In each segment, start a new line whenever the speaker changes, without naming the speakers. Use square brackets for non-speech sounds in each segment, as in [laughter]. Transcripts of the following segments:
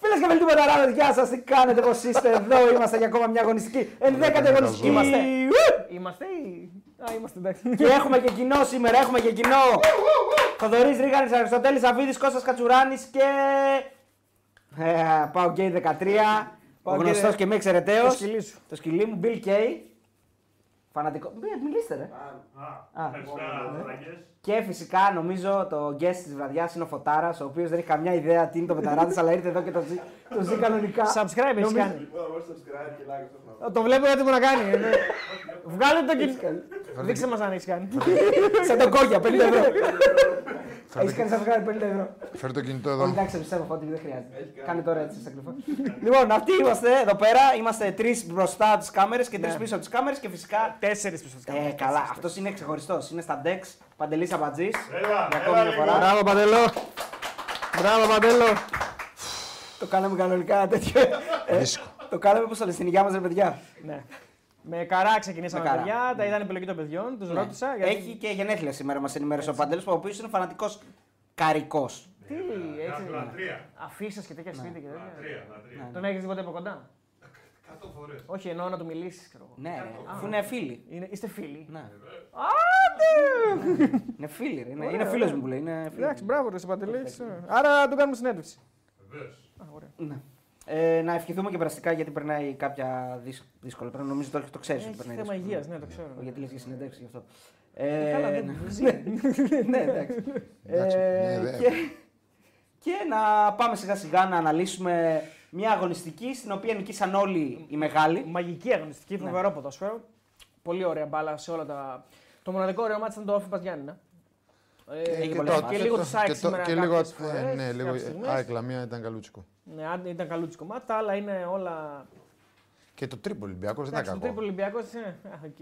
Φίλε και φίλοι του Μεταράδε, γεια σας, τι κάνετε, πώς είστε εδώ, είμαστε για ακόμα μια αγωνιστική. Ενδέκατη αγωνιστική είμαστε.
Είμαστε ή. Α, είμαστε εντάξει.
και έχουμε και κοινό σήμερα, έχουμε και κοινό. Θοδωρής Ρίγανης, Αριστοτέλης Αβίδης, Κώστας Κατσουράνης και. Ε, Πάω Γκέι 13. Ο
Πάω Γκέι,
γνωστό
ε.
και μη εξαιρεταίο.
Το σκυλί σου.
Το σκυλί μου, Bill Κέι. Φανατικό. Μι- Μιλήστε, ρε. Α, λοιπόν, ναι.
Καλησπέρα, Μαραγκές.
Και φυσικά νομίζω το guest της βραδιάς είναι ο Φωτάρας, ο οποίος δεν έχει καμιά ιδέα τι είναι το
[laughs]
μεταράδε, αλλά ήρθε εδώ και το ζει, το ζει κανονικά.
Subscribe έχει
Νομίζω-
κάνει.
Λοιπόν, εγώ subscribe και like αυτό να
Το βλέπω γιατί μου να κάνει. ε, ναι. Βγάλε το κινητό. Δείξε μας αν έχεις κάνει.
Σαν τον κόγια, 50 ευρώ.
Φέρ το-
Έχεις κάνει subscribe 50 ευρώ.
Φέρ το κινητό
Όχι,
εδώ.
Εντάξει, πιστεύω φώτη, δεν χρειάζεται.
Έχει κάνει.
Κάνε τώρα έτσι, σε κρυφά. Λοιπόν, αυτοί είμαστε εδώ πέρα. Είμαστε τρεις μπροστά από τις κάμερες και τρεις πίσω από τις κάμερες και φυσικά.
Τέσσερις πίσω στις
Ναι. Ε,
κάμερες.
καλά, αυτό είναι ξεχωριστός. Είναι στα DEX, παντελής αμπατζής.
Έλα,
Για
έλα
ακόμη μια
λίγο.
φορά.
Μπράβο Παντελό. Μπράβο Παντελό.
Το κάναμε κανονικά τέτοιο. Ε,
Δίσκο.
Το κάναμε πώ το λε, στην υγειά μας, ρε παιδιά.
Ναι. Με καρά Ναι. ξεκινήσαμε
Με καρά.
παιδιά, τα είδαν επιλογή των παιδιών, τους
Ναι.
ρώτησα. γιατί-
Έχει και γενέθλια σήμερα, μας ενημέρωσε ο Παντελής, ο οποίο είναι φανατικός καρικός.
Τι έτσι.
Κάτω, λατρεία.
Αφήσεις και τέτοια σπίτι και τέτοια.
Λατρεία,
Ναι.
λατρεία.
Τον έχεις δει ποτέ από κοντά.
Κάτω φορές.
Όχι, εννοώ να του μιλήσεις, ξέρω εγώ.
Ναι, ρε, αφού είναι φίλοι.
Είναι- Είστε φίλοι.
Ναι.
Άντε!
Είναι φίλοι, ρε. Είναι,
Ωραία,
είναι φίλο
ωραία.
μου που λέει. Είναι φίλος
Εντάξει,
μου.
μπράβο, ρε Παντελή. Άρα του κάνουμε συνέντευξη.
Βεβαίως.
Α, ωραία.
Ναι. Ε, να ευχηθούμε και περαστικά γιατί περνάει κάποια δύσ- δύσκολα. Πρέπει να νομίζω το, το ξέρεις.
Έχει θέμα υγεία, ναι, το ξέρω.
Όχι, γιατί λες για συνέντευξη γι' αυτό.
Ε,
Ε,
Καλά,
ναι. [laughs]
δεν ζει.
ναι, εντάξει.
Εντάξει,
Ε,
μια ιδέα.
και, και να πάμε σιγά σιγά να αναλύσουμε μια αγωνιστική στην οποία νικήσαν όλοι οι μεγάλοι.
Μαγική
Ναι.
αγωνιστική, φοβερό ποδόσφαιρο. Πολύ ωραία μπάλα σε όλα τα. Το μοναδικό ωραίο μάτι ήταν το Όφη ναι. Παζιάννηνα.
Ε,
Έχει
και
πολλά
το-
μάτια.
και
και
λίγο
το-
της ΑΕΚ
και το-
σήμερα.
Και λίγο.
κάποιες
ε,
φορές,
Ναι, λίγο.
κάποιες στιγμές.
Α, η Λαμία ήταν καλούτσικο.
Ναι, αν- ήταν καλούτσικο μάτι, τα άλλα είναι όλα.
Και το τρίπο Ολυμπιακός δεν
Εντάξει, το
ήταν
τρίπο
κακό.
Ολυμπιακός. ε, α, οκ,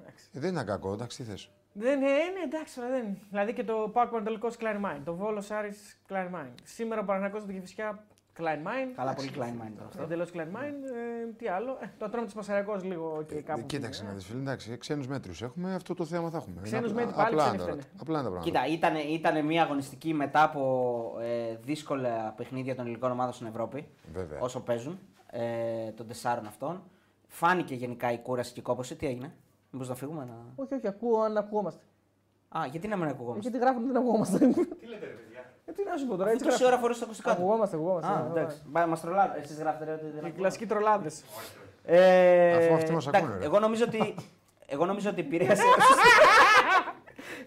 εντάξει.
Ε, Δεν ήταν κακό, εντάξει, τι θες.
Δεν είναι, είναι εντάξει, τώρα δεν. είναι. Δηλαδή και το Πάουκ Παντελικό Klein Mind. Το Βόλος Άρης Klein Mind. Σήμερα ο Παναγιώ του Γεφυσιά Klein Mind.
Καλά, πολύ klein mind τώρα.
Παντελώ Klein Mind. Ε, τι άλλο. Ε, το ατρόμο τη Πασαριακό λίγο και
Ε,
κάπου.
Κοίταξε
Ε,
να δεις φίλε, εντάξει, ξένους μέτρους έχουμε, αυτό το θέμα θα έχουμε. Είναι
Ξένους
απλά-
μέτρους, πάλι
απλά
ξένοι
τώρα.
φταίνε.
Απλά είναι τα πράγματα.
Κοίτα, ήταν, ήτανε μια αγωνιστική μετά από ε, δύσκολα παιχνίδια των ελληνικών ομάδων στην Ευρώπη.
Βέβαια.
Όσο παίζουν ε, των τεσσάρων αυτών. Φάνηκε γενικά η κούραση και η κόπωση. Τι έγινε, Μήπως να φύγουμε να.
Όχι, όχι, ακούω αν ακουγόμαστε.
Α, γιατί να μην ακουγόμαστε.
Γιατί γράφουν δεν ακουγόμαστε.
Τι λέτε, ρε παιδιά.
Ε, Τι να σου πω τώρα, έτσι
Τόση
γράφουν.
ώρα φορέ το ακουστικά του.
Ακουγόμαστε, ακουγόμαστε.
Α,
ναι,
εντάξει. Μα τρολάρουν. Εσείς γράφετε ρε, ότι δεν
ναι. Οι
ακούγονται.
κλασικοί τρολάδες.
Ε,
Αφού αυτοί μας
εντάξει,
ακούνε, ρε.
Εγώ νομίζω ότι. Εγώ νομίζω ότι επηρέασε.
[laughs]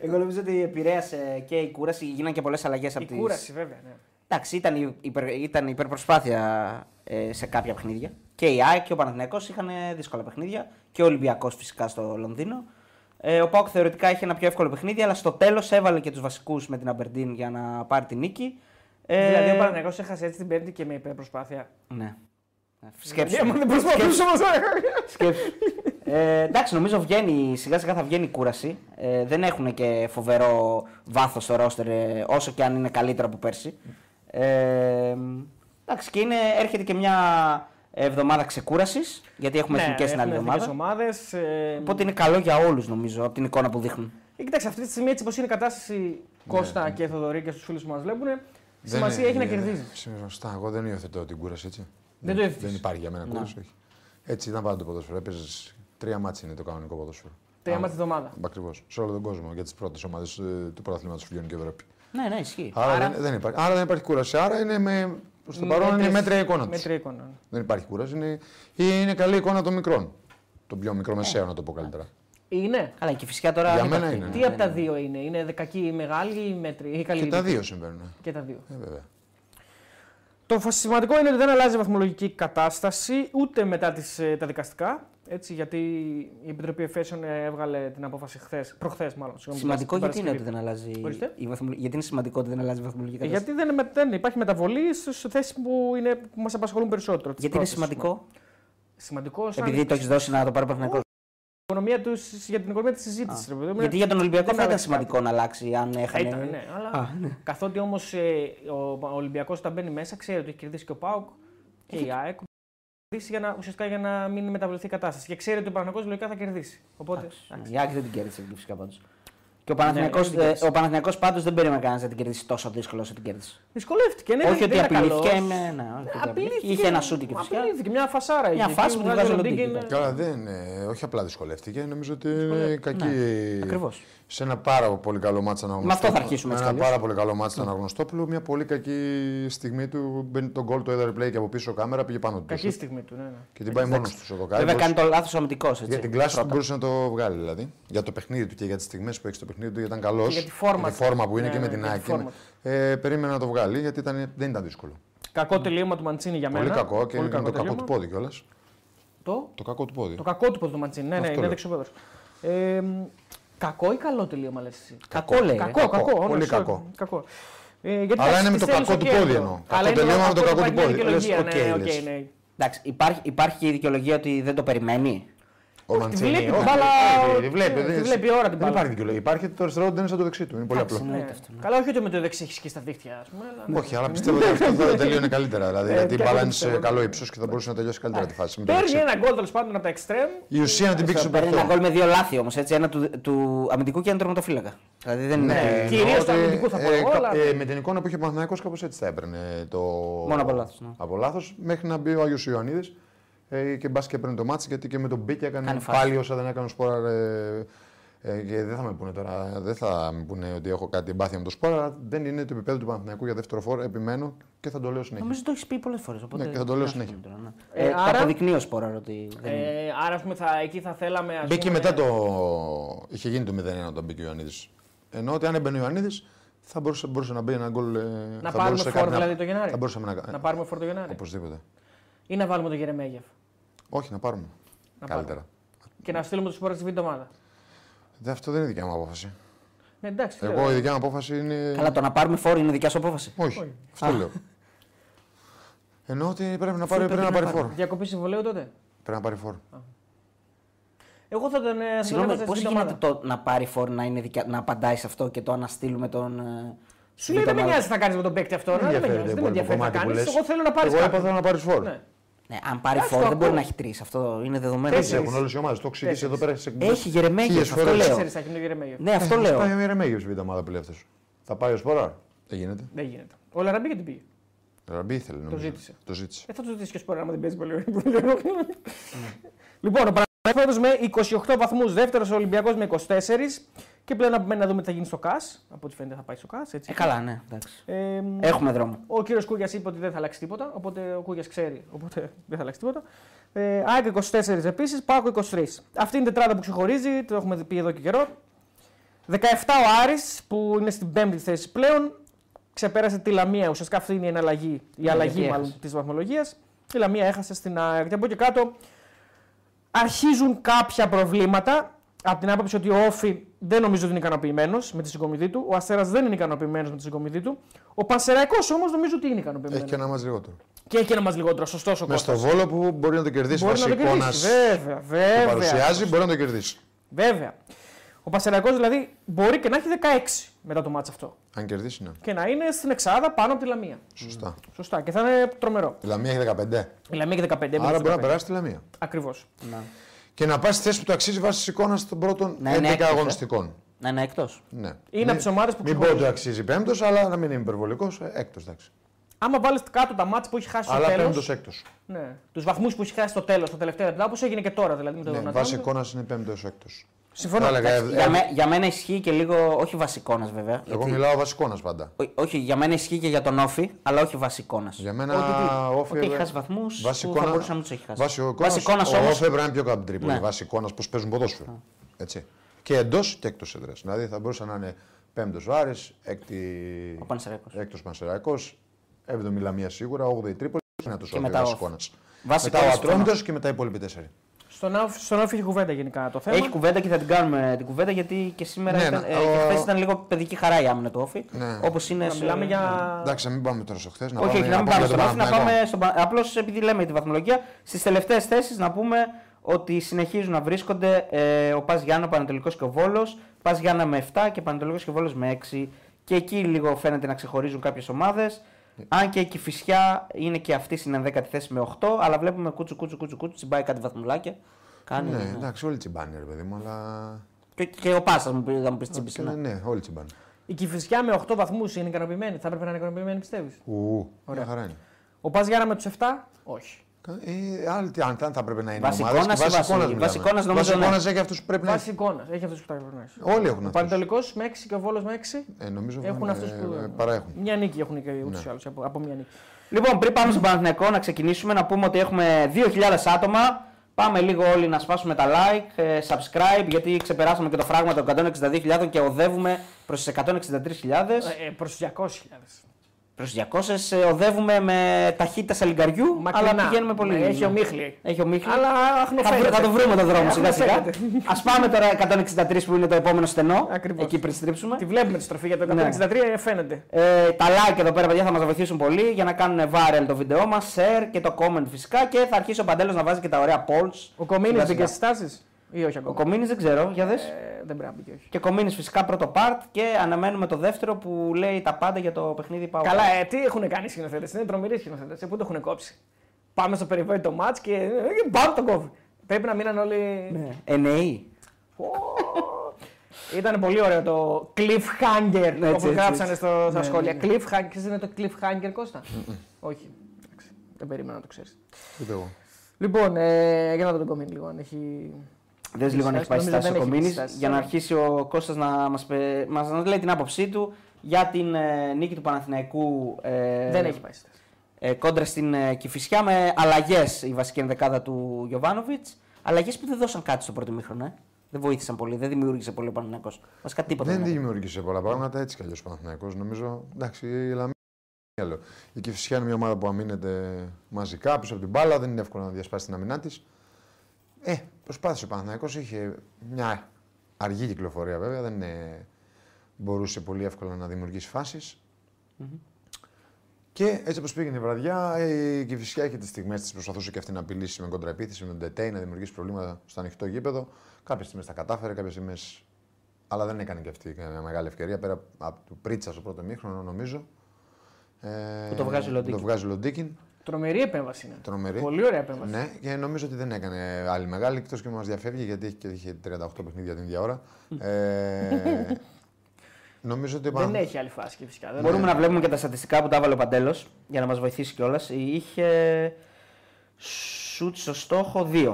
εγώ νομίζω ότι επηρέασε και η κούραση. Γίνανε και πολλές αλλαγές από
Η
τις-
κούραση, βέβαια. ναι.
Εντάξει, ήταν, η υπερ, ήταν η υπερπροσπάθεια ε, σε κάποια παιχνίδια. Και η ΑΕΚ και ο Παναθηναϊκός είχαν ε, δύσκολα παιχνίδια. Και ο Ολυμπιακός φυσικά στο Λονδίνο. Ε, ο Πάοκ θεωρητικά είχε ένα πιο εύκολο παιχνίδι, αλλά στο τέλος έβαλε και τους βασικούς με την Αμπερντίν για να πάρει τη νίκη. Ε,
Δηλαδή ο Παναγιώ έχασε έτσι την Πέμπτη και με υπερπροσπάθεια.
Ναι. Ε,
Δηλαδή,
Σκέψου.
άμα δεν προσπαθούσε όμω.
Σκέψου. Ε, εντάξει, νομίζω βγαίνει, σιγά σιγά θα βγαίνει η κούραση. Ε, δεν έχουν και φοβερό βάθος στο ρόστερ, ε, όσο και αν είναι καλύτερο από πέρσι. Ε, εντάξει, και είναι, έρχεται και μια εβδομάδα ξεκούρασης, γιατί Ναι, έχουμε
Ναι,
εθνικές την άλλη εβδομάδα.
ομάδε.
Οπότε είναι καλό για όλους, νομίζω, από την εικόνα που δείχνουν.
Ε, Κοιτάξτε, αυτή τη στιγμή έτσι πώ είναι η κατάσταση
Ναι,
Κώστα και Θοδωρή και στους φίλους που μας βλέπουν,
Δεν
σημασία
είναι-
έχει να
δεν-
κερδίζει.
Σήμερα, Σωστά, εγώ δεν υιοθετώ την κούραση, έτσι.
Δεν το υιοθετείς.
Δεν υπάρχει για μένα κούραση, όχι. Έτσι ήταν πάντα το ποδόσφαιρο. Έπαιζες τρία μάτς είναι το κανονικό ποδόσφαιρο.
Τρία μάτια τη εβδομάδα.
Ακριβώς. Σε όλο τον κόσμο για τις πρώτες ομάδες ε, του πρωταθλήματος Φιλιών και Ευρώπη.
Ναι, ναι, ισχύει.
Άρα, δεν, δεν υπάρχει, άρα δεν υπάρχει κούραση. Άρα είναι με, στο παρόν είναι
Μέτρες-
μέτρια εικόνα του.
Μέτρια εικόνας. ναι.
Δεν υπάρχει κούραση. Είναι, είναι καλή εικόνα των μικρών. Των πιο μικρομεσαίων, να το πω
Ε,
καλύτερα.
Είναι.
Καλά, και φυσικά τώρα.
Για
δεν
μένα
υπάρχει-
είναι. ναι.
Τι από τα δύο είναι, είναι δεκακή η μεγάλη ή η μέτρη. Ή καλή
Και τα
η-
δύο συμβαίνουν.
Και τα δύο.
Ε, βέβαια.
Το φα- σημαντικό είναι ότι δεν αλλάζει η βαθμολογική κατάσταση ούτε μετά τις, ε, τα δικαστικά. Έτσι, γιατί η Επιτροπή Εφέσεων ε, έβγαλε την απόφαση χθες, προχθές μάλλον. συγγνώμη,
Σημαντικό
την
γιατί είναι ότι
Παρασκευή.
δεν αλλάζει.
Ορίστε.
Η βαθμολο- Γιατί είναι σημαντικό ότι δεν αλλάζει η βαθμολογική κατάσταση.
Γιατί δεν, με- δεν υπάρχει μεταβολή σε θέσεις που, είναι, που μας απασχολούν περισσότερο. τις
Γιατί είναι ναι.
πρώτες, ας πούμε.
σημαντικό.
Σημαντικό σαν
Επειδή το έχεις δώσει να το πάρει ο Παναθηναϊκός.
οικονομία του, για την οικονομία της συζήτησης. ρε παιδί μου.
Γιατί για τον Ολυμπιακό
δεν
θα ήταν
άλλαξε κάτι.
σημαντικό να αλλάξει αν
Θα
έχανε.
ήταν, ναι, αλλά
Α, ναι.
καθότι όμως ο Ολυμπιακός όταν μπαίνει μέσα, ξέρει ότι έχει κερδίσει και ο Πάουκ και η ΑΕΚ. Κερδίσει για να, ουσιαστικά για να μην μεταβληθεί η κατάσταση. Και ξέρει ότι ο Παναγιώ λογικά θα κερδίσει. Οπότε.
Η Άκη δεν την κέρδισε φυσικά πάντως. Και ο Παναθηναϊκός,
Ναι, δεν
ε,
κέρδισε.
ο Παναθηναϊκός πάντως δεν περίμενε κανένας να την κερδίσει τόσο δύσκολο όσο την κέρδισε.
Δυσκολεύτηκε, ναι,
όχι
δεν,
ότι
δεν ήταν
απειλήθηκε.
καλός.
Ναι, ναι, όχι ότι
Απειλήθηκε.
απειλήθηκε. Είχε ένα σούτι και
Μα
φυσικά.
Απειλήθηκε, μια φασάρα. είχε.
φάση
Εκεί
που βγάζει ναι. ο
Ντίγκ
Ντίγκ,
είναι-
ήταν.
Καλά, δεν είναι. Όχι απλά δυσκολεύτηκε. Νομίζω ότι είναι κακή.
ναι. ακριβώς.
Σε ένα πάρα πολύ καλό μάτσα αναγνωστόπουλο.
Με αυτό θα αρχίσουμε,
Ένα
έτσι κι αλλιώς.
πάρα πολύ καλό μάτσα ήταν αναγνωστόπουλο. Μια πολύ κακή στιγμή του. Μπαίνει τον γκολ, το έδωσε play και από πίσω κάμερα πήγε πάνω του.
Κακή στιγμή του, ναι. ναι.
Και την πάει μόνος του ο Κοκάρη.
Βέβαια κάνει το λάθος ο αμυντικός, έτσι.
Για την κλάση του μπορούσε να το βγάλει δηλαδή. Για το παιχνίδι του και για τις στιγμές που έχει το παιχνίδι του, γιατί ήταν καλός.
Και για τη φόρμα του.
που είναι
Ναι,
και με
ναι,
την
για τη
ΑΕΚ. και
φόρμα
με- Ε, περίμενα να το βγάλει γιατί ήταν, δεν ήταν δύσκολο.
Ναι.
Κακό τελείωμα του Μαντσίνη για μένα.
Ναι, πολύ κακό και είναι το κακό
τελείωμα.
του πόδι κιόλας.
Το,
Το κακό του πόδι.
το κακό του πόδι του Μαντσίνη. Ναι, ναι,
Αυτό
είναι
λέω.
δεξιοπέδρο. Ε, μ, κακό ή καλό τελείωμα λε.
Κακό, λέει,
Κακό,
ε.
κακό.
Κακό,
όντως,
πολύ
sorry,
κακό.
κακό. Ε, γιατί
Αλλά
εντάξει,
είναι με
της
το
θέλεις
κακό
το
του
κέντρο.
πόδι εννοώ.
Αλλά
Το
είναι
τελείωμα με το κακό του
υπάρχει μια
πόδι. Λες,
δικαιολογία, ναι,
οκ,
οκ,
λες.
ναι.
Εντάξει, υπάρχει, υπάρχει και η δικαιολογία ότι δεν το περιμένει.
Ο
τη βλέπει την
όχι,
μπάλα,
όχι,
τη
Τη βλέπει.
βλέπει,
δεν-
τη βλέπει ώρα την
Δεν
μπάλα.
υπάρχει δικαιολογία. Υπάρχει ότι το αριστερό δεν είναι σαν το δεξί του. Είναι πολύ
Εντάξει,
απλό.
ναι.
Ναι.
Εννοείται αυτό, ναι.
Καλά, όχι ότι με το δεξί έχεις και στα δίχτυα, ας πούμε. αλλά ναι.
Όχι, αλλά πιστεύω ότι αυτό θα τελείωνε καλύτερα. Δηλαδή,
Ε,
γιατί η
πια
μπάλα
δεν
είναι σε
πιστεύω.
καλό ύψος και θα μπορούσε να τελειώσει καλύτερα τη φάση. με το
Παίρνει
δεξί.
ένα γκολ τέλος πάντων από τα εξτρέμ.
Η ουσία να την πήξει
Θα
στον
παίρνει ένα
παιχτό.
γκολ με δύο λάθη όμως. ένα του, του αμυντικού και ένα του τερματοφύλακα. Δηλαδή δεν
Ναι,
είναι.
κυρίως
Ε, εννοώ
στο
ότι,
αμυντικό θα πω εγώ,
κα- ε,
αλλά-
με την εικόνα που είχε ο Παναθηναϊκός κάπως έτσι θα έπαιρνε το...
Μόνο από λάθος, ναι.
Από λάθος, μέχρι να μπει ο Άγιος Ιωαννίδης ε, και μπας και έπαιρνε το μάτς γιατί και με τον μπήκε έκανε
Κάνει φάση.
πάλι όσα δεν έκανε ο Σπόραρ. Ε, ε, και δεν θα με πούνε τώρα, δεν θα με πούνε ότι έχω κάτι εμπάθεια με τον Σπόραρ, αλλά δεν είναι το επίπεδο του Παναθηναϊκού για δεύτερο φόρ, επιμένω και θα το λέω συνέχεια.
Νομίζω το έχεις πει πολλές φορές.
Ναι, και θα το λέω συνέχεια.
Ε,
Ε, το
άρα-
αποδεικνύει ο Σπόρα ότι δεν είναι.
Ε, άρα, ας πούμε, θα, εκεί θα θέλαμε. ας
Μπήκε
πούμε,
μετά το. είχε γίνει το 0-1 όταν μπήκε ο Ιωαννίδης. Ενώ ότι αν έμπαινε ο Ιωαννίδης θα μπορούσε, μπορούσε να μπει ένα γκολ. ε, θα
πάρουμε
μπορούσε κάτι
φόρ,
να-
δηλαδή, το Γενάρη.
Θα μπορούσαμε να,
Να πάρουμε φόρ το Γενάρη.
Οπωσδήποτε.
Ή να βάλουμε τον Γερεμέγεφ.
Όχι, να πάρουμε.
Να
Καλύτερα.
Και να στείλουμε του σπόρε στη β' ομάδα.
Δε, αυτό δεν είναι δικιά μου απόφαση.
Ναι, εντάξει.
Εγώ η δικιά μου απόφαση είναι.
Καλά, το να πάρουμε φόρο είναι δικιά σου απόφαση.
Ναι,
Όχι. Αυτό λέω. Ενώ ότι πρέπει να
πρέπει
πάρει, πρέπει να
να
πάρει φόρ.
Διακοπή συμβολέου τότε.
Πρέπει να πάρει φόρ.
Εγώ θα τον. ε, θα τον
Συγγνώμη,
έβαζα
πώ
στη β'
γίνεται
ομάδα.
το να πάρει φόρο να, είναι δικιά, να απαντάει σε αυτό και το να στείλουμε τον. ε,
Σου λέει
β'
δεν με
ομάδα.
νοιάζει τι θα κάνεις με τον παίκτη αυτό.
Δεν
ρε,
με
Δεν με νοιάζει, δεν με
ενδιαφέρει το υπόλοιπο
ενδιαφέρει να
κομμάτι
κάνει.
που λες.
Εγώ θέλω να πάρεις.
Εγώ είπα θέλω να πάρεις φόρ.
Ναι, αν πάρει
Εντάξει,
φόρο
το
δεν μπορεί
ακούω.
να έχει τρεις. Αυτό είναι δεδομένο.
Έτσι
Τέσσερις.
έχουν όλες οι ομάδες. Το εξηγήσει εδώ πέρα στι εκπομπέ.
Έχει γερεμέγε,
Χίλιες
αυτό
φορές.
λέω.
Ξέρεις, θα γίνει ο Γερεμέγεφ.
Ναι, αυτό
Πάει
λέω.
ο Ιερεμέγιο στην ομάδα πλέον. Θα πάει ο Σπόρα. Δεν γίνεται.
Δεν γίνεται. Ο Λαραμπή γιατί πήγε.
Ραμπί ήθελε νομίζω.
ζήτησε.
Το ζήτησε.
Ε, θα του ζητήσει και σπορά, άμα δεν παίζει πολύ. [laughs] λοιπόν, ο Παναθηναϊκός με 28 βαθμούς, δεύτερος ο Ολυμπιακός με 24. Και πλέον απομένει να δούμε τι θα γίνει στο ΚΑΣ. Από ό,τι φαίνεται θα πάει στο ΚΑΣ. Έτσι.
Ε, καλά, ναι, εντάξει.
Ε, μ,
Έχουμε δρόμο.
Ο κύριος Κούγιας είπε ότι δεν θα αλλάξει τίποτα. Οπότε ο Κούγιας ξέρει. Οπότε δεν θα αλλάξει τίποτα. Ε, ΑΕΚ 24 επίσης, ΠΑΟΚ 23. Αυτή είναι η τετράδα που ξεχωρίζει, το έχουμε πει εδώ και καιρό. 17 ο Άρης που είναι στην πέμπτη θέση πλέον. Ξεπέρασε τη Λαμία. Ουσιαστικά αυτή είναι η εναλλαγή, η αλλαγή
έχασε.
μάλλον της βαθμολογίας. Η Λαμία έχασε στην ΑΕΚ. Και από εκεί και κάτω αρχίζουν κάποια προβλήματα. Από την άποψη ότι ο Όφη δεν νομίζω ότι είναι ικανοποιημένος με τη συγκομιδή του. Ο Αστέρας δεν είναι ικανοποιημένος με τη συγκομιδή του. Ο Πανσεραϊκός όμως νομίζω ότι είναι ικανοποιημένος.
Έχει και ένα μάτς λιγότερο.
Και έχει ένα μας λιγότερο. Σωστός ο
Μες
Κώστας.
στο βόλο που μπορεί να το κερδίσει
Μπορεί να το
βάσει εικόνα
κερδίσει. Βέβαια,
που
βέβαια.
παρουσιάζει, μπορεί να το κερδίσει.
Βέβαια. Ο Πανσεραϊκός δηλαδή μπορεί και να έχει 16 μετά το μάτσο αυτό.
Αν κερδίσει, ναι.
Και να είναι στην Εξάδα πάνω από τη Λαμία.
Σωστά.
Σωστά. Και θα είναι τρομερό.
Η Λαμία έχει 15.
Η Λαμία έχει 15
Άρα μπορεί να περάσει τη Λαμία.
Ακριβώς.
Να,
Και να πας στη θέση που του αξίζει βάσει τη εικόνα των πρώτων
Να είναι
11
έκτος, ε.
αγωνιστικών.
να είναι εκτό.
Ναι.
Ναι, Είναι από τις ομάδες που
Μην πω ότι
ξεχωρίζουν.
του αξίζει πέμπτος, αλλά να μην είναι υπερβολικός. Έκτος, εντάξει.
Άμα βάλεις κάτω τα μάτσα που έχει χάσει στο
Αλλά
τέλος.
πέμπτος έκτος.
Ναι. Τους βαθμούς που έχει χάσει στο τέλος, τα τελευταία λεπτά, όπως έγινε και τώρα δηλαδή με τον
Ναι,
ναι,
βάσει εικόνας είναι πέμπτος έκτος.
Συμφωνώ.
Για, μέ- για μένα ισχύει και λίγο, όχι βασικόνας βέβαια.
Ε, Εγώ
γιατί-
μιλάω βάσει εικόνα πάντα.
Ό- όχι, για μένα ισχύει και για τον Όφη, αλλά όχι βασικόνας.
Για
Ότι τι,
μένα ο Όφη.
ότι έχει
έβγα-
χάσει βαθμούς
βάσει
που θα
εικόνα-
μπορούσε να μην τους έχει χάσει.
Βάσει ο
Βάσει εικόνας
ο
όμως-
Όφη έπρεπε να είναι πιο κάτω τρίπολη.
Ναι.
Βάσει εικόνα πώς παίζουν ποδόσφαιρο. Έτσι. Και εντός και εκτός έδρας. Δηλαδή θα μπορούσε να είναι πέμπτος ο Άρης, έκτη.
Ο Πανσεραϊκός.
Έκτος Πανσεραϊκός, έβδομη Λαμία σίγουρα, όγδοη Τρίπολη. Και να το
Και μετά ο
βάσει
Όφη.
εικόνα.
Βάσει
Μετά ο
εικόνας
Ατρόμητο και μετά οι υπόλοιποι τέσσερι.
Στον Όφη στον Όφη έχει κουβέντα γενικά το θέμα.
Έχει κουβέντα και θα την κάνουμε την κουβέντα γιατί και σήμερα
Ναι,
ήταν,
ναι,
ε,
ο-
και χθες ήταν λίγο παιδική χαρά η άμυνα του Όφη.
Ναι.
Όπως είναι.
Να
σε-
μιλάμε για.
ναι.
Εντάξει, να μην πάμε τώρα στο χθες.
Όχι, όχι, να μην πάμε στον Όφη, να πάμε στον Πα- Απλώς επειδή λέμε τη βαθμολογία, στις τελευταίες θέσεις να πούμε ότι συνεχίζουν να βρίσκονται ε, ο Πας Γιάννα, ο Πανατολικός και ο Βόλος. Πας Γιάννα με 7 και Πανατολικός και Βόλος με 6. Και εκεί λίγο φαίνεται να ξεχωρίζουν κάποιες ομάδες. Αν και η Κηφισιά είναι και αυτή στην 11η θέση με 8, αλλά βλέπουμε κούτσου κούτσου κούτσου κούτσου, τσιμπάει κάτι βαθμουλάκια. Κάνει,
Ναι,
ναι.
εντάξει, όλοι τσιμπάνε, ρε παιδί μου, αλλά.
Και, και ο Πάσας μου πει, θα μου πει τσίπησε.
Ναι, ναι, όλοι τσιμπάνε.
Η Κυφυσιά με 8 βαθμούς είναι ικανοποιημένη. Θα έπρεπε να είναι ικανοποιημένη, πιστεύεις.
Ου,
Ωραία.
μια χαρά είναι.
Ο Πα Γιάννα με τους 7, όχι.
Κα- Ε, άλλοι τι, αν, αν θα πρέπει να είναι
Βασικόνας
ομάδες και
ή Βασίλη.
βασικόνας μιλάμε.
Βασικόνας νομίζω,
ναι.
Βασικόνας έχει αυτούς που πρέπει
Ναι.
να
Βάσει εικόνα. Έχει αυτούς που τα περνάει.
Όλοι έχουν
Ο
αυτούς.
Πανετολικό με 6 και ο Βόλος με 6.
Ε, νομίζω
Έχουν
ε,
αυτούς που-
ε, Παρά έχουν.
Μια νίκη έχουν και ούτως
Ναι.
ή άλλως από, από μια νίκη.
Λοιπόν, πριν πάμε στον Παναθηναϊκό να ξεκινήσουμε, να πούμε ότι έχουμε 2.000 άτομα. Πάμε λίγο όλοι να σπάσουμε τα like, ε, subscribe, γιατί ξεπεράσαμε και το φράγμα των 162.000 και οδεύουμε προς τις 163.000.
Ε, Προ 200.000.
Προς 200 ε, οδεύουμε με ταχύτητα σαλιγκαριού,
Μακρινά.
αλλά πηγαίνουμε πολύ.
Ναι, έχει
ναι.
ο Μίχλη.
Έχει ο Μίχλη.
Αλλά
Θα, βρω-
αχνοφαίνεται.
θα το βρούμε το δρόμο
Ε,
σιγά σιγά.
αχνοφαίνεται.
Ας πάμε τώρα 163 που είναι το επόμενο στενό.
Ακριβώς.
Εκεί πριν στρίψουμε.
Τη βλέπουμε τη στροφή
Ναι.
για το 163, ε, φαίνεται.
Ε, τα like εδώ πέρα, παιδιά, θα μας βοηθήσουν πολύ για να κάνουν viral το βίντεο μας, share και το comment φυσικά. Και θα αρχίσει ο Παντέλος να βάζει και τα ωραία polls.
Ο Κομίνης
Σιγά-σιγά.
μπήκε στις τάσεις ή όχι
Ο
ακόμα.
Κομίνης δεν ξέρω, για δες.
Ε, δεν πρέπει να μπήκε, όχι.
Και Κομίνης φυσικά πρώτο part και αναμένουμε το δεύτερο που λέει τα πάντα για το παιχνίδι Πάο.
Καλά, ε, τι έχουν κάνει οι σκηνοθέτες. Είναι τρομεροί οι σκηνοθέτες. Ε, πού το έχουν κόψει. Πάμε στο περιβόητο μάτ και. ε, και Μπαμ τον κόβει. Πρέπει να μείναν όλοι.
Ναι. Εννοεί.
Ήταν πολύ ωραίο το cliffhanger
Ναι, έτσι,
που γράψανε
έτσι.
στο, στα
Ναι,
σχόλια.
ναι,
Cliffhanger, ξέρεις τι είναι το cliffhanger Κώστα. Όχι. Εντάξει, Δεν περίμενα να το ξέρεις.
Ούτε εγώ.
Λοιπόν, ε, για να δω τον Κομίνη λίγο αν έχει...
Δες λίγο να έχει πάει
Νομίζω
στάση ο
δεν έχεις
Κομίνη
στάσεις.
για να αρχίσει ο Κώστας να μας μας να λέει την άποψή του για την ε, νίκη του Παναθηναϊκού. ε,
Δεν έχει πάει στάση.
ε, κόντρα στην ε, Κηφισιά με αλλαγές η βασική ενδεκάδα του Γιωβάνοβιτ. Αλλαγές που δεν δώσαν κάτι στο πρώτο μήχρονο. Ε. Δεν βοήθησαν πολύ, δεν δημιούργησε πολύ ο Παναγιακό. Βασικά τίποτα.
Δεν δημιούργησε πολλά πράγματα έτσι κι αλλιώς ο Παναθηναϊκός. Νομίζω. Εντάξει, η Λαμία είναι άλλο. Η Κυφυσιά είναι μια ομάδα που αμήνεται μαζικά πίσω από την μπάλα. Δεν είναι εύκολο να διασπάσει την αμυνά της. Ε, προσπάθησε ο Παναθηναϊκός. Είχε μια αργή κυκλοφορία βέβαια. Δεν ε, μπορούσε πολύ εύκολα να δημιουργήσει φάσεις. Και έτσι όπως πήγαινε η βραδιά, η Κυφυσιά είχε τις στιγμές της. Προσπαθούσε και αυτή να απειλήσει με κοντραεπίθεση, με τον Τετέι, να δημιουργήσει προβλήματα στο ανοιχτό γήπεδο. Κάποιες στιγμές τα κατάφερε, κάποιες στιγμές. Αλλά δεν έκανε και αυτή μια μεγάλη ευκαιρία πέρα από του Πρίτσα στο πρώτο μήχρονο, νομίζω. Ε,
Που το βγάζει ο Λοντίκιν.
Το βγάζει ο Λοντίκιν.
Τρομερή επέμβαση είναι.
Τρομερή.
Πολύ ωραία επέμβαση.
Ναι, και νομίζω ότι δεν έκανε άλλη μεγάλη, εκτός και μας διαφεύγει γιατί έχει και είχε 38 παιχνίδια την ίδια ώρα. Ε, νομίζω ότι. ο
Δεν
Παναθ-
έχει άλλη φάση και φυσικά. Δεν
Μπορούμε να βλέπουμε και τα στατιστικά που τα έβαλε ο Παντέλος για να μας βοηθήσει κιόλας. Είχε σουτ στο στόχο 2.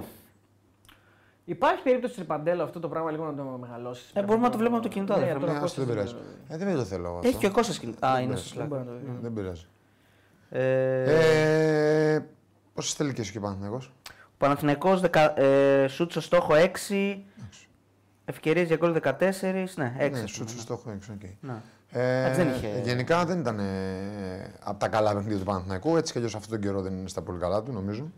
Υπάρχει περίπτωση τριπαντέλο αυτό το πράγμα λίγο να το μεγαλώσεις.
Ε, μπορούμε να το βλέπουμε από το κινητό, αδερφέ.
Ναι, άστο, δεν πειράζει. Ε, δεν το θέλω εγώ. αυτό.
Έχει και ο Κώστας κινητό. Α, είναι στο
Δεν
Slack.
μπορώ να το δει.
Δεν πειράζει.
Ε,
Ε, Πόσες τελικέ είχε ο Παναθηναϊκός?
ο Παναθηναϊκός δεκα- ε, σουτ στο στόχο 6. Ευκαιρίες για γκολ 14. Ναι, 6.
Ναι, σου στόχο έξω, οκ.
Ναι.
Ε,
Εντάξει, δεν είχε-
Γενικά δεν ήταν ε, από τα καλά παιχνίδια του Παναθηναϊκού. Έτσι κι αλλιώς αυτόν τον καιρό δεν είναι στα πολύ καλά του, νομίζω.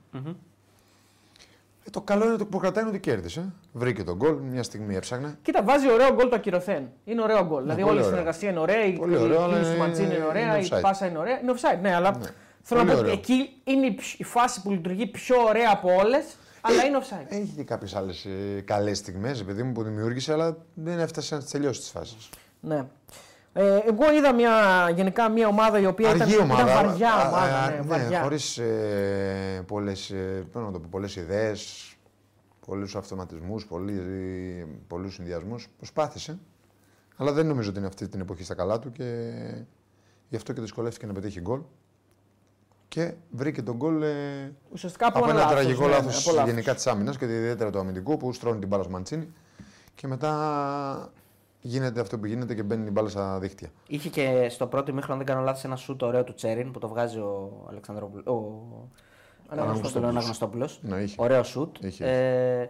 Ε, το καλό είναι το που κρατάει είναι ότι κέρδισε. Βρήκε τον γκολ, μια στιγμή έψαχνε.
Κοίτα, βάζει ωραίο γκολ το ακυρωθέν. Είναι ωραίο γκολ. δηλαδή
Ναι,
όλη η
πολύ ωραίο.
συνεργασία είναι ωραία, η η
Πολύ ωραίο, αλλά
κίνηση του
είναι-
Μαντζίνη είναι ωραία,
είναι
η
offside.
πάσα είναι ωραία. Είναι offside, ναι, αλλά θέλω
Πολύ
να πω ότι
ωραίο.
εκεί είναι η, πιο- η φάση που λειτουργεί πιο ωραία από όλες, αλλά είναι offside.
Έχει και ε, κάποιες άλλες καλές στιγμές, παιδί μου, που δημιούργησε, αλλά δεν έφτασε να τις τελειώσει τις φάσεις.
ναι. Ε, εγώ είδα μια, γενικά μια ομάδα η οποία ήταν,
Αργή ομάδα.
ήταν βαριά
α- α-
ομάδα.
α-
Ναι,
ναι,
βαριά.
χωρίς ε, πολλές, ε, πώς να το πω, πολλές ιδέες, πολλούς αυτοματισμούς, πολλοί, ε, πολλούς συνδυασμούς. Προσπάθησε, αλλά δεν νομίζω ότι είναι αυτή την εποχή στα καλά του και γι' αυτό και δυσκολεύτηκε να πετύχει γκολ. Και βρήκε τον γκολ ε,
Ουσιαστικά από,
από ένα
λάθος,
τραγικό
ναι, ναι,
λάθος
από λάθος.
γενικά της άμυνας και ιδιαίτερα του αμυντικού που στρώνει την μπάλα στο Μαντσίνη και μετά γίνεται αυτό που γίνεται και μπαίνει η μπάλα στα δίχτυα.
Είχε και στο πρώτο ημίχρονο, αν δεν κάνω λάθος, ένα σουτ ωραίο του Τσέριν που το βγάζει ο Αλεξανδρόπουλο. Ο
Αναγνωστόπουλος.
Αναγνωστόπουλος.
Ναι, είχε.
Ωραίο σουτ.
Είχε.
Ε,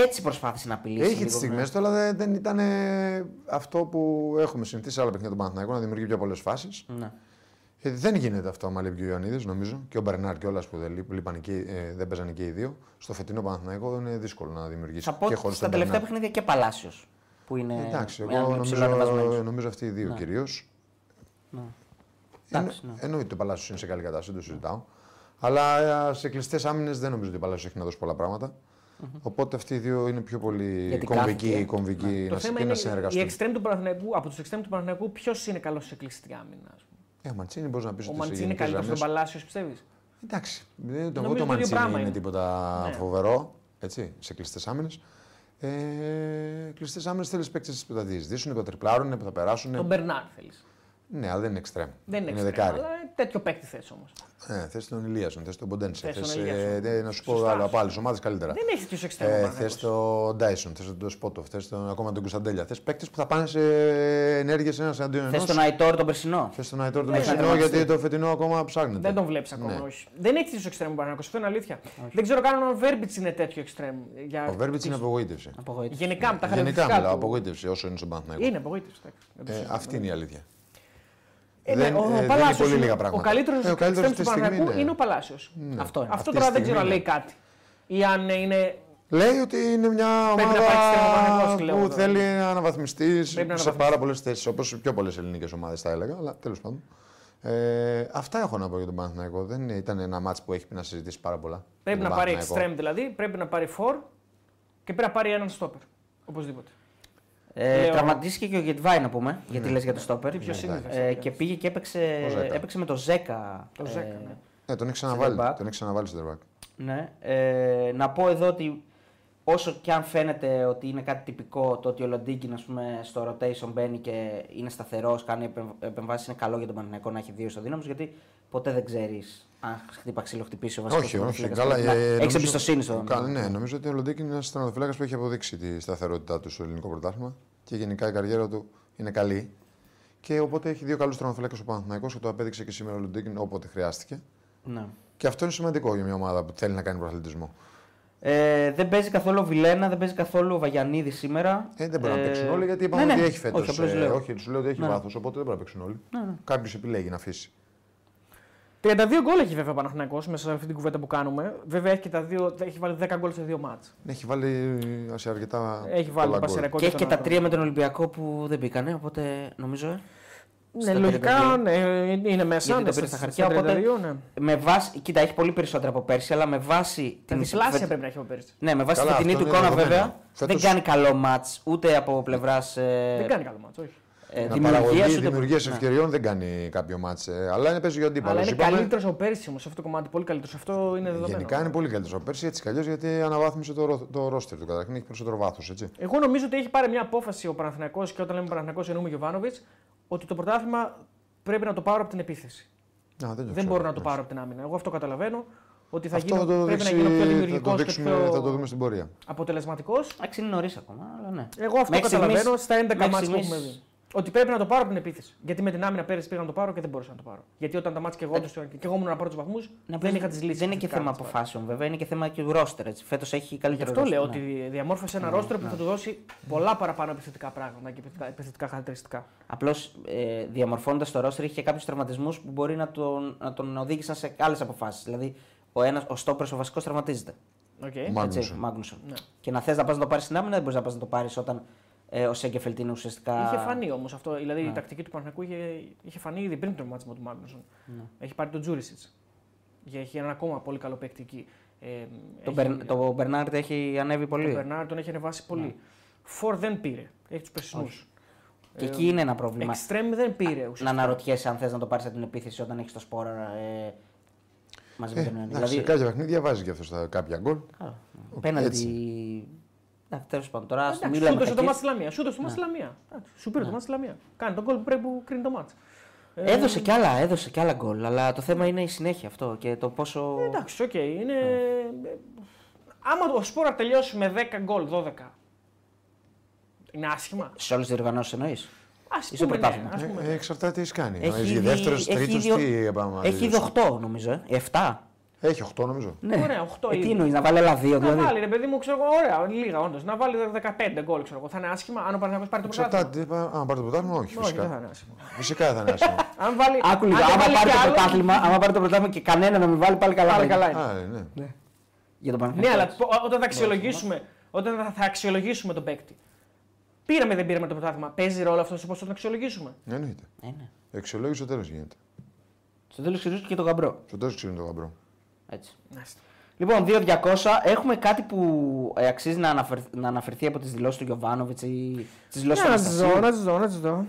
έτσι προσπάθησε να απειλήσει.
Έχει
λίγο,
τις στιγμέ
ναι.
του, αλλά δεν, δεν ήταν ε, αυτό που έχουμε συνηθίσει σε άλλα παιχνίδια του Παναθηναϊκού, να δημιουργεί πιο πολλές φάσεις.
Ναι.
Ε, δεν γίνεται αυτό άμα λείπει και ο Ιωαννίδης, νομίζω. Και ο Μπερνάρ κιόλας που δεν, λείπ- λείπανε και, οι- ε, δεν παίζανε και οι δύο. Στο φετινό Παναθηναϊκό είναι δύσκολο να δημιουργήσει.
Θα πω
και
ότι
χωρίς
στα
τον
τελευταία
Μπερνάρ.
παιχνίδια και Παλάσιος. Που είναι.
Εντάξει,
Ε,
αν
εγώ
είναι ψηλά
νομίζω,
ανεβασμένος.
νομίζω αυτοί οι δύο
Ναι.
κυρίως.
Εντάξει, ναι.
Εννοείται ότι ο Παλάσιος είναι σε καλή κατάσταση, δεν το συζητάω. Αλλά ε, σε κλειστές άμυνες δεν νομίζω ότι ο Παλάσιος έχει να δώσει πολλά πράγματα. Οπότε αυτοί οι δύο είναι πιο πολύ
Γιατί κάθηκε, ε.
κομβικοί, κομβικοί
Ναι. Το
να, συ-
θέμα
και
είναι
να
η
συνεργαστούν.
εξτρέμ του Παναθηναϊκού, από τους εξτρέμ του Παναθηναϊκού, ποιος είναι καλός σε κλειστή άμυνα. ας πούμε.
Ε, ο Μαντσίνη μπορείς να πεις
Ο
ότι σε
Μαντσίνη είναι
γενικές
καλύτερος στον
γραμμές-
Παλάσιο, πιστεύεις.
Ναι. Εντάξει. Δεν το,
Νομίζω
ούτε ο
το ίδιο
Μαντσίνη
πράγμα
είναι,
είναι.
τίποτα φοβερό έτσι, σε κλειστές άμυνες. Ε, Κλειστές άμυνες θέλεις παίκτες που θα διεισδύσουν, που θα τριπλάρουν, που θα περάσουν.
Τον Μπερνάρ θέλεις.
Ναι, αλλά δεν είναι εξτρέμ.
Δεν είναι, εξτρέμ,
δεκάρι.
αλλά ε, τέτοιο παίκτη θες όμως.
Ε, θες τον Ηλίασον, θες τον Ποντένσε.
Θες τον
Θες,
Ηλίασον.
ε, ναι, να σου πω
Σωστά.
άλλο από άλλες ομάδες καλύτερα.
Δεν έχεις τέτοιο εξτρέμ. ο
Ε,
Παναθηναϊκός.
θες τον Ντάισον, θες τον Σπότοφ, θες τον, ακόμα τον Κωνσταντέλια. Θες παίκτες που θα πάνε σε ενέργειες ένας εναντίον ενό.
Θες τον Αϊτόρ τον περσινό.
Θες τον Αϊτόρ τον
Ναι,
Μεσσινό,
τερματιστή.
γιατί το φετινό ακόμα ψάχνεται.
Ε, Δεν τον βλέπεις ακόμα,
Ναι.
όχι. Δεν έχεις τέτοιο εξτρέμ ο Παναγιώτος, αυτό είναι αλήθεια. Δεν ξέρω καν αν ο Βέρμπιτ είναι τέτοιο εξτρέμ. Για...
Ο Βέρμπιτ είναι απογοήτευση.
Απογοήτευση.
Γενικά με τα
Γενικά
χαρακτηριστικά.
μιλάω,
του.
απογοήτευση όσο είναι στον Παναθηναϊκό.
Είναι απογοήτευση. εντάξει. Δεν το
Ε,
συζητάμε.
αυτή είναι η αλήθεια.
Ε, ναι,
δεν- ε,
ο,
δεν είναι
Παλάσιος
πολύ
είναι-
λίγα πράγματα.
Ο καλύτερος
Ε, ο καλύτερος
εξτρέμ του
αυτή τη στιγμή
Παναγιώτου
είναι. Ναι.
είναι ο Παλάσιος.
Αυτό είναι.
Αυτό
Αυτή
τώρα
τη
δεν
στιγμή
ξέρω αν λέει
είναι.
κάτι. Ή αν είναι
Λέει ότι είναι μια
Πρέπει να πάει εξτρέμο ο
ομάδα
Παναθηναϊκός,
που
λέω εδώ.
θέλει να αναβαθμιστείς σε
Πρέπει να
πάρα πολλές θέσεις. Όπως πιο πολλές ελληνικές ομάδες θα έλεγα, αλλά τέλος πάντων. Ε, αυτά έχω να πω για τον Παναθηναϊκό. Δεν είναι- ήταν ένα μάτς που έχει να συζητήσει πάρα πολλά. για
Πρέπει
τον
να πάρει
Παναθηναϊκό.
extreme δηλαδή, πρέπει να πάρει φορ και πρέπει να πάρει έναν στόπερ. Οπωσδήποτε.
Ε,
Λέω-
Τραυματίστηκε και ο Γετβάη να πούμε, γιατί λες για το στόπερ.
Τι πιο σύνηθες
Ε,
αυτές.
και πήγε και έπαιξε,
Ναι. Ο Ζέκα.
έπαιξε με το Ζέκα. ε,
Το Ζέκα, ναι.
Ναι, τον έχει ξαναβάλει.
Center back.
Τον έχει ξαναβάλει στο τερμπακ.
Ναι. Ε, να πω εδώ ότι όσο και αν φαίνεται ότι είναι κάτι τυπικό το ότι ο Λοντίνκιν ας πούμε, στο rotation μπαίνει και είναι σταθερός, κάνει επεμ- επεμβάσεις, είναι καλό για τον Παναγενικό να έχει δύο στο δύναμο γιατί ποτέ δεν ξέρεις αν χτύπα ξύλο χτυπήσει ο βασικός
Όχι, όχι.
τερματοφύλακας.
Καλά, ε,
Πρέπει να έχεις
νομίζω-
εμπιστοσύνη στον.
Κα- Ναι, νομίζω ότι ο Λοντίκιν είναι ένας τερματοφύλακα που έχει αποδείξει τη σταθερότητά του στο ελληνικό πρωτάθλημα και γενικά η καριέρα του είναι καλή. Και οπότε έχει δύο καλούς τερματοφύλακε ο Παναθηναϊκός και το απέδειξε και σήμερα ο Λοντίκιν όποτε χρειάστηκε.
Ναι.
Και αυτό είναι σημαντικό για μια ομάδα που θέλει να κάνει προαθλητισμό.
Ε, δεν παίζει καθόλου ο Βιλένα, δεν παίζει καθόλου ο Βαγιανίδη σήμερα.
Ε, δεν μπορεί να παίξουν όλοι γιατί είπαμε
ναι, ναι.
ότι έχει φέτος.
Όχι, απλώς λέω.
όχι, τους λέω ότι έχει
Ναι.
βάθος, οπότε δεν μπορεί να παίξουν όλοι.
Ναι,
Κάποιος επιλέγει να αφήσει.
32 γκολ έχει βέβαια ο Παναθηναϊκός μέσα σε αυτή την κουβέντα που κάνουμε. Βέβαια έχει, και τα δύο, έχει βάλει 10 γκολ σε δύο μάτς.
Έχει βάλει ε, σε αρκετά.
Έχει βάλει
πολλά γκολ.
Πασεραϊκό
Και έχει και
τον
τα
Άκρο.
τρία με τον Ολυμπιακό που δεν μπήκανε, οπότε νομίζω. ε.
Ναι,
στα
λογικά
32.
ναι, είναι μέσα.
Γιατί
ναι,
το πήρε στα χαρτιά,
32, ναι.
Με βάση, κοίτα, έχει πολύ περισσότερα από πέρσι, αλλά με βάση
Τα
την
διπλάσια
φε-
πρέπει να έχει από πέρσι.
Ναι, με βάση
Καλά,
την φετινή
αυτό
του
είναι
εικόνα
δεδομένο.
βέβαια. Δεν
Φέτος-
κάνει καλό ματ ούτε από πλευράς
Δεν κάνει καλό μάτς, όχι.
ε,
Να παραγωγή
δημιουργία ούτε.
δημιουργίας
Ναι.
ευκαιριών δεν κάνει κάποιο μάτσε. Αλλά είναι παίζει ο αντίπαλο.
Αλλά είναι καλύτερος από πέρσι όμως αυτό το κομμάτι. Πολύ καλύτερος. Αυτό είναι δεδομένο.
Γενικά είναι πολύ καλύτερος από πέρσι έτσι κι αλλιώς γιατί αναβάθμισε το, ρο- το ρόστερ του. Καταρχήν έχει περισσότερο βάθος.
Εγώ νομίζω ότι έχει πάρει μια απόφαση ο Παναθηναϊκός και όταν λέμε Παναθηναϊκός εννοούμε Γιωβάνοβιτ ότι το πρωτάθλημα πρέπει να το πάρω από την επίθεση. Δεν μπορώ να το πάρω από την άμυνα. Εγώ αυτό καταλαβαίνω. Ότι θα
Αυτό
γίνω,
θα το,
πρέπει
δείξει-
να γίνω πιο
θα, το
δημιουργικός και
δείξουμε,
πιο
θα το δούμε στην πορεία.
αποτελεσματικός.
Εντάξει, είναι νωρίς ακόμα, αλλά ναι.
Εγώ αυτό
Μέχρι
καταλαβαίνω
στιγμής-
στα 11
μέχρι
μάτια που
στιγμής-
έχουμε δει. Ότι πρέπει να το πάρω από την επίθεση. Γιατί με την άμυνα πέρυσι πήγα να το πάρω και δεν μπορούσα να το πάρω. Γιατί όταν τα μάτια και εγώ, τους, και εγώ ήμουν να πάρω τους βαθμούς,
Ε, Να
δεν
πεις-
είχα τις λύσεις.
Δεν είναι και θέμα αποφάσεων βέβαια, είναι και θέμα και του ρόστερ. Φέτος έχει
Γι'
καλύτερο.
αυτό
roster,
λέω
ναι.
ότι διαμόρφωσε ένα ρόστρο που θα του δώσει πολλά παραπάνω επιθετικά πράγματα και επιθετικά- επιθετικά χαρακτηριστικά.
Απλώς ε, διαμορφώνοντας το ρόστερ είχε κάποιους τραυματισμούς που μπορεί να τον, να τον οδήγησαν σε άλλες αποφάσεις. Δηλαδή, ο, ένας, ο Στόπερ ο βασικός τραυματίζεται.
Okay.
Μα-
Έτσι,
Μάγνουσον.
Μάγνουσον.
Ναι.
Και να θες να πας να το πάρεις στην άμυνα, δεν μπορείς να πας να το πάρεις όταν ε, ο Σέγκεφελτ είναι ουσιαστικά.
Είχε φανεί όμως αυτό. Δηλαδή η τακτική του Παναγικού είχε, είχε φανεί ήδη πριν τον μάτσο του Μάγνουσον.
Ναι.
Έχει πάρει τον Τζούρισιτ. Έχει έναν ακόμα πολύ καλό παίκτη εκεί. Ε,
Το,
έχει-
Μπερν, το Μπερνάρντ έχει ανέβει πολύ. Ναι.
τον Μπερνάρ τον έχει ανεβάσει πολύ. Φορ δεν πήρε. Έχει τους περσινούς.
Και εκεί είναι ένα πρόβλημα.
Εξτρέμ δεν πήρε ουσιαστικά.
Ναι, Να αναρωτιέσαι αν θες να το πάρεις από την επίθεση όταν έχεις το σπόρα ε, μαζί με
Ε,
τον Δηλαδή, Ιωάννη.
εντάξει, σε κάποια παιχνίδια βάζει και αυτό στα κάποια γκολ.
Καλά.
Οκ,
Πέναντι.
έτσι.
Εντάξει, τέλος πάντων. Τώρα στο
Εντάξει,
Μίλαν.
Σου δώσε το
μεταξύ-
μάτι τη Λαμία. Σου δώσε το
Ναι.
μάτι τη Λαμία. Εντάξει, Σου πήρε το μάτι τη Λαμία. Κάνει τον κόλ που πρέπει που κρίνει το
Ναι.
μάτι. ε,
Έδωσε κι άλλα, έδωσε κι άλλα γκολ. Αλλά το θέμα είναι η συνέχεια αυτό και το πόσο.
Εντάξει, οκ. είναι...
Ναι.
ε, Άμα ο Σπόρα τελειώσει με 10 γκολ, 12. Είναι άσχημα.
Σε όλες τις διοργανώσεις εννοείς.
Ας
Είσαι
πούμε, ναι,
πρωτάθλημα.
ας πούμε.
Ε, εξαρτάται τι κάνει.
Έχει
Έχει
ήδη-
δεύτερος,
έχει
τρίτος,
ήδη ο-
τι είπαμε.
Έχει ήδη 8 νομίζω. ε, ή 7.
Έχει 8 νομίζω.
Ναι.
Ωραία, οκτώ
ε, τι
ήδη.
εννοείς, να βάλει άλλα 2
Να βάλει,
δηλαδή.
ρε παιδί μου, ξέρω εγώ, ωραία, λίγα όντως. Να βάλει 15 γκολ, ξέρω εγώ. Θα είναι άσχημα αν ο Παναγιώτο πάρει το πρωτάθλημα.
Εξαρτάται. είπα, Αν πάρει το πρωτάθλημα,
Όχι,
όχι.
δεν θα
Φυσικά.
είναι άσχημα.
Φυσικά θα είναι
[laughs]
άσχημο.
Αν βάλει.
Άκου λίγο,
αν δεν
άμα
βάλει
πάρει
κι
το
άλλο,
πρωτάθλημα, άμα πάρει το πρωτάθλημα και κανένα να με βάλει πάλι καλά.
Πάλι
θα
καλά
είναι.
είναι.
Α, ε, ναι.
Για τον
Ναι,
Παναθηναϊκό.
αλλά πο- ό- όταν θα αξιολογήσουμε, όταν θα- θα αξιολογήσουμε τον παίκτη. Πήραμε, δεν πήραμε το πρωτάθλημα. Παίζει ρόλο αυτός στο πώ τον αξιολογήσουμε.
Εννοείται.
Ε, ναι.
Η Αξιολόγηση στο τέλος γίνεται.
Στο τέλος ξυρίζει και τον γαμπρό.
Στο τέλος ξέρουν το γαμπρό.
Έτσι.
Άστε.
Λοιπόν, 2.200. Έχουμε κάτι που ε, αξίζει να, αναφερθ- να αναφερθεί από τις δηλώσεις του Γιωβάνοβιτ ή τις δηλώσεις του Αναστασίου.
να τη δω, να τη δω.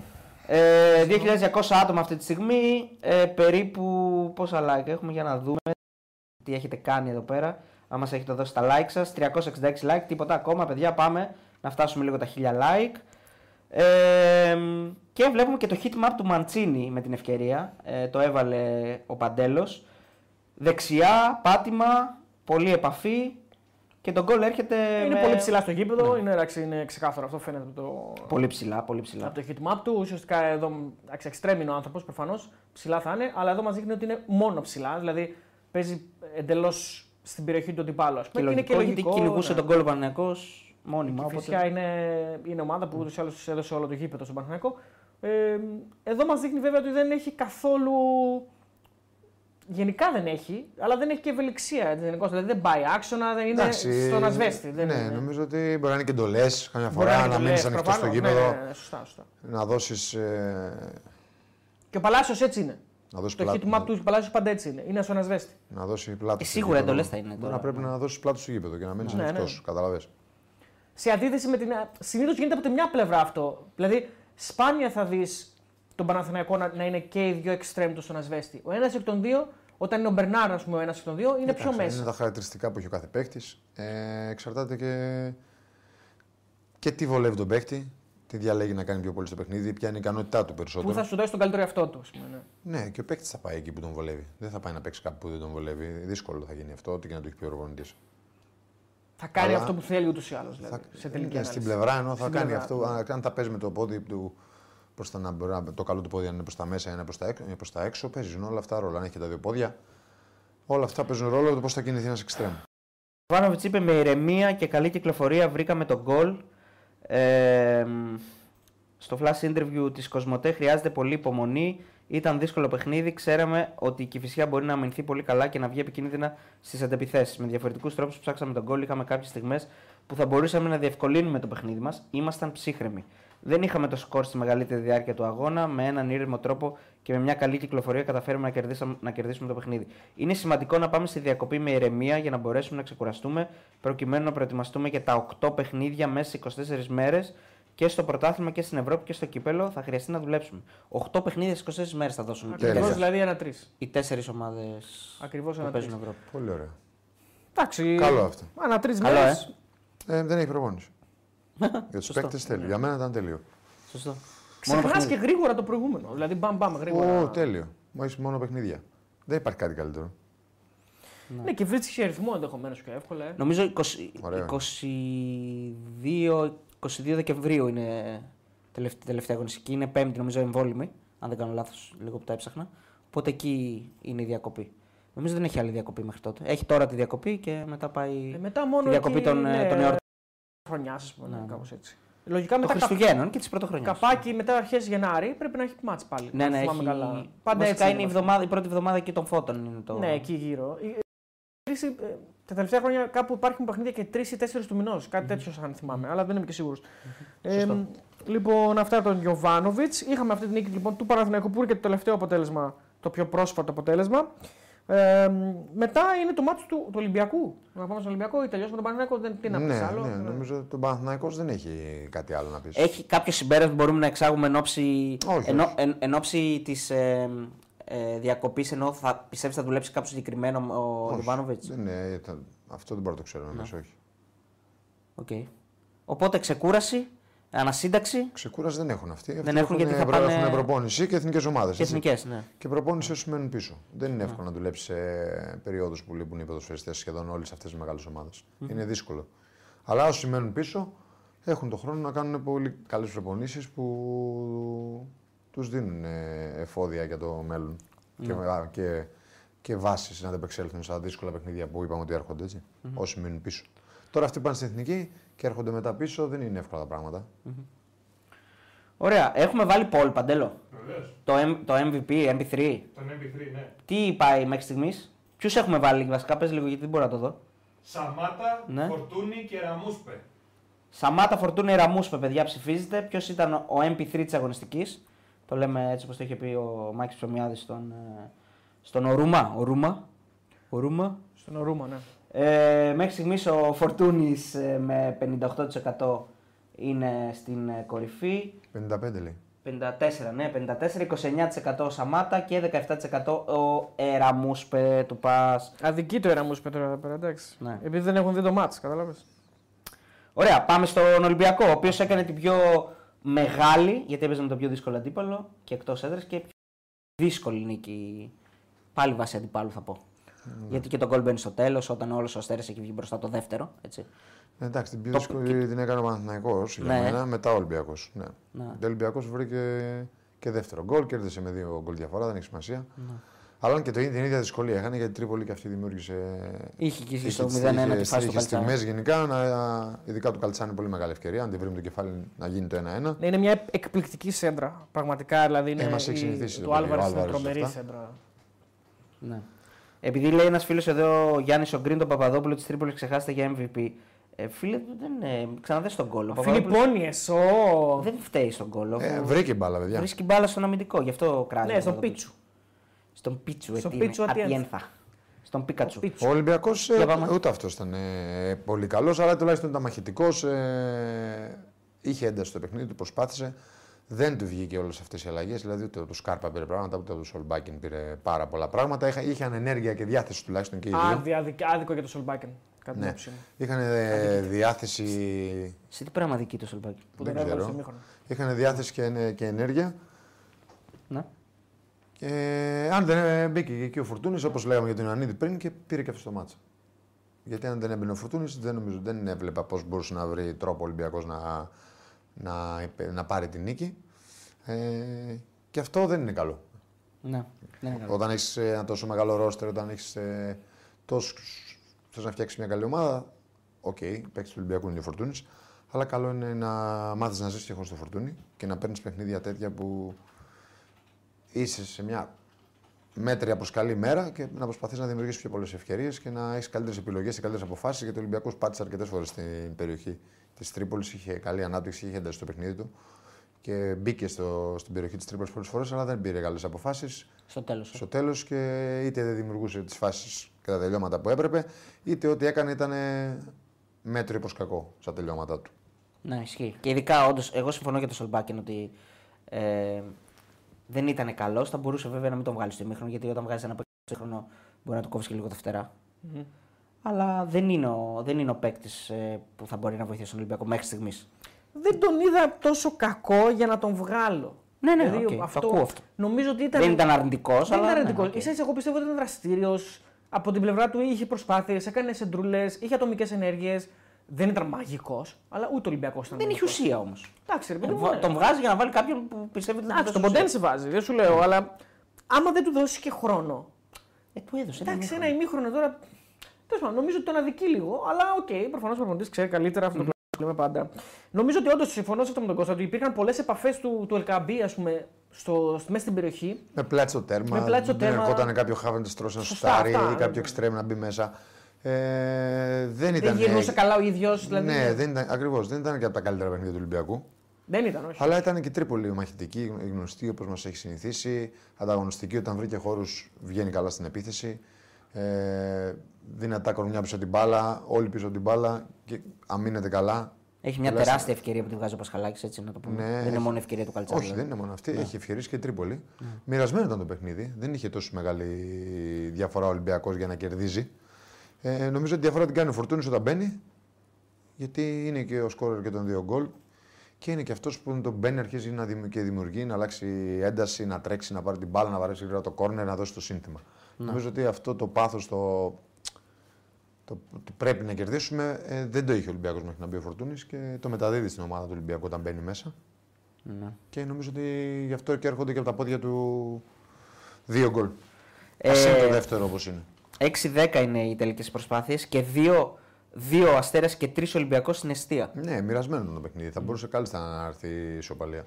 Ε, 2.200 άτομα αυτή τη στιγμή. Ε, περίπου πόσα like έχουμε για να δούμε τι έχετε κάνει εδώ πέρα. Αν μας έχετε δώσει τα like σας. 366 like, τίποτα ακόμα, παιδιά. Πάμε να φτάσουμε λίγο τα 1000 like. Ε, και βλέπουμε και το hitmap του Μαντσίνη με την ευκαιρία. Ε, το έβαλε ο Παντέλος. Δεξιά, πάτημα, πολλή επαφή. Και τον γκολ έρχεται.
Είναι
Ε, με-
πολύ ψηλά στο γήπεδο,
Ναι.
είναι, εντάξει, είναι ξεκάθαρο αυτό, φαίνεται από το,
Πολύ ψηλά, πολύ ψηλά.
από το hitmap του. Ουσιαστικά εδώ εντάξει, εξτρέμει είναι ο άνθρωπος προφανώς, ψηλά θα είναι, αλλά εδώ μας δείχνει ότι είναι μόνο ψηλά, δηλαδή παίζει εντελώς στην περιοχή του αντιπάλου. ας
Και
πούμε.
λογικό,
είναι και λογικό.
γιατί κυνηγούσε
ναι.
τον γκολ ο Παναθηναϊκός μόνιμα.
Και
Οπότε...
Φυσικά είναι, είναι ομάδα που ούτως ή άλλως έδωσε όλο το γήπεδο στον Παναθηναϊκό. Ε, εδώ μας δείχνει βέβαια ότι δεν έχει καθόλου. Γενικά δεν έχει, αλλά δεν έχει και ευελιξία έτσι, γενικώς. Δηλαδή δεν πάει άξονα, δεν είναι
Εντάξει,
στον ασβέστη. Δεν
ναι,
είναι.
νομίζω ότι μπορεί να είναι και εντολές καμιά
Μπορεί
φορά,
είναι
να
το
μείνει
λες,
ανοιχτό στο
προφανώς. Ναι,
γήπεδο,
ναι, ναι, σωστά, σωστά.
να δώσεις.
Και ο Παλάσιος έτσι είναι.
να δώσει
Το
πλάτη.
hit map του Παλάσιο πάντα έτσι είναι. Είναι στον ασβέστη.
Να δώσει πλάτη.
Ε,
στο
σίγουρα
γήπεδο.
εντολές θα είναι
Μπορεί
τώρα,
Να πρέπει να δώσεις πλάτη στο γήπεδο και να μείνει
Ναι, ναι.
ανοιχτό. Καταλαβέ.
Σε αντίθεση με την. Συνήθως γίνεται από τη μια πλευρά αυτό. Δηλαδή, σπάνια θα δεις τον Παναθηναϊκό να, να είναι και οι δύο εξτρέμ του στον ασβέστη. Ο ένας εκ των δύο, όταν είναι ο Μπερνάρ, ας πούμε, ο ένας εκ των δύο, είναι πιο μέσα.
Είναι τα χαρακτηριστικά που έχει ο κάθε παίκτης. Ε, εξαρτάται και... και τι βολεύει τον παίκτη, τι διαλέγει να κάνει πιο πολύ στο παιχνίδι, ποια είναι η ικανότητά του περισσότερο.
Πού θα σου δώσει τον καλύτερο εαυτό του, ας πούμε. Ναι.
Ναι, και ο παίκτης θα πάει εκεί που τον βολεύει. Δεν θα πάει να παίξει κάπου που δεν τον βολεύει. Δύσκολο θα γίνει αυτό, ό,τι και να του έχει πει ο προπονητής.
Θα κάνει
Αλλά-
αυτό που θέλει ούτως ή άλλως. Δηλαδή,
Θα-
σε τελική
ναι,
ανάλυση.
Στην πλευρά ενώ θα
Στην
κάνει
πλευρά,
αυτό.
ναι.
Αν, αν τα παίζει με το πόδι του προς τα, να μπορεί να- το καλό του πόδι, αν είναι προς τα μέσα ή αν είναι προς τα, έξω- είναι προς τα έξω, παίζουν όλα αυτά ρόλο. Αν έχει και τα δύο πόδια, όλα αυτά παίζουν ρόλο το πώς θα κινηθεί ένας εξτρέμ.
Ο Βάνοβιτ είπε με ηρεμία και καλή κυκλοφορία βρήκαμε τον γκολ. Ε, μ, στο flash interview της Κοσμοτέ χρειάζεται πολλή υπομονή. Ήταν δύσκολο παιχνίδι. Ξέραμε ότι η Κυφυσιά μπορεί να αμυνθεί πολύ καλά και να βγει επικίνδυνα στις αντεπιθέσεις. Με διαφορετικούς τρόπους ψάξαμε τον γκολ. Είχαμε κάποιες στιγμές που θα μπορούσαμε να διευκολύνουμε το παιχνίδι μας. Ήμασταν ψύχρεμοι. Δεν είχαμε το σκορ στη μεγαλύτερη διάρκεια του αγώνα. Με έναν ήρεμο τρόπο και με μια καλή κυκλοφορία καταφέρουμε να κερδίσαμε, να κερδίσουμε το παιχνίδι. Είναι σημαντικό να πάμε στη διακοπή με ηρεμία για να μπορέσουμε να ξεκουραστούμε, προκειμένου να προετοιμαστούμε για τα 8 παιχνίδια μέσα σε 24 μέρες και στο πρωτάθλημα και στην Ευρώπη και στο κύπελο. Θα χρειαστεί να δουλέψουμε. 8 παιχνίδια σε 24 μέρες θα δώσουν
Τέλεια.
Ακριβώ δηλαδή ένα τρεις.
οι τέσσερις ομάδες
Ακριβώς
που
ένα
παίζουν
τρεις.
Ευρώπη.
Πολύ ωραίο.
Εντάξει.
Καλό αυτό.
Ανά τρεις
Καλό,
μέρες.
ε.
Ε, δεν έχει
[laughs]
προπόνηση. Για του
Σωστό. Ναι.
παίκτε τέλειο. Για μένα ήταν τέλειο.
Σωστό. Μόνο
Ξεχνά
παιχνίδι.
και γρήγορα το προηγούμενο. Δηλαδή, μπαμ, μπαμ, γρήγορα.
Ω, τέλειο. Μου έχεις μόνο παιχνίδια. Δεν υπάρχει κάτι καλύτερο.
Ναι, και βρίσκεις αριθμό ενδεχομένως και εύκολα. ε.
Νομίζω 20,
Ωραίο.
22, 22 Δεκεμβρίου είναι τελευταία, τελευταία αγωνιστική. Είναι πέμπτη νομίζω εμβόλυμη, αν δεν κάνω λάθος, λίγο που τα έψαχνα. Οπότε εκεί είναι η διακοπή. Νομίζω δεν έχει άλλη διακοπή μέχρι τότε. Έχει τώρα τη διακοπή και μετά πάει
Ε, μετά μόνο.
τη διακοπή
εκεί,
των, ε,
ναι,
των εορτών
χρονιάς, ας πούμε,
Ναι, ναι.
κάπως έτσι. Λογικά
των
μετά κα...
Χριστουγέννων και τη πρωτοχρονιά.
καπάκι μετά αρχές Γενάρη πρέπει να έχει μάτς πάλι.
Ναι,
αν
ναι,
θυμάμαι
έχει...
καλά. Πάντα
Βασικά
έτσι.
είναι η, εβδομάδα, η πρώτη εβδομάδα εκεί των φώτων. Είναι το...
Ναι, εκεί γύρω. Η- η- η- ε, Τα τελευταία χρόνια κάπου υπάρχουν παιχνίδια και τρεις ή τέσσερις του μηνός. Κάτι τέτοιο, αν θυμάμαι, αλλά δεν είμαι και σίγουρος.
Σωστό.
λοιπόν, αυτά τον Γιωβάνοβιτ. Είχαμε αυτή την νίκη λοιπόν, του Παναθηναϊκού που είναι και το τελευταίο αποτέλεσμα, το πιο πρόσφατο αποτέλεσμα. Ε, μετά είναι το μάτι του, του Ολυμπιακού. Να πάμε στον Ολυμπιακό ή τελειώσουμε τον Παναθηναϊκό. Δεν, τι να πεις
ναι,
άλλο.
ναι, νομίζω ότι ο Παναθηναϊκός δεν έχει κάτι άλλο να πεις.
ε. Έχει κάποιο συμπέρασμα που μπορούμε να εξάγουμε εν ώψη,
Όχι,
εν,
όχι.
εν, εν ώψη της ε, ε, διακοπής ενώ θα πιστεύεις θα δουλέψει κάποιο συγκεκριμένο ο Ναι. Ιβάνοβιτς.
Ναι, ήταν- αυτό δεν μπορώ να το ξέρω νομίζω. Όχι.
Οκ. Οπότε ξεκούραση, ανασύνταξη
Ξεκούραση δεν έχουν αυτοί.
Δεν έχουν γιατί θα
ευρω-
πάνε-
έχουν προπόνηση και εθνικές ομάδες.
και εθνικές. Ναι.
Και προπόνηση όσοι μένουν πίσω. Δεν είναι εύκολο να δουλέψει σε περιόδους που λείπουν οι ποδοσφαιριστές σχεδόν όλες αυτές τις μεγάλες Είναι δύσκολο. Αλλά όσοι μένουν πίσω έχουν τον χρόνο να κάνουν πολύ καλές προπονήσεις που τους δίνουν ε, εφόδια για το μέλλον. Και, α, και, και βάσεις να ανταπεξέλθουν στα δύσκολα παιχνίδια που είπαμε ότι έρχονται. έτσι. Όσοι μείνουν πίσω. Τώρα αυτοί που πάνε στην εθνική και έρχονται μετά πίσω δεν είναι εύκολα τα πράγματα.
Ωραία, έχουμε βάλει poll παντέλο.
Βεβαίως.
Το, M- το MVP, MP3.
Τον MP3, ναι.
Τι πάει μέχρι στιγμής, ποιους έχουμε βάλει βασικά, πες λίγο γιατί δεν μπορώ να το δω.
Σαμάτα,
Ναι.
Φορτούνη και Ραμούσπε.
Σαμάτα Φορτούνη Ραμούσπε, παιδιά, ψηφίζετε. Ποιος ήταν ο MP3 της αγωνιστικής. Το λέμε έτσι όπως το είχε πει ο Μάκη Ψωμιάδης στον, ε, στον Ορούμα. Ορούμα. Ορούμα.
Στον Ορούμα, ναι.
Ε, μέχρι στιγμής ο Φορτούνης ε, με 58% είναι στην ε, κορυφή.
55 λέει.
54, ναι, 54, 29% Σαμάτα και 17% ο Εραμούσπε του Πας.
Αδική το Εραμούς Πέτρο εδώ πέρα, εντάξει.
Ναι.
Επειδή δεν έχουν δει το μάτς, κατάλαβες.
Ωραία, πάμε στον Ολυμπιακό, ο οποίος έκανε την πιο μεγάλη, γιατί έπαιζε με τον πιο δύσκολο αντίπαλο και εκτός έδρας και πιο δύσκολη νίκη. Πάλι βάσει αντιπάλου θα πω.
Ναι.
Γιατί και τον γκολ μπαίνει στο τέλος, όταν όλος ο Αστέρας έχει βγει μπροστά το δεύτερο. Έτσι.
Εντάξει, την πιο
Το-
δύσκολη την έκανε ο Παναθυναϊκό για
Ναι.
μένα, μετά ο Ολυμπιακός. Ναι.
Ναι.
Ο Ολυμπιακός βρήκε και δεύτερο γκολ, κέρδισε με δύο γκολ διαφορά, δεν έχει σημασία.
Ναι.
Αλλά και το, ίδιο- την ίδια δυσκολία είχαν γιατί η Τρίπολη και αυτή δημιούργησε.
Είχε και
είχε-
στο
είχε-
0-1 τη
είχε-
φάση του
είχε
Καλτσάνη.
στιγμές γενικά, να, ειδικά του Καλτσάνη, πολύ μεγάλη ευκαιρία. Αν τη βρει με το κεφάλι να γίνει το 1-1.
Ναι, είναι μια εκπληκτική σέντρα. Πραγματικά δηλαδή είναι.
Ε, μας έχει
η-
συνηθίσει το
Το
παιδί, ο
Άλβαρη είναι
Άλβαρες
τρομερή
αυτά.
σέντρα.
Ναι. Επειδή λέει ένας φίλος εδώ, ο Γιάννης ο Γκριν, τον Παπαδόπουλο της Τρίπολης, ξεχάσετε για MVP. Ε, φίλε, δεν, ε, ξαναδέ τον κόλλο.
Φιλιππόνιε, ο.
δεν φταίει στον κόλλο.
Ε, βρήκε μπάλα, παιδιά.
Ναι, Βρίσκει μπάλα στον αμυντικό, γι' αυτό κράζει.
Ναι, στον Πίτσου.
Στον Πίτσου,
Στον
ε, τι είναι,
Πίτσου Ατιένθα.
Ατιένθα. Στον Πίκατσου.
Πίτσου.
Ο Ολυμπιακός
Για πάμε.
ούτε αυτός ήταν ε, πολύ καλός, αλλά τουλάχιστον ήταν μαχητικός. Ε, είχε ένταση στο παιχνίδι του, προσπάθησε. Δεν του βγήκε όλες αυτές οι αλλαγές. Δηλαδή, ούτε από το Σκάρπα πήρε πράγματα, ούτε από το Σολμπάκιν πήρε πάρα πολλά πράγματα. Είχα, είχαν ενέργεια και διάθεση τουλάχιστον και οι δύο.
Άδικο, άδικο, άδικο για το Σολμπάκεν. Κατά την
Ναι.
άποψή μου.
Είχαν ε, διάθεση.
Σε τι πράγμα δική του Σολμπάκη.
Που
Δεν
τον έβαλε
ξέρω.
στο μήχρονο.
Είχαν διάθεση και, ενε- και ενέργεια.
Ναι.
Και αν δεν ε, μπήκε και εκεί ο Φουρτούνη, όπως λέγαμε για τον Ιωαννίδη πριν, και πήρε και αυτό το μάτσα. Γιατί αν δεν έμπαινε ο Φουρτούνη, δεν νομίζω, δεν έβλεπα πώς μπορούσε να βρει τρόπο ο Ολυμπιακός να, να, υπε- να πάρει την νίκη. Ε, και αυτό δεν είναι καλό.
Ναι. ναι.
Όταν έχεις ένα τόσο μεγάλο ρόστερ, όταν έχεις ε, τόσο. Θες να φτιάξεις μια καλή ομάδα. Οκ, okay, παίξει του Ολυμπιακού είναι ο Φορτούνης. Αλλά καλό είναι να μάθεις να ζεις και χωρί το Φορτούνη και να παίρνεις παιχνίδια τέτοια που είσαι σε μια μέτρια προς καλή μέρα και να προσπαθείς να δημιουργήσεις πιο πολλές ευκαιρίες και να έχεις καλύτερες επιλογές και καλύτερες αποφάσεις. Γιατί ο Ολυμπιακός πάτησε αρκετές φορές στην περιοχή της Τρίπολης. Είχε καλή ανάπτυξη, είχε ένταση στο παιχνίδι του και μπήκε στο, στην περιοχή της Τρίπολης πολλές φορές, αλλά δεν πήρε καλές αποφάσεις
Στο τέλος.
ε.
στο τέλος και είτε δεν δημιουργούσε τις φάσεις και τα τελειώματα που έπρεπε, είτε ό,τι έκανε ήταν μέτριο προς κακό στα τελειώματά του.
Ναι, ισχύει. Και ειδικά, όντως, εγώ συμφωνώ για τον Σολμπάκεν ότι ε, δεν ήταν καλός. Θα μπορούσε βέβαια να μην τον βγάλει στο ημίχρονο, γιατί όταν βγάζει ένα παίκτη στο ημίχρονο μπορεί να του κόψει και λίγο τα φτερά. Αλλά δεν είναι ο, δεν είναι ο παίκτης που θα μπορεί να βοηθήσει τον Ολυμπιακό μέχρι στιγμής.
Δεν τον είδα τόσο κακό για να τον βγάλω. Δηλαδή,
Ναι, ναι, οκ, το ακούω αυτό.
Νομίζω ότι ήταν.
Δεν ήταν αρνητικός.
Δεν ήταν αρνητικό.
Ναι, οκ.
Ίσα- ίσα εγώ πιστεύω ότι ήταν δραστήριος. Από την πλευρά του είχε προσπάθειες, έκανε σεντρούλες, είχε ατομικές ενέργειες. Δεν ήταν μαγικός, αλλά ούτε Ολυμπιακός ήταν.
δεν έχει
μαγικός.
ουσία Ε, όμως.
Εντάξει, ρε παιδί μου, ναι.
Τον βγάζει για να βάλει κάποιον που πιστεύει ότι δεν θα του
Εντάξει, τον
δώσει
ποτέ
ουσία.
σε βάζει, δεν σου λέω, αλλά άμα δεν του δώσει και χρόνο.
Ε, του έδωσε. ένα
Εντάξει, ένα
ημίχρονο.
ημίχρονο τώρα. Τέλος πάντων, νομίζω ότι τον αδικεί λίγο, αλλά οκ, προφανώς ο προπονητή ξέρει καλύτερα αυτό το mm λέμε πάντα. Νομίζω ότι όντως συμφωνώ σε αυτό με τον Κώστα ότι υπήρχαν πολλές επαφές του, του Ελκαμπή, ας πούμε, στο, στο- μέσα στην περιοχή.
Με πλάτσο τέρμα.
Με πλάτσο
δεν
τέρμα.
ερχόταν κάποιο χάβεν της τρώσει να
Σωστά,
σουτάρει
αυτά,
ή
ναι.
κάποιο εξτρέμ να μπει μέσα. Ε, δεν
Δεν
ήταν.
γυρνούσε καλά ο ίδιος. Δηλαδή,
ναι, δεν ήταν, ακριβώς, δεν ήταν και από τα καλύτερα παιχνίδια του Ολυμπιακού.
δεν ήταν, όχι.
Αλλά ήταν και η Τρίπολη μαχητική, η γνωστή όπως μας έχει συνηθίσει. Ανταγωνιστική, όταν βρήκε χώρους βγαίνει καλά στην επίθεση. Ε, δυνατά κορμιά πίσω την μπάλα, όλοι πίσω την μπάλα και αμήνεται καλά.
Έχει μια
Τουλάχιστον-
τεράστια ευκαιρία που τη βγάζει ο Πασχαλάκης, έτσι να το πούμε.
Ναι,
δεν είναι
έχει-
μόνο ευκαιρία του δηλαδή. Καλτσάκη.
Όχι, δεν είναι μόνο αυτή. Έχει ευκαιρίες και η Τρίπολη. Μοιρασμένο ήταν το παιχνίδι. Δεν είχε τόσο μεγάλη διαφορά ο Ολυμπιακός για να κερδίζει. Ε, νομίζω ότι διαφορά την κάνει ο Φορτούνης όταν μπαίνει. Γιατί είναι και ο σκόρερ και των δύο γκολ. Και είναι και αυτός που με τον μπαίνει αρχίζει να δημιου- και δημιουργεί, να αλλάξει ένταση, να τρέξει, να πάρει την μπάλα, να βαρέσει γρήγορα το κόρνερ, να δώσει το σύνθημα. Νομίζω ότι αυτό το πάθος, το, το ότι πρέπει να κερδίσουμε, ε, δεν το είχε ο Ολυμπιακός μέχρι να μπει ο Φορτούνης και το μεταδίδει στην ομάδα του Ολυμπιακού όταν μπαίνει μέσα.
Ναι.
Και νομίζω ότι γι' αυτό και έρχονται και από τα πόδια του δύο γκολ.
Ε,
Ε... Ας είναι το δεύτερο όπως είναι.
6-10 είναι οι τελικές προσπάθειες και 2, 2 αστέρα και 3 Ολυμπιακός στην αιστεία.
Ναι, μοιρασμένο ήταν το παιχνίδι. Θα μπορούσε κάλλιστα να έρθει η ισοπαλία.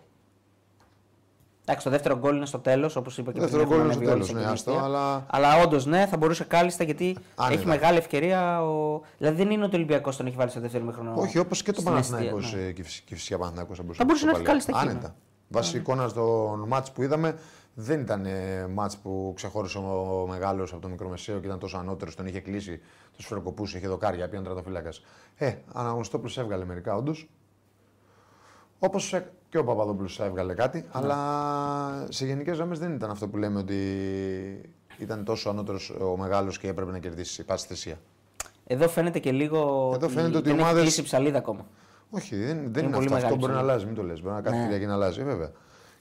Εντάξει, το δεύτερο γκολ είναι στο τέλος, όπως είπα και
Το δεύτερο
πριν,
γκολ
έχουν
είναι στο
ανέβει όλες
τέλος,
εκεί
ναι,
στην
άστο,
αιστεία.
αλλά-
Αλλά όντως, ναι, θα μπορούσε κάλλιστα γιατί
Άνετα.
έχει μεγάλη ευκαιρία. Ο... Δηλαδή δεν είναι ότι ο Ολυμπιακός τον έχει βάλει στο δεύτερο μήχρονο.
Όχι, όπως και το ε.
στην αιστεία,
Παναθηναϊκός
ναι.
και η φυσικά Παναθηναϊκός θα μπορούσε
Θα μπορούσε να έρθει
ισοπαλία.
κάλλιστα εκεί, ναι.
Άνετα. Βάσει εικόνας των μάτς που είδαμε, δεν ήταν ε, μάτς που ξεχώρισε ο μεγάλος από το μικρομεσαίο και ήταν τόσο ανώτερος, τον είχε κλείσει, τον σφαιροκοπούσε, είχε δοκάρια, πήγαν τρατοφύλακας. Ε, αναγνωστόπλος έβγαλε μερικά όντως. Όπως και ο Παπαδόπουλος έβγαλε
Ναι.
κάτι, αλλά σε γενικές γραμμές δεν ήταν αυτό που λέμε ότι ήταν τόσο ανώτερος ο μεγάλος και έπρεπε να κερδίσει πάση θυσία.
Εδώ φαίνεται και λίγο.
Εδώ φαίνεται ότι οι
δεν έχει
ομάδες-
κλείσει η ψαλίδα ακόμα.
Όχι, δεν, δεν
πολύ
είναι, αυτό.
μεγάλη
Αυτό μπορεί να
ψαλίδα.
αλλάζει, μην το λες. Μπορεί να κάθε
Ναι.
Κυριακή να αλλάζει, ε, βέβαια.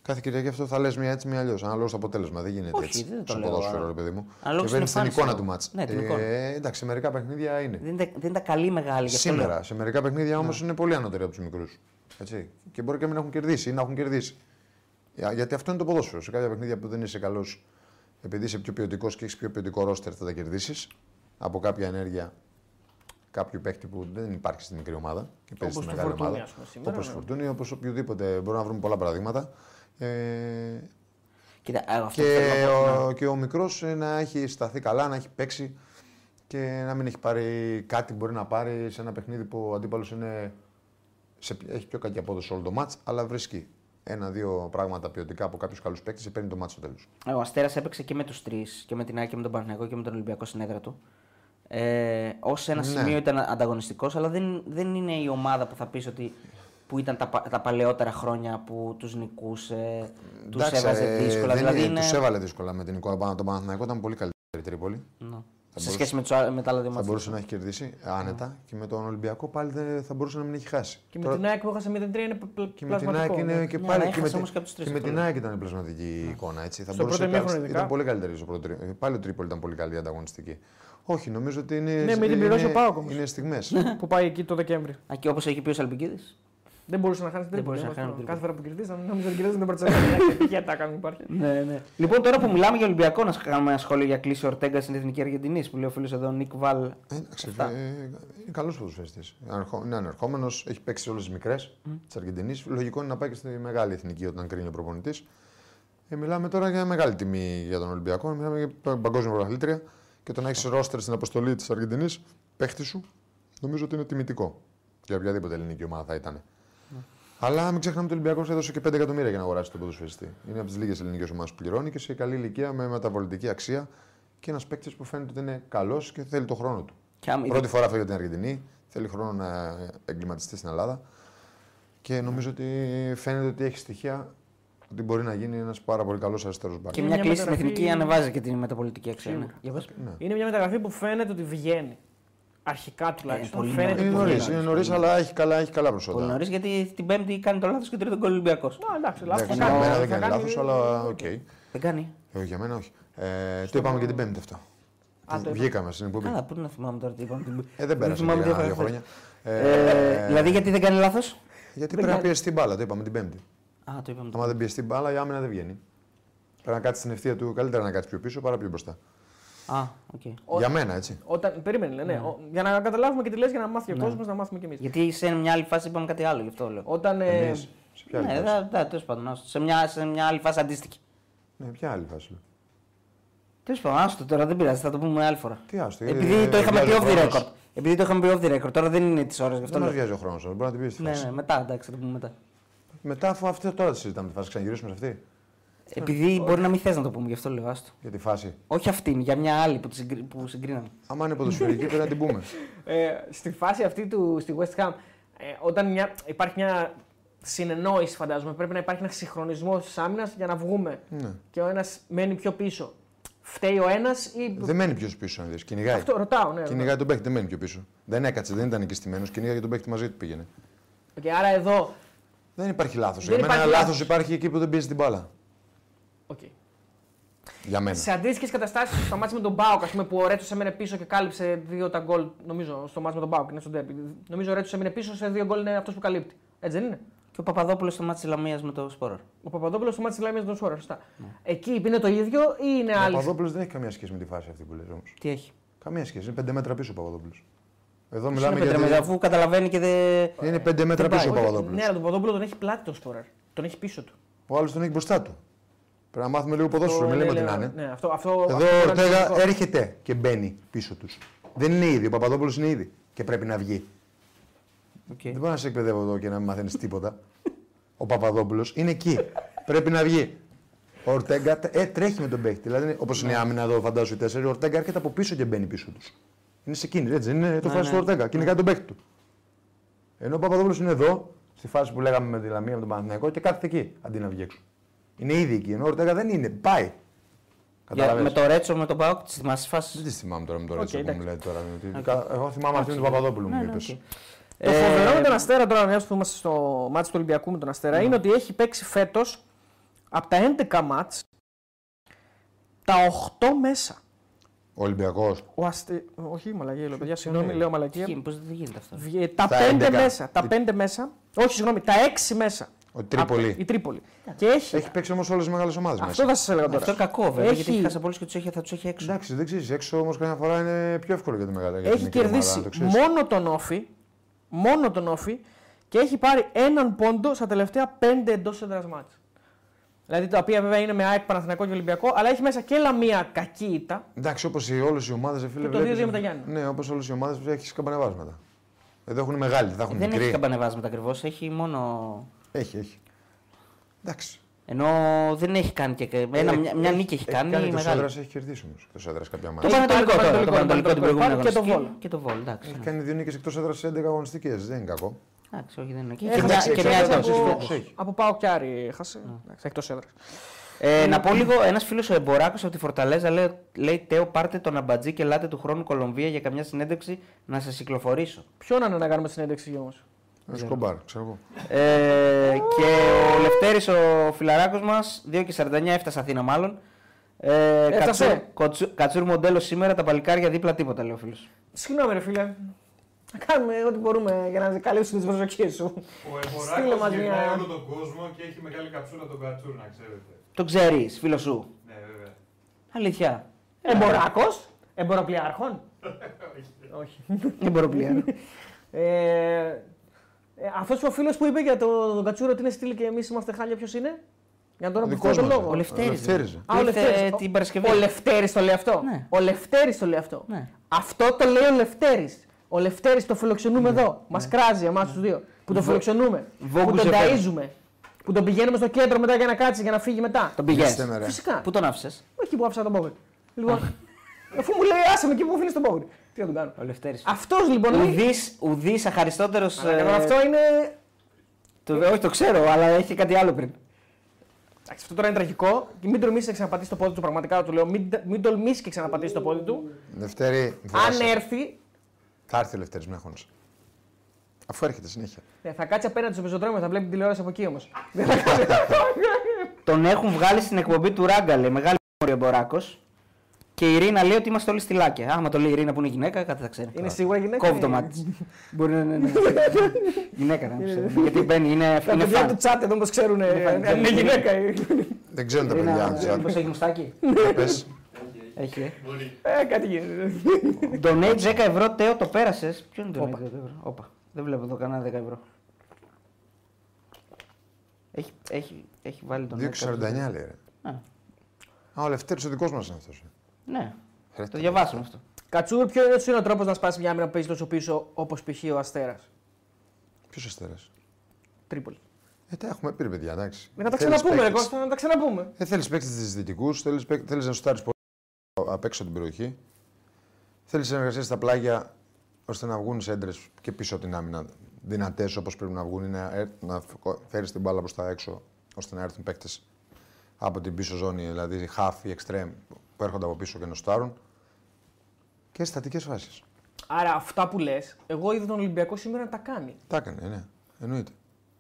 Κάθε Κυριακή αυτό θα λες μια έτσι, μια αλλιώς. Ανάλογα στο αποτέλεσμα. Δεν γίνεται
Όχι,
έτσι.
δεν το
στο
λέω,
ποδόσφαιρο,
αλλά-
ρε παιδί μου.
Ανάλογα
και
στην
παίρνεις την
εμφάνιση
εικόνα
εγώ.
του μάτς.
Ναι, την εικόνα. Ναι.
Ε, εντάξει, σε μερικά παιχνίδια είναι.
Δεν ήταν, δεν ήταν καλή μεγάλη για αυτό λέω.
Σήμερα, σε μερικά
Ναι.
παιχνίδια όμως είναι πολύ ανώτεροι από τους μικρούς. Και μπορεί και να μην έχουν κερδίσει ή να έχουν κερδίσει. Για- Γιατί αυτό είναι το ποδόσφαιρο. Σε κάποια παιχνίδια που δεν είσαι καλός, επειδή είσαι πιο ποιοτικός και έχεις πιο ποιοτικό ρόστερ, θα τα κερδίσεις από κάποια ενέργεια κάποιου παίκτη που δεν υπάρχει στην μικρή ομάδα και παίζει
Όπως
στην
του
μεγάλη
Φορτούνη,
ομάδα.
ας πούμε, σήμερα,
Όπω
ναι.
Φορτούνη, όπως οποιοδήποτε. Μπορούμε να βρούμε πολλά παραδείγματα. Ε,
Κοίτα, α, αυτό που θέλω
και,
να πω- ναι.
ο, και ο μικρός να έχει σταθεί καλά, να έχει παίξει και να μην έχει πάρει κάτι που μπορεί να πάρει σε ένα παιχνίδι που ο αντίπαλος είναι. Σε, έχει πιο κακή απόδοση όλο το μάτς, αλλά βρίσκει ένα-δύο πράγματα ποιοτικά από κάποιους καλούς παίκτες και παίρνει το μάτς στο τέλος.
Ναι, Ο Αστέρας έπαιξε και με τους τρεις, και με την Άκη, και με τον Παναγιακό και με τον Ολυμπιακό στην έδρα του. Ε, Ως ένα
Ναι.
σημείο ήταν ανταγωνιστικός, αλλά δεν, δεν είναι η ομάδα που θα πεις ότι που ήταν τα, πα- τα παλαιότερα χρόνια που τους νικούσε, του
ε,
έβαζε δύσκολα. δηλαδή είναι...
Τους έβαλε δύσκολα με την εικόνα πάνω από τον Παναθηναϊκό, ήταν πολύ καλύτερη η Τρίπολη.
Ναι.
Θα
Σε
μπορούσε-
σχέση με, τους, άλλ- με τα άλλα δύο
Θα
μάτια.
μπορούσε να έχει κερδίσει
Ναι.
άνετα και με τον Ολυμπιακό πάλι δεν- θα μπορούσε να μην έχει χάσει.
Και με
Τώρα-
την ΑΕΚ που έχασε 0-3 είναι πε- πε-
Και με την
πλασματικό,
ΑΕΚ είναι
ναι.
και
Ναι,
πάλι.
αλλά
Και με,
έχασε
την-
όμως και από τους τρεις,
και με
αυτό
την
λέω.
ΑΕΚ ήταν πλασματική η εικόνα. Έτσι. Θα
Στο
μπορούσε
πρώτο
να-
ημίχρονο ειδικά.
Ήταν πολύ καλύτερη στο πρώτο. ε, Πάλι ο Τρίπολη ήταν πολύ καλή η ανταγωνιστική. Όχι, νομίζω ότι είναι.
Ναι, μην την
είναι-
πληρώσει ο ΠΑΟΚ όμως.
Είναι στιγμές.
[laughs] [laughs] Που πάει εκεί το Δεκέμβρη.
Α, και όπως έχει πει ο Σαλμπικίδης.
Δεν μπορούσε να χάνεις την
Δεν
τρίπολη.
μπορούσε να
αυτό.
χάνει την
Κάθε
τρίπολη.
φορά που κερδίζαν, νομίζω ότι κερδίζουν την Παρσελόνα.
[laughs]
Για τα κάνουν υπάρχει.
Ναι, ναι. Λοιπόν, τώρα που μιλάμε για Ολυμπιακό, να κάνουμε ένα σχόλιο για κλίση Ορτέγκα στην Εθνική Αργεντινή που λέει ο φίλος εδώ Νίκ Βαλ.
Εντάξει,
Αυτά.
ε, είναι καλός ποδοσφαιριστής. Είναι ανερχόμενος, έχει παίξει όλες τις μικρές της Αργεντινής. Λογικό είναι να πάει και στη μεγάλη εθνική όταν κρίνει ο προπονητής. Ε, μιλάμε τώρα για μεγάλη τιμή για τον Ολυμπιακό. Μιλάμε για τον παγκόσμιο πρωταθλήτρια και το να έχεις ρόστερ στην αποστολή της Αργεντινής παίχτη σου, νομίζω ότι είναι τιμητικό. Για οποιαδήποτε ελληνική ομάδα θα ήταν. Αλλά μην ξεχνάμε ότι ο Ολυμπιακός έδωσε και 5 εκατομμύρια για να αγοράσει τον ποδοσφαιριστή. Είναι από τις λίγες ελληνικές ομάδες που πληρώνει και σε καλή ηλικία με μεταβολητική αξία και ένας παίκτης που φαίνεται ότι είναι καλός και θέλει το χρόνο του.
Και άμα-
Πρώτη φορά φεύγει από την Αργεντινή. Θέλει χρόνο να εγκληματιστεί στην Ελλάδα. Και νομίζω ότι φαίνεται ότι έχει στοιχεία ότι μπορεί να γίνει ένας πάρα πολύ καλός αριστερός μπακ.
Και
Είναι
μια
μια
κλίση στην
μεταγραφή-
Εθνική ανεβάζει και την μεταπολιτική αξία. ναι.
Σίγουρα.
Για πες.
Είναι μια μεταγραφή που φαίνεται ότι βγαίνει. Αρχικά τουλάχιστον.
πολύ
φαίνεται
Είναι
που
νωρί,
βγαίνει.
είναι νωρίς, αλλά έχει καλά, έχει καλά προσόντα.
Πολύ νωρίς γιατί την Πέμπτη κάνει το λάθος και τρίτο γκολ Ολυμπιακό.
Να, εντάξει, λάθο.
Εντάξει, Ναι, για μένα δεν κάνει λάθος, αλλά οκ.
Δεν κάνει.
Ε, Για μένα όχι. Ε, Το είπαμε και την Πέμπτη αυτό.
Α, το
Βγήκαμε στην εκπομπή.
Καλά, πού να θυμάμαι τώρα τι είπαμε. την-
Ε, δεν πέρασε
θυμάμαι
και
τι
κανένα
είπαμε.
δύο χρόνια.
Ε,
Ε,
Δηλαδή γιατί δεν κάνει λάθος.
Γιατί
δεν
πρέπει να
κάνει.
πιεστεί μπάλα, το είπαμε την Πέμπτη.
Α, το είπαμε.
Άμα δεν πιεστεί μπάλα, η άμυνα δεν βγαίνει. Πρέπει να κάτσει στην ευθεία του, καλύτερα να κάτσει πιο πίσω παρά πιο μπροστά.
Α, οκ.
Ο-
Για μένα, έτσι.
Όταν, περίμενε, ναι. Ο- Για να καταλάβουμε και τι λες, για να
Ναι.
μάθει ο κόσμος, να μάθουμε κι εμείς.
Γιατί σε μια άλλη φάση είπαμε κάτι άλλο, γι' αυτό λέω.
Όταν. ε,
Εμείς, σε ποια άλλη
Ναι,
φάση.
δα- δα- τέλος πάντων. άστο. Σε μια, σε μια άλλη φάση αντίστοιχη.
Ναι, ποια άλλη φάση. λέω.
Τέλος πάντων, άστο τώρα, δεν πειράζει, θα το πούμε άλλη φορά.
Τι άστο, ε,
Επειδή το
ε,
είχαμε πει
βγάζει ο
off the
χρόνος.
record. Επειδή το είχαμε πει off the record, τώρα δεν είναι τη ώρα γι' αυτό.
Δεν μας
λέω.
βιάζει ο χρόνος, μπορεί να την πεις στη
Ναι,
φάση.
ναι, μετά, εντάξει, θα το πούμε μετά.
Μετά αφού αυτό τώρα τη συζητάμε τη φάση, ξαναγυρίσουμε σε αυτή.
Επειδή μπορεί να μην θες να το πούμε, γι' αυτό λέω, άστο.
Για τη φάση.
Όχι αυτήν, για μια άλλη που, τη συγκρι... που συγκρίναμε.
Άμα είναι ποδοσφαιρική, πρέπει να την
[laughs]
πούμε.
ε, στη φάση αυτή του στη West Ham, ε, όταν μια, υπάρχει μια συνεννόηση, φαντάζομαι, πρέπει να υπάρχει ένα συγχρονισμό της άμυνας για να βγούμε.
Ναι.
Και ο ένας μένει πιο πίσω. Φταίει ο ένας ή.
δεν μένει πιο πίσω να δεις. Κυνηγάει.
Αυτό ρωτάω, ναι. ρωτάω.
Κυνηγάει τον παίχτη, δεν μένει πιο πίσω. Δεν έκατσε, δεν ήταν εκεί στημένο. Κυνήγαγε τον παίχτη μαζί του πήγαινε.
Και άρα εδώ.
Δεν υπάρχει λάθος.
Δεν
Για μένα
υπάρχει
λάθος
λάθος.
υπάρχει εκεί που δεν πιέζει την μπάλα.
Okay.
Ναι. Για μένα.
Σε αντίστοιχες καταστάσεις, στο μάτι με τον Μπάουκ, ας πούμε, που ο Ρέτσος έμενε πίσω και κάλυψε δύο τα γκολ, νομίζω, στο μάτι με τον Μπάουκ, είναι στο ντέρμπι. Νομίζω ο Ρέτσος έμεινε πίσω σε δύο γκολ είναι αυτός που καλύπτει. Έτσι δεν είναι.
Και ο Παπαδόπουλος στο μάτι της Λαμίας με το σπόρο.
Ο Παπαδόπουλος στο μάτι της Λάμια τον Σόρα, σωστά. Εκεί είναι το ίδιο ή είναι
Ναι. Ο
άλλη.
Παπαδόπουλος δεν έχει καμία σχέση με τη φάση αυτή που λες όμως.
Τι έχει.
Καμία σχέση. Είναι πέντε μέτρα πίσω ο Παπαδόπουλος. Εδώ
Μιλάμε
μιλάμε
είναι πέντε μέτρα,
για.
αφού καταλαβαίνει και δεν.
τη- Είναι πέντε μέτρα
Δεν πάει.
πίσω ο
Όχι,
Παπαδόπουλος.
Ναι, αλλά τον Παπαδόπουλο τον έχει πλάτη τον Σπόραρ. Τον έχει πίσω του.
Ο άλλος τον έχει μπροστά του. Πρέπει να μάθουμε λίγο ποδόσφαιρο.
Το-
Μην λέμε
ναι,
ότι να
λέω-
είναι.
Ναι, αυτό, αυτό, αυτό
Εδώ
είναι
ο Ορτέγα
αντικειμενικό.
έρχεται και μπαίνει πίσω τους. Δεν είναι ήδη. Ο Παπαδόπουλος είναι ήδη και πρέπει να βγει.
Οκ.
Δεν μπορώ να σε εκπαιδεύω εδώ και να μην μαθαίνεις τίποτα. Ο Παπαδόπουλος είναι
[laughs]
εκεί. πρέπει να βγει. Ο Ορτέγκα ε, τρέχει με τον παίχτη. Δηλαδή, όπως είναι η
Ναι.
άμυνα εδώ, φαντάζομαι οι τέσσερις, ο Ορτέγκα έρχεται από πίσω και μπαίνει πίσω τους. Είναι σε κίνηση, έτσι. δεν Είναι το φάση
ναι.
του Ορτέγκα. Κυνηγάει τον παίχτη του. Ενώ ο Παπαδόπουλος είναι εδώ, στη φάση που λέγαμε με τη Λαμία, με τον Παναθηναϊκό και κάθεται εκεί αντί να βγει έξω. Είναι ήδη εκεί. Ενώ ο Ορτέγα δεν είναι. Πάει.
Για,
Καταλαβαίνεις.
με το Ρέτσο, με τον Πάοκ, τη θυμάσαι
Δεν
φάση.
τη θυμάμαι τώρα με το
Οκ,
Ρέτσο που μου
εντάξει.
λέει τώρα. διότι κα- Εγώ θυμάμαι αυτήν του Παπαδόπουλου
Ναι,
μου είπε.
Το φοβερό με τον Αστέρα τώρα, μιας που είμαστε στο μάτι του Ολυμπιακού με τον Αστέρα, είναι ότι έχει παίξει φέτος από τα 11 μάτ τα 8 μέσα.
Ο Ολυμπιακός.
Ο Αστε... Όχι, μαλακία, λέω παιδιά, συγγνώμη, λέω μαλακία.
Πώς δεν γίνεται αυτό.
Βγε- Τα
Στα
5
11.
μέσα. Τα
Τι-
5 μέσα. Όχι, συγγνώμη, τα 6 μέσα.
Ο Τρίπολη.
Από- Η Τρίπολη. Και έχει.
Έχει παίξει όμως όλες τις μεγάλες ομάδες
Αυτό
μέσα.
θα σας έλεγα τώρα.
Αυτό είναι κακό βέβαια, γιατί
Έχει-
έχει χάσει από όλους και τους έχει, θα τους έχει έξω.
Εντάξει, δεν ξέρεις. Έξω όμως καμιά φορά είναι πιο εύκολο για τη μεγάλη. για την
έχει
μικρή ομάδα,
κερδίσει
να το ξέρεις.
μόνο τον Όφη, μόνο τον Όφη και έχει πάρει έναν πόντο στα τελευταία πέντε εντός έδρας μάτς. Δηλαδή τα οποία βέβαια είναι με ΑΕΚ, Παναθηναϊκό και Ολυμπιακό, αλλά έχει μέσα και λαμία κακή ήττα.
Εντάξει, όπως όλες οι ομάδες.
Και το 2-2 με τα Γιάννη.
Ναι, όπως όλες οι ομάδες έχεις καμπανεβάσματα. Εδώ έχουν μεγάλη, δεν θα έχουν
Δεν
μικρή.
έχει καμπανεβάσματα ακριβώς, έχει μόνο.
Έχει, έχει. Εντάξει. Ε,
Ενώ δεν έχει κάνει και. Ένα, μια, μια νίκη έχει κάνει.
Εκτό
μεγάλη.
έδρα έχει κερδίσει όμως. Εκτό έδρα κάποια
Το
μάτια.
Έχει
Πανατολικό
πάρει το
τώρα, το
Πανατολικό,
Πανατολικό την
το Πανατολικό
προηγούμενη
πάρει και το
αγωνιστική.
Βόλο.
Και το Βόλο, εντάξει.
Έχει
ναι.
κάνει δύο νίκες εκτός έδρας σε 11 αγωνιστικές. Δεν είναι κακό.
Εντάξει, όχι, δεν είναι. Και
Έχει
μια-
παίξει
Και
εκτός
μια
έδρας
εντός.
έχει
από,
στόχους, έχει.
από Πάο και Άρη έχασε. Εντάξει, Εκτός έδρας.
Ε, να πω λίγο, ένας φίλος ο Εμποράκος από τη Φορταλέζα λέει, λέει: Τέο, πάρτε τον αμπατζή και λάτε του χρόνου Κολομβία για καμιά συνέντευξη να σας κυκλοφορήσω.
Ποιον αν να κάνουμε συνέντευξη όμω.
Ε, Σκομπάρ, ξέρω εγώ.
Ε, και ο Λευτέρης ο φιλαράκος μας, 2 και 49 έφτασε Αθήνα μάλλον. Ε,
Έφτασε.
κατσούρ, κοτσου- κατσούρ μοντέλο σήμερα, τα παλικάρια δίπλα τίποτα λέει ο φίλος.
Συγγνώμη, ρε φίλε. Να κάνουμε ό,τι μπορούμε για να καλύψουμε τις προσδοκίες σου.
Ο
Στείλε μας
Εμποράκος
μια-
γυρνάει όλο τον κόσμο και έχει μεγάλη καψούρα τον Κατσούρ, να ξέρετε.
Το ξέρεις φίλος σου.
Ναι, βέβαια.
Αλήθεια. Ε,
Εμποράκος. Εμποροπλιάρχων. Όχι.
Δεν μπορώ
[laughs]
πλέον.
Ε, Αυτός ο φίλος που είπε για το- τον Κατσούρο ότι είναι στήλη και εμείς είμαστε χάλια, ποιος είναι. Για να τον
Δικός
αποφύγω τον
μας,
λόγο.
ο
ε.
Λευτέρης.
Λευτέρης,
λέει.
ε.
Α, ο
Ήρθε
Λευτέρης.
την Παρασκευή.
Ο Λευτέρης το λέει αυτό.
Ναι.
Ο Λευτέρης το λέει αυτό.
Ναι.
Αυτό το λέει ο Λευτέρης. Ο Λευτέρης το φιλοξενούμε
Ναι.
εδώ. Μας κράζει εμάς τους δύο. Που τον φιλοξενούμε.
Βόγκου
Που τον
Ζεφέρα.
ταΐζουμε. Που τον πηγαίνουμε στο κέντρο μετά για να κάτσει, για να φύγει μετά.
Τον
Είστε με,
πηγαίνεις.
ρε.
Φυσικά.
Πού τον άφησες.
Εκεί που άφησα τον Μπόγκρι.
[laughs]
Λοιπόν, αφού μου λέει άσε με εκεί που μου αφήνεις τον Μπόγκρι. Τι να τον κάνω.
Ο Λευτέρης.
Αυτός λοιπόν. λέει-
Ουδής, ουδής αχαριστότερος.
Παρακαλώ,
ε,
Αυτό είναι
το- όχι το ξέρω, αλλά έχει κάτι άλλο πριν.
Εντάξει, αυτό τώρα είναι τραγικό. Και μην τολμήσεις να ξαναπατήσεις το πόδι του. Πραγματικά του λέω: Μην, μην τολμήσεις και ξαναπατήσεις το πόδι του.
Δευτέρη,
Αν
φοβάσαι.
έρθει,
θα έρθει ο Λευτέρης, μην αγχώνεσαι. Αφού έρχεται συνέχεια.
ε, θα κάτσει απέναντι στο πεζοδρόμιο, θα βλέπει την τηλεόραση από εκεί όμως.
Τον έχουν βγάλει στην εκπομπή του Ράγκα, λέει. Μεγάλη μόρια ο Μποράκος. Και η Ειρήνα λέει ότι είμαστε όλοι στυλάκια. Άμα το λέει η Ειρήνα που είναι γυναίκα, κάτι θα ξέρει.
είναι ε. σίγουρα γυναίκα.
Κόβει το
[laughs]
μάτι. της. Μπορεί να είναι. ναι. Γυναίκα, δεν ξέρω. Γιατί μπαίνει, είναι
Τα
είναι
παιδιά
φαν.
του τσάτ εδώ όπως ξέρουν ε,
φαν,
αν
δεν
είναι
είναι.
γυναίκα. ε.
Δεν ξέρουν τα παιδιά.
Ειρήνα,
αν
μήπως
ξέρουν.
έχει μουστάκι.
Θα πες.
Έχει. ε.
Μπορεί.
Ε, Κάτι γίνεται.
Donate 10 ευρώ, Τέο, το πέρασες. Ποιο είναι το donate 10 ευρώ. Όπα. Δεν βλέπω εδώ κανένα 10 ευρώ. Έχει, έχει, έχει βάλει τον
2,49 λέει.
δηλαδή.
Ρε. Α, ο Λευτέρης ο δικός μας είναι αυτός.
Ναι,
Ρε,
το διαβάσαμε αυτό.
Κατσούρ, ποιο είναι- σου είναι ο τρόπος να σπάσεις μια άμυνα που παίζει τόσο πίσω όπως π.χ. ο Αστέρας.
Ποιος αστέρας.
Τρίπολη.
Ε, τα έχουμε πει, ρε, παιδιά, εντάξει. Ε,
Να τα
Θέλεις
ξαναπούμε, ρε
παίκτες.
Κώστα, να τα ξαναπούμε.
Ε, θέλεις παίξει δυτικούς, θέλεις να σουτάρεις πολύ απ' έξω από την περιοχή. Θέλεις συνεργασίε στα πλάγια ώστε να βγουν έντρες και πίσω από την άμυνα. Δυνατές όπως πρέπει να βγουν, είναι να, έρ- να φέρεις την μπάλα προς τα έξω ώστε να έρθουν παίκτες από την πίσω ζώνη, δηλαδή οι half ή extreme που έρχονται από πίσω και να σουτάρουν. Και στατικές φάσεις.
Άρα αυτά που λες, εγώ είδα τον Ολυμπιακό σήμερα να τα κάνει.
Τα έκανε, ναι. Εννοείται.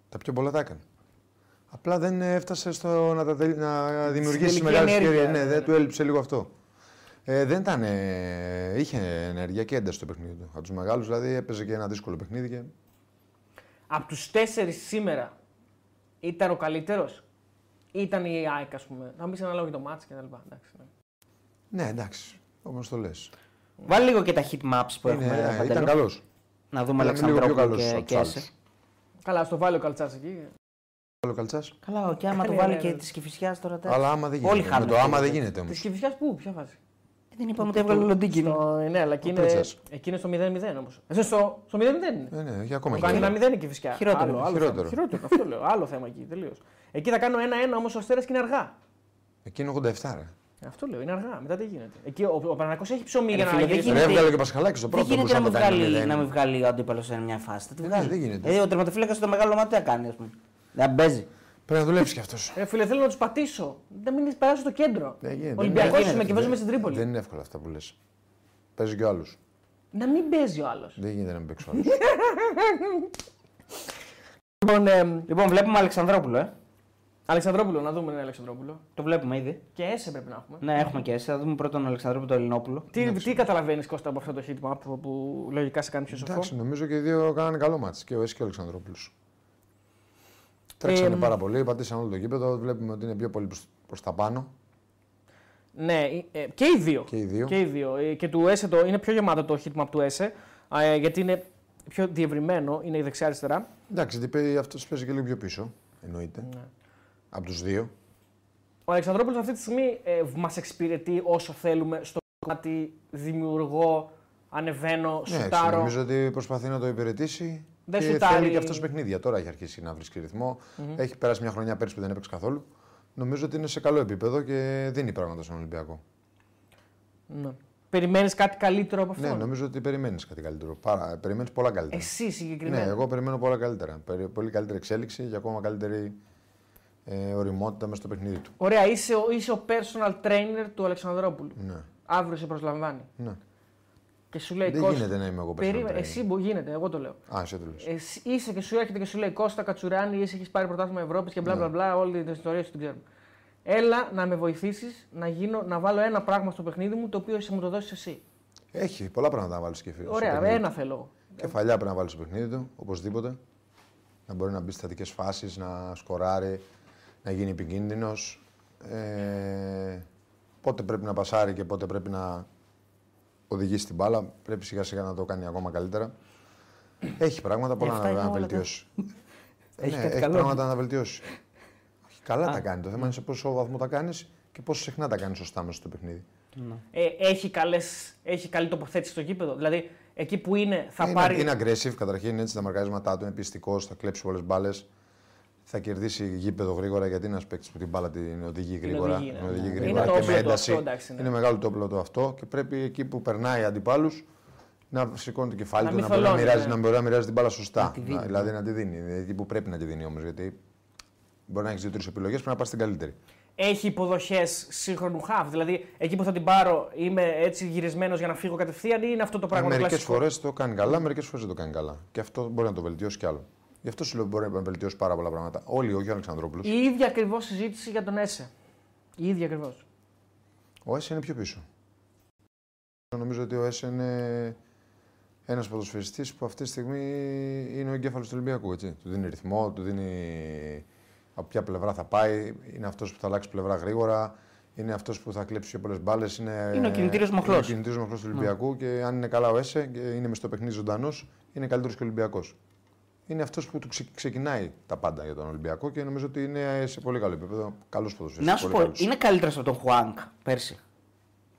Τα πιο πολλά τα έκανε. Απλά δεν ε, έφτασε στο να, τα, τελ- να δημιουργήσει
τελική
μεγάλη
ενέργεια,
ευκαιρία. Ναι,
ναι,
δεν
ναι.
του έλειψε λίγο αυτό. Ε, δεν ήταν. ε, είχε ενέργεια και ένταση το παιχνίδι του. Από τους μεγάλους δηλαδή έπαιζε και ένα δύσκολο παιχνίδι. Και...
Από τους τέσσερις σήμερα ήταν ο καλύτερος ή ήταν η ΑΕΚ ας πούμε. Να μην ξαναλάβω και το μάτς και τα λοιπά. Εντάξει, ναι.
Ναι, εντάξει. Όπως το λες.
Βάλει λίγο και τα heat maps που έχουμε.
Ναι,
Παντέλο.
ήταν καλός.
Να δούμε
Ήταν λίγο πιο
Αλεξανδρόπουλο
καλός
και,
από
και
του άλλου.
Έσε.
Καλά, στο βάλει ο Καλτσάς εκεί.
Καλό καλτσάς.
Καλά, και άμα
Καλή
το βάλει
ωραία,
και
βέβαια.
της κυφισιά τώρα τα.
Αλλά άμα δεν
Όλοι
γίνεται. Με
χάνουν
το
αυτό ναι.
άμα
το
δεν
τέτοιο.
γίνεται όμως.
Της Κηφισιάς πού, ποια φάση.
Δεν είπαμε ότι έβγαλε λοντίκι.
Στο- Ναι, αλλά εκεί είναι,
Πρίτσας.
εκεί είναι στο 0-0 όμως. Ε, στο, στο 0-0 είναι.
Ε, ναι, έχει ακόμα
Το κάνει ένα 0
χειρότερα.
η Κηφισιά.
Χειρότερο,
Άλλο, άλλο
χειρότερο.
θέμα. χειρότερο. αυτό λέω. Άλλο θέμα εκεί, τελείως. Εκεί θα κάνω 1-1 όμως ο Αστέρας και είναι αργά.
Εκεί είναι 87 ρε.
Αυτό λέω, είναι αργά. Μετά τι γίνεται. Εκεί ο, ο Παναγιώ έχει
Ε,
ψωμί για να
φίλε, δεν
γυρίσει.
γίνεται-
Ρε, έβγαλε και ο Πασχαλάκης το
Δεν
πρώτο.
γίνεται να μην,
όπως
βγάλει,
0-0.
να μην βγάλει ο αντίπαλος σε μια φάση. Θα τη
Ναι,
βγάλει.
δεν γίνεται.
Δηλαδή, ο τερματοφύλακας στο μεγάλο μάτι τι θα κάνει, ας πούμε. Δεν παίζει.
Πρέπει να δουλέψει κι αυτός.
Ρε φίλε, θέλω να τους πατήσω. Δεν μην περάσω στο κέντρο.
Δεν γίνεται.
Ολυμπιακός
Δεν
είμαι και
γίνεται.
παίζουμε στην Τρίπολη.
Δεν είναι εύκολα αυτά που λες. Παίζει κι άλλου.
Να μην παίζει ο άλλος.
Δεν γίνεται να μην παίξει ο άλλος.
Λοιπόν, ε,
Λοιπόν, βλέπουμε Αλεξανδρόπουλο, ε.
Αλεξανδρόπουλο, να δούμε ένα Αλεξανδρόπουλο.
Το βλέπουμε ήδη.
Και έσαι πρέπει να έχουμε.
Ναι, έχουμε και εσύ. Θα δούμε πρώτον τον Αλεξανδρόπουλο τον Ελληνόπουλο.
Τι, τι καταλαβαίνεις Κώστα από αυτό το heat map που, που λογικά σε κάνει πιο σοφό.
Εντάξει, νομίζω και οι δύο κάνανε καλό μάτι. Και ο Έσαι και ο Αλεξανδρόπουλος. Τρέξανε
εμ,
πάρα πολύ, πατήσαν όλο το γήπεδο. Βλέπουμε ότι είναι πιο πολύ προς τα πάνω.
Ναι, ε, ε, και οι δύο.
Και οι δύο.
Και, Ε, και του ΕΣΕ το, είναι πιο γεμάτο το heat map του ΕΣΕ, α, ε, γιατί είναι πιο διευρυμένο, είναι η δεξιά-αριστερά.
Εντάξει, γιατί αυτός παίζει και λίγο πιο πίσω. Εννοείται.
Ναι.
Από τους δύο.
Ο Αλεξανδρόπουλος αυτή τη στιγμή ε, μας εξυπηρετεί όσο θέλουμε στο κομμάτι δημιουργώ, ανεβαίνω,
Ναι, έτσι,
σουτάρω.
νομίζω ότι προσπαθεί να το υπηρετήσει.
Δεν
και
σουτάρει.
θέλει και αυτός παιχνίδια. Τώρα έχει αρχίσει να βρίσκει ρυθμό. Έχει περάσει μια χρονιά πέρσι που δεν έπαιξε καθόλου. Νομίζω ότι είναι σε καλό επίπεδο και δίνει πράγματα στον Ολυμπιακό.
Ναι. Περιμένεις κάτι καλύτερο από αυτό.
Ναι, νομίζω ότι περιμένεις κάτι καλύτερο. Πάρα... Περιμένεις πολλά καλύτερα.
Εσύ συγκεκριμένα.
Ναι, εγώ περιμένω πολλά καλύτερα. Περι- Πολύ καλύτερη εξέλιξη και ακόμα καλύτερη ε, οριμότητα μέσα στο παιχνίδι του.
Ωραία, είσαι ο, είσαι ο personal trainer του Αλεξανδρόπουλου.
Ναι.
Αύριο σε προσλαμβάνει.
ναι.
Και σου λέει
Δεν
Κώστα.
γίνεται να είμαι εγώ
περίμενε,
personal trainer.
Εσύ που γίνεται, εγώ το λέω.
Α, εσύ το λες.
Εσύ, είσαι και σου έρχεται και σου λέει Κώστα Κατσουράνη, είσαι έχεις πάρει πρωτάθλημα Ευρώπης και μπλα
Ναι.
μπλα μπλα. Όλη την ιστορία σου την ξέρουμε. Έλα να με βοηθήσεις να, γίνω, να βάλω ένα πράγμα στο παιχνίδι μου το οποίο εσύ μου το δώσεις εσύ.
Έχει πολλά πράγματα να βάλεις και φίλος.
Ωραία, ένα θέλω.
Κεφαλιά πρέπει να βάλεις στο παιχνίδι του, οπωσδήποτε. Να μπορεί να μπει στι στατικές φάσεις, να σκοράρει, να γίνει επικίνδυνος. Ε, πότε πρέπει να πασάρει και πότε πρέπει να οδηγήσει την μπάλα. Πρέπει σιγά σιγά να το κάνει ακόμα καλύτερα. Έχει πράγματα πολλά
αυτά
να,
είναι
να
όλα τα-
βελτιώσει.
Έχει
ναι,
κάτι
έχει
καλό.
πράγματα να βελτιώσει. Όχι, Καλά τα κάνει. Το θέμα είναι σε πόσο βαθμό τα κάνεις και πόσο συχνά τα κάνεις σωστά μέσα στο παιχνίδι.
Ε, έχει, καλές, έχει καλή τοποθέτηση στο γήπεδο. Δηλαδή εκεί που είναι θα
είναι,
πάρει.
είναι aggressive καταρχήν, έτσι τα μαρκάρισματά του είναι πιστικός, θα κλέψει πολλές μπάλες. Θα κερδίσει γήπεδο γρήγορα γιατί είναι ένας παίκτης που την μπάλα την οδηγεί γρήγορα.
οδηγεί, ναι.
την οδηγεί
Είναι
γρήγορα
το
και
όπλο
με
του
ένταση.
αυτό, εντάξει, ναι.
Είναι μεγάλο το όπλο του αυτό και πρέπει εκεί που περνάει αντιπάλους να σηκώνει το κεφάλι
Να
του,
μην
να μπορεί να,
θολώνει,
μοιράζει,
ναι.
να μπορεί να μοιράζει την μπάλα σωστά.
τη δίνει,
Να- δηλαδή να τη δίνει. Εκεί που πρέπει να τη δίνει όμως. Γιατί μπορεί να έχεις δύο-τρει επιλογές, πρέπει να πας στην καλύτερη.
έχει υποδοχές σύγχρονου χαβ. Δηλαδή, εκεί που θα την πάρω είμαι έτσι γυρισμένος για να φύγω κατευθείαν ή είναι αυτό το πράγμα το
Μερικές
κλασικό.
φορές το κάνει καλά, μερικές φορές δεν το κάνει καλά. Και αυτό μπορεί να το βελτιώσει κι άλλο. Γι' αυτό σου λέω μπορεί να βελτιώσει πάρα πολλά πράγματα. Όλοι, όχι ο Αλεξανδρόπουλος.
Η ίδια ακριβώς συζήτηση για τον ΕΣΕ. Η ίδια ακριβώς.
Ο Έσαι είναι πιο πίσω. Νομίζω ότι ο Έσαι είναι ένας ποδοσφαιριστής που αυτή τη στιγμή είναι ο εγκέφαλος του Ολυμπιακού. Έτσι. Του δίνει ρυθμό, του δίνει από ποια πλευρά θα πάει, είναι αυτός που θα αλλάξει πλευρά γρήγορα, είναι αυτός που θα κλέψει πιο πολλές μπάλες. Είναι,
Είναι ο κινητήριος μοχλός. Ναι.
Είναι ο κινητήριος μοχλός του Ολυμπιακού και αν είναι καλά ο Έσαι και είναι μες στο παιχνίδι ζωντανός, είναι καλύτερος και ο Ολυμπιακός. Είναι αυτός που του ξε- ξεκινάει τα πάντα για τον Ολυμπιακό και νομίζω ότι είναι σε πολύ καλό επίπεδο. Καλός ποδοσφαιριστής.
Να σου πω, είναι καλύτερος από τον Χουάνκ πέρσι.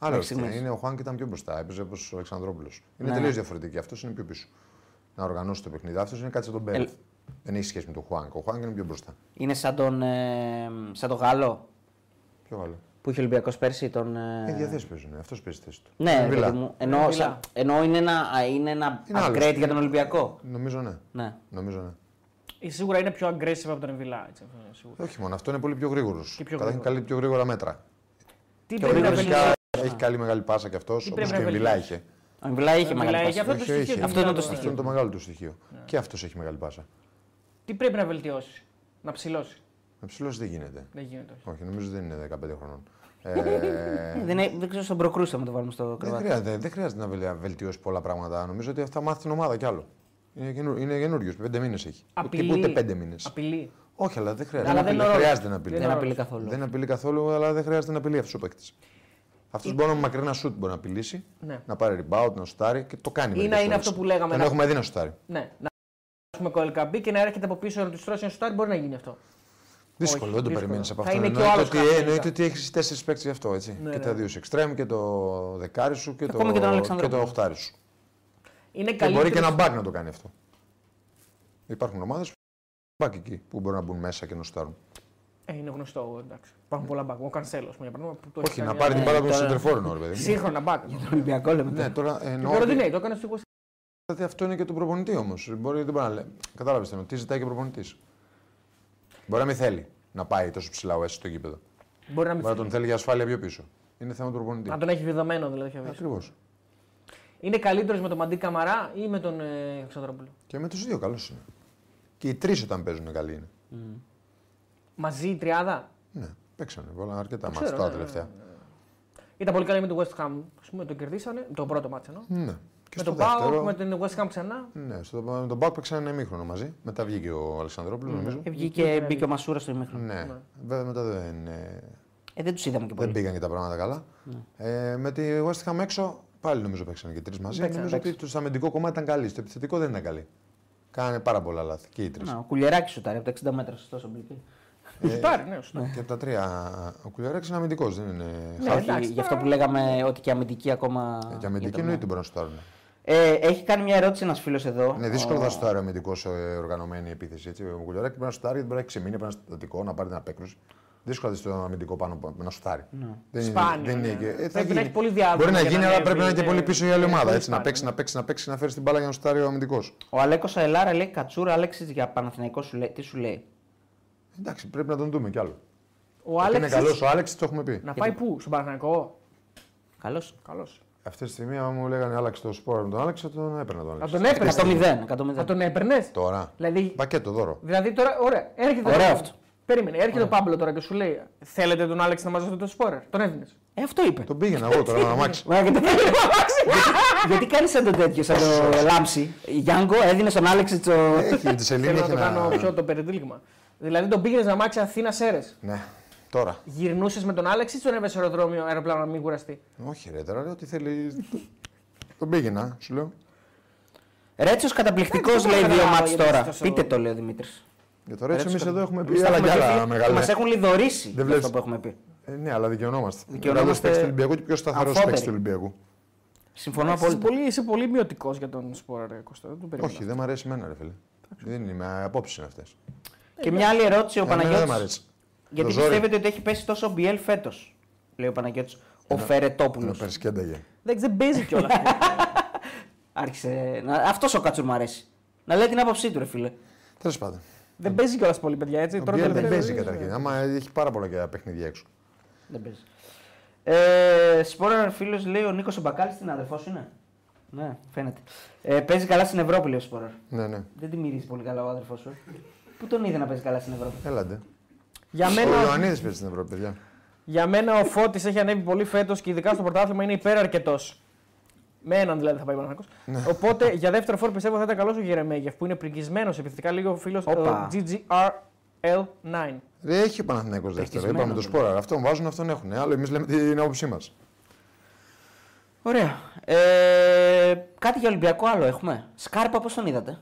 Άλλο
Μέχρι
είναι.
στιγμής.
είναι. Ο Χουάνκ ήταν πιο μπροστά. Έπαιζε όπως ο Αλεξανδρόπουλος. Είναι
Ναι,
τελείως
ναι.
διαφορετική. Αυτός είναι πιο πίσω. Να οργανώσει το παιχνίδι. Αυτός είναι κάτι σαν τον Μπέρεθ. Δεν έχει σχέση με τον Χουάνκ. Ο Χουάνκ είναι πιο μπροστά.
Είναι σαν τον, ε, σαν τον Γάλλο
Πιο καλό.
που είχε ο Ολυμπιακός πέρσι. Τον, ε,
Ε, διαθέσει παίζουν. Αυτός παίζει θέση του.
Ναι,
Μιλά.
ρε παιδί μου. Ενώ,
Μιλά.
σαν- ενώ είναι ένα, α, είναι ένα
Είναι άλλος.
upgrade για τον Ολυμπιακό.
Νομίζω ναι.
Ναι.
Νομίζω ναι.
Η σίγουρα είναι πιο aggressive από τον Εμβιλά. έτσι, αυτό είναι σίγουρο.
Όχι μόνο. Αυτό είναι πολύ πιο γρήγορος.
πιο
Καταρχήν
γρήγορος.
καλύπτει πιο γρήγορα μέτρα.
Τι
Και
πρέπει να
γρήγορος
βελτιώσει.
και
βασικά έχει καλή μεγάλη πάσα κι αυτός. Όπως
πρέπει
και
να
η Μιλά
βελτιώσει.
είχε.
Ο Μιλά είχε
Μιλάει
μεγάλη
για
πάση.
αυτό το
Έχει,
στοιχείο.
έχει.
του
Αυτό είναι το
Μιλάνου,
στοιχείο.
Αυτό είναι το μεγάλο του στοιχείο. Και αυτός έχει μεγάλη πάσα.
ναι. Τι πρέπει να βελτιώσει. Να ψηλώσει.
Με ψηλό δεν γίνεται.
Δεν γίνεται. όχι.
Όχι, νομίζω δεν είναι 15 χρονών. Ε,
[laughs] Δεν, ε- δεν ξέρω στον προκρούσα να το βάλουμε στο
Δεν
κρεβάτι.
χρειάζεται, δεν χρειάζεται να βελε- βελτιώσει πολλά πράγματα. Νομίζω ότι αυτά μάθει την ομάδα κι άλλο. Είναι, καινου, είναι καινούριο, πέντε μήνες έχει.
Απειλεί.
Ούτε, ούτε πέντε μήνες.
Απειλεί.
Όχι, αλλά δεν χρειάζεται,
Αλλά
να,
δεν
απειλεί.
είναι
χρειάζεται
ρόλος.
να απειλεί.
Δεν
Δεν
απειλεί
είναι
καθόλου.
Δεν απειλεί καθόλου, αλλά δεν χρειάζεται να απειλεί αυτός ο παίκτης. Αυτός μπορεί με μακρινά σουτ μπορεί να απειλήσει,
Ναι.
να πάρει rebound, να σουτάρει και το κάνει.
Ή να
μερικές
είναι
φορές.
αυτό που λέγαμε,
Τον
να-
έχουμε δει να σουτάρει.
Ναι. Να πούμε κολκαμπή και να έρχεται από πίσω να του τρώσει ένα σουτάρι μπορεί να γίνει αυτό.
Δύσκολο, δεν το
δύσκολο.
περιμένεις από
Θα
αυτό.
είναι και ο
Εννοείται
άλλος
ότι,
χαμηλά.
εννοείται ότι έχεις τέσσερις παίκτες γι' αυτό. Έτσι.
Ναι,
και
ναι.
τα δύο σου εξτρέμ και το δεκάρι σου και,
Ακόμα και τον
το, και το
Αλεξανδρόπουλο.
οχτάρι σου.
Είναι
Και Ε, μπορεί και
καλύτερος-
ένα μπακ να το κάνει αυτό. Υπάρχουν ομάδες που μπακ εκεί που μπορούν να μπουν μέσα και να σουτάρουν.
Ε, είναι γνωστό. Εντάξει. Υπάρχουν πολλά μπακ. Ο Κανσέλος για παράδειγμα. Που το έχει
Όχι, να
κάνει
πάρει την
ένα-
μπάλα από το
τώρα-
σεντρεφόρνο, ρε παιδί. μου.
Σύγχρονα μπακ.
Ολυμπιακό λέμε.
Ναι, τώρα εννοώ.
Ο
ότι-
Ροντινέη το έκανε στο 20.
Δηλαδή, Αυτό είναι και του προπονητή όμως. Μπορεί δεν μπορεί να λέει. Κατάλαβες τι εννοώ. Τι ζητάει και ο προπονητής. Μπορεί να μην θέλει να πάει τόσο ψηλά ο Έσο στο γήπεδο.
Μπορεί να μην
Μπορεί να τον θέλει για ασφάλεια πιο πίσω. Είναι θέμα του προπονητή.
Να τον έχει δεδομένο δηλαδή. έχει αφήσει.
Ακριβώς.
Είναι καλύτερος με τον Μαντί Καμαρά ή με τον ε, Αλεξανδρόπουλο.
Και με τους δύο καλό είναι. Και οι τρεις όταν παίζουν καλοί είναι.
Μαζί η τριάδα.
Ναι, παίξανε πολλά αρκετά
Το
μάτια
ξέρω,
τώρα
ναι,
τελευταία.
Ήταν πολύ καλή με τον West Ham. Ας πούμε, τον κερδίσανε. Το πρώτο μάτσο εννοώ.
Ναι. Και
ε. Με
στο
τον Πάο,
δεύτερο.
με τον West Ham ξανά.
Ναι, στο, με τον Πάο παίξανε ένα μήχρονο μαζί. Μετά βγήκε ο Αλεξανδρόπουλος,
Ναι.
νομίζω.
Και βγήκε, μπήκε ο Μασούρας στο ημίχρονο.
Ναι, βέβαια μετά δεν, ε,
Ε, δεν τους είδαμε και
δεν
πολύ.
πήγαν και τα πράγματα καλά.
Ναι.
Ε, με τη West Ham έξω πάλι νομίζω παίξανε και τρεις μαζί.
Παίξανε,
νομίζω
εντάξει.
ότι στο αμυντικό κομμάτι ήταν καλή, στο επιθετικό δεν ήταν καλή. Κάνανε πάρα πολλά λάθη και οι τρεις.
Να, ο κουλεράκι σου από τα 60 μέτρα στο σομπλική.
Ε,
Σουτάρει, ναι, σουτάρει.
Και από τα τρία, ο Κουλιαρέξ είναι αμυντικός, δεν είναι.
Ναι, εντάξει,
Γι' αυτό που λέγαμε ότι και αμυντική ακόμα.
Ε, Και αμυντική
ήταν,
εννοείται μπορεί να σου τάρουν.
Ε, έχει κάνει μια ερώτηση ένας φίλος εδώ.
Είναι δύσκολο να σου τάρει ο αμυντικός οργανωμένη επίθεση. Έτσι. Ο Κουλιαρέξ πρέπει να σου τάρει, πρέπει να έχει ξεμείνει, πρέπει να είναι στατικό, να πάρει την απέκρουση. Δύσκολο να δεις τον αμυντικό πάνω από- να σου τάρει. Δεν είναι-
Ναι. Σπάνιο,
δεν είναι
ναι.
και- ε, θα
Πρέπει να
γίνει.
έχει πολύ διάδρομο
Μπορεί να
για να
γίνει, αλλά
ανέβει,
πρέπει να είναι και
ναι.
πολύ πίσω η άλλη
Είναι
ομάδα.
πολύ
Έτσι, να
σπάνιο.
παίξει, να παίξει, να παίξει, να φέρει την μπάλα για να σου τάρει ο αμυντικός.
Ο Αλέκος Αελάρα λέει Κατσούρα, Αλέξης για Παναθηναϊκό σου λέει. Τι σου λέει.
Εντάξει, πρέπει να τον δούμε κι άλλο.
Ο
Ότι
Άλεξ.
Είναι καλός ο Άλεξ, το έχουμε πει.
Να πάει πού, στον Παναγενικό.
Καλώ.
Καλώ.
Αυτή τη στιγμή, άμα μου λέγανε άλλαξε το σπόρο με τον Άλεξ, θα τον έπαιρνα τον
Να
Άλεξ.
τον έπαιρνε.
100.
Θα
100.
τον έπαιρνες.
Τώρα.
Δηλαδή,
Πακέτο δώρο.
δηλαδή τώρα, ωραία, έρχεται.
Ωραίο
ο-
αυτό.
Περίμενε, έρχεται ο Πάμπλο τώρα και σου λέει: Θέλετε τον Άλεξ να μα δώσετε το σπόρερ. Τον έδινες.
Ε, αυτό είπε.
Τον πήγαινα εγώ τώρα να μάξει.
[laughs]
Μα, γιατί- [laughs] Γιατί κάνεις σαν τον τέτοιο, σαν τον Λάμψη. Γιάνγκο έδινες στον Άλεξ το.
Έχει τη σελήνη,
Θέλω να
έχει
το κάνω πιο
ένα.
το περιτύλιγμα. Δηλαδή, τον πήγαινες να μάξει Αθήνας Σέρες.
Ναι, τώρα.
Γυρνούσες με τον Άλεξ ή τον έβεσαι στο αεροδρόμιο αεροπλάνο να μην κουραστεί.
Όχι, ρε, τώρα λέω ότι θέλει. Τον πήγαινα, σου λέω.
Ρέτσος καταπληκτικός
Εντάξει,
λέει
Ε, δεν
δύο
καταλάβω
μάτς
γιατί
τώρα.
τόσο-
Πείτε το λέει ο Δημήτρης.
Για τώρα έτσι εμείς εδώ έχουμε
Εμείς
πει
τα
άλλα κι
έχουμε
άλλα
πει,
μεγάλα.
δηλαδή, Μας έχουν λιδωρήσει
Δεν
για αυτό
βλέπεις.
που έχουμε πει.
Ε, Ναι, αλλά δικαιωνόμαστε.
Δικαιωνόμαστε
Δικαιωνόμαστε. παίκτη του Ολυμπιακού και πιο σταθερός
αμφότεροι.
παίκτη του Ολυμπιακού.
Συμφωνώ
Είσαι
απόλυτα.
πολύ, είσαι πολύ μειωτικός για τον σπόρερ, ρε Κώστα. Δεν το περίμενα.
Όχι, δεν μου αρέσει εμένα, ρε φίλε. Δεν είμαι, απόψεις είναι αυτές.
Και μια άλλη ερώτηση ο
Εμένα δεν Ε, ναι, μ'
Παναγιώτης.
αρέσει.
Γιατί
Το ζόρι. Ε,
πιστεύετε ότι έχει πέσει τόσο ο Μπιέλ φέτος, λέει ο Παναγιώτης. Ο
ναι.
Φερετόπουλος.
Να παίρνεις και ένταγε.
Δεν, δεν παίζει
[laughs]
κιόλας.
Άρχισε. Αυτός ο Κάτσουρ μου αρέσει. Να λέει την άποψή του, ρε φίλε.
Τέλος πάντων.
δεν παίζει κιόλας πολύ, παιδιά.
Ε,
Έτσι.
Ο
Τώρα
Μπιέλ δεν
τελευταία-
παίζει καταρχήν. Άμα έχει πάρα πολλά και παιχνίδια έξω.
Δεν παίζει. Ε, Σπόρα, φίλος λέει ο Νίκος Μπακάλη, την αδερφός σου είναι. Ναι, φαίνεται. Ε, παίζει καλά στην Ευρώπη, λέει ο Σπόρα.
Ναι, ναι.
Δεν τη μυρίζει πολύ καλά ο αδερφός σου. Πού τον είδε να παίζει καλά στην Ευρώπη.
Έλαντε.
Για
Ο
μένα,
Ιωαννίδης παίζει στην Ευρώπη, παιδιά.
για μένα ο Φώτης έχει ανέβει πολύ φέτος και ειδικά στο πρωτάθλημα είναι υπεραρκετό. Με έναν δηλαδή θα πάει ο
Ναι.
Οπότε για δεύτερο φόρ πιστεύω θα ήταν καλός ο Γερεμέγεφ που είναι πρικισμένο επιθετικά λίγο ο φίλος
Όπα.
GGRL9.
Ρε, έχει ο Παναθηναϊκός δεύτερο.
Ευτυχισμένο,
Είπαμε το σπόρα. Αυτόν βάζουν, αυτόν έχουν. Άλλο εμείς λέμε την άποψή μας.
Ωραία. Ε, κάτι για Ολυμπιακό άλλο έχουμε. Σκάρπα, πώς τον είδατε.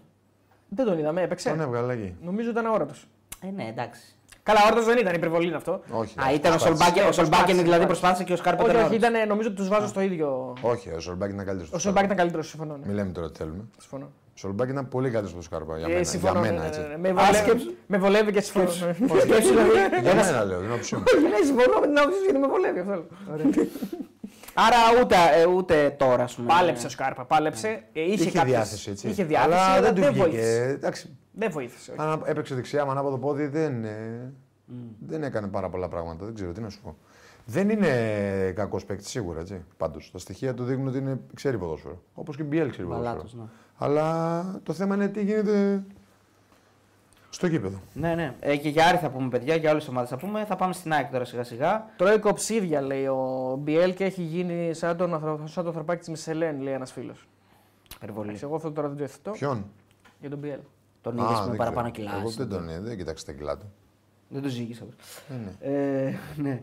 Δεν τον είδαμε, έπαιξε.
Τον έβγαλε εκεί.
Νομίζω ήταν αόρατος.
Ε, ναι, εντάξει.
Καλά, αόρατο δεν ήταν, υπερβολή είναι αυτό.
Όχι.
Α, ήταν ο Σολμπάκεν, ο
προσπάθησε,
Σολμπάκεν δηλαδή προσπάθησε
προσπάθησε.
και ο Σκάρπα
Όχι,
ήταν
όχι,
όρος.
ήταν, νομίζω ότι τους βάζω στο ίδιο.
Όχι, ο Σολμπάκη ήταν καλύτερος.
Ο Σομπάκ ήταν καλύτερος, συμφωνώ. Ναι.
Μην λέμε τώρα τι θέλουμε.
συμφωνώ.
Ο Σολμπάκη ήταν πολύ καλύτερος στο Σκάρπα. Για
Ε,
μένα, για
συμφωνώ.
μένα
ναι, ναι,
έτσι.
ναι, ναι. Με, βολεύει,
σκέψου.
με βολεύει και συμφωνώ.
Σκέψου, δηλαδή.
Για μένα λέω, την άποψή μου.
Ναι, συμφωνώ με την άποψη σου γιατί με βολεύει αυτό. λέω.
Άρα ούτε, ε, ούτε τώρα, ας πούμε.
Πάλεψε ο Σκάρπα, πάλεψε. Ε, είχε
Ναι. Είχε
κάποιες-
διάθεση, έτσι.
Είχε διάθεση,
αλλά, δεν του βγήκε.
βοήθησε.
Εντάξει,
Δεν βοήθησε. όχι.
αν έπαιξε δεξιά με ανάποδο πόδι, δεν, ε, δεν έκανε πάρα πολλά πράγματα. Δεν ξέρω τι να σου πω. Δεν είναι κακός παίκτης σίγουρα, έτσι. Πάντως τα στοιχεία του δείχνουν ότι είναι, ξέρει ποδόσφαιρο. Όπως και η Μπιέλ ξέρει
Μπαλάτος,
ποδόσφαιρο. Αλλά το θέμα είναι τι γίνεται στο γήπεδο.
Ναι, ναι. Ε, και για Άρη θα πούμε, παιδιά, για όλες τις ομάδες θα πούμε. Θα πάμε στην ΑΕΚ τώρα σιγά-σιγά.
Τρώει κοψίδια, λέει ο Μπιέλ και έχει γίνει σαν τον, ανθρω- σαν το ανθρωπάκι της Μισελέν, λέει ένας φίλος.
Ναι.
Υπερβολή.
Εγώ αυτό τώρα δεν το εθετώ
Ποιον?
για τον Μπιέλ.
Τον
Α,
είδες με
δεν
παραπάνω
ξέρω.
κιλά.
Εγώ
εσύ.
δεν τον είδα, δεν κοιτάξα τα κιλά του.
Δεν το ζήγησα.
Ε, ναι.
Ε, ναι.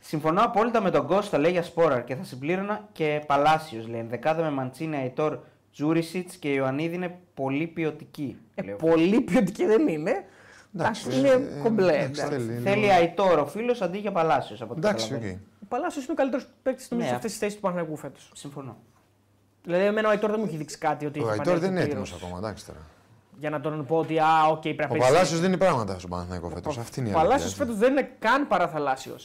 Συμφωνώ απόλυτα με τον Κώστα, λέει για Σπόραρ και θα συμπλήρωνα και Παλάσιος. Λέει ενδεκάδα με Μαντσίνη, Αϊτόρ, Τζούρισιτ και Ιωαννίδη είναι πολύ ποιοτική.
Ε,
λέει ο
πολύ ποιοτική δεν είναι. Εντάξει, είναι
ε,
κομπλέ.
εντάξει,
εντάξει.
θέλει λίγο-
Θέλει Αϊτόρ ο φίλος αντί για Παλάσιος. Από ό,τι
Εντάξει, οκ.
καταλαβαίνω.
Ο Παλάσιος είναι ο καλύτερος παίκτης νομίζω
Ναι.
σε αυτές τις θέσεις του Παναγού φέτος.
Συμφωνώ.
Δηλαδή, εμένα ο Αϊτόρ δεν μου έχει δείξει κάτι ότι
Ο
έχει
Αϊτόρ δεν είναι
επανέλθει
έτοιμο
πλήρως.
ακόμα, εντάξει τώρα.
για να τον πω ότι α, οκ, πρέπει να
Ο
παίξει.
Παλάσιος δίνει πράγματα στον Παναθηναϊκό φέτος. Αυτή είναι η
Ο
αλήθεια,
Παλάσιος
έτσι.
φέτος δεν είναι καν παραθαλάσσιος.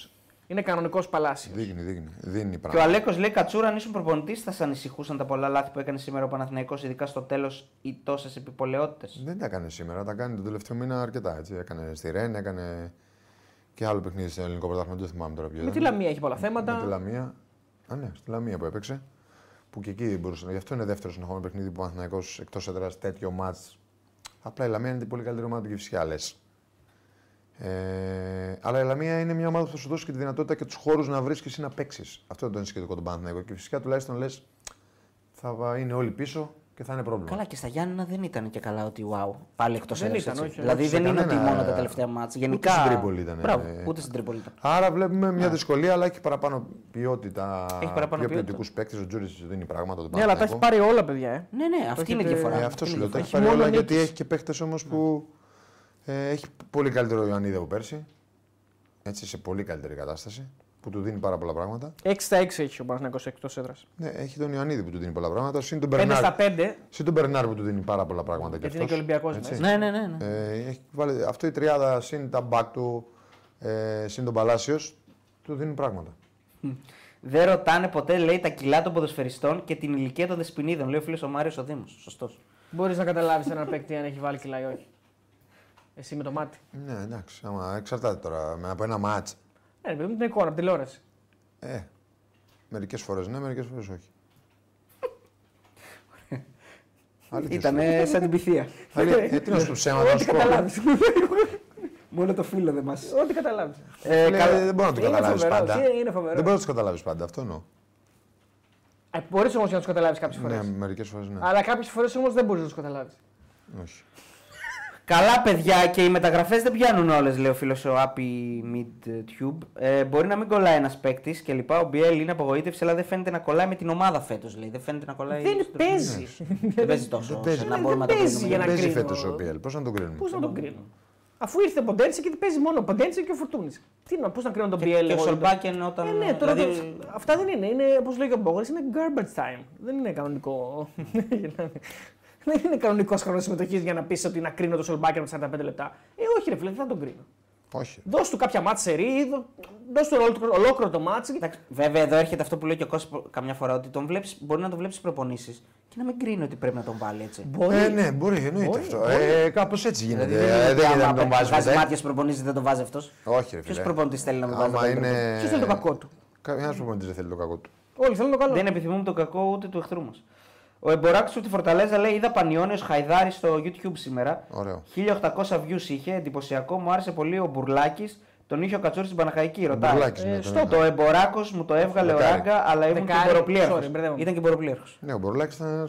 Είναι κανονικός Παλάσιος.
Δείχνει, δείχνει. Δίνει
Και ο
πράγματα.
Αλέκος λέει: Κατσούρα, αν ήσουν προπονητής, θα σε ανησυχούσαν τα πολλά λάθη που έκανε σήμερα ο Παναθηναϊκός, ειδικά στο τέλος ή τόσες επιπολαιότητες.
Δεν τα έκανε σήμερα, τα κάνει τον τελευταίο μήνα αρκετά. Έτσι. Έκανε στη Ρέν, έκανε και άλλο παιχνίδι στο ελληνικό πρωτάθλημα. Δεν το θυμάμαι τώρα ποιο.
Με τη
ήταν.
Λαμία έχει πολλά θέματα.
Με τη Λαμία. Α, ναι, στη Λαμία που έπαιξε. Που και εκεί μπορούσε να. Γι' αυτό είναι δεύτερος συνεχόμενο παιχνίδι που ο Παναθυναϊκό εκτός έδρας τέτοιο μάτ. Απλά η Λαμία είναι την πολύ καλύτερη ομάδα του Κυφσιά, λε. Ε, αλλά η Λαμία είναι μια ομάδα που θα σου δώσει και τη δυνατότητα και τους χώρους να βρεις και εσύ να παίξεις. Αυτό είναι το ενισχυτικό του Παναθυναϊκού. Και φυσικά τουλάχιστον λες θα βα- είναι όλοι πίσω και θα είναι πρόβλημα.
Καλά, και στα Γιάννενα δεν ήταν και καλά ότι wow, πάλι εκτός
Δεν ήταν, όχι.
Δηλαδή
Όχι, σε
δεν είναι ότι
κανένα-
μόνο τα τελευταία μάτια. Γενικά.
στην Τρίπολη ήταν,
Μπράβο,
ε,
ούτε στην Τρίπολη ήταν.
Άρα βλέπουμε μια δυσκολία, αλλά έχει παραπάνω ποιότητα.
Ναι. Έχει παραπάνω
πιο
ποιότητα.
ποιοτικού παίκτες. Ο Τζούρις δίνει πράγματα. του
Ναι, αλλά τα έχει
Παναθηναϊκού.
πάρει όλα, παιδιά. Ε.
Ναι, ναι, αυτή είναι η
έχετε-
διαφορά.
Ε,
Αυτή
αυτό σου
είναι η
λέω.
διαφορά.
Τα έχει πάρει
μόνο
όλα
νίκες.
γιατί έχει και παίχτε όμως που. Ε, έχει πολύ καλύτερο Ιωαννίδη από πέρσι. Έτσι, σε πολύ καλύτερη κατάσταση. Που του δίνει πάρα πολλά πράγματα.
6 στα 6 έχει ο Παναθηναϊκός εκτός έδρας.
Ναι, έχει τον Ιωαννίδη που του δίνει πολλά πράγματα. Συν τον
5
Μπερνάρ.
στα 5,
Συν τον Μπερνάρ που του δίνει πάρα πολλά πράγματα.
γιατί είναι
αυτός.
και Ολυμπιακός
Έτσι.
μέσα.
Ναι, ναι, ναι. ναι.
Ε, έχει βάλει, αυτό η τριάδα συν τα μπακ του, ε, συν τον Παλάσιος, του δίνουν πράγματα.
Δεν ρωτάνε ποτέ, λέει, τα κιλά των ποδοσφαιριστών και την ηλικία των δεσποινίδων. Λέει ο φίλος ο Μάριος ο Δήμος. Σωστός.
Μπορείς να καταλάβεις έναν παίκτη αν έχει βάλει κιλά ή όχι. Εσύ με το μάτι.
Ναι, εντάξει, άμα εξαρτάται τώρα με- από ένα μάτ.
Ναι, ρε παιδί μου την εικόνα, από την τηλεόραση.
Ε, μερικές φορές ναι, μερικές φορές όχι. Αλήθεια σου λέω.
Ήταν σαν την πυθία.
Αλήθεια, ε, τι να σου πω ψέματα, να σου πω.
Μόνο το φίλο δεν μας.
[laughs] Ό,τι καταλάβεις.
Λέει, Δεν μπορώ να το
Ε, Είναι
καταλάβεις
φοβερός,
πάντα.
τι είναι
Δεν
φοβερό.
μπορώ να το καταλάβεις πάντα, αυτό εννοώ.
Ε, μπορείς όμως για να τους καταλάβεις κάποιες
Ναι,
φορές.
μερικές φορές ναι.
Αλλά κάποιες φορές όμως δεν μπορείς να τους καταλάβεις.
Όχι.
Καλά, παιδιά, και οι μεταγραφές δεν πιάνουν όλες, λέει ο φίλος ο Happy Mid Tube. Ε, μπορεί να μην κολλάει ένας παίκτης και λοιπά. Ο Μπιέλ είναι απογοήτευση, αλλά δεν φαίνεται να κολλάει με την ομάδα φέτος. Λέει. Δεν φαίνεται να κολλάει.
Δεν
στο-
παίζει.
Δεν παίζει τόσο.
Δεν παίζει.
ώστε να
Δεν
μπορούμε να το
παίζει
κρίνουμε.
για να
Δεν παίζει
κρίνω.
φέτο ο Πιέλ, πώς να τον κρίνουμε.
Ναι.
Πώς να τον κρίνω. Αφού ήρθε ο Ποντένσε και παίζει μόνο ο Ποντένσε και ο Φουρτούνης. Τι να, πώς να κρίνω τον Πιέλ.
Και ο
εγώ, τον-
Σολμπάκεν όταν.
Ε, ναι, τώρα
δηλαδή,
το- αυτά δεν είναι. είναι Όπως λέει και ο Μπόγρη, είναι garbage time. Δεν είναι
[laughs]
κανονικό. δεν είναι κανονικός χρόνος συμμετοχής για να πεις ότι να κρίνω το Σολμπάκερ με 45 λεπτά. Ε, όχι, ρε φίλε, δεν θα τον κρίνω.
Όχι.
Δώσ' του κάποια μάτ σε ρί, δώσ' του ολόκληρο- ολόκληρο το μάτ.
εντάξει, Βέβαια, εδώ έρχεται αυτό που λέει και ο Κώστα καμιά φορά ότι τον βλέπεις, μπορεί να τον βλέπεις προπονήσεις και να μην κρίνει ότι πρέπει να τον βάλει έτσι.
Μπορεί.
Ε, ναι, μπορεί, εννοείται
Μπορεί,
αυτό.
μπορεί.
Ε, Κάπως
Δηλαδή,
έτσι γίνεται.
δεν
Ε,
είναι ότι
Δεν γίνεται
άμα
να τον βάζεις
βάζεις
ποτέ.
μάτια στους προπονήσεις, δεν τον βάζει αυτός.
Όχι, ρε
Ποιος
φίλε.
προπονητής θέλει να τον βάζει.
Άμα
δεν τον βάζει.
είναι.
Ποιος θέλει το κακό του.
Κανένα προπονητής δεν θέλει το κακό του.
Όλοι θέλουν το καλό.
Δεν επιθυμούμε τον κακό ούτε του εχθρού μας. Ο Εμποράκης τη Φορταλέζα λέει: Είδα Πανιόνιος Χαϊδάρη στο YouTube σήμερα.
Ωραίο.
1800 views είχε, εντυπωσιακό. Μου άρεσε πολύ ο Μπουρλάκης. Τον είχε ο Κατσούρη στην Παναχαϊκή. Ρωτάει.
Μπουρλάκης, ναι,
ε,
τον
στο
είχα.
το Εμποράκος μου το έβγαλε ο
Δεκάρι.
Ράγκα, αλλά ήμουν και
Δεκάρι,
μποροπλήρχο.
sorry, μπερδεύομαι.
Ήταν και μποροπλήρχο.
Ναι, ο Μπορλάκη ήταν ένας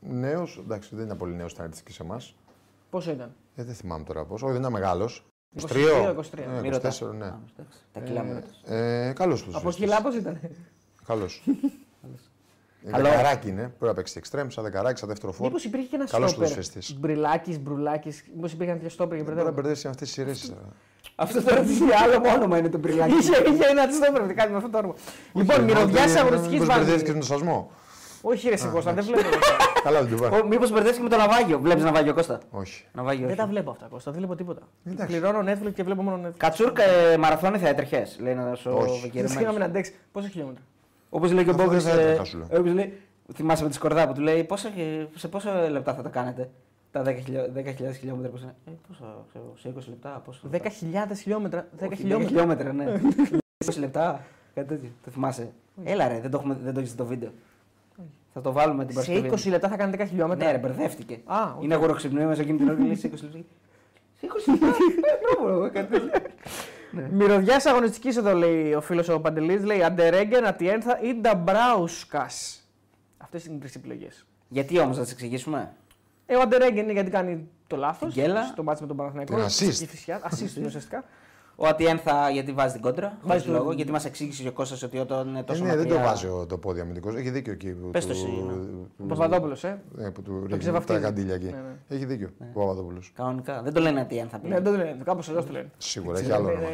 νέο. Εντάξει, δεν ήταν πολύ νέος στην αριθμητική σε εμάς.
Πόσο ήταν.
Ε, δεν θυμάμαι τώρα πώ. Όχι, δεν ήταν μεγάλος.
23.
23.
Μη
Ναι, 24, ναι.
Τα κιλά μου ρωτάς.
Ε, καλός τους.
Από κιλά πώς ήταν.
Καλό.
Καλό.
Δεκαράκι είναι. Πρέπει να παίξει εξτρέμ, σαν δεκαράκι, σαν δεύτερο φόρ.
Μήπως υπήρχε και ένα
Καλός
στόπερ.
ποδοσφαιριστής.
Μπριλάκι, μπρουλάκι. Μήπω υπήρχε ένα τέτοιο στόπερ και
Δεν μπορεί να
μπερδεύω.
μπερδέσει με αυτές τις σειρές.
Αυτό τώρα τι είναι άλλο όνομα είναι το Μπουρλάκη.
Είχε είχε ένα στόπερ, κάτι με αυτό το όνομα. Λοιπόν, μυρωδιά σε αγροτική
Μήπω μπερδεύτηκε
βάρδια.
με τον σασμό.
Όχι, ρε Σικώστα, δεν βλέπω.
Καλά δεν του βάλει.
Μήπω μπερδεύει και με το ναυάγιο. Βλέπεις ναυάγιο Κώστα.
Όχι.
Ναυάγιο.
Δεν
όχι.
τα βλέπω αυτά, Κώστα. Δεν βλέπω τίποτα.
Εντάξει.
Πληρώνω Netflix και βλέπω μόνο Netflix.
Κατσούρκα ε, μαραθώνει θα έτρεχε. Λέει να σου
Όχι.
Δεν
βεγγερεμένος.
σκέφτομαι να αντέξει. Πόσα χιλιόμετρα.
Όπως λέει και ο
Αυτό
Μπόγκρι.
δεν θα έτρεχα, σου λέω.
λέει, θυμάσαι με τη σκορδά που του λέει πόσα, σε πόσα λεπτά θα τα κάνετε τα 10.000 χιλιόμετρα που είναι. Ε, πόσα, ξέρω, σε 20 λεπτά, πόσα.
10.000 χιλιόμετρα. 10
Όχι,
χιλιόμετρα.
ναι.
[laughs]
20 λεπτά, κάτι τέτοιο. Το θυμάσαι. Έλα ρε, δεν το, έχουμε, δεν το έχεις δει το βίντεο. Θα το βάλουμε την
Σε
Παρασκευή.
20 λεπτά θα κάνει 10 χιλιόμετρα.
Ναι, ρε, μπερδεύτηκε.
Α, οκ.
Είναι αγοροξυπνιό μέσα εκείνη την ώρα και λέει σε 20 λεπτά. Σε 20 λεπτά, δεν μπορώ, κάτι τέτοιο.
Μυρωδιάς αγωνιστικής εδώ λέει ο φίλος ο Παντελής. Λέει Αντερέγγεν, Ατιένθα ή Νταμπράουσκας. Αυτές είναι οι τρεις επιλογές.
Γιατί όμως, να τις εξηγήσουμε.
Ε, ο Αντερέγγεν είναι γιατί κάνει το λάθος.
Την γκέλα.
Στο μάτσο με τον Παναθηναϊκό.
Την assist.
Η φυσιά. Assist είναι ουσιαστικά.
Ο Ατιέν θα γιατί βάζει την κόντρα. Βάζει
το-
λόγο, γιατί μας εξήγησε και ο Κώστας ότι όταν είναι
Ε,
τόσο.
ναι, δεν το
μακριά-
βάζει ο- το πόδι αμυντικός. Έχει δίκιο εκεί. που
Πες το
του-
εσύ, ναι.
του-
Ο Παπαδόπουλος, ε.
ε, που του ρίχνει
ξεβαφτίζει.
τα καντήλια εκεί.
Ναι, ναι.
Έχει δίκιο ο Παπαδόπουλος.
Κανονικά. Δεν το λένε Ατιέν θα
Ναι,
πλέον.
δεν το λένε. Κάπως αλλιώς το λένε.
Σίγουρα έχει
ναι,
άλλο όνομα.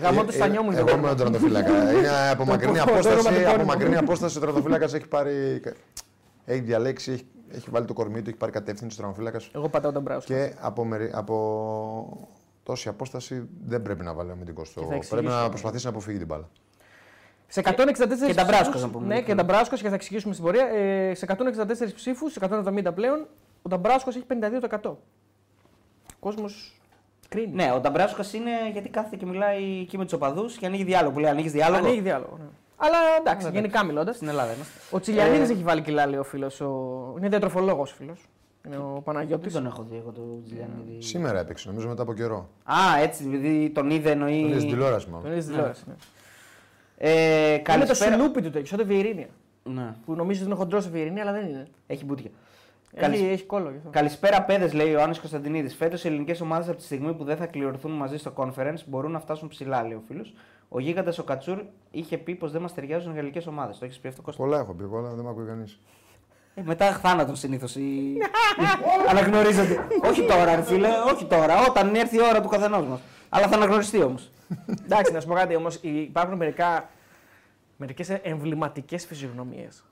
Γαμό
Ε,
του
ε,
στανιό μου. λοιπόν.
Εγώ είμαι ο τρατοφύλακα. Είναι από μακρινή
το όνομα του
απόσταση.
κόρη
Από
μου.
μακρινή απόσταση ο τρατοφύλακα έχει πάρει. Έχει διαλέξει, έχει έχει βάλει το κορμί του, έχει πάρει κατεύθυνση του τραυματοφύλακα.
Εγώ πατάω τον Μπράουσκα.
Και από, μερι- από τόση απόσταση δεν πρέπει να βάλει ο αμυντικό
θα
στο. Πρέπει
εξηγήσω.
να προσπαθήσει να αποφύγει την μπάλα.
Σε 164
και τα
ψήφους-
Μπράσκος, να πούμε,
Ναι,
λοιπόν.
και τα Μπράσκος και θα εξηγήσουμε στην πορεία. Ε, σε 164 ψήφους, σε 170 πλέον, ο Νταμπράσκο έχει 52%. Ο κόσμος κρίνει.
Ναι, ο Νταμπράσκα είναι γιατί κάθεται και μιλάει εκεί με τους οπαδούς και ανοίγει διάλογο. Που λέει ανοίγεις διάλογο.
Ανοίγει διάλογο. Ναι. Αλλά εντάξει, γενικά μιλώντας.
Στην Ελλάδα είμαστε.
Ο
Ε,
Τσιλιανίδη έχει βάλει κιλά, λέει ο φίλος. Ο... Είναι διατροφολόγος ο φίλος. Είναι ο
Δεν
Παναγιώτη.
Ε, τον έχω δει εγώ τον Τζιλιανίδη.
Σήμερα έπαιξε, νομίζω μετά από καιρό.
Α, έτσι, δηλαδή τον είδε
Τον είδες
εννοεί.
στην τηλεόραση μάλλον.
Τον είδε τηλεόραση. ναι.
Ε,
Είναι το
καλησπέρα.
σινούπι του τέτοιο, σαν τη Βιερίνια.
Ναι,
Που νομίζω ότι είναι χοντρό η Βιερίνια, αλλά δεν είναι.
έχει μπουτια. Καλησπέρα.
Έχει, έχει κόλλο
ε.
γι' αυτό.
Καλησπέρα, παιδες, λέει ο Άννη Κωνσταντινίδης. Φέτος οι ελληνικές ομάδες από τη στιγμή που δεν θα κληρωθούν μαζί στο conference μπορούν να φτάσουν ψηλά, λέει ο φίλος. Ο γίγαντας ο Κατσούρ είχε πει πως δεν μας ταιριάζουν οι γαλλικές ομάδες. Το έχεις πει αυτό, Κώστα.
Πολλά έχω πει, πολλά δεν με ακούει κανείς.
Ε, μετά θάνατον συνήθω. Οι... αναγνωρίζονται. όχι τώρα, ρε φίλε, όχι τώρα. Όταν έρθει η ώρα του καθενός μας. Αλλά θα αναγνωριστεί όμως.
Εντάξει, να σου πω κάτι όμως. Υπάρχουν μερικά, μερικές εμβληματικές φυσιογνωμίες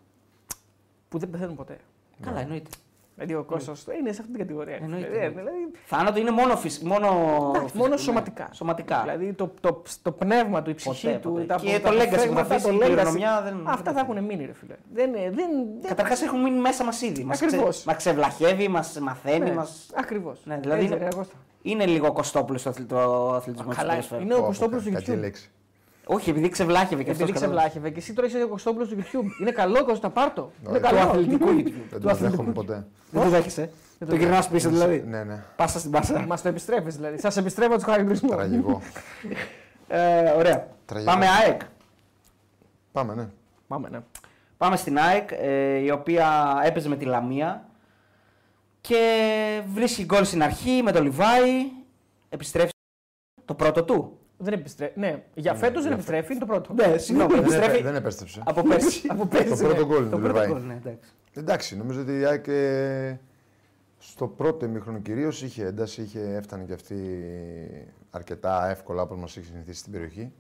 που δεν πεθαίνουν ποτέ.
Καλά, εννοείται.
Δηλαδή ο Κώστας είναι σε αυτή την κατηγορία.
Εννοείται,
Δηλαδή,
εννοείται.
δηλαδή,
Θάνατο είναι μόνο, φυσ... μόνο...
εντάξει, μόνο
ναι,
σωματικά.
σωματικά.
Δηλαδή το, το, το πνεύμα του, η ψυχή
Ποτέ,
του,
ποτέ.
τα
Και
απο-
το
τα
legacy που θα
αποφθέγματα,
αφήσει
το
η
legacy,
κληρονομιά, δεν-
Αυτά
δεν
θα έχουν μείνει, ρε φίλε. Δεν, δεν, δεν,
Καταρχάς Ε, έχουν μείνει μέσα μας ήδη. Μας ξε...
Ακριβώς.
μας ξεβλαχεύει, μας μαθαίνει,
ναι,
μας...
Ακριβώς.
Ναι, δηλαδή
Έτσι,
είναι-
ρε, Κώστα.
Είναι λίγο κοστόπουλος ο αθλητο... αθλητισμό
Καλά, είναι Ναι, ο Κωστόπουλος του
Κακή
YouTube.
λέξη.
Όχι, επειδή ξεβλάχευε και αυτό.
Επειδή ξεβλάχευε και εσύ τώρα είσαι ο Κωστόπουλος του YouTube. Είναι καλό, Κώστα, πάρτο. Είναι
Όχι.
καλό. Ναι.
Του
αθλητικού YouTube.
Δεν το δέχομαι ποτέ.
Δεν το δέχεσαι. ε? Το γυρνά πίσω δηλαδή.
Ναι, ναι.
Πάσα στην πάσα.
Μας το επιστρέφεις δηλαδή. Σας επιστρέφω τους χαρακτηρισμού.
Τραγικό.
Ε, ωραία.
Τραγικό.
Πάμε ΑΕΚ.
Πάμε, ναι.
Πάμε, ναι.
Πάμε στην ΑΕΚ, ε, η οποία έπαιζε με τη Λαμία και βρίσκει γκολ στην αρχή με τον Λιβάη. Επιστρέφει το πρώτο του.
Δεν επιστρέφει. Ναι, για φέτος δεν επιστρέφει, είναι το πρώτο.
Ναι, συγγνώμη,
Δεν
επιστρέφει
επέ- Δεν επέστρεψε.
από πέρσι. [laughs] από πέρσι,
Το
ναι.
πρώτο
Το
γκολ, του
πρώτο
Λιβάη.
γκολ, ναι, εντάξει.
Εντάξει, νομίζω ότι η ΑΕΚ ε, στο πρώτο ημίχρονο κυρίως είχε ένταση, είχε, έφτανε και αυτή αρκετά εύκολα όπως μας έχει συνηθίσει στην περιοχή.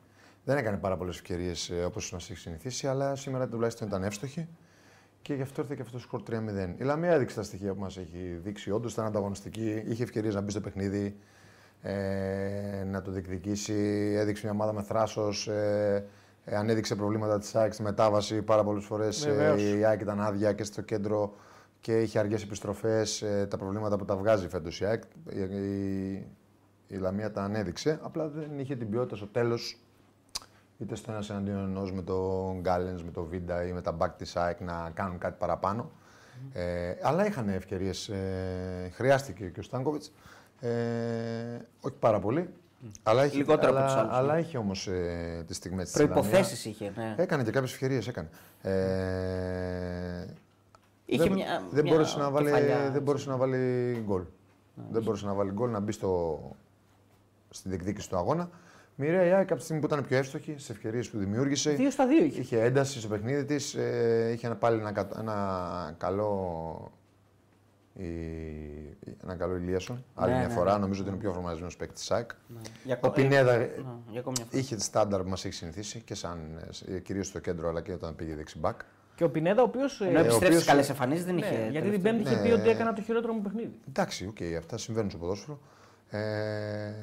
Δεν έκανε πάρα πολλές ευκαιρίες όπως μας έχει συνηθίσει, αλλά σήμερα τουλάχιστον ήταν εύστοχη και γι' αυτό ήρθε και αυτός το σκορ 3-0. Η Λαμία έδειξε τα στοιχεία που μας έχει δείξει. Όντως ήταν ανταγωνιστική, είχε ευκαιρίες να μπει στο παιχνίδι, ε, να το διεκδικήσει. Έδειξε μια ομάδα με θράσος. Ε, ε, ανέδειξε προβλήματα της ΑΕΚ στη μετάβαση πάρα πολλές φορές.
Βεβαίως.
η ΑΕΚ ήταν άδεια και στο κέντρο και είχε αργές επιστροφές. τα προβλήματα που τα βγάζει φέτος η ΑΕΚ. Η, η, η Λαμία τα ανέδειξε. Απλά δεν είχε την ποιότητα στο τέλος. Είτε στο ένας εναντίον ενός με τον Γκάλεν, με τον Βίντα ή με τα μπακ της ΑΕΚ να κάνουν κάτι παραπάνω. Ε, αλλά είχαν ευκαιρίες. Ε, χρειάστηκε και ο Στάνκοβιτ. Ε, όχι πάρα πολύ. Αλλά είχε,
Λιγότερο από
αλλά,
τους άλλους, ναι.
αλλά είχε όμως ε, τις στιγμές της
Προποθέσει είχε. Ναι.
Έκανε και κάποιες ευκαιρίες. Έκανε. Ε,
Είχε
δεν,
μια-
δεν
μια
μπόρεσε να βάλει,
κεφαλιά, έτσι.
δεν μπόρεσε να βάλει γκολ. δεν μπόρεσε να βάλει γκολ, να μπει στο, στην διεκδίκηση του αγώνα. Μοιραία η ΑΕΚ από τη στιγμή που ήταν πιο εύστοχη, σε ευκαιρίες που δημιούργησε.
Δύο στα δύο είχε.
Είχε ένταση στο παιχνίδι της. Ε, είχε ένα- πάλι ένα, κατ- ένα καλό. Η, ένα καλό Ηλίασον. Άλλη
Ναι,
μια
ναι,
φορά,
ναι.
νομίζω ότι είναι ο πιο φορμαρισμένος παίκτης της ΑΕΚ.
Για
Ο
ακο-
Πινέδα
ε, ναι, για ακόμη μια φορά.
είχε τη στάνταρ που μας έχει συνηθίσει και σαν, κυρίως στο κέντρο αλλά και όταν πήγε δεξιμπακ.
Και ο Πινέδα, ο οποίος.
Ενώ επιστρέψει
οποίος-
καλές εμφανίσεις δεν είχε.
γιατί την
Ναι, τελευταίο.
Πέμπτη είχε
Ναι.
πει ότι έκανα το χειρότερο μου παιχνίδι.
Εντάξει, οκ, αυτά συμβαίνουν στο ποδόσφαιρο. Ε,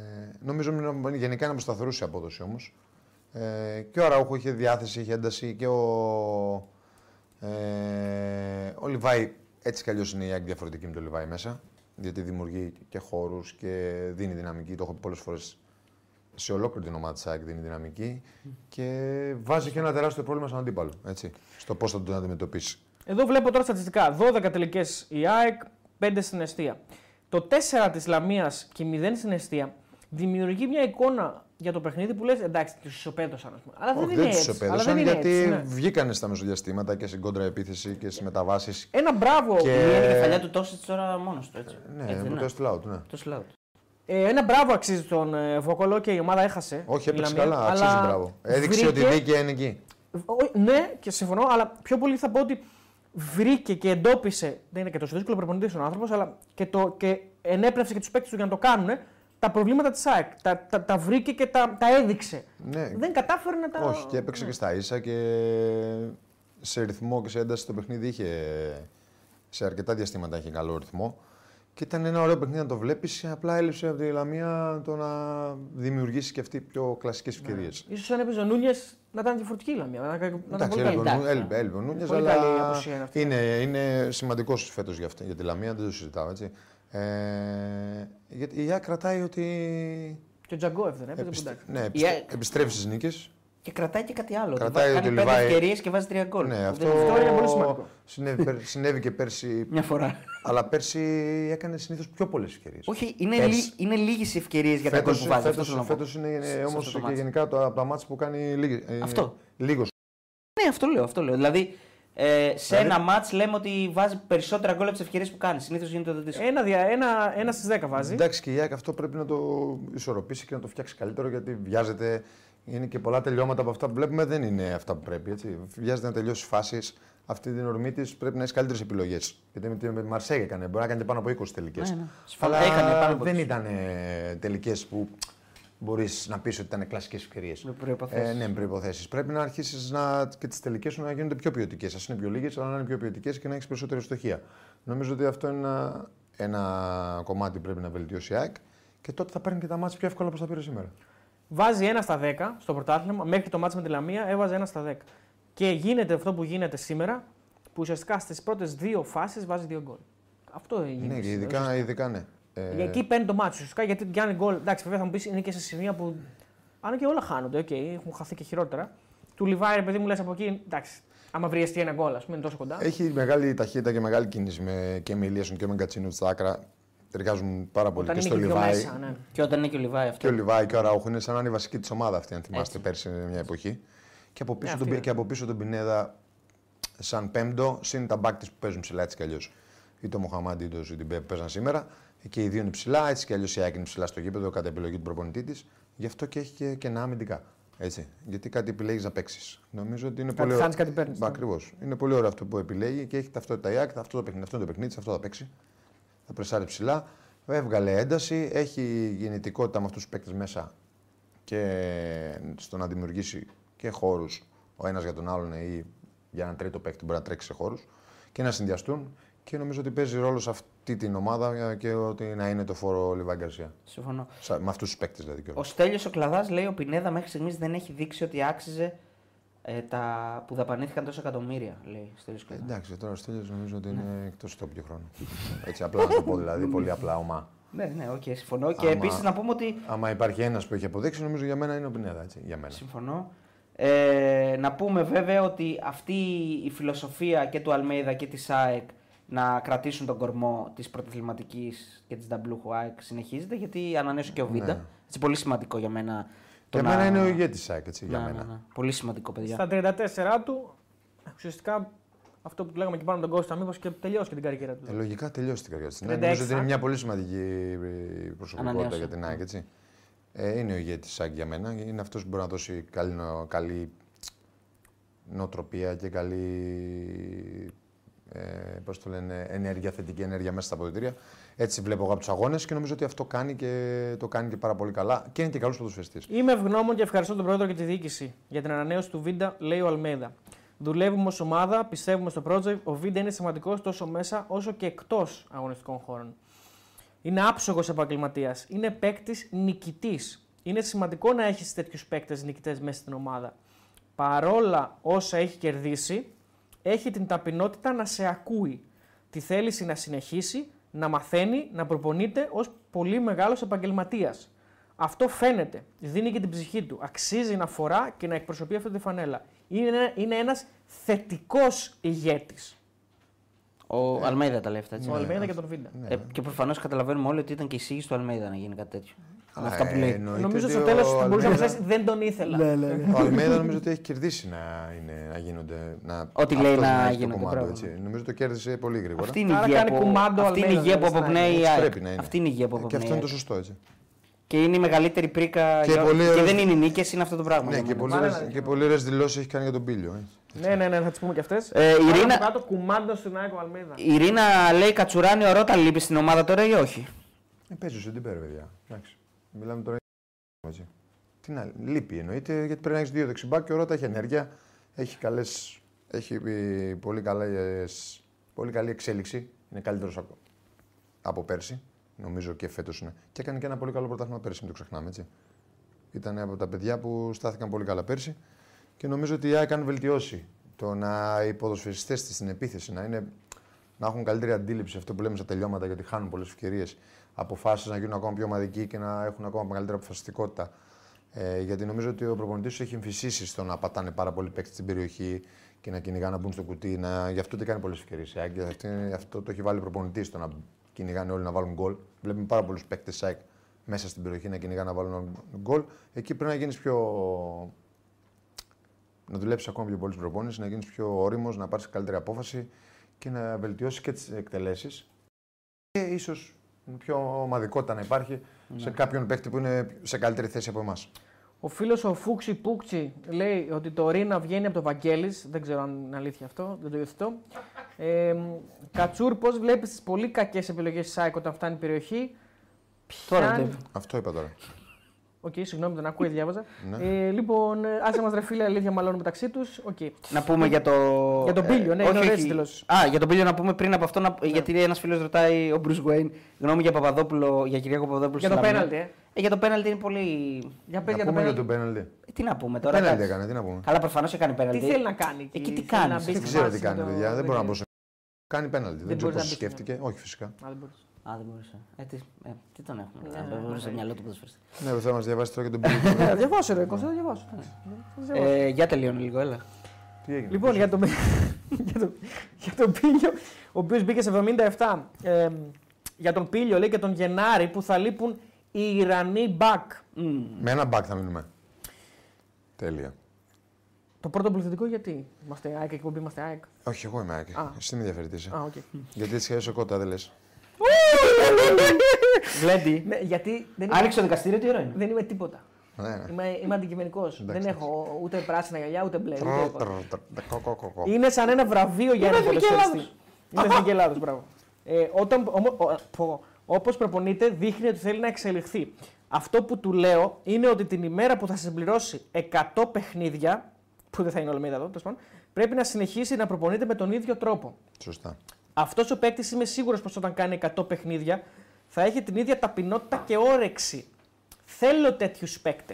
νομίζω μείνω- γενικά να αποσταθερούσε η απόδοση όμως. Ε, και ο Αραούχο είχε διάθεση, είχε ένταση και ο. Ε, ο Λιβάη, έτσι κι αλλιώς είναι η ΑΕΚ διαφορετική με τον Λιβάη μέσα. Γιατί δημιουργεί και χώρους και δίνει δυναμική. Το έχω πει πολλές φορές σε ολόκληρη την ομάδα της ΑΕΚ δίνει δυναμική. Και βάζει και ένα τεράστιο πρόβλημα στον αντίπαλο. Έτσι, στο πώς θα τον αντιμετωπίσει.
Εδώ βλέπω τώρα στατιστικά. 12 τελικές η ΑΕΚ, 5 στην αιστεία. Το 4 της Λαμίας και 0 στην αιστεία δημιουργεί μια εικόνα για το παιχνίδι που λες εντάξει, του ισοπαίδωσαν. ας πούμε. Αλλά δεν
Όχι,
είναι
δεν τους
έτσι. Αλλά δεν
ισοπαίδωσαν
είναι
γιατί
έτσι, ναι. Ε,
βγήκανε στα μεσοδιαστήματα και στην κόντρα επίθεση και στις μεταβάσεις.
Ένα μπράβο.
Και-
Είναι η
Ε,
κεφαλιά του τόσο τώρα μόνος του. Έτσι.
Ναι,
έτσι,
με το έστειλα out, ναι.
Το σλάουτ.
Ε, ένα μπράβο αξίζει τον ε, Βόκολο και η ομάδα έχασε.
Όχι,
η
έπαιξε
Λαμία,
καλά, αξίζει
αλλά
μπράβο. Έδειξε
βρήκε-
ότι η δίκαια είναι εκεί.
Ο- Ναι, και συμφωνώ, αλλά πιο πολύ θα πω ότι βρήκε και εντόπισε. Δεν είναι και τόσο δύσκολο προπονητής ο άνθρωπος, αλλά και, το, και ενέπνευσε και τους παίκτες του για να το κάνουν τα προβλήματα της ΑΕΚ. Τα, τα, τα βρήκε και τα, τα έδειξε.
Ναι.
Δεν κατάφερε να τα.
Όχι, και έπαιξε και στα ίσα και σε ρυθμό και σε ένταση το παιχνίδι είχε σε αρκετά διαστήματα είχε καλό ρυθμό. Και ήταν ένα ωραίο παιχνίδι να το βλέπεις. Απλά έλειψε από τη Λαμία το να δημιουργήσει και αυτή πιο κλασικές
Ναι.
ευκαιρίες.
σω αν έπαιζε ο Νούνιε να ήταν διαφορετική η λαμία. Να, να ήταν
Εντάξει,
πολύ
έλειπε ο
καλή.
εντάξει,
Νου-
ναι.
έλειπε- έλειπε ο Νούνιες,
Πολύ
αλλά
καλή απουσία είναι αυτή.
είναι, είναι σημαντικός φέτος για, αυτή- για τη Λαμία, δεν το συζητάω έτσι. Ε, γιατί η ΙΑ κρατάει ότι.
Και ο Τζαγκόεφ δεν έπαιζε.
επιστ-
που εντάξει.
Ναι,
Η ΑΕΚ-
επιστρέφει, επιστρέφει στις νίκες.
Και κρατάει και κάτι άλλο.
Κρατάει
Κρατάει
ότι
κάνει
ο
πέντε
Λιβάη-
ευκαιρίες και βάζει τρία γκολ.
Ναι, αυτό,
Δεν-
αυτό είναι πολύ σημαντικό.
Συνέβη, πέρ- συνέβη και πέρσι.
Μια φορά.
αλλά πέρσι έκανε συνήθως πιο πολλές ευκαιρίες.
Όχι, είναι,
Πέρσι.
λί, είναι λίγες ευκαιρίες για τα γκολ
Φέτος,
που βάζει. αυτό
φέτος,
θέλω να πω.
φέτος είναι
σε
όμως
αυτό το
και
μάτς.
γενικά το, από τα μάτς που κάνει λίγη, ε,
Αυτό.
λίγος.
Ναι, αυτό λέω. Αυτό λέω. Δηλαδή, ε, σε
Δηλαδή-
ένα μάτ λέμε ότι βάζει περισσότερα γκολ από τις ευκαιρίες που κάνει. Συνήθως γίνεται το αντίστοιχο.
Ένα, δια- ένα, ένα στις 10 βάζει.
Εντάξει και η ΑΕΚ αυτό πρέπει να το ισορροπήσει και να το φτιάξει καλύτερο γιατί βιάζεται. Είναι και πολλά τελειώματα από αυτά που βλέπουμε δεν είναι αυτά που πρέπει. Έτσι. Βιάζεται να τελειώσει φάσεις. Αυτή την ορμή της πρέπει να έχει καλύτερες επιλογές. Γιατί με τη με τη Μαρσέγ έκανε, μπορεί να έκανε και πάνω από 20 τελικές.
Ναι, ναι. Σφαλά,
Αλλά
έκανε πάνω από
δεν
20.
ήταν τελικές που μπορείς να πεις ότι ήταν κλασικές ευκαιρίες.
Ε, Με προϋποθέσεις.
ναι, με προποθέσει. Πρέπει να αρχίσεις να... και τις τελικές σου να γίνονται πιο ποιοτικές. Ας είναι πιο λίγες, αλλά να είναι πιο ποιοτικές και να έχεις περισσότερη ευστοχία. Νομίζω ότι αυτό είναι ένα, ένα κομμάτι που πρέπει να βελτιώσει η ΑΕΚ και τότε θα παίρνει και τα μάτια πιο εύκολα όπως τα πήρε σήμερα.
Βάζει ένα στα 10 στο πρωτάθλημα. Μέχρι το μάτς με τη Λαμία έβαζε ένα στα 10. Και γίνεται αυτό που γίνεται σήμερα, που ουσιαστικά στις πρώτες δύο φάσεις βάζει δύο γκολ. Αυτό γίνεται.
Ναι, και
σήμερα,
ειδικά, ειδικά ναι. Ε,
Ε... Εκεί παίρνει το μάτσο ουσιαστικά γιατί πιάνει γκολ. Εντάξει, βέβαια θα μου πεις είναι και σε σημεία που. Αν και όλα χάνονται, οκ, έχουν χαθεί και χειρότερα. Του Λιβάη, ρε παιδί μου, λες από εκεί. Εντάξει, άμα βρει ένα γκολ, ας πούμε, είναι τόσο κοντά.
Έχει μεγάλη ταχύτητα και μεγάλη κίνηση με, και με Ηλίασον και με Γκατσίνο στα άκρα. Ταιριάζουν πάρα πολύ
Όταν
και
είναι και
στο
πιο
Λιβάη.
μέσα, ναι.
Και όταν είναι και ο Λιβάη αυτό.
Και ο Λιβάη και ο Ραούχο είναι σαν να είναι η βασική της ομάδα αυτή, αν θυμάστε πέρσι μια εποχή. Και από πίσω,
αυτή
τον, Πι-
Ναι, είναι.
και από πίσω τον Πινέδα, σαν πέμπτο, συν τα μπάκ της που παίζουν ψηλά έτσι κι αλλιώς. Ή το Μοχαμάντι ή το Ζιντιμπέ που παίζαν σήμερα. Και οι δύο είναι ψηλά, έτσι κι αλλιώς η Άκη είναι ψηλά στο γήπεδο κατά επιλογή του προπονητή της. Γι' αυτό και έχει και κενά αμυντικά. Έτσι. Γιατί κάτι επιλέγεις να παίξεις. Νομίζω ότι είναι
Κάτι
πολύ.
χάνεις, κάτι παίρνεις, ναι.
Ακριβώς. Είναι πολύ ωραίο αυτό που επιλέγει και έχει ταυτότητα η Άκη. Αυτό το παιχνίδι, αυτό είναι το παιχνίδι, της, αυτό θα παίξει. Θα πρεσάρει ψηλά. Έβγαλε ένταση, έχει γεννητικότητα με αυτούς τους παίκτες μέσα και στο να δημιουργήσει και χώρους ο ένας για τον άλλον ή για έναν τρίτο παίκτη μπορεί να τρέξει σε χώρους και να συνδυαστούν. Και νομίζω ότι παίζει ρόλο σε αυτή την ομάδα και ότι να είναι το φόρο ο Λιβάη Γκαρσία.
Συμφωνώ.
Σα- Με αυτούς τους παίκτες δηλαδή. κιόλας.
Ο Στέλιος ο Κλαδάς λέει: Ο Πινέδα μέχρι στιγμής δεν έχει δείξει ότι άξιζε ε, τα... που δαπανήθηκαν τόσα εκατομμύρια. Λέει ο Στέλιος Κλαδάς.
Εντάξει, τώρα ο Στέλιος νομίζω ότι
Ναι.
είναι εκτό τόπου του χρόνου. Έτσι απλά να το πω
[laughs]
δηλαδή, πολύ απλά ομά.
Ναι, ναι, οκ, συμφωνώ. Και
Άμα-
επίσης να πούμε ότι.
Άμα υπάρχει ένας που έχει αποδείξει, νομίζω για μένα είναι ο Πινέδα. Έτσι, για μένα.
Συμφωνώ. Ε, να πούμε βέβαια ότι αυτή η φιλοσοφία και του Αλμέιδα και της ΑΕΚ να κρατήσουν τον κορμό της πρωταθληματικής και της νταμπλούχου ΑΕΚ συνεχίζεται γιατί ανανέωσε και ο Βίντα.
Ναι.
Έτσι, πολύ σημαντικό για μένα. το
Για
να-
μένα είναι ο ηγέτης ΣΑΚ, έτσι, για
Ναι,
μένα.
ναι, ναι. Πολύ σημαντικό, παιδιά.
Στα 34 του, ουσιαστικά αυτό που του λέγαμε και πάνω από τον Κώστα, μήπως και τελειώσει και την καριέρα του.
Ε, λογικά τελειώσει την καριέρα τη.
36
Νομίζω ότι είναι
άκου.
μια πολύ σημαντική ε, προσωπικότητα
Ανανέωσε.
για την ΑΕΚ. έτσι. Ε, είναι ο ηγέτης τη ΑΕΚ για μένα. Είναι αυτός που μπορεί να δώσει καλή, νο- καλή νοοτροπία και καλή ε, πώς το λένε, ενέργεια, θετική ενέργεια μέσα στα αποδητήρια. Έτσι βλέπω εγώ από τους αγώνες και νομίζω ότι αυτό κάνει και, το κάνει και πάρα πολύ καλά. Και είναι και καλός ποδοσφαιριστής.
Είμαι ευγνώμων και ευχαριστώ τον πρόεδρο και τη διοίκηση για την ανανέωση του Βίντα, λέει ο Αλμέδα. Δουλεύουμε ως ομάδα, πιστεύουμε στο project. Ο Βίντα είναι σημαντικός τόσο μέσα όσο και εκτός αγωνιστικών χώρων. Είναι άψογος επαγγελματίας. Είναι παίκτης νικητής. Είναι σημαντικό να έχεις τέτοιους παίκτες νικητές μέσα στην ομάδα. Παρόλα όσα έχει κερδίσει, έχει την ταπεινότητα να σε ακούει. Τη θέληση να συνεχίσει, να μαθαίνει, να προπονείται ως πολύ μεγάλος επαγγελματίας. Αυτό φαίνεται. Δίνει και την ψυχή του. Αξίζει να φορά και να εκπροσωπεί αυτή τη φανέλα. Είναι, είναι ένας θετικός ηγέτης.
Ο
Ναι.
Αλμέιδα τα λέει αυτά. Έτσι.
Ο Αλμέιδα και τον Βίντα.
Ε, και προφανώς καταλαβαίνουμε όλοι ότι ήταν και η εισήγηση του Αλμέιδα να γίνει κάτι τέτοιο. Με αυτά που
Ε,
λέει.
εννοείται
Νομίζω
ότι
στο
ο
τέλος θα μπορούσε να
Αλμέιδα- ναι.
προσθέσει δεν τον ήθελα.
Ο
[laughs]
Αλμέδα νομίζω ότι έχει κερδίσει να, είναι, να γίνονται. Να,
Ό,τι λέει
αυτός
να
έχει το
γίνονται,
κομμάτι,
μπράβο.
έτσι. Νομίζω το κέρδισε πολύ γρήγορα.
Αυτή είναι η
Άρα
υγεία
κάνει
που,
κουμάντο
αυτή είναι η
Αλμέιδα
υγεία που
μέσα στην
αποπνέει η
Έτσι
ΑΕΚ.
πρέπει να είναι. Ε,
Αυτή είναι η υγεία που
Και
αποπνέει.
αυτό
η
είναι το
ΑΕΚ.
σωστό έτσι.
Και είναι η μεγαλύτερη πρίκα.
Και
για-
πολύ
και
ωραίο-
δεν είναι νίκες, είναι αυτό το πράγμα.
Ναι,
για
και
μένα.
πολλέ
Πάρα
ωραίες-
ένα
και πολύ ωραίες δηλώσεις έχει κάνει για τον Πίλιο. ε.
Ναι, ναι, ναι, θα τις πούμε και αυτές.
Ε, η Ειρήνα-
Κάτω κουμάντο στην Άικο Αλμίδα.
Η Ειρήνα λέει Κατσουράνη, ο Ρότα λείπει στην ομάδα τώρα ή όχι.
Ε, παίζει ο Σεντιμπέρ, παιδιά. Εντάξει. Μιλάμε τώρα. για έτσι. Τι να λείπει εννοείται, γιατί πρέπει να έχεις δύο δεξιμπάκ και ο Ρότα έχει ενέργεια. Έχει, καλές, έχει ε, πολύ καλές Πολύ καλή εξέλιξη. Είναι καλύτερος από, από πέρσι. Νομίζω και φέτος είναι. Και έκανε και ένα πολύ καλό πρωτάθλημα πέρσι, μην το ξεχνάμε έτσι. Ήταν από τα παιδιά που στάθηκαν πολύ καλά πέρσι και νομίζω ότι η ΑΕΚ αν βελτιώσει το να οι ποδοσφαιριστές της στην επίθεση να, είναι, να έχουν καλύτερη αντίληψη αυτό που λέμε στα τελειώματα γιατί χάνουν πολλές ευκαιρίες. Αποφάσεις να γίνουν ακόμα πιο ομαδικοί και να έχουν ακόμα μεγαλύτερη αποφασιστικότητα. Ε, γιατί νομίζω ότι ο προπονητής του έχει εμφυσίσει στο να πατάνε πάρα πολύ παίκτες στην περιοχή και να κυνηγάνε να μπουν στο κουτί. Να... Γι' αυτό δεν κάνει πολλές ευκαιρίες. Αυτό το έχει βάλει ο προπονητής στο να κυνηγάνε όλοι να βάλουν γκολ. Βλέπουμε πάρα πολλούς παίκτες ΣΑΕΚ μέσα στην περιοχή να κυνηγάνε να βάλουν γκολ. Εκεί πρέπει να γίνεις πιο. να δουλέψεις ακόμα πιο πολύ στην προπόνηση, να γίνεις πιο όριμος, να πάρεις καλύτερη απόφαση και να βελτιώσεις και τις εκτελέσεις. Και ίσως πιο ομαδικότητα να υπάρχει
Ναι.
σε κάποιον παίκτη που είναι σε καλύτερη θέση από εμάς.
Ο φίλος ο Φούξι Πούξι λέει ότι το Ρίνα βγαίνει από το Βαγγέλης. Δεν ξέρω αν είναι αλήθεια αυτό, δεν το υιοθετώ. Ε, Κατσούρ, πώς βλέπεις τις πολύ κακές επιλογές της ΣΑΕΚ όταν φτάνει η περιοχή.
Τώρα
Πιάνει-
δεν.
Αυτό είπα τώρα.
Οκ, συγγνώμη, τον ακούει, διάβαζα.
Ναι.
ε, λοιπόν, ε, άσε μας ρε φίλε, αλήθεια μαλώνουν μεταξύ τους. Okay.
Να πούμε για το. Ε,
Για τον Πίλιο, ναι,
όχι,
είναι ωραίος
όχι.
τίτλος. Ναι.
Α, για τον Πίλιο να πούμε πριν από αυτό, να... γιατί ένας φίλος ρωτάει ο Μπρουζ Γουέιν γνώμη για Παπαδόπουλο, για Κυριακό Παπαδόπουλο.
Για
στην
το
Αρμενία.
πέναλτι, ε.
ε. Για το πέναλτι είναι πολύ. Ε,
Για πες
Να
για το
πούμε για
πέναλτι.
τον πέναλτι.
Τι να πούμε τώρα.
Πέναλτι
εντάξει.
έκανε, τι να πούμε.
Καλά, προφανώς έκανε πέναλτι.
Τι θέλει να κάνει.
Εκεί
εκεί,
Ε, τι
θέλει
κάνεις,
να μπει
δεν
στη
Δεν ξέρω
φάση
τι
με
κάνει,
το-
παιδιά. Δεν μπορώ να πω. σε- Κάνει πέναλτι. Δεν ξέρω
μπορείς
πώ
να μπεις,
σκέφτηκε. Όχι, φυσικά.
Α, δεν μπορείς.
Α, δεν μπορούσα. Ε, τι, ε, τι τον έχουμε.
Ναι,
τώρα, Δεν μπορούσε στο μυαλό του ποδοσφαιριστή.
Ναι, δεν θα μας διαβάσει τώρα και
[laughs]
τον πέναλτι.
Ε, Διαβάσω ρε, Κώστα, διαβάσω. Ε, διαβάσω.
Ναι. Ε, για τελειώνει λίγο, έλα.
Τι έγινε.
Λοιπόν, για τον, [laughs] για τον, για τον Πίλιο, ο οποίος μπήκε σε 77. Ε, για τον Πίλιο λέει και τον Γενάρη που θα λείπουν οι Ιρανοί μπακ.
Με ένα μπακ θα μείνουμε. Τέλεια.
Το πρώτο πληθυντικό γιατί. Είμαστε ΑΕΚ, εκπομπή είμαστε ΑΕΚ.
Όχι, εγώ είμαι άκη.
Α.
Εσύ με διαφορετή.
Α, οκ.
Γιατί έτσι χαίρεσαι κότα, δεν λες.
Γλέντι.
Ναι, γιατί δεν είμαι,
Άνοιξε το δικαστήριο, τι ώρα είναι.
δεν είμαι τίποτα.
Ναι.
Είμαι, είμαι αντικειμενικός. Δεν έχω ούτε πράσινα γυαλιά ούτε μπλε. ούτε
Τρο,
τίποτα.
τρο, τρο, τρο, κο, κο, κο, κο.
Είναι σαν ένα βραβείο για έναν
Εθνική
ποδοσφαιριστή. Είναι εθνική Ελλάδος, μπράβο. Ε, όταν, ομο- ο- πω, όπως προπονείται, δείχνει ότι θέλει να εξελιχθεί. Αυτό που του λέω είναι ότι την ημέρα που θα συμπληρώσει 100 παιχνίδια, που δεν θα είναι ολομίδα εδώ, τέλος πάντων, πρέπει να συνεχίσει να προπονείται με τον ίδιο τρόπο.
Σωστά.
Αυτό ο παίκτη είμαι σίγουρο πω όταν κάνει 100 παιχνίδια θα έχει την ίδια ταπεινότητα και όρεξη. Θέλω τέτοιου παίκτε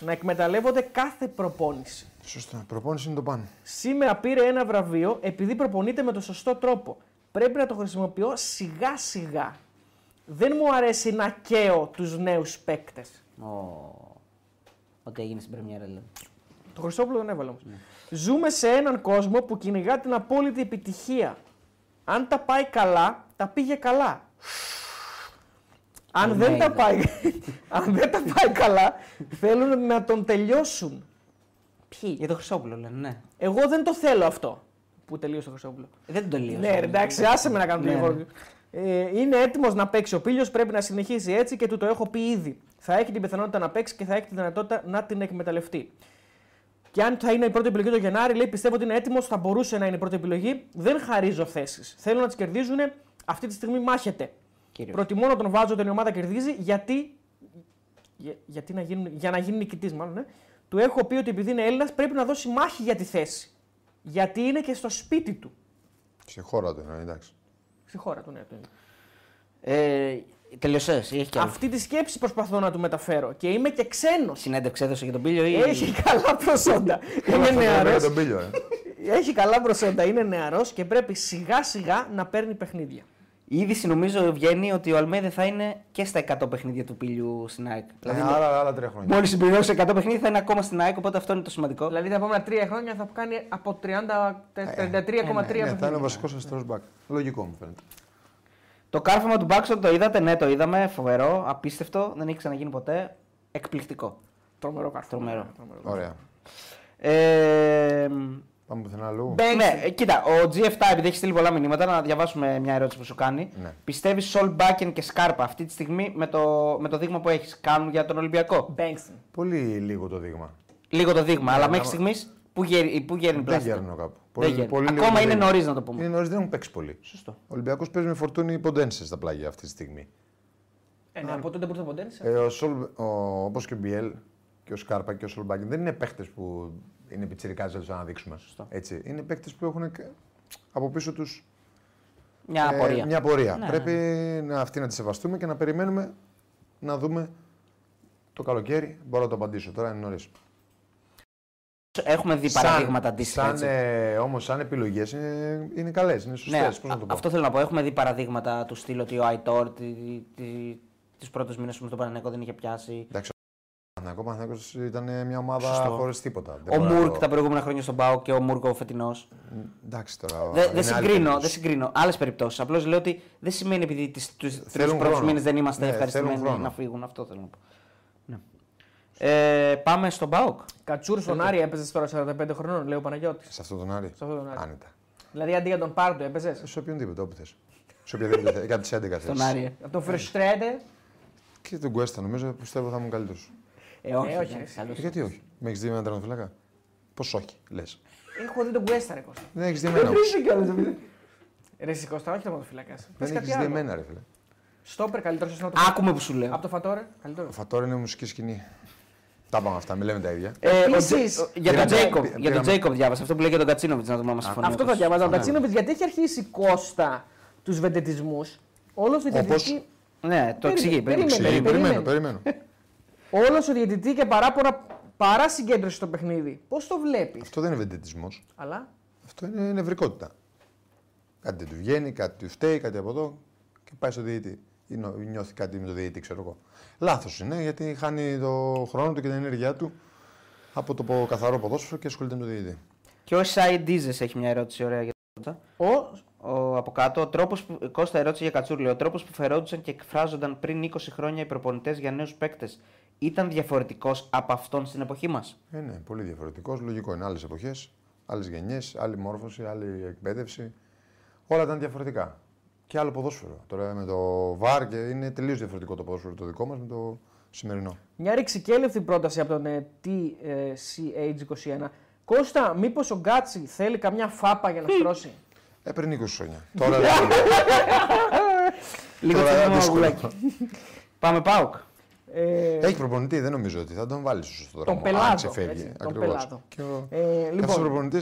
να εκμεταλλεύονται κάθε προπόνηση.
Σωστά. Προπόνηση είναι το πάνω.
Σήμερα πήρε ένα βραβείο επειδή προπονείται με τον σωστό τρόπο. Πρέπει να το χρησιμοποιώ σιγά σιγά. Δεν μου αρέσει να καίω τους νέους παίκτες.
Ω. Ό,τι έγινε στην Πρεμιέρα, δηλαδή.
Το Χριστόπουλο τον έβαλε όμως. Ζούμε σε έναν κόσμο που κυνηγά την απόλυτη επιτυχία. Αν τα πάει καλά, τα πήγε καλά. Αν, δεν, τα
Αλμέιδα.
πάει, [laughs] αν δεν τα πάει καλά, θέλουν να τον τελειώσουν.
Ποιοι, για το Χρυσόπουλο λένε, ναι.
Εγώ δεν το θέλω αυτό που τελείωσε το Χρυσόπουλο.
Δεν τον τελείωσε.
Ναι, ρε, εντάξει, άσε με να κάνω το
Ναι, ναι.
εγχώριο. Ε, είναι έτοιμος να παίξει ο Πίλιο, πρέπει να συνεχίσει έτσι και του το έχω πει ήδη. Θα έχει την πιθανότητα να παίξει και θα έχει τη δυνατότητα να την εκμεταλλευτεί. Και αν θα είναι η πρώτη επιλογή το Γενάρη, λέει πιστεύω ότι είναι έτοιμος, θα μπορούσε να είναι η πρώτη επιλογή. Δεν χαρίζω θέσεις. Θέλω να τις κερδίζουν. Αυτή τη στιγμή μάχεται.
Κύριος.
Προτιμώ να τον βάζω όταν η ομάδα κερδίζει γιατί. Για, γιατί να γίνουν, για να γίνει νικητής, μάλλον. Ε. Του έχω πει ότι επειδή είναι Έλληνας πρέπει να δώσει μάχη για τη θέση. Γιατί είναι και στο σπίτι του.
Σε χώρα του εννοεί, εντάξει.
Στη χώρα του, ναι. του είναι.
Ε, Τελειωσές, ή έχει κι άλλη.
Αυτή τη σκέψη προσπαθώ να του μεταφέρω και είμαι και ξένος.
Συνέντευξη έδωσε για τον Πίλιο ή.
Έχει καλά προσόντα.
[laughs] Όλα
είναι
αυτά τα λέμε
νεαρός.
για τον πήλιο, ε.
Έχει καλά προσόντα. Είναι νεαρός και πρέπει σιγά σιγά να παίρνει παιχνίδια.
Η είδηση νομίζω βγαίνει ότι ο Αλμέιδα θα είναι και στα 100 παιχνίδια του Πίλιου στην ΑΕΚ.
Ε, Άλλα άλλα τρία χρόνια.
Μόλις συμπληρώσει 100 παιχνίδια θα είναι ακόμα στην ΑΕΚ, οπότε αυτό είναι το σημαντικό.
Δηλαδή τα επόμενα τρία χρόνια θα κάνει από 30, 33,3
Ε, Ναι, θα είναι ο
παιχνίδια.
βασικός αριστερό μπακ. Λογικό μου φαίνεται.
Το κάρφωμα του Μπάξον το είδατε, ναι, το είδαμε. Φοβερό, απίστευτο, δεν έχει ξαναγίνει ποτέ. Εκπληκτικό.
Τρομερό κάρφο.
Τρομερό.
Ωραία.
Ε,
Πάμε πουθενά αλλού.
ναι, ε, κοίτα, ο G7 επειδή έχεις στείλει πολλά μηνύματα, να διαβάσουμε μια ερώτηση που σου κάνει.
Ναι.
Πιστεύεις Σολ Μπάκεν και Σκάρπα αυτή τη στιγμή με το, με το δείγμα που έχεις κάνουν για τον Ολυμπιακό.
Μπέγκσον.
Πολύ λίγο το δείγμα.
Λίγο το δείγμα, αλλά μέχρι
άμα-
στιγμής που, γέρι, που γέρνει
Ναι, Δεν
πλάστη.
γέρνω κάπου.
γέρνω.
λίγο
Ακόμα
το
είναι
δείγμα.
νωρίς να το πούμε.
Είναι νωρίς, δεν έχουν παίξει πολύ.
Σωστό.
Ο Ολυμπιακός παίζει με φορτούνι ποντένσες στα πλάγια αυτή τη στιγμή.
Ε, ναι, από τότε μπορούσε να ποντένισε.
Ε, ο Σολ, ο, όπως και ο Μπιέλ και ο Σκάρπα και ο Σολμπάκιν δεν είναι παίχτες που είναι πιτσιρικάζες να δείξουμε. Έτσι. Είναι παίχτες που έχουν και από πίσω τους
Μια απορία.
Ε, μια πορεία.
Ναι,
Πρέπει να αυτή να τη σεβαστούμε και να περιμένουμε να δούμε το καλοκαίρι. Μπορώ να το απαντήσω τώρα, είναι νωρίς.
Έχουμε δει παραδείγματα αντίστοιχα.
Σαν,
έτσι.
ε, όμως σαν επιλογές είναι, είναι καλές, είναι
Ναι,
σωστές. Πώς να
α-
το πω.
αυτό θέλω να πω. Έχουμε δει παραδείγματα του στυλ ότι ο Αϊτόρ τι, τι, τις πρώτες μήνες που στον Παναγενικό δεν είχε πιάσει.
Παναθηναϊκός, ο Παναθηναϊκός ήταν μια ομάδα
Σωστό.
χωρίς τίποτα. Δεν
Ο
μπορώ να
Μουρκ
το-
τα προηγούμενα χρόνια στον Πάο και ο Μουρκ ο φετινός.
Εντάξει τώρα. ε,
Δεν
είναι άλλη
συγκρίνω,
περίπτωση.
δεν συγκρίνω. Άλλες περιπτώσεις. Απλώς λέω ότι δεν σημαίνει επειδή τις- τους τρει
Θέλουν
πρώτου
χρόνο.
μήνες δεν είμαστε
Ναι,
ευχαριστημένοι
θέλουν χρόνο.
να φύγουν. Αυτό θέλω να πω. Ναι. Ε, πάμε στον Μπάουκ.
Κατσούρ στον Άρη έπαιζε τώρα 45 χρονών, λέει ο Παναγιώτης.
Σε αυτόν τον Άρη.
Σε αυτόν τον Άρη.
Άνετα. Ε,
Δηλαδή αντί για τον Πάρντο έπαιζες.
Σε οποιονδήποτε, όπου θες. Σε οποιαδήποτε θέση. Κάτι 11 θέσεις.
Τον Άρη.
Από
Ε.
τον Φρεστρέντε.
Και τον Κουέστα, νομίζω πιστεύω θα ήμουν καλύτερος.
Ε, όχι.
Ε, όχι,
ναι,
ρε,
καλώς.
Ε, γιατί όχι. Με έχεις δει με έναν τερματοφύλακα. Πώ όχι, λες.
Έχω δει τον Κουέστα, ρε Κώστα.
Δεν έχεις δει εμένα. όμως.
Ρε εσύ, Κώστα, όχι τερματοφυλακά. Πες
Δεν
κάτι
έχει δει
άλλο.
εμένα, ρε φίλε.
Στόπερ καλύτερος ίσω να το
Άκουμε που σου
Ε.
λέω.
Από το Φατόρε, καλύτερος.
Ο Φατόρ είναι μουσική σκηνή. Τα πάμε αυτά, μιλάμε τα ίδια.
Ε, ο Τζε-
Επίσης-
ο- για τον
Πήραμε-
Τζέικοβ,
πή-
για τον
πήραμε-
Τζέικοβ διάβασα. Αυτό που λέει για τον Κατσίνοβιτ, να δούμε άμα συμφωνεί.
Αυτό θα
όντως.
διαβάζα. Ο Κατσίνοβιτ, γιατί έχει αρχίσει Κώστα τους βεντετισμούς. Όλος ο διαιτητή.
Ναι, το εξηγεί.
Περίμενε,
περίμενε.
Ξηγεί,
περιμένω.
περιμένω, περιμένω.
Όλος ο διαιτητή και παράπονα παρά συγκέντρωση στο παιχνίδι. Πώς το βλέπεις.
Αυτό δεν είναι βεντετισμός.
Αλλά.
Αυτό είναι νευρικότητα. Κάτι δεν του βγαίνει, κάτι του φταίει, κάτι από εδώ και πάει στο διαιτητή. Ή νο- νιώθει κάτι με το διαιτητή, ξέρω εγώ. Λάθος είναι γιατί χάνει το χρόνο του και την ενέργειά του από το πο- καθαρό ποδόσφαιρο και ασχολείται με το διαιτητή.
Και ο Σάι Ντίζες έχει μια ερώτηση ωραία για τον Κώστα.
Ο...
Ο, από κάτω, ο τρόπος που, Κώστα ερώτηση για Κατσούρ, λέει, ο τρόπος που φερόντουσαν και εκφράζονταν πριν 20 χρόνια οι προπονητές για νέους παίκτες ήταν διαφορετικός από αυτόν στην εποχή μας.
Ε, ναι, πολύ διαφορετικός. Λογικό είναι. Άλλες εποχές, άλλες γενιές, άλλη μόρφωση, άλλη εκπαίδευση. Όλα ήταν διαφορετικά. Και άλλο ποδόσφαιρο. Τώρα με το VAR και είναι τελείως διαφορετικό το ποδόσφαιρο το δικό μας με το σημερινό.
Μια ρηξικέλευτη πρόταση από τον ε, TCH21. Κώστα, μήπως ο Γκάτσι θέλει καμιά φάπα
Hm.
για να στρώσει.
Ε, πριν 20
[laughs]
χρόνια. Τώρα, τώρα
Λίγο
είναι
το
δύσκολο.
αγγουλάκι. Πάμε Πάουκ.
Ναι, Ε,
Έχει προπονητή, δεν νομίζω ότι θα τον βάλεις στο σωστό δρόμο.
Τον Πελάδο,
Αν ξεφεύγει.
έτσι, τον
ακριβώς.
Πελάδο.
Και ο
ε,
λοιπόν,
λοιπόν, Ε,
προπονητή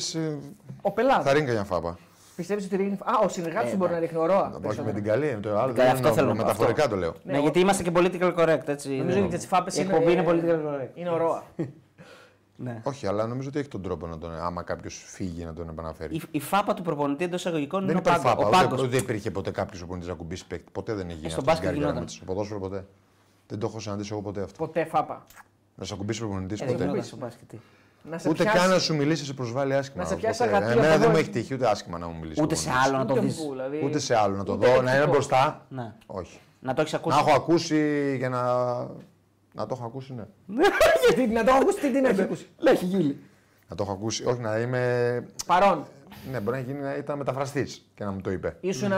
ο Πελάδο.
θα ρίνει καμιά φάπα.
Πιστεύεις ότι ρίχνει. Α, ο συνεργάτης του μπορεί να ρίχνει ωρόα.
Να πάω και με
περισσότερο.
την καλή, με το
Καλά,
άλλο. δεν
αυτό
εννοώ,
θέλω να πω,
Μεταφορικά
αυτό.
το λέω.
Ναι,
Ναι, ο-
γιατί είμαστε και political correct, έτσι.
Νομίζω
δεν-
ότι τις φάπες
Η
είναι-
εκπομπή είναι political correct.
Είναι ωρόα.
Ναι.
Όχι, αλλά νομίζω ότι έχει τον τρόπο να τον, άμα κάποιος φύγει, να τον επαναφέρει.
Η, η φάπα του προπονητή εντός εισαγωγικών
Δεν
είναι ο
υπάρχει
πάγκο.
φάπα.
Ο
Ούτε,
πάγκος.
δεν υπήρχε ποτέ κάποιος που να κουμπίσει παίκτη. Ποτέ δεν έχει γίνει
στον
αυτό
μπάσκετ
στην καριέρα
γινόταν.
μου. Στο ποδόσφαιρο ποτέ. Δεν το έχω συναντήσει εγώ ποτέ αυτό.
Ποτέ φάπα.
Να σε ακουμπήσει προπονητής
Ε, δεν
ποτέ.
γινόταν στο μπάσκετ.
Να σε
Ούτε
πιάσει.
καν να σου μιλήσει σε προσβάλλει άσχημα.
Να σε
Ποτέ.
πιάσει αγατία
Εμένα
από
δεν
εδώ.
μου έχει τύχει ούτε άσχημα να μου μιλήσει.
Ούτε σε άλλο να το
Ούτε
δεις.
μπου, δηλαδή.
Ούτε σε άλλο να το
Ούτε
δω, να είναι
τακτικό.
μπροστά.
Ναι.
Όχι.
Να το έχεις ακούσει.
Να έχω ακούσει και να. Να το έχω ακούσει, ναι.
[laughs] Γιατί να το έχω ακούσει, τι την έχει ακούσει.
Λέει, έχει γίνει.
Να το έχω ακούσει. Όχι, να είμαι.
Παρόν.
Ναι, μπορεί να γίνει να ήταν μεταφραστής και να μου το είπε.
Ήσουν ε,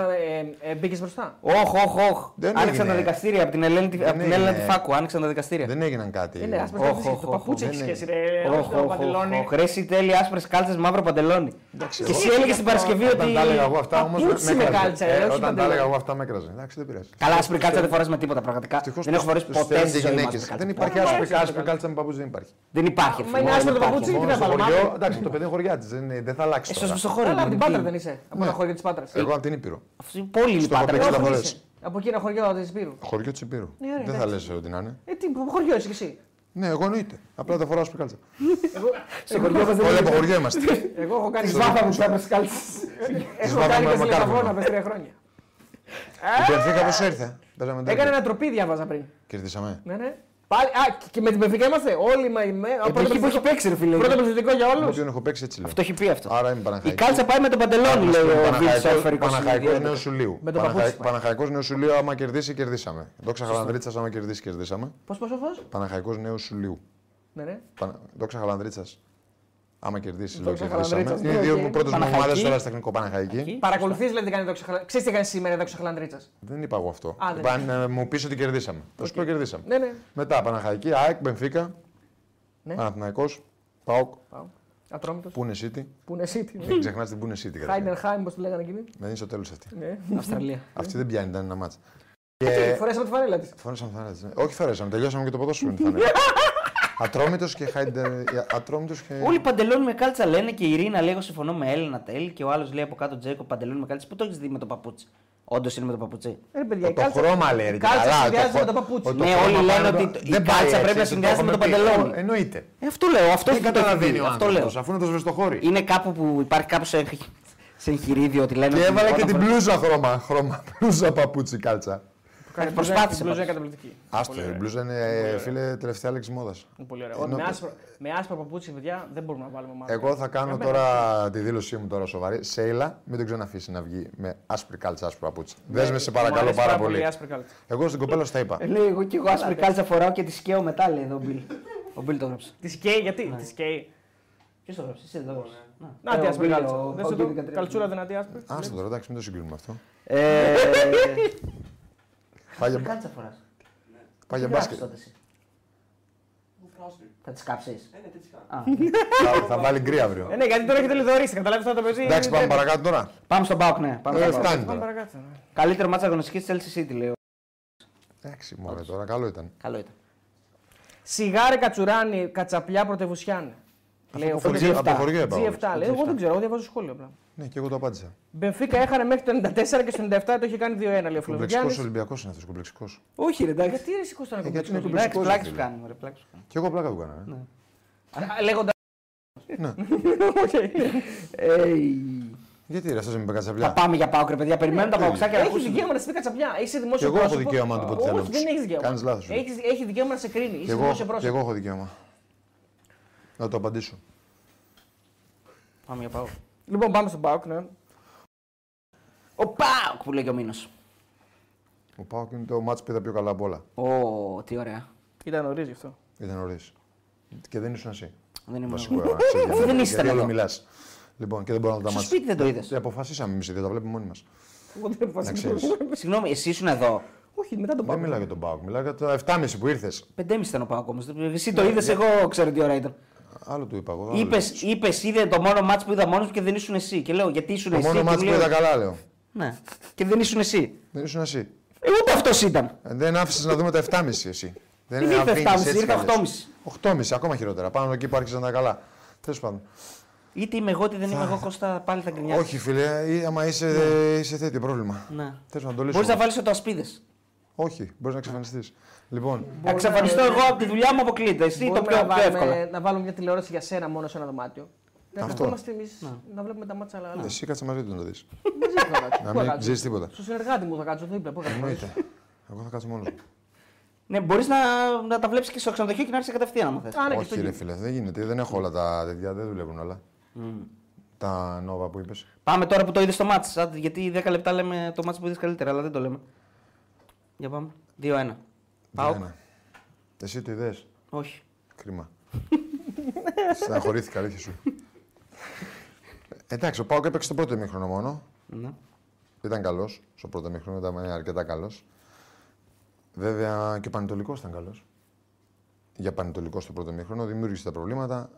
ε, μπήκες μπροστά.
Όχ, όχ, όχ.
Δεν
Άνοιξαν
έγινε.
τα δικαστήρια από την Ελένη, τη-
Δεν
από την Έλληνα τη
έγινε.
Φάκου. Άνοιξαν τα δικαστήρια.
Δεν έγιναν κάτι.
Είναι άσπρο
Οχ,
παπούτσι.
οχ,
Το
οχ,
παπούτσι
οχ,
έχει
δεν
σχέση,
είναι.
ρε.
Οχ,
όχι το
οχ,
παντελόνι.
οχ, οχ. Χρέση τέλεια, άσπρες κάλτσες, μαύρο παντελόνι. Και
εγώ-
εσύ έλεγες στην Παρασκευή
Όταν
ότι.
τα έλεγα εγώ αυτά όμως.
παπούτσι με κάλτσα, ε, όχι
Όταν τα
παντελόνι.
έλεγα εγώ αυτά με έκραζε. Εντάξει, δεν πειράζει.
Καλά, άσπρη κάλτσα δεν φοράς με τίποτα πραγματικά.
Ευτυχώς
Δεν έχω φορέσει
στους
ποτέ
θέλουν
στη
και
ζωή μου
γυναίκες.
άσπρη κάλτσα.
Δεν
Πραγματικά.
υπάρχει άσπρη άσπρη κάλτσα με παπούτσι, δεν υπάρχει.
Δεν υπάρχει.
Μα
φίλε,
είναι
δεν
άσπρο το
υπάρχει.
παπούτσι, Τι
Μόνο
να
στο
βάλουμε,
χωριό,
άλλο.
εντάξει, το παιδί είναι χωριά τη, δεν θα αλλάξει.
Ε, σωστό,
τώρα.
στο χώρο.
Αλλά από
είναι,
την Πάτρα
τι.
δεν είσαι. Από
Ναι.
τα χωριά της Πάτρας.
Εγώ από την Ήπειρο.
Αυτή είναι πολύ η
Στο
Πάτρα.
κοπέτσι
Εγώ
τα
έχω
φορές.
ζήσει.
Από εκεί ένα χωριό της Πύρου.
Χωριό της Ήπειru.
Ναι, ωραία,
Δεν θα
εντάξει.
λες ότι να είναι.
Ε, τι χωριό είσαι κι εσύ.
Ναι, εγώ εννοείται. Απλά δεν φοράω άσπρη κάλτσα.
Στο χωριό μας δεν
Όλοι
είναι.
από χωριό είμαστε.
Εγώ έχω κάνει
Σβάφα μου τι άσπρε κάλτσες.
Έχω
βάζαμε
κάνει και στην
μακάρβουνο.
Λαβόνα πες τρία χρόνια.
Η Μπενφίκα πώ ήρθε. Παίζαμε
Έκανε
τέτοιο.
ένα τροπή, διάβαζα πριν.
Κερδίσαμε.
Ναι, ναι. Πάλι, α, και- και με την Πεφίκα είμαστε. Όλοι μα. με- ο πρώτο
Εποχή που έχει
πληθυντικό-
παίξει, ρε φίλε.
Πρώτο πληθυντικό για
Με
όλου.
ποιον έχω παίξει έτσι λέω.
Το έχει πει αυτό.
Άρα είμαι
Η
Παναχαϊκή.
κάλτσα πάει με τον παντελόνι, λέει ο Βίλ Σέφερ.
Παναχαϊκό Νέο Σουλίου.
Με το παπούτσι πάει.
Παναχαϊκός Νέος Σουλίου, άμα κερδίσει, κερδίσαμε. Δόξα Χαλανδρίτσα, άμα κερδίσει, κερδίσαμε.
Πώς, πώς, πώς.
Παναχαϊκός Νέος Σουλίου.
Ναι, ναι.
Πανα- Δόξα Χαλανδρίτσα. Άμα κερδίσεις, λέω
Δόξα
κερδίσαμε.
Χαλανδρίτσας,
Είναι οι δύο
ναι,
μου
οκ.
πρώτε μου
Παναχαϊκή.
ομάδες τώρα στο τεχνικό Παναχαϊκή.
Παρακολουθείς δηλαδή τι κάνει εδώ ξεχαλαντρίτσα. Ξέρεις τι κάνει σήμερα εδώ ξεχαλαντρίτσα.
Δεν είπα εγώ αυτό.
Α, δεν
Είπα, αν ε, μου πεις ότι κερδίσαμε. Θα σου πω κερδίσαμε.
Ναι, ναι.
Μετά Παναχαϊκή, ΑΕΚ, Μπενφίκα,
Ναι.
Παναθυναϊκό, ΠΑΟΚ,
Πάω. Ατρόμητος.
Πούνε City.
Που είναι City. ναι.
Μην ξεχνάς την Πούνε City. καταρχήν.
Χάιντενχάιμ, πώ τη λέγανε εκείνη.
Δεν είναι στο τέλος αυτή.
Ναι. Ε,
Αυστραλία.
Αυτή δεν πιάνει, ήταν ένα μάτσα. Ε,
Φορέσαμε τη φανέλα της. [laughs]
Φορέσαμε θάνατο. ναι. Όχι, φορέσαμε. Τελειώσαμε και το ποδόσφαιρο. είναι θάνατο. Ατρόμητος και Χάιντερ. Ατρόμητος και.
Όλοι παντελόνι με κάλτσα λένε και η Ειρήνα λέει: Εγώ συμφωνώ με Έλληνα τέλει. Και ο άλλος λέει από κάτω Τζέικο παντελόνι με κάλτσα. Πού το έχεις δει με το παπούτσι. Όντως είναι με το παπούτσι.
Ρε, Ε, παιδιά, η
Το
κάλτσα-
χρώμα λέει.
η
ρε,
κάλτσα
καλά, το
συνδυάζεται με τα
χρώμα-
παπούτσια.
το
Ναι,
χρώμα
όλοι λένε
πάνω-
ότι η
δεν πάει
κάλτσα
έτσι,
πρέπει να
το
συνδυάζεται με
έχουμε
το
πει.
παντελόνι.
Εννοείται.
Ε, αυτό λέω. Αυτό
Δεν
έχει το
καταλαβαίνει
δει,
ο
Αυτό λέω.
άνθρωπο αφού είναι το σβεστοχώρι.
Είναι κάπου που υπάρχει κάποιος σε, σε εγχειρίδιο ότι λένε.
Και
ότι
έβαλα και
λοιπόν,
την
μπορεί-
μπλούζα χρώμα. Χρώμα, μπλούζα παπούτσι κάλτσα.
Κάνει
προσπάθησε
μπλούζα- μπλούζα
πάντως.
καταπληκτική.
Άστο, ε,
Πολύ
η
ωραία.
μπλούζα είναι φίλε τελευταία λέξη μόδας.
Είναι Πολύ ωραία.
Ενώ-
Με άσπρο- Με άσπρα παπούτσια, παιδιά, δεν μπορούμε να βάλουμε μάρκα.
Εγώ θα κάνω τώρα τη δήλωσή μου τώρα σοβαρή. Σέιλα, μην τον ξαναφήσει να βγει με άσπρη κάλτσα, άσπρο παπούτσι. Δες με, σε
Μου
παρακαλώ
αρέσει
πάρα πολύ.
η άσπρη κάλτσα.
Εγώ στην κοπέλα σου τα είπα.
Ε, Λέει εγώ και εγώ άσπρη κάλτσα φοράω και τη σκέω μετά, λέει εδώ ο Μπιλ. Ο Μπιλ το έγραψε.
Τη καίει, γιατί τη καίει.
Ποιος το έγραψε, εσύ δεν το έγραψες.
Ναι. Να τη άσπρη κάλτσα. Δες εδώ, Καλτσούρα
Καλτσούρα.
δυνατή άσπρη.
Άστο τώρα, εντάξει, μην το συγκρίνουμε αυτό. Πάει
Άσπρη
για-
Ε, κάλτσα φορά.
πάει για μπάσκετ.
Θα τις κάψεις.
Θα- Θα βάλει γκρι
Ε,
αύριο.
ναι, γιατί τώρα έχετε λιδωρήσει, καταλάβεις τώρα το παιδί.
Εντάξει,
είναι-
πάμε παρακάτω τώρα.
Πάμε στον Πάοκ, ναι. Πάμε
Ε,
στον Πάοκ.
Φτάνει
Πάμε
τώρα.
παρακάτω. ναι.
Καλύτερο μάτσα αγωνιστική Chelsea City, λέω.
Εντάξει, μωρέ τώρα, καλό ήταν.
Καλό ήταν.
Σιγάρε κατσουράνι, κατσαπλιά πρωτευουσιάνε. Λέει ο
Από
G7.
χωριό- Από χωριό είπα. όμως.
G7, λέει. Εγώ δεν ξέρω, εγώ διαβάζω σχόλιο απλά.
Ναι, και εγώ το απάντησα.
Μπενφίκα έχανε μέχρι το 94 και στο 97 το είχε κάνει 2-1, λέει ο
Κομπλεξικό
Φλωρικιάννη.
Ολυμπιακός είναι αυτός. Κομπλεξικός.
Όχι, ρε, εντάξει.
Γιατί ρε σηκώστε να
Ε, γιατί
κομπλεξικό.
είναι
λέει.
Εντάξει,
Κομπλεξικό,
πλάκι σου
ρε,
κάνουμε, ρε, πλάκι σου κάνουμε.
Και εγώ πλάκα του έκανα.
Ναι.
ε.
Α, Λέγοντα.
Ναι.
Ει.
Γιατί ρε, αυτός με είπε
Θα
κατσαπλιά.
πάμε για Πάοκ, ρε, παιδιά. Περιμένουν τα Παοξάκια να
Έχεις
ακούσουν.
δικαίωμα να σε πει κατσαπλιά. Είσαι
Και
δημόσιο
εγώ έχω
πρόσωπο.
δικαίωμα να του πω τι θέλω να
Όχι, δεν
ακούσω.
έχει δικαίωμα.
Κάνεις λάθος, ρε.
Έχεις- Έχει δικαίωμα να σε κρίνει.
Και
Είσαι
εγώ,
δημόσιο
και εγώ
πρόσωπο.
έχω δικαίωμα. Να το απαντήσω.
Πάμε για Πάοκ.
Λοιπόν, πάμε στον Πάοκ. Ναι.
Ο Πάοκ που λέει και ο Μήνος.
Ο Πάοκ είναι το μάτς που είδα πιο καλά από όλα.
Ω, τι ωραία.
Ήταν νωρίς γι' αυτό.
Ήταν νωρίς. Και δεν ήσουν εσύ.
Δεν ήμουν
Βασικό.
εγώ.
ε,
[laughs]
σε
Δεν
γιατί
ήσταν εδώ.
Όλο μιλάς. Λοιπόν, και δεν μπορώ να τα
Στο
μάτς.
σπίτι δεν το είδες.
Ε, Αποφασίσαμε εμείς δύο, τα βλέπουμε μόνοι μας.
Εγώ δεν
Να
αποφασίζω.
ξέρεις. Ε,
Συγγνώμη, εσύ ήσουν εδώ.
Όχι, μετά τον
Δεν
Πάοκ.
μιλάω για τον Πάοκ, μιλάω για τα 7,5 που ήρθες.
Πεντέμιση ήταν ο Πάοκ όμως. Εσύ
Ναι,
το είδες, εγώ ξέρω τι ώρα ήταν.
Άλλο του είπα εγώ. άλλο
Είπες,
του.
είπες, είδε το μόνο μάτς που είδα μόνος μου και δεν ήσουν εσύ. Και λέω, γιατί ήσουν
Το
εσύ.
μόνο
και
μάτς
μου
που
λέει,
είδα καλά, λέω.
Ναι, και δεν ήσουν εσύ.
Δεν ήσουν εσύ.
Ε, ούτε αυτός ήταν.
Ε, Δεν άφησες να δούμε τα 7,5 εσύ. Δεν
Δεν ήρθε
αφήνεις
7,5,
έτσι
ήρθε
κι αλλιώς. 8,5, ακόμα χειρότερα. Πάνω εκεί που άρχισαν τα καλά. Τέλος πάντων.
Είτε είμαι εγώ, είτε δεν είμαι εγώ, Κώστα, πάλι θα γκρινιάζει.
Όχι, φίλε, ή- άμα είσαι, είσαι τέτοιο πρόβλημα.
Ναι.
Θε να το λύσω.
Μπορείς να βάλεις το ασπίδες.
Όχι, μπορείς να εξαφανιστείς. Λοιπόν,
Να εξαφανιστώ εγώ από τη δουλειά μου αποκλείται. Εσύ το
Μπορούμε
πιο,
να,
πιο εύκολα.
βάλουμε, να βάλουμε μια τηλεόραση για σένα μόνο σε ένα δωμάτιο. Να
Αυτό. Ναι.
καθόμαστε εμείς να βλέπουμε τα μάτσα άλλα. άλλα.
εσύ κάτσε μαζί του να το δεις.
Μαζί θα κάτσω.
Να
Πού θα
μην
κάτσω.
ξέρει τίποτα.
Στο συνεργάτη μου θα κάτσω δίπλα. Πού θα κάτσω.
Εννοείται. Εγώ θα κάτσω μόνο.
Ναι, μπορείς να, να τα βλέπεις και στο ξενοδοχείο και να έρθει κατευθείαν άμα θες.
Α, ναι, και στο
Όχι, ρε
γη.
φίλε, δεν γίνεται. Δεν έχω όλα τα τέτοια, δεν δουλεύουν όλα. Τα νόβα που είπες.
Πάμε τώρα που το είδες στο μάτς. άντε, Γιατί 10 λεπτά λέμε το μάτς που είδες καλύτερα, αλλά δεν το λέμε. Για πάμε. 2-1. Πάω.
Εσύ τι είδε.
Όχι.
Κρίμα. [laughs] Στεναχωρήθηκα, αλήθεια σου. Εντάξει, ο Πάοκ έπαιξε το πρώτο ημίχρονο μόνο.
Ναι.
Ήταν καλός. Στο πρώτο ημίχρονο ήταν αρκετά καλός. Βέβαια και ο Πανετολικός ήταν καλός. Για Πανετολικό στο πρώτο ημίχρονο δημιούργησε τα προβλήματα.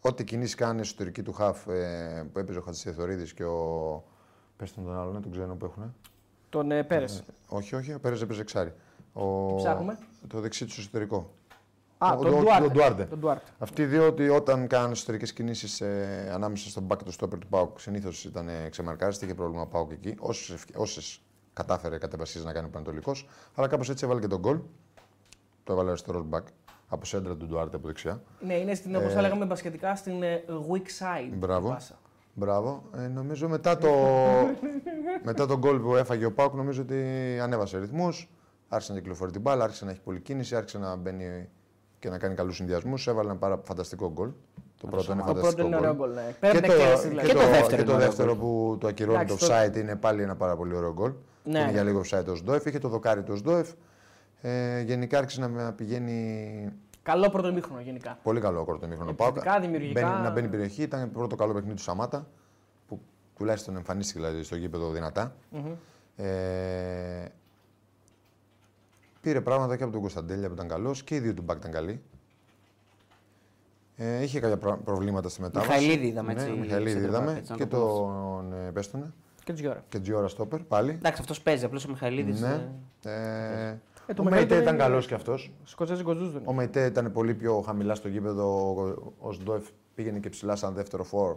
Ό,τι κινήσει κάνει εσωτερική του χαφ ε, που έπαιζε ο Χατζηθεωρίδη και ο. Πες τον τον άλλον, ε, τον ξένο που έχουν.
Τον ε, πέρασε.
Όχι, όχι, ο Πέρες έπαιζε εξάρι. Ο...
ψάχνουμε?
Το δεξί του εσωτερικό.
Α,
Ο-
τον
ο-
Ντουάρτε.
ο Ντουάρντε.
Τον Ντουάρτε.
Αυτοί οι δύο ότι όταν κάνουν εσωτερικές κινήσεις ε, ανάμεσα στον back του στόπερ του Πάουκ, συνήθως ήταν ε, ξεμαρκάριστη, είχε πρόβλημα ο Πάουκ εκεί. Όσες κατάφερε κατά βασίλισσα να κάνει ο Πανατολικό, αλλά κάπως έτσι έβαλε και τον γκολ. Το έβαλε αριστερό back από σέντρα του Ντουάρτε από δεξιά.
Ναι, είναι στην, όπως θα λέγαμε μπασκετικά, στην ε, weak side.
Ε, Μπράβο.
η πάσα.
Μπράβο. Ε, νομίζω μετά το,
[laughs]
μετά τον γκολ που έφαγε ο Πάουκ, νομίζω ότι ανέβασε ρυθμούς. Άρχισε να κυκλοφορεί την μπάλα, άρχισε να έχει πολλή κίνηση, άρχισε να μπαίνει και να κάνει καλούς συνδυασμούς. Έβαλε ένα πάρα φανταστικό γκολ. Το πρώτο είναι
Το πρώτο
φανταστικό
είναι
γκολ.
ωραίο γκολ. ναι. Πέρα από την εκτέλεση δηλαδή.
και, το,
δεύτερο
και το
είναι
δεύτερο που το ακυρώνει το
Εντάξει, το-
offside είναι πάλι ένα πάρα πολύ ωραίο γκολ.
Ναι,
είναι
ναι.
για λίγο offside το Σντόεφ. Είχε το δοκάρι το Σντόεφ. Ε, γενικά άρχισε να πηγαίνει
Καλό πρώτο μήχρονο γενικά.
πολύ καλό πρώτο μήχρονο
Επιθετικά, δημιουργικά.
Μπαίνει, να μπαίνει περιοχή. Ήταν πρώτο καλό παιχνίδι του Σαμάτα που τουλάχιστον εμφανίστηκε δηλαδή, στο γήπεδο δυνατά. Ε, πήρε πράγματα και από τον Κωνσταντέλια που ήταν καλός και οι δύο του μπακ ήταν καλοί. Ε, είχε κάποια προ- προβλήματα στη μετάβαση.
Μιχαηλίδη είδαμε, έτσι,
Ναι, Μιχαηλίδη
center back,
είδαμε
έτσι, να
και
το πούμε
τον ε, Πέστονα
Και του Γιώρα.
και Τζιόρα Στόπερ πάλι.
Εντάξει, αυτός παίζει. Απλώς ο Μιχαηλίδης.
Ναι. Ε,
Ε,
Ο Μεϊτέ
μεγαλύτερο
ήταν
είναι-
καλός κι αυτός.
Σκοτσέζικο Τζούζου.
Ο Μεϊτέ ήταν πολύ πιο χαμηλά στο γήπεδο. ο- Ο Σντόεφ πήγαινε και ψηλά σαν δεύτερο φόρ.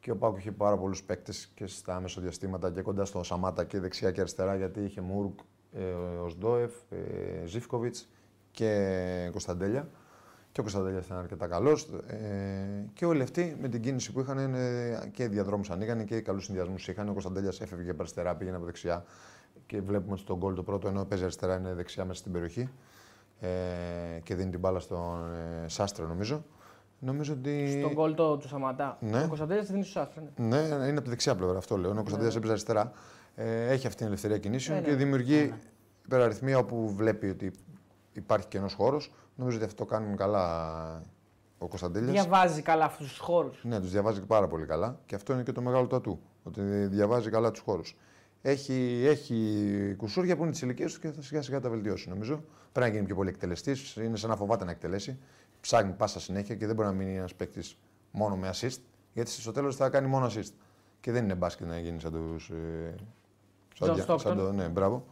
Και ο Πάκου είχε πάρα πολλούς παίκτες και στα μεσοδιαστήματα και κοντά στο Σαμάτα και δεξιά και αριστερά. Γιατί είχε Μούρκ, ε, ο Σντόεφ, ε, Ζήφκοβιτ και Κωνσταντέλια. Και ο Κωνσταντέλιας ήταν αρκετά καλός. Ε, και όλοι αυτοί με την κίνηση που είχαν ε, και διαδρόμους ανοίγανε και καλούς συνδυασμούς είχαν. Ο Κωνσταντέλιας έφευγε από αριστερά, πήγαινε από δεξιά. Και βλέπουμε ότι τον γκολ το πρώτο ενώ παίζει αριστερά είναι δεξιά μέσα στην περιοχή ε, και δίνει την μπάλα στον ε, Σάστρε, νομίζω. Νομίζω ότι.
Στον κόλ το του Σαματά.
Ναι.
Ο Κωνσταντέλιας τη δίνει στου άστρε. ναι.
Ναι, είναι από τη δεξιά πλευρά, αυτό λέω. Ενώ ο Κωνσταντίνα έπαιζε αριστερά. Ε, έχει αυτή την ελευθερία κινήσεων
Ναι,
και
ναι.
δημιουργεί υπεραριθμία όπου βλέπει ότι υπάρχει κενός χώρος. Νομίζω ότι αυτό κάνουν καλά ο Κωνσταντέλιας.
Διαβάζει καλά αυτούς τους χώρους.
Ναι, τους διαβάζει πάρα πολύ καλά και αυτό είναι και το μεγάλο του ατού. Ότι διαβάζει καλά τους χώρους. Έχει, έχει κουσούρια που είναι τη ηλικία τους και θα σιγά σιγά τα βελτιώσει νομίζω. Πρέπει να γίνει πιο πολύ εκτελεστής. Είναι σαν να φοβάται να εκτελέσει. Ψάχνει πάσα συνέχεια και δεν μπορεί να μείνει ένας παίκτης μόνο με assist. Γιατί στο τέλος θα κάνει μόνο assist. Και δεν είναι μπάσκετ να γίνει σαν ε, του.
John Stockton.
ναι, μπράβο.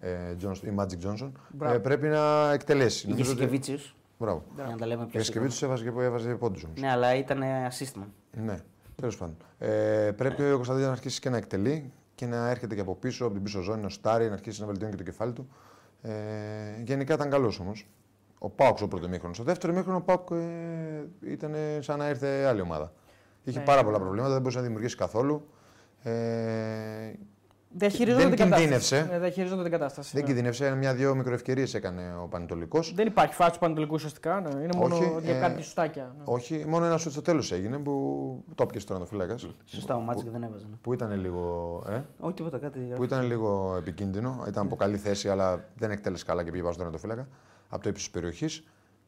Ε, John, ή Magic Johnson.
Μπράβο.
Ε, πρέπει να εκτελέσει. Νομίζω ότι-
Γεσκεβίτσιου.
Μπράβο.
Για να τα λέμε
Και
πιο σύντομα.
Σκεβίτσου έβαζε, έβαζε πόντους όμως.
Ναι, αλλά ήταν assistman.
Ναι, τέλος πάντων. Ε, πρέπει ο Κωνσταντίνος να αρχίσει και να εκτελεί και να έρχεται και από πίσω, από την πίσω ζώνη, να στάρει, να αρχίσει να βελτιώνει και το κεφάλι του. Ε, γενικά ήταν καλός όμως. Ο Πάουκ στο πρώτο μήχρονο. Στο δεύτερο μήχρονο ο Πάουκ ε, ήταν ε, σαν να ήρθε άλλη ομάδα. Είχε
Ναι.
πάρα πολλά προβλήματα, δεν μπορούσε να δημιουργήσει καθόλου. Ε,
Διαχειριζόνται
Δεν
την κατάσταση.
κινδύνευσε.
Ναι, διαχειριζόνται την κατάσταση.
δεν
ναι.
κινδύνευσε, μια-δυο μικροευκαιρίες έκανε ο Πανετολικός.
Δεν υπάρχει φάση του Πανατολικού ουσιαστικά. Ναι. Είναι μόνο
Όχι,
για
ε,
κάτι σουτάκια. ναι.
Όχι, μόνο ένα σουτ στο τέλος έγινε που το έπιασε τώρα το φυλάκας.
Ναι.
Σωστά, ο Μάτσικ δεν έβαζε. ναι.
Που ήταν λίγο. Ε?
Όχι τίποτα, κάτι.
που ήταν λίγο επικίνδυνο. Ήταν από καλή θέση, αλλά δεν εκτέλεσε καλά και πήγε βάζοντας το φύλακα από το ύψος της περιοχής.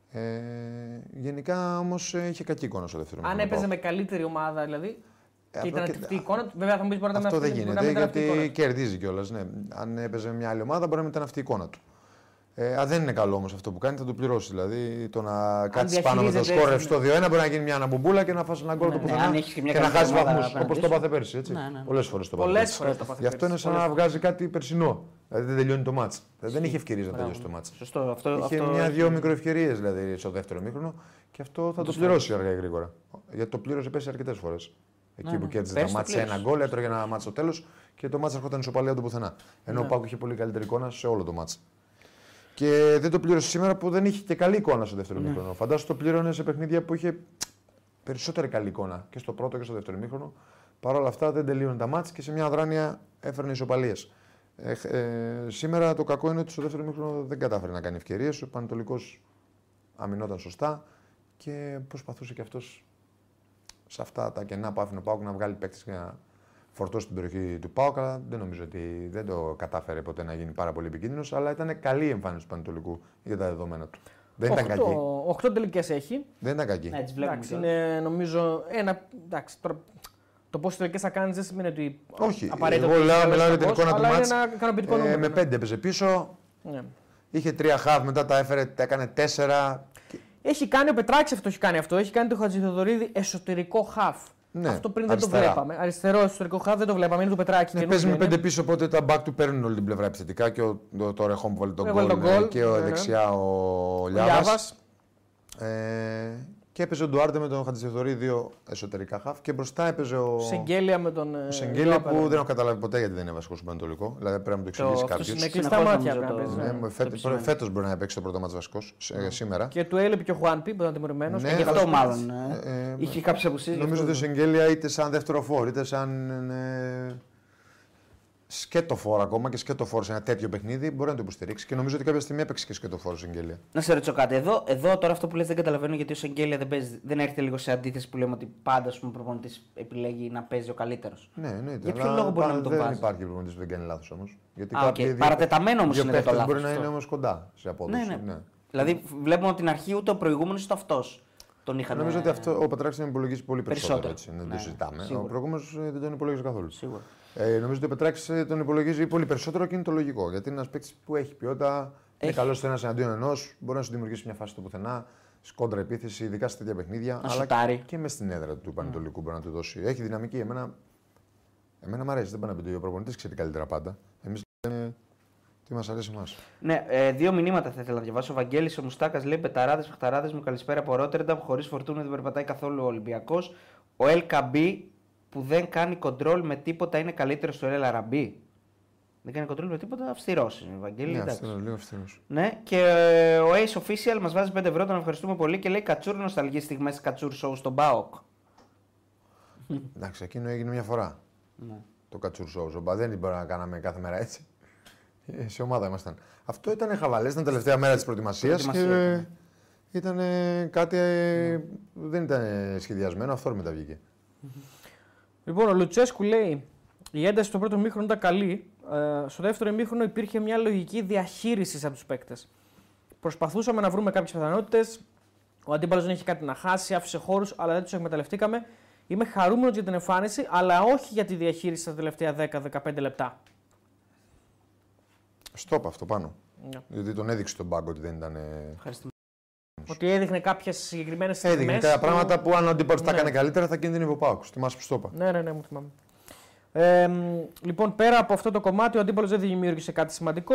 Ε, γενικά όμως είχε κακή εικόνα στο δεύτερο
Αν
μήχρονο.
έπαιζε με καλύτερη ομάδα δηλαδή. και
Ε, αυτό
ήταν
και-
αυτή η εικόνα. του, Βέβαια θα μου πεις μπορεί να ήταν
Αυτό
αυτή
δεν
μπορεί να
γίνεται
μην ήταν αυτή η εικόνα
γιατί
του.
κερδίζει κιόλας. Ναι. Αν έπαιζε με μια άλλη ομάδα, μπορεί να μην ήταν αυτή η εικόνα του. Ε, α, δεν είναι καλό όμως αυτό που κάνει, θα το πληρώσει. Δηλαδή το να κάτσει πάνω με το
διαχειρίζεται
ναι.
σκόρ
έτσι,
ρευστό 2-1 μπορεί να γίνει μια αναμπομπούλα και να φάσει ένα γκολ
Ναι,
το
ναι.
πουθενά
Αν έχεις και μια
και να
καλύτερη
χάσεις
ομάδα
βαθμού.
απέναντι
Όπως το
σου.
πάθε πέρσι. έτσι.
Ναι, ναι, ναι.
Πολλές φορές το πάθε.
Πολλές
πέρσι.
φορές το πάθαμε.
Γι' αυτό είναι σαν να βγάζει κάτι περσινό. Δηλαδή δεν τελειώνει το μάτς. Δεν είχε ευκαιρίες να
Μπράβο,
τελειώσει το
ναι.
μάτς.
Σωστό, αυτό.
Είχε
αυτό...
μια-δυο μικροευκαιρίες δηλαδή στο δεύτερο μήχρονο και αυτό θα το πληρώσει αργά ή γρήγορα. Γιατί το πλήρωσε πέσει αρκετές φορές. Εκεί
Ναι,
που
ναι.
κέρδισε
Πέρσι
τα
το
μάτια
πλήρωσε.
ένα γκολ, έτρωγε ένα μάτς στο τέλος και το μάτς έρχονταν ισοπαλία από το πουθενά. Ενώ
Ναι.
ο Πάκου είχε πολύ καλύτερη εικόνα σε όλο το μάτς. Και δεν το πλήρωσε σήμερα που δεν είχε και καλή εικόνα στο δεύτερο
Ναι.
μήχρονο. Φαντάζομαι το πλήρωνε σε παιχνίδια που είχε περισσότερη καλή εικόνα και στο πρώτο και στο δεύτερο μήχρονο. Παρ' όλα αυτά δεν τελείωνε τα μάτς και σε μια αδράνεια έφερνε ισοπαλίες. Ε, ε, σήμερα το κακό είναι ότι στο δεύτερο μήχρονο δεν κατάφερε να κάνει ευκαιρίες. Ο Πανατολικό αμυνόταν σωστά και προσπαθούσε και αυτός σε αυτά τα κενά που άφηνε ο Πάουκ να βγάλει παίκτες και να φορτώσει την περιοχή του Πάουκ. Αλλά δεν νομίζω ότι δεν το κατάφερε ποτέ να γίνει πάρα πολύ επικίνδυνος. Αλλά ήταν καλή η εμφάνιση του Πανατολικού για τα δεδομένα του. Δεν ήταν
Οχτώ-
κακή.
Οχτώ τελικές έχει.
Δεν ήταν κακή.
Ναι, τις βλέπουμε.
Εντάξει,
τώρα.
είναι νομίζω ένα. Εντάξει, τώρα, το πόσες τελικές θα κάνεις δεν σημαίνει ότι.
Όχι,
απαραίτητα
εγώ
ότι
λέω-
θα
μιλάω για την
καλός,
εικόνα του
αλλά
μάτς.
Είναι ένα ικανοποιητικό
Ε,
νούμερο.
με
ναι.
πέντε έπαιζε πίσω.
Ναι.
Είχε τρία χαβ, μετά τα έφερε, τα έκανε τέσσερα. Και-
Έχει κάνει ο Πετράκης αυτό, έχει κάνει αυτό. Έχει κάνει το Χατζηθεοδωρίδη εσωτερικό χαφ.
Ναι,
αυτό πριν δεν το
αριστερά.
βλέπαμε. Αριστερό εσωτερικό χαφ δεν το βλέπαμε. Είναι του Πετράκη.
Ναι,
καινούργιο
παίζει με
είναι.
πέντε πίσω, οπότε τα back του παίρνουν όλη την πλευρά επιθετικά. Και ο, το, το ρεχόμ που βάλει τον
Έβαλε τον
γκολ ε,
γκολ,
και ο
ναι, ναι.
δεξιά ο
Ο
Λιάβας.
Λιάβας.
Ε, και έπαιζε ο Ντουάρντε με τον Χατζηθεοδωρή δύο εσωτερικά χαφ και μπροστά έπαιζε ο
Σεγγέλια με τον. ε,
ο Σεγγέλια
Λόπερα.
που δεν έχω καταλάβει ποτέ γιατί δεν είναι βασικός στον Πανατολικό. Δηλαδή πρέπει να μου το
Το-
εξηγήσει
αυτό
κάποιο.
είναι κλειστά
Συνεχώς
μάτια
νομίζω
πρέπει να
το-
παίζει. ναι.
Ναι. το επισημαίνει.
Φέτο μπορεί να παίξει το πρώτο μάτι βασικό σήμερα.
Και του έλειπε και ο Χουάνπι που ήταν τιμωρημένος.
Ναι,
Ε, Γι'
θα
αυτό
σου-
μάλλον.
ε,
ε,
ε,
Είχε κάποιε απουσίε.
Νομίζω ότι ο Σεγγέλια είτε σαν δεύτερο φόρ, είτε σαν. Ε, σκέτο φόρ ακόμα και σκέτο φόρ σε ένα τέτοιο παιχνίδι μπορεί να το υποστηρίξει και νομίζω ότι κάποια στιγμή έπαιξε και σκέτο φόρ ο Σεγγέλια.
Να σε ρωτήσω κάτι. Εδώ, εδώ τώρα αυτό που λες δεν καταλαβαίνω γιατί ο Σεγγέλια δεν, παίζει, δεν έρχεται λίγο σε αντίθεση που λέμε ότι πάντα ο προπονητής επιλέγει να παίζει ο καλύτερος.
Ναι, εννοείται.
Για ποιο
αλλά
λόγο μπορεί να
πα-
μην τον
Δεν
βάζεις?
υπάρχει προπονητής που δεν κάνει λάθος όμως. Γιατί
Α,
κάποιοι
οκ.
δύο-
Παρατεταμένο όμως
δύο
είναι το
παίκτες
λάθος
Μπορεί να
αυτό.
είναι όμως κοντά σε απόδοση.
Ναι, ναι. Δηλαδή βλέπουμε από την αρχή ούτε ο προηγούμενος ούτε αυτός τον είχαν.
Νομίζω
ε,
ότι αυτό ο Πετράκη τον υπολογίζει πολύ περισσότερο.
Περισσότερο.
έτσι, δεν
Ναι,
το συζητάμε.
σίγουρα.
Ο προηγούμενο δεν τον υπολόγιζε καθόλου.
Σίγουρα.
Ε, νομίζω ότι ο Πετράκης τον υπολογίζει πολύ περισσότερο και είναι το λογικό. Γιατί είναι ένας παίκτης που έχει ποιότητα, είναι καλό στο ένας εναντίον ενός, μπορεί να σου δημιουργήσει μια φάση στο πουθενά, σκόντρα επίθεση, ειδικά σε τέτοια παιχνίδια.
σουτάρει.
και μες στην έδρα του Πανετολικού μπορεί να του δώσει. Έχει δυναμική. Εμένα, εμένα μου αρέσει, δεν πάνε να πει ότι ο προπονητής ξέρει καλύτερα πάντα. Εμείς λέμε Τι μας αρέσει εμάς.
Ναι, ε, δύο μηνύματα θα ήθελα να διαβάσω. Ο Βαγγέλης ο Μουστάκας λέει: Πεταράδες, παιχταράδε μου, καλησπέρα από Ρότερνταμ. Χωρί φορτούνα δεν περπατάει καθόλου ο Ολυμπιακός. Ο LKB που δεν κάνει κοντρόλ με τίποτα είναι καλύτερο στο El Arabi. Δεν κάνει κοντρόλ με τίποτα, αυστηρός είναι ο Βαγγέλη.
Ναι,
εντάξει.
αυστηρός, λίγο αυστηρός.
Ναι, και ε, ο Ace Official μας βάζει 5 ευρώ, τον ευχαριστούμε πολύ και λέει Κατσούρ νοσταλγεί στιγμές Κατσούρ Show στον Μπάοκ.
Εντάξει, εκείνο έγινε μια φορά.
Ναι.
Το κατσουρσό ζομπά. Δεν την μπορούμε να κάναμε κάθε μέρα έτσι. Ε, σε ομάδα ήμασταν. Αυτό ήταν χαβαλές, ήταν τελευταία μέρα της προετοιμασίας
Προετοιμασία
και ήταν κάτι. ε, Δεν ήταν ε, σχεδιασμένο, αυθόρμητα βγήκε.
Λοιπόν, ο Λουτσέσκου λέει: Η ένταση στο πρώτο μήχρονο ήταν καλή. Ε, στο δεύτερο μήχρονο υπήρχε μια λογική διαχείρισης από τους παίκτες. Προσπαθούσαμε να βρούμε κάποιες πιθανότητες. Ο αντίπαλος δεν είχε κάτι να χάσει, άφησε χώρους, αλλά δεν τους εκμεταλλευτήκαμε. Είμαι χαρούμενος για την εμφάνιση, αλλά όχι για τη διαχείριση στα τελευταία 10-15 λεπτά.
Στόπ αυτό πάνω.
Ναι.
Γιατί τον έδειξε τον πάγκο ότι δεν ήταν. ε,
Ευχαριστούμε.
Ότι έδειχνε κάποιες συγκεκριμένες
Έδειχνε
στιγμές
κάποια
που-
πράγματα που αν ο αντίπαλο τα
Ναι.
έκανε καλύτερα θα κινδύνευε ο Πάουκ. Θυμάσαι που στο είπα.
Ναι, ναι, ναι, μου θυμάμαι. Ε, μ, λοιπόν, πέρα από αυτό το κομμάτι, ο αντίπαλο δεν δημιούργησε κάτι σημαντικό.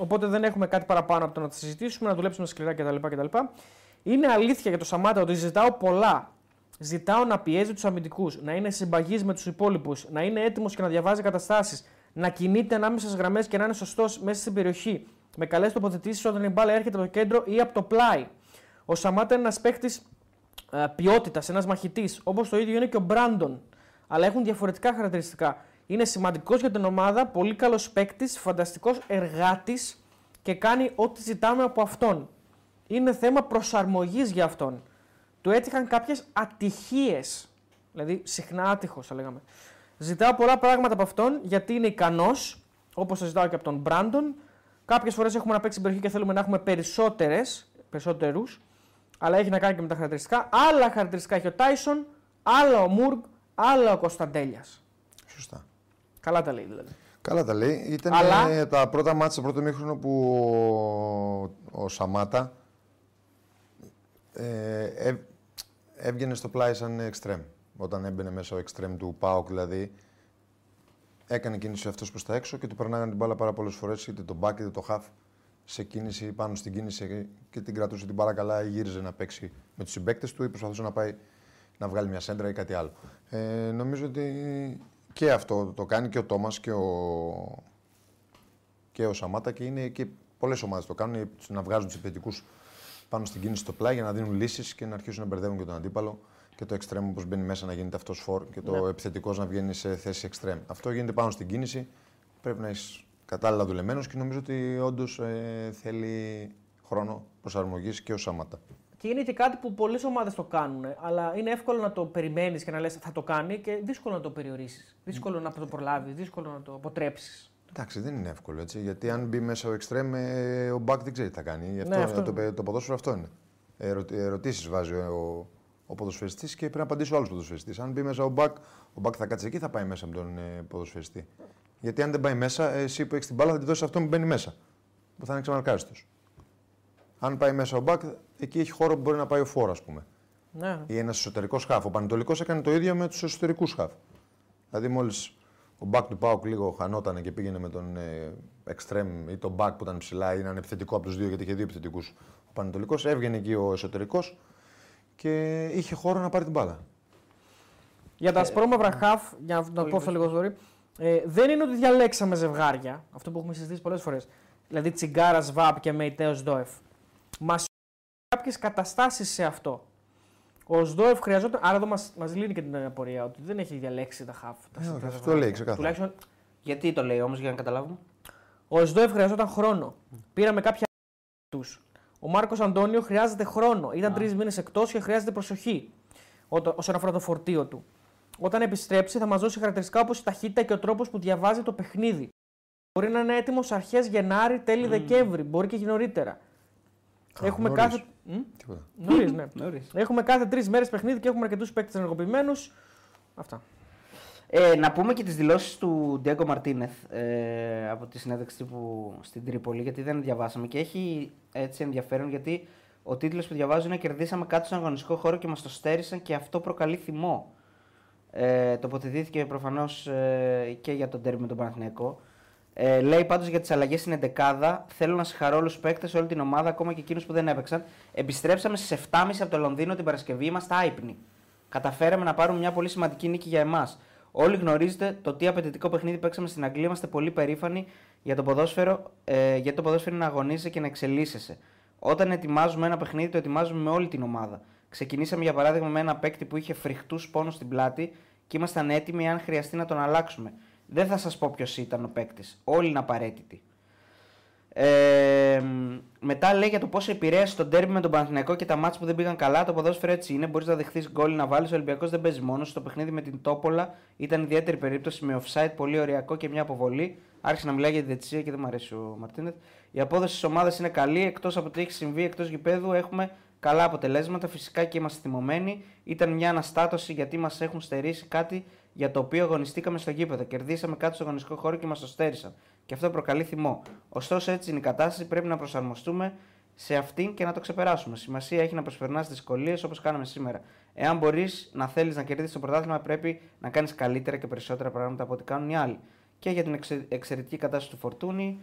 Οπότε δεν έχουμε κάτι παραπάνω από το να τα συζητήσουμε, να δουλέψουμε σκληρά κτλ. κτλ. Είναι αλήθεια για το Σαμάτα ότι ζητάω πολλά. Ζητάω να πιέζει τους αμυντικούς, να είναι συμπαγής με τους υπόλοιπους, να είναι έτοιμος και να διαβάζει καταστάσεις, να κινείται ανάμεσα στις γραμμές και να είναι σωστός μέσα στην περιοχή. Με καλές τοποθετήσεις όταν η μπάλα έρχεται από το κέντρο ή από το πλάι. Ο Σαμάτα είναι ένας παίκτης Ε, ποιότητας, ένας μαχητής, όπως το ίδιο είναι και ο Μπράντον. Αλλά έχουν διαφορετικά χαρακτηριστικά. Είναι σημαντικός για την ομάδα, πολύ καλός παίκτης, φανταστικός εργάτης και κάνει ό,τι ζητάμε από αυτόν. Είναι θέμα προσαρμογής για αυτόν. Του έτυχαν κάποιες ατυχίες. Δηλαδή, συχνά άτυχος, θα λέγαμε. Ζητάω πολλά πράγματα από αυτόν γιατί είναι ικανός, όπως το ζητάω και από τον Μπράντον. Κάποιες φορές έχουμε να παίξει στην περιοχή και θέλουμε να έχουμε περισσότερες, περισσότερους αλλά έχει να κάνει και με τα χαρακτηριστικά. Άλλα χαρακτηριστικά έχει ο Τάισον, άλλα ο Μουργκ, άλλα ο Κωνσταντέλιας.
Σωστά.
Καλά τα λέει δηλαδή.
Καλά τα λέει. Ήταν
Αλλά-
ε, τα πρώτα μάτια στο πρώτο μήχρονο που ο, ο Σαμάτα ε, ε, έβγαινε στο πλάι σαν εξτρέμ. Όταν έμπαινε μέσα ο εξτρέμ του Πάοκ, δηλαδή έκανε κίνηση αυτός προς τα έξω και του περνάγανε την μπάλα πάρα πολλές φορές, είτε τον μπακ είτε το χαφ. Σε κίνηση, πάνω στην κίνηση και την κρατούσε την μπάλα καλά, ή γύριζε να παίξει με τους συμπαίκτες του ή προσπαθούσε να πάει να βγάλει μια σέντρα ή κάτι άλλο. Ε, νομίζω ότι και αυτό το κάνει και ο Τόμας και ο, και ο Σαμάτα και, είναι και πολλές ομάδες το κάνουν οι- να βγάζουν τους επιθετικούς πάνω στην κίνηση στο πλάι για να δίνουν λύσεις και να αρχίσουν να μπερδεύουν και τον αντίπαλο και το εξτρέμ όπως μπαίνει μέσα να γίνεται αυτός φορ και το
Ναι.
επιθετικός να βγαίνει σε θέση εξτρέμ. Αυτό γίνεται πάνω στην κίνηση. Πρέπει να είσαι κατάλληλα δουλεμένος και νομίζω ότι όντως θέλει χρόνο προσαρμογής και ο Σαμάτα.
Και είναι και κάτι που πολλές ομάδες το κάνουν, αλλά είναι εύκολο να το περιμένεις και να λες θα το κάνει και δύσκολο να το περιορίσεις. Δύσκολο να το προλάβεις, δύσκολο να το αποτρέψεις.
Εντάξει, δεν είναι εύκολο έτσι. Γιατί αν μπει μέσα ο εξτρέμ, ε, ο μπακ δεν ξέρει τι θα κάνει. Γι' αυτό,
Ναι, αυτό
Το, πε- το ποδόσφαιρο αυτό είναι. Ερω, Ερωτήσεις βάζει ο, ο ποδοσφαιριστής και πρέπει να απαντήσει ο άλλο ποδοσφαιριστή. Αν μπει μέσα ο μπακ, ο μπακ θα κάτσει εκεί, θα πάει μέσα με τον ε, ποδοσφαιριστή. Γιατί αν δεν πάει μέσα, ε, εσύ που έχεις την μπάλα θα τη δώσεις αυτό που μπαίνει μέσα. Που θα είναι ξεμαρκάριστο. Αν πάει μέσα ο μπακ, εκεί έχει χώρο που μπορεί να πάει ο φόρο, ας πούμε.
Ναι.
Ή ένας εσωτερικός χάφ. Ο Πανετολικός έκανε το ίδιο με τους εσωτερικούς χάφ. Δηλαδή, μόλις ο μπακ του Πάουκ λίγο χανόταν και πήγαινε με τον ε, εξτρέμ ή τον μπακ που ήταν ψηλά ή έναν επιθετικό από τους δύο, γιατί είχε δύο επιθετικούς. Ο Πανετολικός έβγαινε εκεί ο εσωτερικός και είχε χώρο να πάρει την μπάλα.
Για
Ε,
τα ασπρόμαυρα
ναι.
χαφ, για να το πω αυτό λίγο δωρή, ε, δεν είναι ότι διαλέξαμε ζευγάρια. Αυτό που έχουμε συζητήσει πολλές φορές. Δηλαδή Τσιγκάρα Βαπ και Μεϊτέο Ντόεφ. Μας κάποιες καταστάσεις σε αυτό. Ο Σδόεφ χρειαζόταν. Άρα εδώ μας λύνει και την απορία ότι δεν έχει διαλέξει τα χαφ. Τα
Ε,
τα
όχι, αυτό
ζευγάρια.
λέει ξεκάθαρα.
Τουλάχιστον
Γιατί το λέει όμως για να καταλάβουμε.
ο Σδόεφ χρειαζόταν χρόνο. Πήραμε κάποια τους. Ο Μάρκος Αντώνιο χρειάζεται χρόνο. Ήταν
Α.
τρεις μήνες εκτός και χρειάζεται προσοχή ό- όσον αφορά το φορτίο του. Όταν επιστρέψει, θα μας δώσει χαρακτηριστικά όπως η ταχύτητα και ο τρόπος που διαβάζει το παιχνίδι. Μπορεί να είναι έτοιμος αρχές Γενάρη, τέλη Δεκέμβρη, μπορεί και νωρίτερα.
Α,
Έχουμε
νωρίς.
κάθε. Μ?
Τίποτα.
Νωρίς, ναι.
Νωρίς.
Έχουμε κάθε τρεις μέρες παιχνίδι και έχουμε αρκετούς παίκτες ενεργοποιημένους. Αυτά.
Ε, να πούμε και τις δηλώσεις του Ντέγκο Μαρτίνεθ ε, από τη συνέντευξη τύπου στην Τρίπολη, γιατί δεν διαβάσαμε. Και έχει έτσι ενδιαφέρον γιατί ο τίτλος που διαβάζω είναι Κερδίσαμε κάτι στον αγωνιστικό χώρο και μας το στέρισαν και αυτό προκαλεί θυμό. Ε, τοποθετήθηκε προφανώς ε, και για τον τέρμι με τον Παναθηναϊκό. Ε, λέει πάντως για τις αλλαγές στην 11 Θέλω να συγχαρώ όλους τους παίκτες, όλη την ομάδα, ακόμα και εκείνους που δεν έπαιξαν. Επιστρέψαμε στις 7.30 από το Λονδίνο την Παρασκευή. Είμαστε άϊπνοι. Καταφέραμε να πάρουμε μια πολύ σημαντική νίκη για εμάς. Όλοι γνωρίζετε το τι απαιτητικό παιχνίδι παίξαμε στην Αγγλία. Είμαστε πολύ περήφανοι για το ποδόσφαιρο, ε, γιατί το ποδόσφαιρο είναι να αγωνίζεσαι και να εξελίσσεσαι. Όταν ετοιμάζουμε ένα παιχνίδι, το ετοιμάζουμε με όλη την ομάδα. Ξεκινήσαμε για παράδειγμα με ένα παίκτη που είχε φρικτούς πόνους στην πλάτη και ήμασταν έτοιμοι αν χρειαστεί να τον αλλάξουμε. Δεν θα σας πω ποιος ήταν ο παίκτης. Όλοι είναι απαραίτητοι. Ε, μετά λέει για το πόσο επηρέασε τον τέρμι με τον Παναθηναϊκό και τα μάτς που δεν πήγαν καλά. Το ποδόσφαιρο έτσι είναι. Μπορείς να δεχθείς γκολ να βάλεις. Ο Ολυμπιακός δεν παίζει μόνος. Στο παιχνίδι με την Τόπολα ήταν ιδιαίτερη περίπτωση με offside, πολύ ωριακό και μια αποβολή. Άρχισε να μιλάει για τη διαιτησία και δεν μου αρέσει ο Μαρτίνετ. Η απόδοση τη ομάδα είναι καλή. Εκτός από το έχει συμβεί εκτός γηπέδου, έχουμε καλά αποτελέσματα. Φυσικά και είμαστε θυμωμένοι. Ήταν μια αναστάτωση γιατί μας έχουν στερήσει κάτι για το οποίο αγωνιστήκαμε στο γήπεδο. Κερδίσαμε κάτι στο αγωνιστικό χώρο και μας το στέρισαν. Και αυτό προκαλεί θυμό. Ωστόσο, έτσι είναι η κατάσταση. Πρέπει να προσαρμοστούμε σε αυτήν και να το ξεπεράσουμε. Σημασία έχει να προσπερνάς δυσκολίες όπως κάναμε σήμερα. Εάν μπορείς να θέλεις να κερδίσεις το πρωτάθλημα, πρέπει να κάνεις καλύτερα και περισσότερα πράγματα από ό,τι κάνουν οι άλλοι. Και για την εξε- εξαιρετική κατάσταση του Φορτούνη,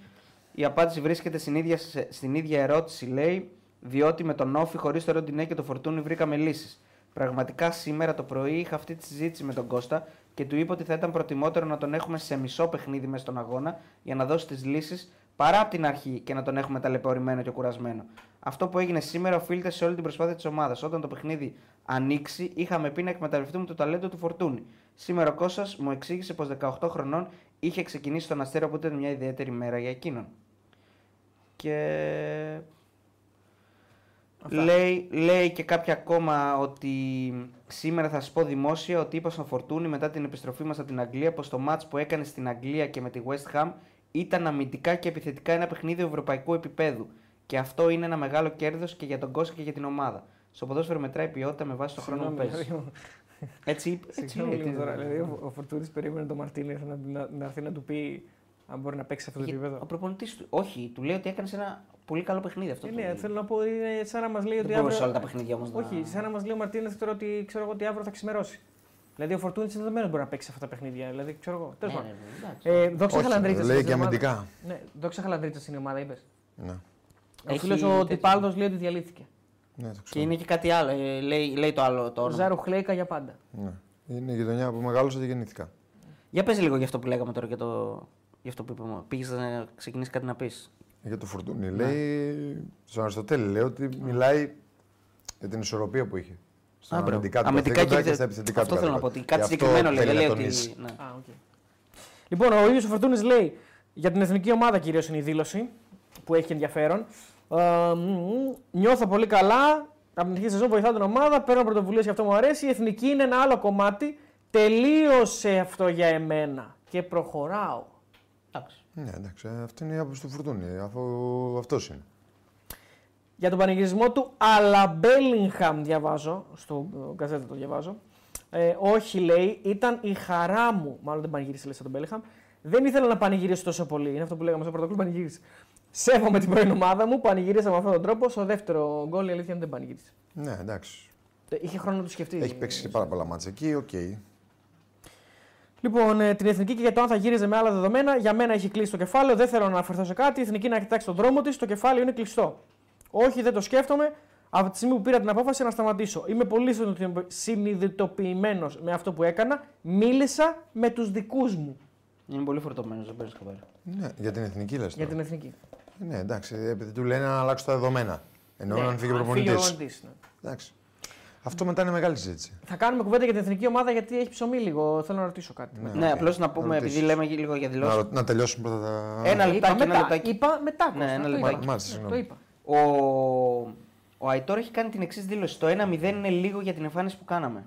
η απάντηση βρίσκεται στην ίδια, σε- στην ίδια ερώτηση, λέει, διότι με τον Όφη χωρίς το Ροντινέ και το Φορτούνη βρήκαμε λύσεις. Πραγματικά σήμερα το πρωί είχα αυτή τη συζήτηση με τον Κώστα και του είπα ότι θα ήταν προτιμότερο να τον έχουμε σε μισό παιχνίδι μέσα στον αγώνα για να δώσει τις λύσεις παρά από την αρχή και να τον έχουμε ταλαιπωρημένο και κουρασμένο. Αυτό που έγινε σήμερα οφείλεται σε όλη την προσπάθεια της ομάδας. Όταν το παιχνίδι ανοίξει, είχαμε πει να εκμεταλλευτούμε το ταλέντο του Φορτούνη. Σήμερα ο Κώστας μου εξήγησε πως 18 χρονών είχε ξεκινήσει τον Αστέρα που ήταν μια ιδιαίτερη μέρα για εκείνον. Και
Αυτά.
Λέει, λέει και κάποια ακόμα ότι σήμερα θα σας πω δημόσια ότι είπα στον Φορτούνη μετά την επιστροφή μας από την Αγγλία πως το μάτ που έκανε στην Αγγλία και με τη West Ham ήταν αμυντικά και επιθετικά ένα παιχνίδι ευρωπαϊκού επίπεδου. Και αυτό είναι ένα μεγάλο κέρδος και για τον κόσμο και για την ομάδα. Στο ποδόσφαιρο μετράει η ποιότητα με βάση το χρόνο που [laughs]
Συγγνώμη,
παίζει.
δηλαδή,
Έτσι είπε. έτσι
Συγγνώμη
λέει,
λίγο
τι- ναι.
τώρα. Δηλαδή, ο ο Φορτούνης περίμενε τον Μαρτίνεθ να, να, να έρθει να του πει αν μπορεί να παίξει σε αυτό το
Είχε-
επίπεδο.
Ο προπονητής του. Όχι, του λέει ότι έκανες ένα πολύ καλό παιχνίδι αυτό.
Ε,
του
ναι,
λέει.
θέλω να πω, είναι σαν να μας λέει
Δεν
ότι
μπορούσε όλα
αύριο.
τα παιχνίδια όμως.
Όχι, σαν να μας λέει ο Μαρτίνεθ τώρα ότι ξέρω εγώ ότι αύριο θα ξημερώσει. Δηλαδή ο Φορτούνης είναι δεδομένος μπορεί να παίξει σε αυτά τα παιχνίδια. Δηλαδή ξέρω εγώ.
Ναι,
Τέλο πάντων. Ε, δόξα χαλανδρίτσα.
λέει και αμυντικά.
Ναι, δόξα χαλανδρίτσα είναι η ομάδα, είπες.
Ναι,
Ο
Έχει
φίλος ο
τέτοιο.
Τιπάλδος λέει ότι διαλύθηκε.
ναι, το
Και
ξέρω.
είναι και κάτι άλλο. ε, λέει, λέει το άλλο το
Ο
όνομα.
Ζάρου Χλέικα για πάντα.
Ναι. Είναι η γειτονιά που μεγάλωσα και γεννήθηκα.
Για πες λίγο για αυτό που λέγαμε τώρα, για, το... για αυτό που είπαμε. Πήγες να ξεκινήσεις κάτι να πεις.
Για το
Ναι.
φορτούνι. Λέει στον Αριστοτέλη λέει ότι μιλάει για την ισορροπία που είχε. Στα
Α, μπράβο.
αμυντικά του
Αμυντικά
καθήκοντα
και
και στα επιθετικά
Αυτό
του
θέλω να πω.
καθήκοντα.
Ότι κάτι
Γι' αυτό
συγκεκριμένο λέει.
θέλει
δεν
να
λέει
τονίσει.
ότι... ναι.
Α, οκ. Λοιπόν, ο ίδιος ο Φορτούνης λέει για την εθνική ομάδα κυρίως είναι η δήλωση που έχει ενδιαφέρον. Ε, μ, νιώθω πολύ καλά. Από την αρχή της σεζόν βοηθάω την ομάδα, παίρνω πρωτοβουλίες και αυτό μου αρέσει. Η εθνική είναι ένα άλλο κομμάτι. Τελείωσε αυτό για εμένα και προχωράω.
Εντάξει.
Ναι, εντάξει, αυτή είναι η άποψη του φορτούνι. Αφού αυτός είναι.
Για τον πανηγυρισμό του Αλαμπέλιγχαμ διαβάζω, στο ε, καζέτα το διαβάζω. Ε, όχι λέει, ήταν η χαρά μου, μάλλον δεν πανηγύρισε λέει σαν τον Μπέλιγχαμ. Δεν ήθελα να πανηγυρίσω τόσο πολύ, είναι αυτό που λέγαμε στο πρώτο κλουμπ, πανηγύρισε. Σέβομαι την πρώην ομάδα μου, πανηγύρισα με αυτόν τον τρόπο, στο δεύτερο γκολ η αλήθεια είναι δεν πανηγύρισε.
Ναι, εντάξει.
Ε, Είχε χρόνο να το σκεφτεί.
Έχει παίξει και πάρα πολλά μάτσα εκεί, οκ.
Λοιπόν, ε, την εθνική και για το αν θα γύριζε με άλλα δεδομένα, για μένα έχει κλείσει το κεφάλαιο. Δεν θέλω να αναφερθώ σε κάτι. Η εθνική να κοιτάξει τον δρόμο της, το κεφάλαιο είναι κλειστό. Όχι, δεν το σκέφτομαι. Από τη στιγμή που πήρα την απόφαση να σταματήσω. Είμαι πολύ συνειδητοποιημένος με αυτό που έκανα. Μίλησα με τους δικούς μου
Είναι πολύ φορτωμένος, δεν παίρνεις καβάλα.
Ναι, για την εθνική λες.
για την εθνική.
Ναι, εντάξει, επειδή του λένε να αλλάξω τα δεδομένα.
Ναι,
Ενώ να φύγει ο
αν
προπονητής.
προπονητής, ναι.
Εντάξει. Αυτό μετά είναι μεγάλη συζήτηση.
Θα κάνουμε κουβέντα για την εθνική ομάδα γιατί έχει ψωμί λίγο. Θέλω να ρωτήσω κάτι.
Ναι,
Ναι,
οκ.
απλώς να πούμε,
Ρωτήσεις.
επειδή λέμε λίγο για
Να,
δηλώσεις.
ρω- να τελειώσουν πρώτα τα.
Ένα
Είπα
λεπτάκι, ένα
μετά,
λεπτάκι.
Είπα μετά. Κώστα,
ένα
το
λεπτάκι.
είπα.
Μάλιστα,
Ναι,
συγγνώμη.
Το είπα.
Ο, ο Αϊτόρ έχει κάνει την εξής δήλωση. Το 1-0 είναι λίγο για την εμφάνιση που κάναμε.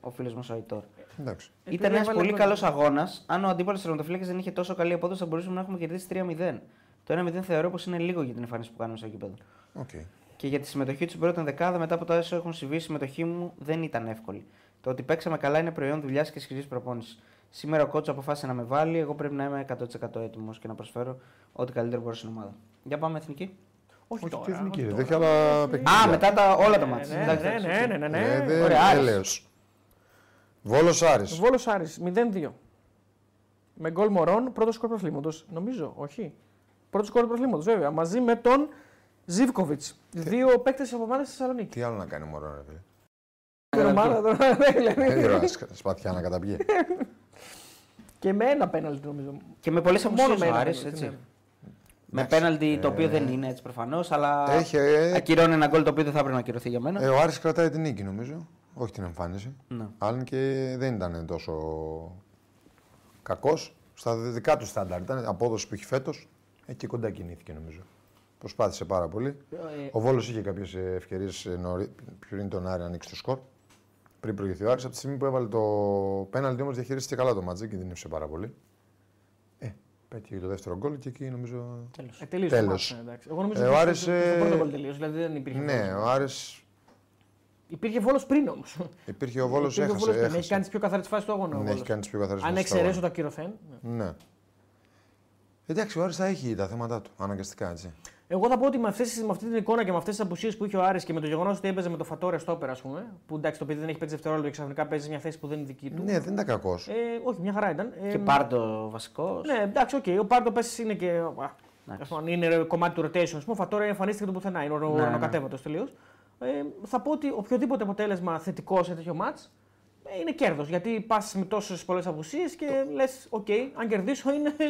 Ο φίλος μας ο Αϊτόρ.
Εντάξει.
Επειδή
Ήταν ένας
έβαλε
πολύ
γκολ.
καλός αγώνας. Αν ο αντίπαλος τερματοφύλακα δεν είχε τόσο καλή απόδοση, θα μπορούσαμε να έχουμε κερδίσει 3-0. Το 1-0 θεωρώ πως είναι λίγο για την εμφάνιση που κάναμε στο γήπεδο.
Οκ.
Και για τη συμμετοχή τους στην πρώτη δεκάδα μετά από τα όσο έχουν συμβεί, η συμμετοχή μου δεν ήταν εύκολη. Το ότι παίξαμε καλά είναι προϊόν δουλειάς και σκληρή προπόνησης. Σήμερα ο κότσο αποφάσισε να με βάλει. Εγώ πρέπει να είμαι 100% έτοιμος και να προσφέρω ό,τι καλύτερο μπορώ στην ομάδα. Για πάμε εθνική.
Όχι,
Όχι,
τώρα,
τι εθνική.
όχι
ρε,
τώρα.
Δεν έχει άλλα παιχνίδια.
Α, μετά τα, όλα τα
Ναι,
μάτια.
ναι, ναι, ναι, ναι, ναι,
Ε,
ναι.
δεν-
Ωραία, Άρης.
έλεος. Βόλος Άρης.
Βόλος Άρης 0-2. Με γκολ Μωρών, πρώτο σκορ προθλήματο. Νομίζω, όχι. Πρώτο σκορ προθλήματο, βέβαια. Μαζί με τον Ζίβκοβιτ. Δύο παίκτες από ομάδα στη Θεσσαλονίκης.
Τι άλλο να κάνει ο Μωρόν, ρε φίλε. Ε,
Την ομάδα τώρα, ναι, δηλαδή.
Δεν ξέρω, ας- σπαθιά να
[laughs]
καταπιεί.
Και με ένα πέναλτι, νομίζω.
Και με πολλές
Μόνο
απουσίες
με
ο
ένα
Άρης,
πέναλτι,
έτσι.
ναι.
Με πέναλτι το οποίο δεν είναι έτσι προφανώς, αλλά
Έχει, ε,
ακυρώνει ένα γκολ το οποίο δεν θα έπρεπε να ακυρωθεί για μένα.
Ε, ο Άρης κρατάει την νίκη νομίζω, όχι την εμφάνιση.
Ναι.
Αν και δεν ήταν τόσο κακός, στα δικά του στάνταρ ήταν, απόδοση που έχει φέτος, εκεί κοντά κινήθηκε νομίζω. Προσπάθησε πάρα πολύ.
Ε,
Ο Βόλος είχε κάποιες ευκαιρίες ε, νωρί, πριν τον Άρη να ανοίξει το σκορ, πριν προηγηθεί ο Άρης. Από τη στιγμή που έβαλε το πέναλτι όμως διαχειρίστηκε καλά το μάτζ, δεν κινδύνευσε πάρα πολύ. Ε, πέτυχε το δεύτερο γκολ και εκεί νομίζω...
Ε, τελείωσε.
Τέλος.
το μάτς, ναι, εντάξει. Εγώ νομίζω
Ε,
ότι
ο
στο-
Άρης,
στο-
ε,
Στο πρώτο γκολ τελείωσε. Δηλαδή δεν υπήρχε.
Ναι,
βόλος.
ο Άρης
Υπήρχε βόλος πριν όμως.
υπήρχε ο Βόλος,
Υπήρχε
έχασε.
βόλος πριν. Έχει
έχασε.
κάνει τις πιο καθαρές φάσεις του αγώνα. ο
Ναι,
Βόλος.
έχει κάνει τις πιο καθαρές
Αν εξαιρέσω το ακυρωθέν. ναι.
Ναι. Εντάξει, ο Άρης θα έχει τα θέματα του αναγκαστικά έτσι.
Εγώ θα πω ότι με, αυτές, με αυτή την εικόνα και με αυτές τις απουσίες που είχε ο Άρης και με το γεγονός ότι έπαιζε με το Φατόρε Στόπερ, ας πούμε, που εντάξει το παιδί δεν έχει παίξει δευτερόλεπτο και ξαφνικά παίζει σε μια θέση που δεν είναι δική του.
Ναι, δεν ήταν κακός.
Ε, όχι, μια χαρά ήταν. Ε,
Και πάρτο βασικός.
Ναι, εντάξει, οκ. Ο Πάρντο πέσει είναι και. α, ας πούμε, είναι κομμάτι του rotation. ας πούμε. Ο Φατόρε εμφανίστηκε το πουθενά. Είναι ο
Ναι, ναι.
ορνοκατέβατο τελείως. Ε, θα πω ότι οποιοδήποτε αποτέλεσμα θετικό σε τέτοιο μάτ είναι κέρδος. Γιατί πας με τόσες πολλές απουσίες και λες, οκ, αν κερδίσω είναι. [laughs]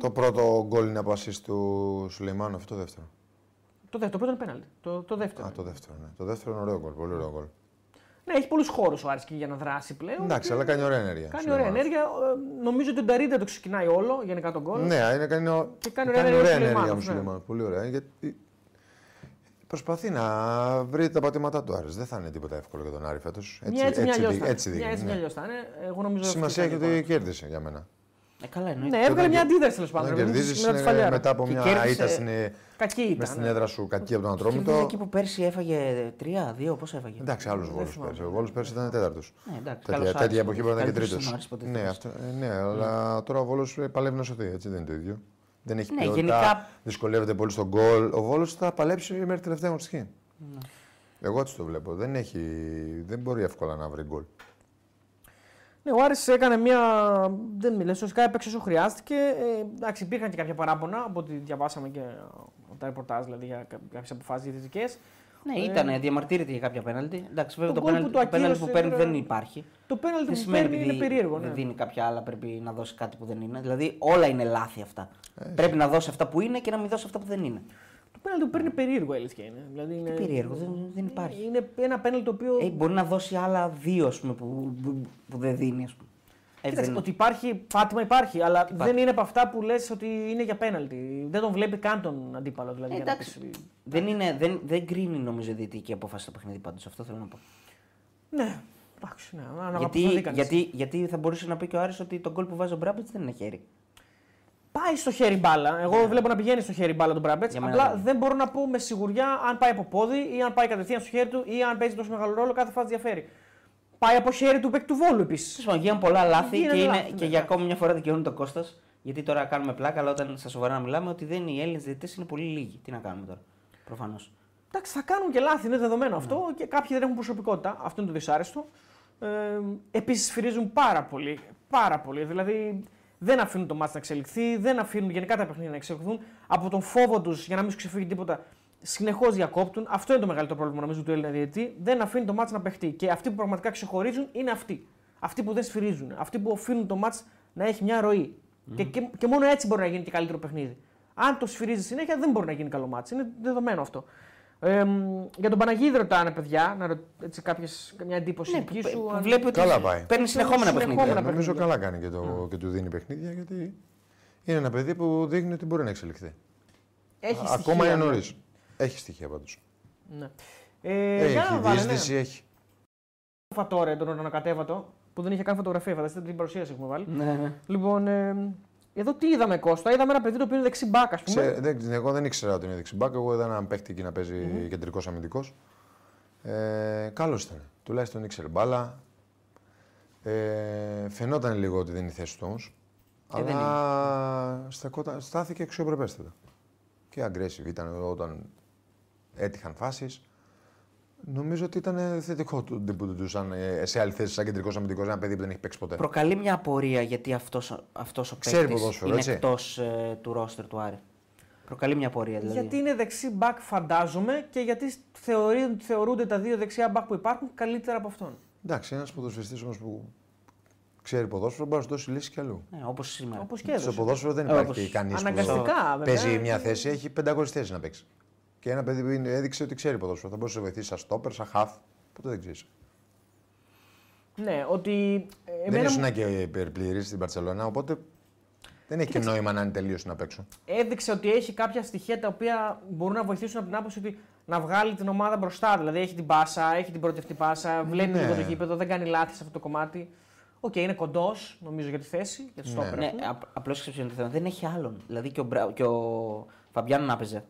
Το πρώτο γκολ είναι από assist του Σουλεϊμάνου, αυτό το δεύτερο.
Το δεύτερο, το πρώτο είναι πέναλτι. Το, το δεύτερο.
Α, το δεύτερο, ναι. Το δεύτερο είναι ωραίο γκολ, πολύ ωραίο γκολ.
Ναι, έχει πολλούς χώρους ο Άρης και για να δράσει πλέον.
Εντάξει,
και
αλλά κάνει ωραία ενέργεια.
Κάνει ωραία
Σουλεϊμάνοφ.
ενέργεια. Ε, Νομίζω ότι ο Νταρίντα το ξεκινάει όλο γενικά τον κόλπο.
Ναι, είναι, κάνει, ο-
Και κάνει ωραία ενέργεια ο Σουλεϊμάνοφ,
ο
ναι.
Σουλεϊμάνοφ, Πολύ ωραία. Γιατί προσπαθεί να βρει τα πατήματά του Άρης. Δεν θα είναι τίποτα εύκολο για τον Άρη φέτος.
Μια έτσι, μια αλλιώ.
έτσι
Μια έτσι, μια
δείχνει.
αλλιώς θα είναι. Εγώ νομίζω αυτή
Σημασία
ήταν
έχει
η εικόνα.
ότι κέρδισε για μένα.
Ε, καλά εννοείται.
Ναι, έβγαλε
όταν
μια
κε-
αντίδραση τέλος πάντων.
Όταν
ρε παιδί μου, στη
κερδίζει
σημεία της Φαλιάρα.
μετά από
Και
μια
κέρδισε-
ήττα στην, ε,
Κακή
μες
ήταν.
στην
ναι.
έδρα σου, κακή από τον
Κερδίζει
Ατρόμητο.
εκεί που πέρσι έφαγε τρία, δύο, πόσο έφαγε.
Εντάξει, άλλο Βόλο
θυμάμαι.
πέρσι. Ο Βόλος πέρσι ήταν τέταρτος.
Ναι, εντάξει,
Τέτοια,
καλός
τέτοια
Άρης.
εποχή μπορεί να ήταν και
Καλύτερος
τρίτος.
στον Άρης, ποτέ
Ναι,
δεν
αυτό- ε, ναι, αλλά τώρα ο Βόλος παλεύει να σωθεί, έτσι δεν είναι το ίδιο. Δεν έχει
Ναι,
ποιότητα,
γενικά-
δυσκολεύεται πολύ στον γκολ. Ο Βόλος θα παλέψει μέχρι τελευταία μορφή.
Ναι.
Εγώ έτσι το βλέπω. Δεν, έχει, δεν μπορεί εύκολα να βρει γκολ.
Ναι, ο Άρης έκανε μια. Δεν μιλέ, σωστικά έπαιξε όσο χρειάστηκε. Ε, εντάξει, υπήρχαν και κάποια παράπονα από ό,τι διαβάσαμε και από τα ρεπορτάζ, δηλαδή για κάποιες αποφάσεις διαιτητικές.
Ναι, ήταν διαμαρτύρεται για κάποια πέναλτι. Εντάξει, βέβαια
Ε. Το
το,
γκολ
πέναλτι,
που το
το πέναλτι που
ακύρωσε
παίρνει
τώρα-
δεν υπάρχει.
Το πέναλτι
Δεν
που
Ε, σημαίνει
παίρνει
επειδή
είναι περίεργο.
δεν
Ναι.
δίνει κάποια άλλα, πρέπει να δώσει κάτι που δεν είναι. Δηλαδή όλα είναι λάθη αυτά.
Ε,
πρέπει να δώσει αυτά που είναι και να μην δώσει αυτά που δεν είναι.
Το πέναλτι που παίρνει είναι περίεργο, η αλήθεια είναι. Δηλαδή είναι...
περίεργο, δεν- δεν υπάρχει.
Είναι ένα πέναλτι το οποίο.
Ε, μπορεί να δώσει άλλα δύο ας πούμε, που, που, που δεν δίνει. Ας πούμε. Έτσι δεν
Κοίταξε,
είναι.
ότι υπάρχει φάτημα υπάρχει, αλλά δεν είναι από αυτά που λες ότι είναι για πέναλτι. Δεν τον βλέπει καν τον αντίπαλο. Δηλαδή,
Ε,
για να
εντάξει.
πεις-
Δεν, είναι, δεν, δεν κρίνει νομίζω η διαιτητική απόφαση στο παιχνίδι πάντως. Αυτό θέλω να πω.
Ναι, εντάξει, ναι. αναπαυθωθήκαν
Γιατί,
εσύ.
γιατί, γιατί θα μπορούσε να πει και ο Άρης ότι τον κόλ που βάζει ο Μπράμπετ δεν είναι χέρι.
Πάει στο χέρι μπάλα. Εγώ βλέπω να πηγαίνει στο χέρι μπάλα τον Μπράμπετ.
Ναι. Για μένα
Απλά
δεν
δεν.
είναι.
μπορώ να πω με σιγουριά αν πάει από πόδι ή αν πάει κατευθείαν στο χέρι του ή αν παίζει τόσο μεγάλο ρόλο. Κάθε φάση διαφέρει. Πάει από χέρι του παίκτη του βόλου επίσης.
Τέλος πάντων, γίνανε πολλά λάθη
Γίνανε
και, είναι,
λάθη,
και
ναι.
για ακόμη μια φορά δικαιώνει το Κώστας. Γιατί τώρα κάνουμε πλάκα, αλλά όταν στα σοβαρά να μιλάμε, ότι δεν είναι οι Έλληνες διαιτητές είναι πολύ λίγοι. Τι να κάνουμε τώρα. Προφανώς.
Εντάξει, θα κάνουν και λάθη, είναι δεδομένο αυτό και κάποιοι δεν έχουν προσωπικότητα. Αυτό είναι το δυσάρεστο. Ε, Επίσης σφυρίζουν πάρα πολύ. Πάρα πολύ. Δηλαδή δεν αφήνουν το μάτι να εξελιχθεί, δεν αφήνουν γενικά τα παιχνίδια να εξελιχθούν. Από τον φόβο τους για να μην σου ξεφύγει τίποτα, συνεχώς διακόπτουν. Αυτό είναι το μεγαλύτερο πρόβλημα νομίζω του Έλληνα διαιτητή. Δεν αφήνει το μάτι να παιχτεί. Και αυτοί που πραγματικά ξεχωρίζουν είναι αυτοί. Αυτοί που δεν σφυρίζουν. Αυτοί που οφείλουν το μάτι να έχει μια ροή. Και, και, και μόνο έτσι μπορεί να γίνει και καλύτερο παιχνίδι. Αν το σφυρίζεις συνέχεια, δεν μπορεί να γίνει καλό μάτι. Είναι δεδομένο αυτό. Ε, μ, για τον Παναγίδη ρωτάνε, παιδιά, να ρω... έτσι κάποιες, μια εντύπωση
Ναι,
δική
που-
σου.
που
αν-
βλέπει ότι
Καλά πάει.
παίρνει συνεχόμενα
Συνεχόμενα
Ε,
παιχνίδια.
παιχνίδια.
νομίζω καλά κάνει και,
Ναι.
το, και του δίνει παιχνίδια γιατί είναι ένα παιδί που δείχνει ότι μπορεί να εξελιχθεί.
Έχει
Α- Ακόμα
στοιχεία, ναι.
είναι νωρίς. Έχει στοιχεία πάντως.
Ναι. Ε, για
Έχει
να βάλε, ναι.
διείσδυση, έχει.
Το Φατόρε, τον ορανοκατέβατο, που δεν είχε καν φωτογραφία, φανταστείτε την παρουσίαση έχουμε βάλει.
Ναι, ναι.
Λοιπόν, ε, εδώ τι είδαμε Κώστα, είδαμε ένα παιδί το οποίο είναι δεξί
Ναι.
μπακ, ας πούμε.
Ξέ- δεν, εγώ δεν ήξερα ότι είναι δεξιμπάκ. Εγώ είδα έναν παίχτη εκεί να παίζει κεντρικός αμυντικός. Ε, Καλός ήταν. Τουλάχιστον ήξερε μπάλα. Ε, φαινόταν λίγο ότι δεν είναι η θέση του όμως.
Ε, δεν
αλλά στεκόταν- στάθηκε αξιοπρεπέστατα. Και aggressive ήταν όταν έτυχαν φάσεις. Νομίζω ότι ήταν θετικό το ντεμπούτο του σαν, ε, σε άλλη θέση, σαν κεντρικός αμυντικός, ένα παιδί που δεν έχει παίξει ποτέ.
Προκαλεί μια απορία γιατί αυτός, αυτός ο
Ξέρει
παίκτης
ποδόσφαιρο,
είναι
έτσι.
εκτός ε, του ρόστερ του Άρη. Προκαλεί μια απορία δηλαδή.
Γιατί είναι δεξί back, φαντάζομαι, και γιατί θεωρεί, θεωρούνται τα δύο δεξιά back που υπάρχουν καλύτερα από αυτόν.
Εντάξει, ένας ποδοσφαιριστής όμως που ξέρει ποδόσφαιρο μπορεί να σου δώσει λύση κι αλλού.
Ναι, όπως σήμερα.
Όπως και
Στο
έδωσε.
ποδόσφαιρο δεν
Ε,
υπάρχει
όπως-
κανείς που
Αναγκαστικά, βέβαια.
παίζει μια θέση, έχει 500 θέσεις να παίξει. Και ένα παιδί που είναι- έδειξε ότι ξέρει ποδόσφαιρο. Θα μπορούσε να σε βοηθήσει σαν στόπερ, σαν χαφ. Ποτέ δεν ξέρεις.
Ναι, ότι. ε,
Δεν
Εμένα μου
ήσουν και υπερπλήρη στην Παρσελόνα, οπότε δεν έχει και νόημα να είναι τελείως να παίξω.
έδειξε ότι έχει κάποια στοιχεία τα οποία μπορούν να βοηθήσουν από την άποψη ότι να βγάλει την ομάδα μπροστά. Δηλαδή έχει την πάσα, έχει την πρώτη αυτή πάσα, βλέπει
Ναι.
λίγο το γήπεδο, δεν κάνει λάθη σε αυτό το κομμάτι. Οκ, είναι κοντός νομίζω για τη θέση, για το στόπερ.
Ναι, απλώ ξέρω το θέμα. Δεν έχει άλλον. Δηλαδή και ο, Μπρα... και ο Φαμπιάνο να παίζε.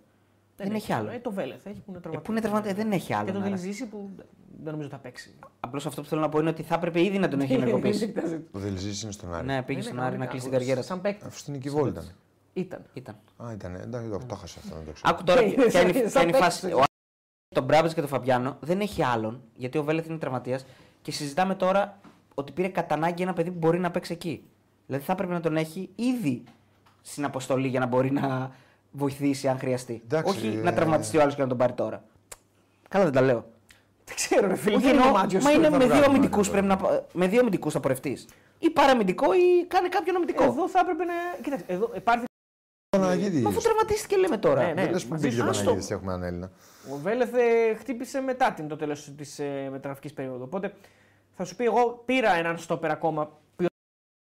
Δεν, έχει άλλο.
Ε,
Ε,
το Βέλεθ έχει που είναι
πού
τραυματικό.
είναι τραυματία, δεν έχει
Και τον
άλλον.
Δηλυζήσει που δεν νομίζω θα παίξει.
Απλώς αυτό που θέλω να πω είναι ότι θα έπρεπε ήδη να τον έχει
[laughs]
ενεργοποιήσει.
Το Δελζή είναι στον Άρη.
ναι, πήγε
Ναι. Είναι
στον Άρη
κανονικά.
να κλείσει την καριέρα του.
Σαν παίκτη
Αφού στην Νικηβόλ ήταν.
ήταν. [laughs]
Ήταν.
Α, ήταν. Εντάξει, το- το χάσα αυτό να το ξέρω.
Άκου τώρα
Ε,
ποια είναι η- ποια
σαν
είναι η
παίκτης.
φάση. Ο Άρης, τον Μπράμπετ και τον Φαμπιάνο δεν έχει άλλον, γιατί ο Βέλεθ είναι τραυματίας και συζητάμε τώρα ότι πήρε κατά ανάγκη ένα παιδί που μπορεί να παίξει εκεί. Δηλαδή θα έπρεπε να τον έχει ήδη στην αποστολή για να μπορεί να βοηθήσει αν χρειαστεί.
Εντάξει,
Όχι
ε,
να τραυματιστεί ο άλλος και να τον πάρει τώρα. Καλά δεν τα λέω.
Δεν ξέρω, ρε φίλε.
Όχι
δεν είναι
εννοώ,
ο Μάτζιος
μα
που
είναι
θα
με
βγάλουμε
δύο
Μάτζιο
αμυντικού
τώρα.
πρέπει να. πα- Με δύο αμυντικούς θα πορευτείς. Ή παραμυντικό ή κάνει κάποιον αμυντικό.
Εδώ θα έπρεπε να. Κοίταξε, εδώ υπάρχει.
Παναγίδης.
Μα αφού τραυματίστηκε λέμε τώρα.
Ναι, ναι.
Λε που
Μαζί
μπήκε
σου.
ο
Άστο.
Παναγίδη και έχουμε έναν Έλληνα.
Ο Βέλεθ ε, χτύπησε μετά την, το τέλος της ε, μεταγραφικής περίοδου. Οπότε θα σου πει, εγώ πήρα έναν στόπερ ακόμα ποιοτικό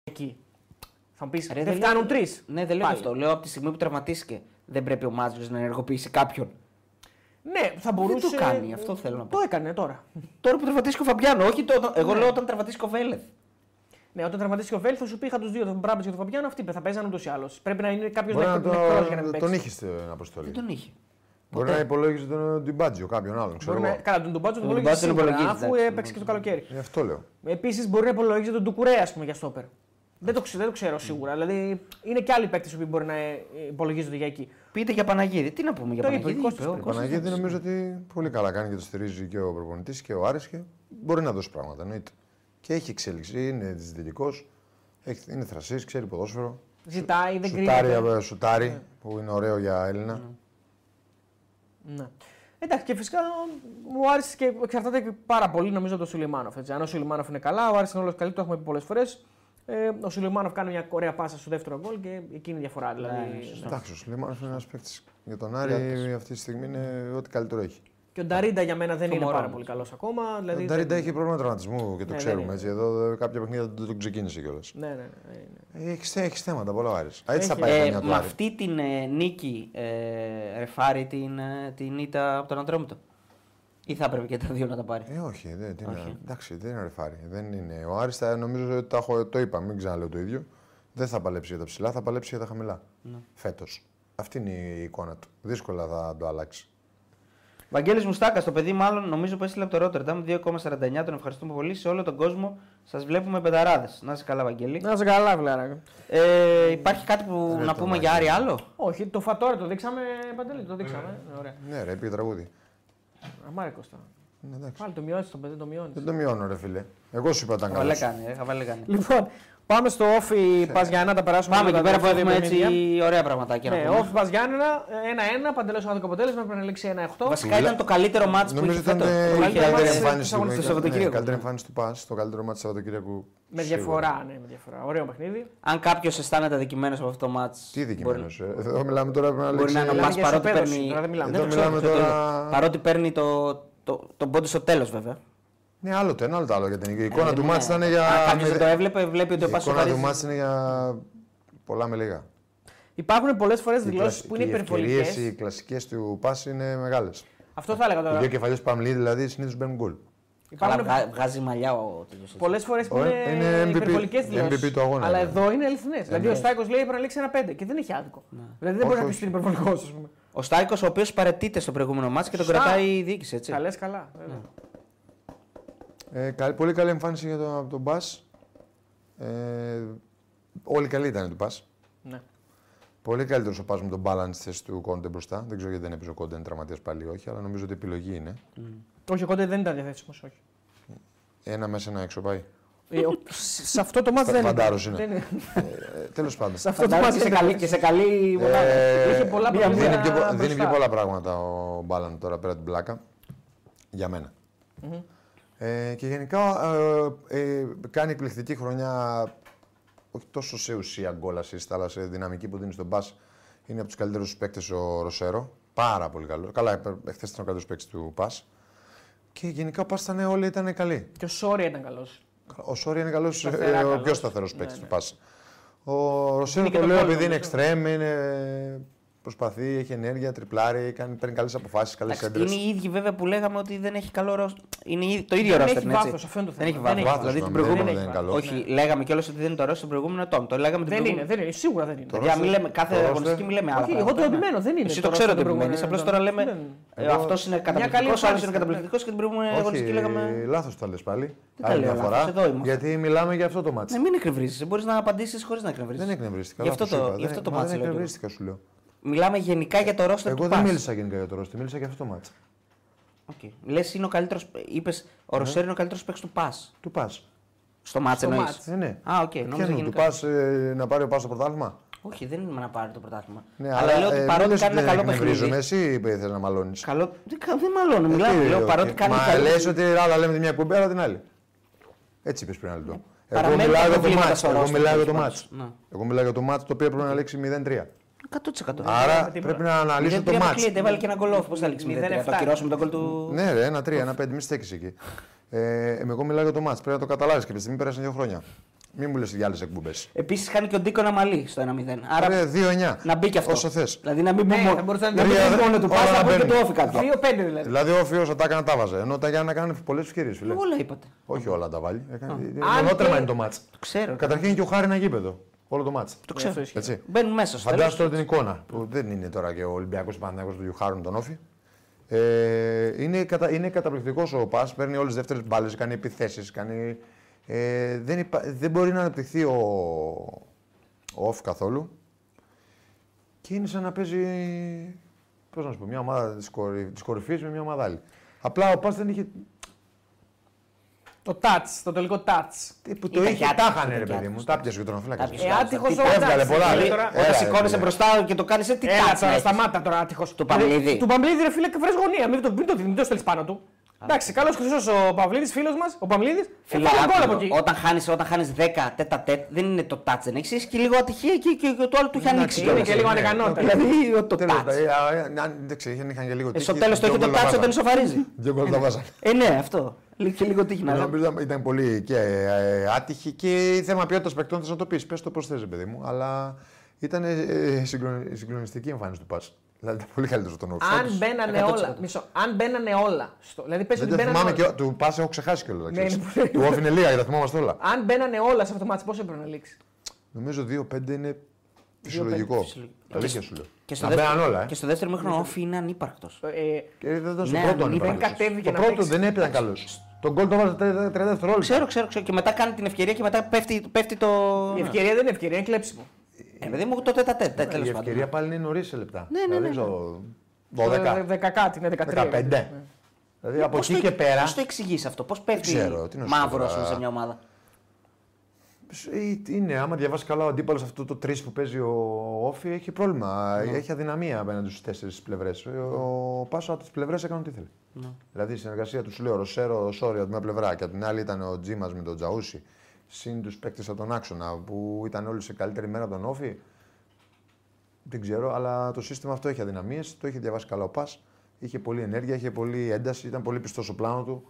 εκεί. Θα μου πεις,
Ρε,
δεν
δεν λέω-
φτάνουν τρεις.
Ναι, δεν λέω αυτό. Λέω από τη στιγμή που τραυματίστηκε. Δεν πρέπει ο Μάτζιο να ενεργοποιήσει κάποιον.
Ναι, θα μπορούσε.
το κάνει, αυτό θέλω να πω.
Το έκανε τώρα.
Τώρα που τραυματίστηκε ο Φαμπιάνο, όχι το. Εγώ λέω όταν τραυματίστηκε ο Βέλεθ.
Ναι, όταν τραυματίστηκε ο Βέλεθ θα σου πει, είχα τους δύο, τον Μπράμπετ και τον Φαμπιάνο, αυτοί θα παίζαν ούτως ή άλλως. Πρέπει να είναι κάποιος
Μπορεί να
δεκτό για να μην
το- τον
παίξει.
είχε στην αποστολή.
Δεν τον είχε.
Μπορεί να υπολόγιζε τον Ντιμπάτζιο κάποιον άλλον. Ξέρω
Μπορεί να...
εγώ.
Καλά, τον Ντουμπάτζο τον
Τον
υπολόγιζε
Ντουμπάτζο τον
σίγουρα,
υπολογίζει,
αφού
εντάξει,
έπαιξε και το καλοκαίρι.
Ε, αυτό λέω.
Επίσης, μπορεί να υπολογίζει τον Ντουκουρέ, ας πούμε, για στόπερ. Δεν το, ξε- δεν το
Mm.
ξέρω σίγουρα. Δηλαδή, είναι και άλλοι παίκτες που μπορεί να ε, ε, υπολογίζονται για εκεί.
Πείτε για Παναγίδη. Τι να πούμε για
Το ναι. είπε,
Παναγίδη.
Κώστας
είπε, ο
πριν.
Ο
Κώστας.
Παναγίδη νομίζω ότι πολύ καλά κάνει και το στηρίζει και ο προπονητής και ο Άρης και μπορεί να δώσει πράγματα εννοείται. Και έχει εξέλιξη, είναι δυστυχικό, είναι θρασή, ξέρει ποδόσφαιρο.
Ζητάει, δεν
σουτάρει,
κρίνεται.
ε, σουτάρει, που είναι ωραίο για Έλληνα.
Ναι. Εντάξει, και φυσικά ο Άρης και εξαρτάται και πάρα πολύ νομίζω από τον Σουλεϊμάνοφ. Έτσι. Αν ο Σουλεϊμάνοφ είναι καλά, ο Άρης είναι όλος καλή, το έχουμε πει πολλές φορές. Ε, ο Σουλεϊμάνοφ κάνει μια ωραία πάσα στο δεύτερο γκολ και εκείνη η διαφορά. Δηλαδή,
Ναι, ναι, σωστό.
Εντάξει, ο Σλίμανο είναι ένας παίκτης για τον Άρη αυτή τη στιγμή είναι ό,τι καλύτερο έχει.
Και ο Νταρίντα για μένα δεν
Το
είναι
μωρό
πάρα
μας.
πολύ καλός ακόμα. Δηλαδή,
Ο
δεν-
Νταρίντα έχει πρόβλημα τραυματισμού και το
Ναι, δεν
ξέρουμε.
είναι.
Έτσι. Εδώ ε, κάποια παιχνίδια δεν τον ξεκίνησε κιόλας.
Ναι, ναι, ναι, ναι.
Έχεις, έχεις θέματα πολλά ο Άρης. Έτσι θα
Έχει.
πάει η χρονιά
Ε,
του
με
Άρη.
αυτή την ε, νίκη ε, ρεφάρει την, ε, την ήττα από τον Αντρόμητο. Ή θα έπρεπε και τα δύο να τα πάρει.
Ε, όχι, δεν, τι
Όχι.
Να, εντάξει, δεν είναι ρεφάρι. Δεν είναι. Ο Άρης, θα, νομίζω ότι τα έχω- το είπα, μην ξαναλέω το ίδιο. Δεν θα παλέψει για τα ψηλά, θα παλέψει για τα χαμηλά. Ναι. Φέτος. Αυτή είναι η εικόνα του. Δύσκολα θα το αλλάξει.
Βαγγέλης Μουστάκα, το παιδί μάλλον νομίζω που έστειλε από το Ρότερνταμ 2,49. Τον ευχαριστούμε πολύ. Σε όλο τον κόσμο σας βλέπουμε πενταράδες. Να είσαι καλά, Βαγγέλη.
Να σε καλά, βλάρα.
Ε, υπάρχει κάτι που
Ρε,
να
το
πούμε για Άρη άλλο.
Όχι, το φατόρα το δείξαμε, Παντελή, το δείξαμε. Ναι, Ωραία.
Ναι, ρε, πήγε τραγούδι.
Αμάρε Κώστα.
Ναι, εντάξει.
Πάλι το μειώνεις το παιδί, το μειώνεις.
Δεν το μειώνω, ρε φίλε. Εγώ σου είπα ήταν
Χαβαλέ
καλός.
κάνει, ρε, χαβαλέ κάνει.
Λοιπόν, πάμε στο όφι Παζιάννα, τα περάσουμε.
Πάμε
λίγο
εκεί
τα
πέρα που
τελευταία
έχουμε
δύο παιχνίδια.
έτσι ωραία πραγματάκια
Ναι,
να
όφι
πούμε.
Παζιάννα, 1-1, παντελώ άδικο αποτέλεσμα, πρέπει να λήξει 1-8.
Βασικά ήταν το καλύτερο μάτσο που
Νομίζω
είχε
ήταν
φέτος.
ε,
Το
η
καλύτερο
καλύτερη
μάτς
εμφάνιση
του
του.
αγώνα του
ναι, η
Σαββατοκύριακου.
καλύτερη εμφάνιση του Πας, το καλύτερο μάτι του Σαββατοκύριακου.
Με
σίγουρα.
διαφορά, ναι, με διαφορά. Ωραίο παιχνίδι.
Αν κάποιος αισθάνεται αδικημένος από αυτό το μάτσο.
Τι δικημένο. Εδώ μιλάμε τώρα με
Μπορεί να είναι ο
Μιλάμε
μάτσο
για
παρότι
ισοπαίδωση,
παίρνει.
τώρα δεν μιλάμε.
Δεν
Εδώ
το ξέρω,
μιλάμε
ξέρω το
τώρα-
τέλος. Παρότι παίρνει το, το, τον πόντο στο τέλος βέβαια.
Ναι, άλλο το ένα, άλλο το άλλο για την η εικόνα
Ε,
του
ναι.
μάτι ήταν
Αν
για.
κάποιο δεν το έβλεπε, βλέπει ότι
Η
ο Πάσο
εικόνα του
Παρίζης...
μάτς είναι για πολλά με λίγα.
Υπάρχουν πολλές φορές
Οι
δηλώσεις που είναι
κλασ- οι ευκαιρίες, Οι
υπερβολικέ. κλασικέ.
κλασικέ του πάση είναι μεγάλες.
Αυτό θα έλεγα
Οι δύο
τώρα.
κεφαλιέ του Παμλή δηλαδή συνήθως μπαίνουν γκολ.
Καλά,
Υπάρχουν
βγα- βγάζει μαλλιά ο τέτοιο.
πολλές φορές που
Ο- είναι
είναι
MVP.
υπερβολικές δηλώσεις.
MVP του αγώνα,
Αλλά
ναι.
εδώ είναι αληθινές. Δηλαδή ο Στάικος λέει πρέπει να λήξει 1-5 και δεν έχει άδικο. Δηλαδή δεν
Όχι,
μπορεί να πει ότι
Ναι. όχι. Ναι.
είναι υπερβολικός, ας πούμε.
Ο Στάικος, ο οποίος παρετείται στο προηγούμενο μάτσο και τον
Σωστά.
κρατάει η διοίκηση. Έτσι.
Τα λες καλά. βέβαια.
Ναι. Ε, καλή- πολύ καλή εμφάνιση για τον, από τον Μπα. Ε, όλοι καλοί ήταν του Μπα.
Ναι.
Πολύ καλύτερος ο Πάζ με τον balance θέση του Κόντε μπροστά. Δεν ξέρω γιατί δεν έπαιζε ο Κόντε, είναι τραυματίας πάλι ή όχι, αλλά νομίζω ότι επιλογή είναι.
Όχι, ο Κόντε δεν ήταν διαθέσιμος, όχι.
Ένα μέσα, ένα έξω πάει.
Ε, ο- σε σε αυτό το μάτι δεν
Φαντάρος είναι.
δεν
Τέλο Ε, πάντων.
Σε αυτό το
Φαντάζομαι
μάτι
και σε
δεν
καλή, και σε
Ε,
καλή μονάδα.
Είχε πολλά
μία
προβλήματα.
Δίνει πιο, πο-
μπροστά.
δίνει πιο πολλά πράγματα ο Μπάλαν τώρα πέρα από την πλάκα. Για μενα Ε, και γενικά ε, ε, κάνει εκπληκτική χρονιά. Όχι τόσο σε ουσία γκολ assist, αλλά σε δυναμική που δίνει στον μπας. Είναι από τους καλύτερους παίκτες ο Ροσέρο. Πάρα πολύ καλό. Καλά, εχθές ήταν ο καλύτερος παίκτης του πας. Και γενικά ο Πα ήταν όλοι ήταν καλοί.
Και ο Σόρια ήταν καλός.
Ο Σόρι είναι καλός,
Σταθερά
ο
καλός.
πιο σταθερός
Ναι,
παίκτης
ναι.
του Πάσ. Ο Ρωσίνο
και
το
το
λέω
goal,
επειδή είναι
νομίζω.
εξτρέμ, είναι... προσπαθεί, έχει ενέργεια, τριπλάρει, κάνει, παίρνει καλές αποφάσεις, καλές
Εντάξει,
έντρες.
Είναι οι ίδιοι βέβαια που λέγαμε ότι δεν έχει καλό ρόστερ. Είναι οι- το ίδιο
Δεν
ρόστερ.
έχει
είναι έτσι.
βάθος, αυτό είναι το
Δεν
θέμα.
έχει
Δεν έχει
βάθος.
βάθος.
Δηλαδή την
Βάθος, νομίζω,
προηγούμενη.
δεν είναι καλό.
Όχι, λέγαμε κιόλας ότι δεν είναι το ρόστερ προηγούμενο τόμ. Το λέγαμε την
Δεν
προηγούμενη.
είναι, δεν είναι, σίγουρα δεν είναι.
Το-
Παιδιά,
roster-
μην λέμε κάθε
το roster-
αγωνιστική, μην λέμε άλλα.
Όχι, εγώ
πράγματα,
το
ναι.
επιμένω, δεν είναι
Εσύ
το
το
roster
ξέρω
το
ότι επιμένει.
προηγούμενο,
Απλώ
ναι.
τώρα λέμε
Δεν-
Εγώ-
αυτός είναι καταπληκτικό, άλλο
εμφάνιση
είναι
ήταν, ναι.
καταπληκτικός και την προηγούμενη
Όχι,
αγωνιστική λέγαμε.
λάθος το λες πάλι.
Δεν τα
Άλλη
λέω
μια
λάθος,
φορά.
εδώ είμαστε.
Γιατί μιλάμε για αυτό το μάτι.
Ναι, μην εκνευρίζει. Μπορείς να απαντήσεις χωρίς να εκνευρίζει.
Δεν εκνευρίστηκα.
Γι'
λάθος
αυτό
σου
το-
είπα,
γι'
δεν-
αυτό το
μα
μάτς
Δεν
λέω και εγώ.
εκνευρίστηκα, σου λέω.
Μιλάμε γενικά για το ρόστερ
Εγώ
του
δεν
Πας.
μίλησα γενικά για το ρόστι, μίλησα για αυτό το μάτι.
Οκ. Λες είναι ο καλύτερος. Είπες ο
Ναι.
Ροσέρ είναι ο καλύτερος παίκτης του Πα.
Του πα.
Στο μάτς εννοείς.
μάτς.
Ε, ναι.
Α, οκ, νόμιζα
Ποιανού, του
γενικά.
πα να πάρει ο πα το πρωτάθλημα.
Όχι, δεν είναι να πάρει το πρωτάθλημα.
Ναι,
αλλά λέω ότι
ε,
παρότι
μίλες
κάνει ένα
ότι
καλό
δεν εκνευρίζομαι,
παιχνίδι.
Εσύ θε να μαλώνεις.
Καλό... Δεν, κα- δεν μαλώνω,
Ε,
μιλάω.
τι,
Λέω
οκ.
παρότι κάνει
Μα
καλό.
λες ότι άλλα λέμε τη μια κουμπέρα, άλλα την άλλη. Έτσι είπες πριν άλλο. το. Εγώ
παραμένουν
μιλάω για το
προβλήματα
μάτς.
στο
Εγώ
roster
μιλάω για το
του
μάτς.
Ναι.
Εγώ μιλάω για το μάτς το οποίο πρέπει να λήξει 0-3.
100%.
Άρα
τίποτα.
πρέπει να αναλύσω το μάτς.
Δεν βάλει και ένα γκολ off. Πώς θα λήξει 0-3. Το
0-7.
ακυρώσουμε τον γκολ του.
Ναι, ρε, ένα 3, ένα 5, μη στέκει εκεί. Ε, εγώ μιλάω για το μάτς, πρέπει να το καταλάβεις και από τη στιγμή πέρασαν δύο χρόνια. Μην μου λες για άλλες εκπομπές.
Επίσης χάνει και ο Ντίκο ένα μαλλί στο 1-0. Άρα
2-9.
να μπει και αυτό.
Όσο θες.
Δηλαδή να μην
Ναι,
πούμε
θα μπορούσε να είναι
τρία,
μόνο του
όλα
Πα, να
να
πω και
μπαίνουν.
του όφη κάτι.
2-5 δηλαδή.
Δηλαδή ο Όφιο θα τα έκανε τα βάζε. Ενώ τα Γιάννα έκανε πολλές ευκαιρίες, φίλε.
Όλα είπατε.
Όχι όλα τα βάλει. Έκανε-
Αν
Μονότρεμα
και-
είναι το μάτς.
Το ξέρω.
Καταρχήν είναι και ο Χάρη ένα γήπεδο. Όλο το μάτς.
Το ξέρω.
αυτό ισχύει.
Έτσι.
Μπαίνουν μέσα στο τέλος.
Φαντάζομαι τώρα την εικόνα που δεν είναι τώρα και ο Ολυμπιακός Παναγιώτο του Γιουχάρουν τον Όφη. Ε, είναι κατα, είναι καταπληκτικός ο Πας, παίρνει όλες τις δεύτερες μπάλες, κάνει επιθέσεις. Κάνει, ε, δεν, υπα, δεν μπορεί να αναπτυχθεί ο, ο Όφη καθόλου. Και είναι σαν να παίζει. Πώς να σου πω, μια ομάδα της κορυφής με μια ομάδα άλλη. Απλά ο Πας δεν είχε.
Το touch, το τελικό touch.
τι- Που το
Ήταν
είχε,
και
τα
άτυχο,
είχαν ρε
ήταν και
παιδί μου.
άτυχο.
Τα πιασε και τον αφύλακα.
Άτυχο.
Ε, άτυχος
Τι
ο touch.
έβγαλε πολλά,
Δηλαδή,
ρε.
τώρα-
Ε,
Όταν
Έλα, ρε,
σηκώνεσαι
παιδιά.
μπροστά και το κάνεις έτσι, τι
Έλα
τάτσα
τώρα,
έχεις.
σταμάτα τώρα, άτυχος.
Του Παυλίδη.
Του Παυλίδη, ρε φίλε, βρες γωνία. Μην το, μην το, μην το στέλνεις πάνω του. Εντάξει, καλός χρυσός ο Παυλίδης, φίλος μας, ο Παυλίδης.
Φίλε,
Φίλε, γκολ
άκου
από
το.
εκεί.
όταν χάνεις, όταν χάνεις 10 τέτα τέτ, δεν είναι το touch δεν έχεις, έχεις και λίγο ατυχία και, και, και το άλλο του έχει ανοίξει.
Είναι
κιόλας.
και
ε, ναι.
λίγο ανεκανότητα.
Δηλαδή ο- το
Τέλος,
touch.
ε, α, ε, αν- Εντάξει, είχαν είχαν και λίγο
Ε,
τύχη,
Στο τέλος το
δύο
έχει το
γκολ τα
touch
βάζανε.
όταν σοφαρίζει.
Δύο γκολ τα βάζανε.
Ε, ναι, αυτό. Λίγο- Και λίγο ναι. τύχη να λέμε.
Νομίζω ήταν πολύ και ε, άτυχη και θέμα ποιότητας παικτών θες να το πεις. Πες το πώς θες, παιδί μου. Αλλά ήταν ε, συγκλονιστική εμφάνιση του Πας. Δηλαδή ήταν πολύ καλύτερος τον Όφη.
Αν μπαίνανε
100%.
όλα. Μισό. Αν μπαίνανε όλα. Στο, δηλαδή πες
Δεν
ότι
τα
μπαίνανε
θυμάμαι
όλα.
και του Πας έχω ξεχάσει κιόλας.
Ναι, είναι πολύ-
Του Όφη είναι λίγα και τα θυμόμαστε όλα.
Αν μπαίνανε όλα σε αυτό το μάτι, πώς έπρεπε να λήξει.
Νομίζω 2-5 είναι φυσιολογικό.
φυσιολογικό.
Αλήθεια σου λέω.
Και στο
Να
δεύτερο-
μπαίναν όλα. ε.
Και στο δεύτερο μήχρονο όφη είναι ανύπαρκτος.
Ε,
Και δεν ήταν στο
Ναι,
πρώτο
αν
αν
ήταν
υπάρχει.
κατέβηκε
Το
να
πρώτο
παίξει.
δεν ήταν καλός. Τον γκολ το βάζα 30 δευτερόλεπτα.
Ξέρω, ξέρω, ξέρω. Και μετά κάνει την ευκαιρία και μετά πέφτει, πέφτει το.
Η ευκαιρία δεν είναι ευκαιρία, είναι κλέψιμο.
Ε, παιδί μου, το τέτα τέτ.
Η
Τέλος
ευκαιρία
πάντων.
πάλι είναι νωρίς σε λεπτά.
Ναι, ναι, ναι.
Δεν ξέρω, 12.
12 κάτι, είναι 13.
15. Δηλαδή από εκεί και πέρα.
Πώς Ε, το εξηγείς αυτό, πώς πέφτει
ξέρω, τι να σου πω
μαύρο ας πούμε,
τώρα.
σε μια ομάδα.
ε, Είναι, άμα διαβάσει καλά ο αντίπαλος αυτό το 3 που παίζει ο Όφη, έχει πρόβλημα.
Ναι.
Έχει αδυναμία απέναντι στους τέσσερις πλευρές. Ε, Ο Πάσο από τις πλευρές έκανε ό,τι ήθελε.
Ναι.
Δηλαδή η συνεργασία του, σου λέω, Ροσέρο, Σόρι από την μια πλευρά και από την άλλη ήταν ο Τζίμας με τον Τζαούσι, συν τους παίκτες από τον άξονα που ήταν όλοι σε καλύτερη μέρα από τον Όφη. Δεν ξέρω, αλλά το σύστημα αυτό έχει αδυναμίες. Το είχε διαβάσει καλά ο Πας. Είχε πολλή ενέργεια, είχε πολλή ένταση, ήταν πολύ πιστός στο πλάνο του.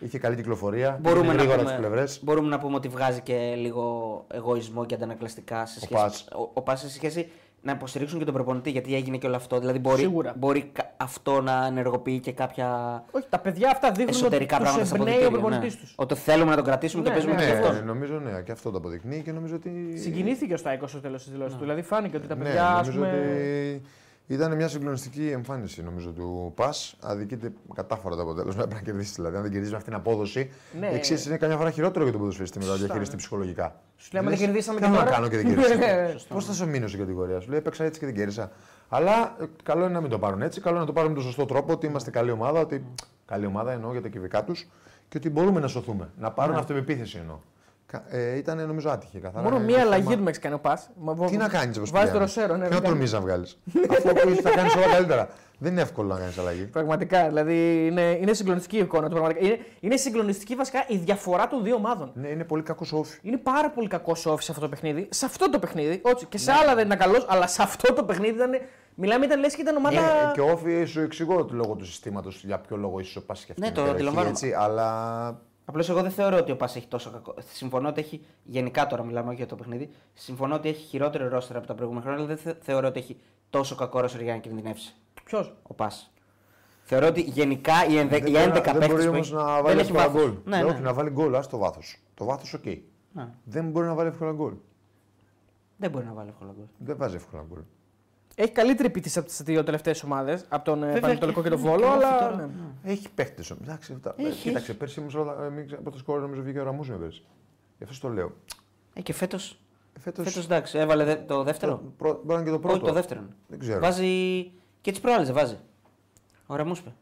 Είχε καλή κυκλοφορία.
Μπορούμε
ήταν
να,
γρήγορα τις πλευρές.
πούμε, μπορούμε να πούμε ότι βγάζει και λίγο εγωισμό και αντανακλαστικά σε σχέση,
Πας.
ο, ο Πας σε σχέση να υποστηρίξουν και τον προπονητή γιατί έγινε και όλο αυτό. Δηλαδή μπορεί,
Σίγουρα.
μπορεί κα- αυτό να ενεργοποιεί και κάποια
Όχι, τα παιδιά αυτά δείχνουν
εσωτερικά
ότι
πράγματα
τους
στα
εμπνέει ο
αποδητήρια.
προπονητής
ναι.
τους.
Ότι θέλουμε να τον κρατήσουμε
Ναι,
και παίζουμε
ναι,
και γι'
ναι.
αυτό.
Ναι, νομίζω ναι, και αυτό το αποδεικνύει και νομίζω ότι.
Συγκινήθηκε ο Στάικο στο τέλος της δηλώσης του. Δηλαδή φάνηκε ότι τα
Ναι,
παιδιά. ας
νομίζω
πούμε,
ότι Ήταν μια συγκλονιστική εμφάνιση νομίζω του Πας. Αδικείται κατάφορα το αποτέλεσμα. Πρέπει να κερδίσει δηλαδή. Αν δεν κερδίσει με αυτήν την απόδοση,
Ναι.
ναι. εξή είναι καμιά φορά χειρότερο για τον ποδοσφαιριστή μετά να διαχειριστεί ψυχολογικά.
Σου λέει, άμα
Λες,
δεν κερδίσαμε
τι
την
άλλο
ώρα.
να κάνω και δεν
[laughs] Ναι, ναι,
κερδίσω.
σωστό.
Πώς θα σε μείνω στην κατηγορία σου. Λέει, έπαιξα έτσι και δεν κέρδισα. Αλλά ε, καλό είναι να μην το πάρουν έτσι. Καλό είναι να το πάρουν με τον σωστό τρόπο ότι είμαστε καλή ομάδα. Ότι καλή ομάδα εννοώ για τα κυβικά τους και ότι μπορούμε να σωθούμε. Να πάρουν αυτοπεποίθηση εννοώ. Κα- Ε, ήταν νομίζω άτυχη καθαρά.
Ναι.
Ε,
Μόνο
Είναι
μία
θέμα-
αλλαγή του με έχει κάνει ο Πας. Μα-
τι να κάνεις όπως
Βάζεις το ροσέρο, ναι.
Τι να
δεν κάνει.
τολμήσει να βγάλεις.
[laughs] Ναι.
Αυτό που ήρθε θα κάνεις όλα καλύτερα. Δεν είναι εύκολο να κάνεις αλλαγή.
Πραγματικά, δηλαδή είναι, είναι συγκλονιστική η εικόνα του. Πραγματικά. Είναι, είναι συγκλονιστική βασικά η διαφορά των δύο ομάδων.
Ναι, είναι πολύ κακός όφη.
Είναι πάρα πολύ κακός ο Όφη σε αυτό το παιχνίδι. Σε αυτό το παιχνίδι, όχι και
Ναι.
σε άλλα δεν ήταν καλός, αλλά σε αυτό το παιχνίδι ήταν. Μιλάμε, ήταν λες και ήταν ομάδα.
Ναι, και όφη σου εξηγώ το λόγο του συστήματος για ποιο λόγο ίσω πας και αυτή
Ναι,
την
το
περιοχή,
αντιλαμβάνομαι. Ναι,
έτσι, αλλά
Απλώς εγώ δεν θεωρώ ότι ο Πας έχει τόσο κακό. Συμφωνώ ότι έχει. Γενικά τώρα μιλάμε όχι για το παιχνίδι. Συμφωνώ ότι έχει χειρότερο ρόστερ από τα προηγούμενα χρόνια, αλλά δεν θε- θεωρώ ότι έχει τόσο κακό ρόστερ για να κινδυνεύσει.
Ποιος.
Ο Πας. Θεωρώ ότι γενικά οι 11
δεν,
οι
μπορεί
11
να- δεν
παίκτες
μπορεί
που
όμως
έχει-
να
δεν
βάλει
έχει
εύκολα
βάθος.
γκολ.
Ναι,
Ναι,
ναι.
Όχι, να βάλει γκολ, ας το βάθος. Το βάθος, οκ.
Ναι.
Δεν μπορεί να βάλει εύκολα γκολ.
Δεν μπορεί να βάλει εύκολα γκολ.
Δεν βάζει εύκολα γκολ.
Έχει καλύτερη ποιητή από τις δύο τελευταίες ομάδες, από τον ε,
Βέβαια,
Πανετολικό και τον
και-
Βόλο,
και
αλλά.
τώρα,
ναι.
ναι.
Έχει παίχτε όμως. Εντάξει, αυτά. Ε,
Έχει,
Κοίταξε,
έχει.
πέρσι ήμουν από το σκόρ, νομίζω βγήκε ο Ραμού με πέρσι. Γι' αυτό σου το λέω.
Ε, και φέτος.
Φέτος.
Φέτος εντάξει, έβαλε δε- το δεύτερο.
Μπορεί να είναι και Ε, το πρώτο.
Όχι, το δεύτερο. είναι.
Δεν ξέρω.
Βάζει. και τις προάλλες βάζει. Ο Ραμούσπε.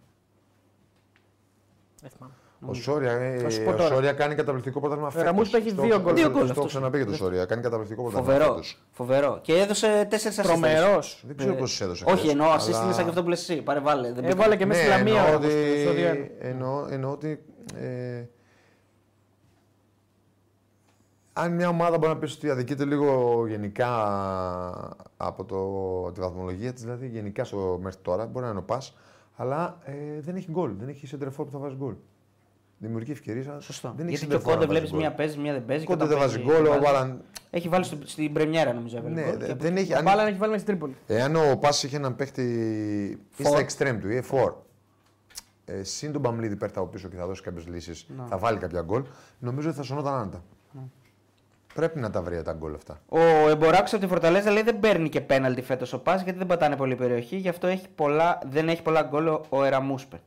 Δεν θυμάμαι.
Ο Σόρια, ε,
Θα σου πω
ο
τώρα.
Σόρια κάνει καταπληκτικό πρωτάθλημα
Ε,
φέτος.
Ραμούς που έχει
Στο-
δύο γκολ.
Δύο γκολ
Στο έχω
αυτός.
ξαναπεί για το Σόρια. Κάνει καταπληκτικό πρωτάθλημα
Φοβερό.
φέτος.
Φοβερό. Και έδωσε τέσσερις ασίστ.
Τρομερό.
Δεν ξέρω πόσους έδωσε.
Ε, Όχι,
χθες,
εννοώ ασίστ
αλλά-
είναι σαν και αυτό που λες εσύ. Πάρε βάλε. δεν μπήκαν.
Έβαλε και μέσα στη
Ναι,
Λαμία.
εννοώ
ο
ότι-
Ραμούς, στο 2-1.
εννοώ- Εννοώ ότι. ε, Αν μια ομάδα μπορεί να πει ότι αδικείται λίγο γενικά από το, τη βαθμολογία της, δηλαδή γενικά στο, μέχρι τώρα, μπορεί να είναι ο Πας, αλλά ε, δεν έχει γκολ. Δεν έχει σεντρεφόρ που θα βάζει γκολ. Δημιουργεί ευκαιρίες.
Σωστό.
Δεν έχει
Γιατί και ο
center forward να
Κόντε
βάζεις
βλέπεις
γκολ.
μία παίζει, μία δεν παίζει. και
Κόντε
όταν
δεν βάζει
παίζει,
γκολ, ο
βάζει.
Βάλαν.
Έχει βάλει στο- στην πρεμιέρα νομίζω. έβαλε
Ναι,
γκολ και-
δε- δεν έχει.
Ο
αν-
Μπάλα να έχει βάλει μέσα στην Τρίπολη.
Εάν ο Πάσης είχε έναν παίχτη ή
Φορ.
στα extreme του ή E4, ε, συν τον Παμλίδη πέρτα από πίσω και θα δώσει κάποιες λύσεις, θα βάλει κάποια γκολ, νομίζω ότι θα σωνόταν άνετα. Πρέπει να τα βρει τα γκολ αυτά.
Ο Εμποράκος από τη Φορταλέζα λέει δεν παίρνει και πέναλτι φέτος ο Πα γιατί δεν πατάνε πολύ περιοχή. Γι' αυτό έχει πολλά, δεν έχει πολλά γκολ ο- ο Εραμούσπε.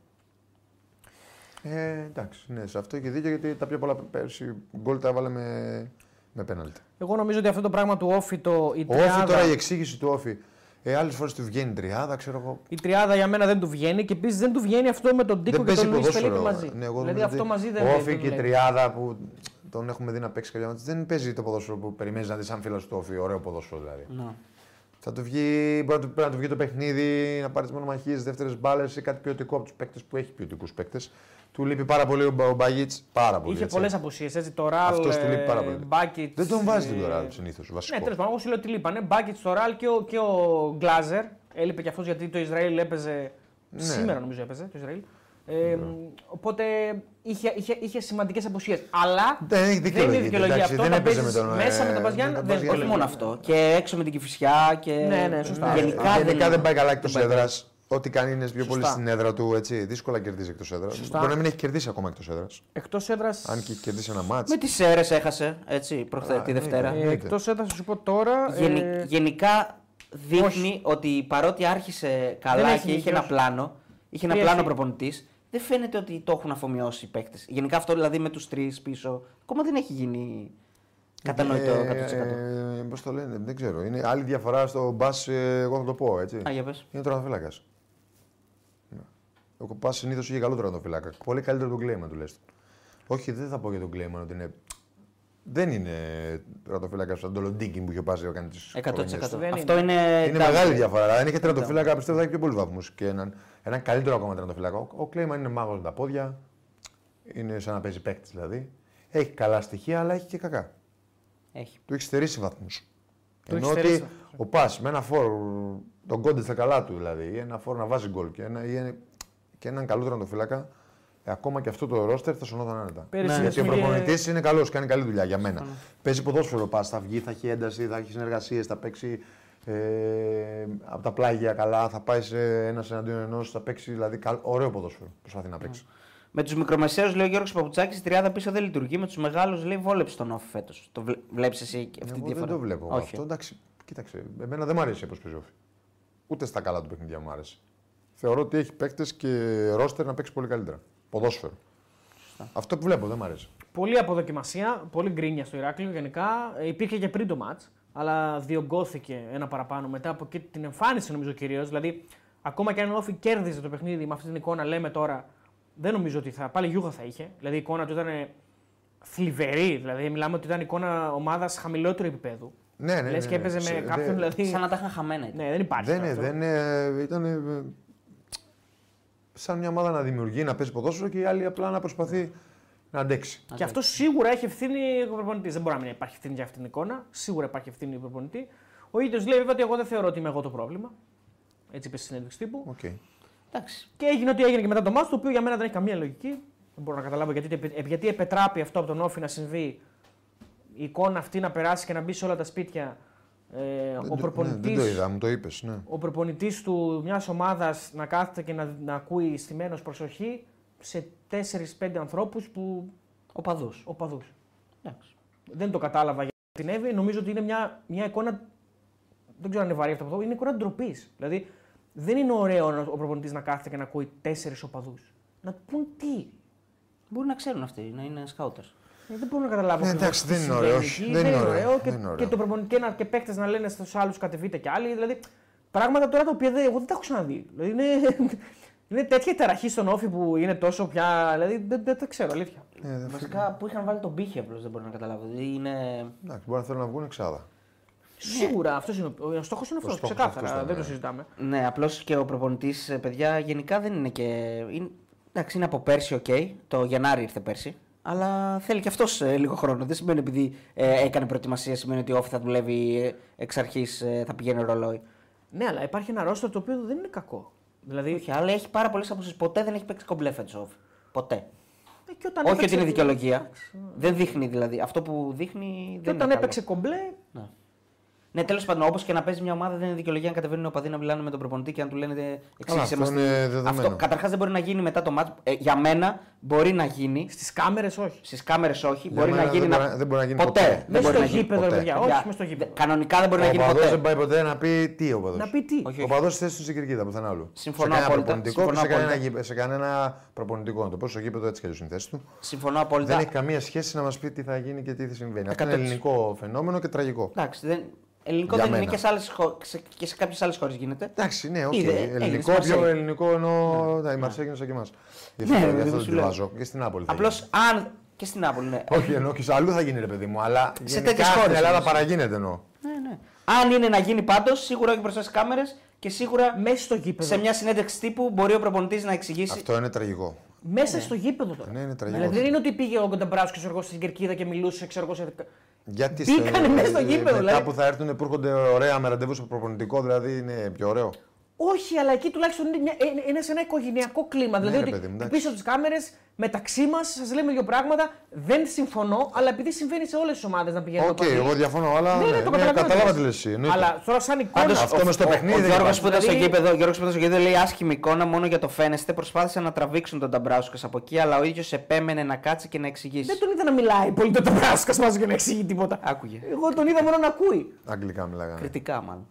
Ε, εντάξει, ναι, σε αυτό έχει δίκιο γιατί τα πιο πολλά πέρσι γκολ τα έβαλε με, με πέναλτι.
Εγώ νομίζω ότι αυτό το πράγμα του Όφη το. Η
Ο Όφη τώρα η
τριάδα,
εξήγηση του Όφη. Ε, Άλλες φορές του βγαίνει τριάδα, ξέρω εγώ.
η τριάδα για μένα δεν του βγαίνει και επίσης δεν του βγαίνει αυτό με τον Τίκο
Δεν
και
παίζει
τον Λουίς Φελίπη
ποδόσφαιρο.
μαζί.
Ναι, εγώ
Δηλαδή
νομίζω
αυτό
ότι
μαζί δεν
Ο
δεν
Όφη και η
δουλεύει.
Τριάδα που τον έχουμε δει να παίξει κάποια μάτια δεν παίζει το ποδόσφαιρο που περιμένεις να δεις σαν φίλο του Όφη. Ωραίο ποδόσφαιρο δηλαδή.
Ναι.
Θα του βγει, μπορεί να του, πρέπει να του βγει το παιχνίδι, να πάρεις τι μονομαχίες, δεύτερες μπάλες ή κάτι ποιοτικό από τους παίκτες που έχει ποιοτικούς παίκτες. Του λείπει πάρα πολύ ο Μπα- ο Μπαγίτ. Πάρα πολύ.
Είχε
έτσι.
πολλές απουσίες. Έτσι, το Ραλ.
Αυτός του λείπει πάρα
ε,
πολύ.
Μπάκιτς,
Δεν τον βάζει
ε,
τον Ραλ συνήθως. Βασικός.
Ναι, τέλος πάντων, εγώ σου λέω ότι λείπανε. Μπάκιτ, το Ραλ και ο, και ο Γκλάζερ. Έλειπε και αυτός γιατί το Ισραήλ έπαιζε.
Ναι.
Σήμερα νομίζω έπαιζε το Ισραήλ. Ε, Οπότε είχε, είχε, είχε σημαντικές απουσίες. Αλλά
Δεν Ναι, έχει
δεν είναι
δικαιολογία,
δικαιολογία
εντάξει,
αυτό.
δεν
να
έπαιζε με
παίζεις
τον, ε,
μέσα με τον
με
Παζιάν
τον
δεν
Μπαζιάν.
Όχι μόνο αυτό. Και έξω με την κυφυσιά και.
Ναι, ναι, σωστά.
Γενικά, δεν,
πάει καλά εκτός έδρας. Ό,τι κάνει είναι πιο πολύ
Σωστά.
στην έδρα του. Έτσι. Δύσκολα κερδίζει εκτός έδρας.
Σωστά.
Μπορεί να μην έχει κερδίσει ακόμα εκτός έδρας.
Εκτός έδρας.
Αν και έχει κερδίσει ένα μάτ.
Με τις αίρες έχασε έτσι, προχθέ,
Α,
τη
ναι,
Δευτέρα.
ναι.
Εκτός έδρας, θα Ε, σου πω τώρα.
Γενι-
ε,
γενικά δείχνει ότι παρότι άρχισε καλά
έχει
και είχε
νίκη,
ένα
όχι.
πλάνο, είχε ένα
Πίεση.
πλάνο προπονητής, δεν φαίνεται ότι το έχουν αφομοιώσει οι παίκτες. Γενικά αυτό δηλαδή με τους τρεις πίσω, ακόμα δεν έχει γίνει κατανοητό 100%.
Ε, Πώς το λένε, δεν ξέρω. Είναι άλλη διαφορά στο μπας, εγώ θα το πω έτσι.
Α, για πες.
Είναι τροματοφύλακας. Ο Κοπάς συνήθως είχε καλό τροματοφύλακα. Πολύ καλύτερο τον Κλέιμαν τουλάχιστον. Όχι, δεν θα πω για τον Κλέιμαν ότι είναι. Δεν είναι τροματοφύλακα σαν τον Λοντίνκιν που είχε πάσει να κάνει τι.
100%.
Δεν
Αυτό είναι.
ε,
downgrade.
Είναι μεγάλη διαφορά. αλλά Αν είχε τερματοφύλακα, πιστεύω θα είχε πιο πολλούς βαθμούς και έναν, έναν καλύτερο ακόμα τερματοφύλακα. Ο, ο Κλέιμαν είναι μάγος με τα πόδια. Είναι σαν να παίζει παίκτης δηλαδή. Έχει καλά στοιχεία, αλλά έχει και κακά.
Έχει.
Του έχει στερήσει βαθμούς.
Του
Ενώ
έχει
ότι
στερήσει
ο Πας με ένα φόρ, τον κόντες στα καλά του δηλαδή, ή ένα φόρ να βάζει γκολ και, ένα, ή ένα- και έναν καλό τερματοφύλακα, ε, ακόμα και αυτό το ρόστερ θα σωνόταν άνετα. Ναι.
Πέρυσι
Γιατί ο
είχαμε και-
προπονητής είναι καλός, κάνει καλή δουλειά για μένα. Παίζει ποδόσφαιρο, πας, θα βγει, θα έχει ένταση, θα έχει συνεργασίες, θα παίξει ε, από τα πλάγια καλά, θα πάει σε ένας εναντίον ενός, θα παίξει δηλαδή καλ- ωραίο ποδόσφαιρο. Προσπαθεί
Ναι.
να παίξει.
Με τους μικρομεσαίους, λέει ο Γιώργος Παπουτσάκης, η 30 πίσω δεν λειτουργεί. Με τους μεγάλους, λέει, βόλεψε τον όφη φέτος. Το βλέπεις εσύ και αυτή τη
Εγώ
διαφορά.
δεν το βλέπω
Όχι.
αυτό. Εντάξει, κοίταξε, εμένα δεν μου αρέσει πώ παίζει ο Όφη. ούτε στα καλά του παιχνίδια μου άρεσε. Θεωρώ ότι έχει παίκτες και ρόστερ να παίξει πολύ καλύτερα. Ποδόσφαιρο. Αυτό που βλέπω δεν μου αρέσει.
Πολύ αποδοκιμασία, πολύ γκρίνια στο Ηράκλειο γενικά. Ε, Υπήρχε και πριν το μάτ, αλλά διωγγώθηκε ένα παραπάνω μετά από και την εμφάνιση νομίζω κυρίως. Δηλαδή, ακόμα και αν ο Όφη κέρδιζε το παιχνίδι με αυτή την εικόνα, λέμε τώρα, δεν νομίζω ότι θα. Πάλι γιούχα θα είχε. Δηλαδή, η εικόνα του ήταν ε, θλιβερή. Δηλαδή, μιλάμε ότι ήταν εικόνα ομάδας χαμηλότερου επίπεδου.
Ναι, ναι, ναι.
Λες και
ναι.
έπαιζε
Σε-
με
δε-
κάποιον, δηλαδή.
Σαν να τα είχαν χαμένα. ήταν.
Ναι, δεν υπάρχει.
Δεν
τώρα
είναι,
αυτό.
δεν είναι. Ήταν. ε, σαν μια ομάδα να δημιουργεί, να παίζει ποδόσφαιρο και η άλλη απλά να προσπαθεί να αντέξει.
Και αυτό σίγουρα έχει ευθύνη ο προπονητής. Δεν μπορεί να μην υπάρχει ευθύνη για αυτήν την εικόνα. Σίγουρα υπάρχει ευθύνη του προπονητή. Ο ίδιος λέει βέβαια ότι εγώ δεν θεωρώ ότι είμαι εγώ το πρόβλημα. Έτσι είπε στη συνέντευξη τύπου.
Οκ.
Εντάξει.
Και έγινε ό,τι έγινε και μετά το μάτς, το οποίο για μένα δεν έχει καμία λογική. Δεν μπορώ να καταλάβω γιατί, επι- γιατί επετράπει αυτό από τον Όφη να συμβεί. Η εικόνα αυτή να περάσει και να μπει σε όλα τα σπίτια. Ε,
Δεν
ο
το-
προπονητής,
Ναι, δεν το είδα, μου το είπες. Ναι.
ο προπονητής του μιας ομάδας να κάθεται και να, να ακούει στημένο προσοχή σε 4-5 ανθρώπους που.
Οπαδού.
οπαδού. Δεν το κατάλαβα γιατί την Εύη. Νομίζω ότι είναι μια, μια εικόνα. Δεν ξέρω αν είναι βαρύ αυτό που θα πω. Είναι εικόνα ντροπής. Δηλαδή δεν είναι ωραίο να- ο προπονητής να κάθεται και να ακούει τέσσερις οπαδού. Να του πούν τι.
Μπορεί να ξέρουν αυτοί, να είναι σκάουτερ.
Ε, Δεν μπορώ να καταλάβω.
Ναι,
ακριβώς
εντάξει,
τι
δεν είναι
συμβαίνει
ωραίο,
εκεί.
όχι. Δεν είναι ωραίο,
Και,
δεν είναι
και,
ωραίο.
το προπονητή και, να- και παίκτες να λένε στους άλλους κατεβείτε κι άλλοι. Δηλαδή πράγματα τώρα τα οποία δεν, εγώ δεν τα έχω ξαναδεί. Δηλαδή είναι, είναι τέτοια ταραχή στον όφη που είναι τόσο πια. Δηλαδή δεν, δεν τα ξέρω, αλήθεια.
Ναι, δεν-
Βασικά που είχαν βάλει τον πύχη απλώς δεν μπορώ να καταλάβω. Δηλαδή είναι.
Εντάξει, μπορεί να θέλουν να βγουν εξάδα.
Σίγουρα αυτός είναι. ο- Ο στόχος είναι αυτό.
στόχος
Ξεκάθαρα.
αυτός ήταν,
δεν το
ναι.
συζητάμε.
Ναι, απλώς και ο προπονητής, παιδιά, γενικά δεν είναι και. Είναι... Εντάξει, είναι από πέρσι, οκ. Το Γενάρη ήρθε πέρσι. Αλλά θέλει και αυτός λίγο χρόνο. Δεν σημαίνει επειδή ε, έκανε προετοιμασία, σημαίνει ότι ο Όφη θα δουλεύει ε, εξ αρχής, θα πηγαίνει ρολόι.
Ναι, αλλά υπάρχει ένα ρόστο το οποίο δεν είναι κακό. Δηλαδή.
Όχι, αλλά έχει πάρα πολλές απόψει. Ποτέ δεν έχει παίξει κομπλέ φέτος ο Όφη. Ποτέ.
ε, και όταν
Όχι
έπαιξε-
ότι είναι δικαιολογία.
Εντάξει.
Δεν δείχνει δηλαδή. Αυτό που δείχνει
Και
δεν
όταν
είναι καλό.
έπαιξε κομπλέ,
Ναι. Ναι, τέλος πάντων, όπως και να παίζει μια ομάδα, δεν είναι δικαιολογία αν κατεβαίνουν οπαδοί να μιλάνε με τον προπονητή και αν του λένε εξήγησε
αυτό
μα.
είναι δεδομένο.
Αυτό καταρχάς δεν μπορεί να γίνει μετά το μάτσο. Ε, για μένα μπορεί να γίνει.
στις κάμερες όχι.
Στις κάμερες όχι.
Για
μπορεί να
μένα
γίνει.
δεν μπορεί να- δεν μπορεί να γίνει
ποτέ.
ποτέ.
Δεν
Μέσα
μπορεί
στο
να γίνει.
γήπεδο,
ποτέ.
παιδιά. Όχι,
Για-
μέσα στο γήπεδο.
Κανονικά δεν μπορεί να
Ο
γίνει
παδό δεν
ποτέ.
πάει ποτέ να πει τι ο παδό.
Να πει τι.
Όχι,
Ο παδό θέση του στην κερκίδα πουθενά άλλου.
Συμφωνώ
σε κανένα
απόλυτα,
προπονητικό
συμφωνώ
και σε κανένα,
απόλυτα.
γήπε- σε κανένα προπονητικό. Να το πω στο γήπεδο έτσι κι αλλιώς είναι η θέση του.
Συμφωνώ
Δεν έχει
απόλυτα.
καμία σχέση να μας πει τι θα γίνει και τι θα συμβαίνει. Αυτό είναι
100%.
ελληνικό φαινόμενο και τραγικό.
Εντάξει, δεν... Ελληνικό
Για
δεν είναι
μένα.
και σε, άλλες χω- σε- και σε κάποιες άλλες χώρες γίνεται.
Εντάξει, ναι, οκ.
Είδε, έγινε στη
Ελληνικό,
Μαρσέη.
πιο ελληνικό ενώ. Ναι, η Μαρσέη έγινε σαν και εμάς. Γι'
Ναι,
αυτό-
ρε,
γι'
δεν
αυτό
σου
δεν τη
λέω.
βάζω. Και στην Άπολη. θα
Απλώς αν. και στην Άπολη, ναι.
γίνει. Όχι, εννοώ και σε αλλού θα γίνει, ρε παιδί μου. Αλλά γενικά
τέτοιες
στην
χώρες,
Ελλάδα
εννοείς.
παραγίνεται εννοώ.
Ναι, ναι. Αν είναι να γίνει πάντως, σίγουρα όχι μπροστά στις κάμερες και σίγουρα
Μέσα στο γήπεδο.
σε μια συνέντευξη τύπου μπορεί ο προπονητής να εξηγήσει.
Αυτό είναι τραγικό.
Μέσα στο γήπεδο τώρα.
Ναι, είναι τραγικό.
Δηλαδή δεν είναι ότι πήγε ο Κονταμπράσκο ξέρω εγώ, στην κερκίδα και μιλούσε, ξέρω εγώ. σε-
Γιατί
Τι έκανε μέσα στο
ε,
γήπεδο,
Μετά
δηλαδή.
που θα έρθουν που έρχονται ωραία με ραντεβού στο προπονητικό, δηλαδή είναι πιο ωραίο.
Όχι, αλλά εκεί τουλάχιστον είναι, μια, είναι- είναι σε ένα οικογενειακό κλίμα.
Ναι, ρε,
δηλαδή
παιδί μου,
ότι
εντάξει.
πίσω από τι κάμερες, μεταξύ μας, σας λέμε δύο πράγματα. Δεν συμφωνώ, αλλά επειδή συμβαίνει σε όλες τις ομάδες να πηγαίνουν.
Οκ,
οπαδοί.
εγώ διαφωνώ, αλλά.
Ναι, ναι, το καταλαβαίνω.
Κατάλαβα
λες.
τι λες εσύ. εννοείται.
Αλλά τώρα σαν εικόνα.
Πάντως, αυτό μες στο παιχνίδι
Ο
δεν
Γιώργο
υπάρχει.
που ήταν στο
Δηλαδή-
γήπεδο, ο Γιώργος που ήταν στο γήπεδο λέει άσχημη εικόνα μόνο για το φαίνεστε. Προσπάθησαν να τραβήξουν τον Ταμπράουσκας από εκεί, αλλά ο ίδιος επέμενε να κάτσει και να εξηγήσει.
Δεν τον είδα να μιλάει πολύ το Ταμπράσκα μα για να εξηγεί τίποτα.
Άκουγε.
Εγώ τον είδα μόνο να ακούει.
Αγγλικά μιλάγανε.
Κριτικά μάλλον.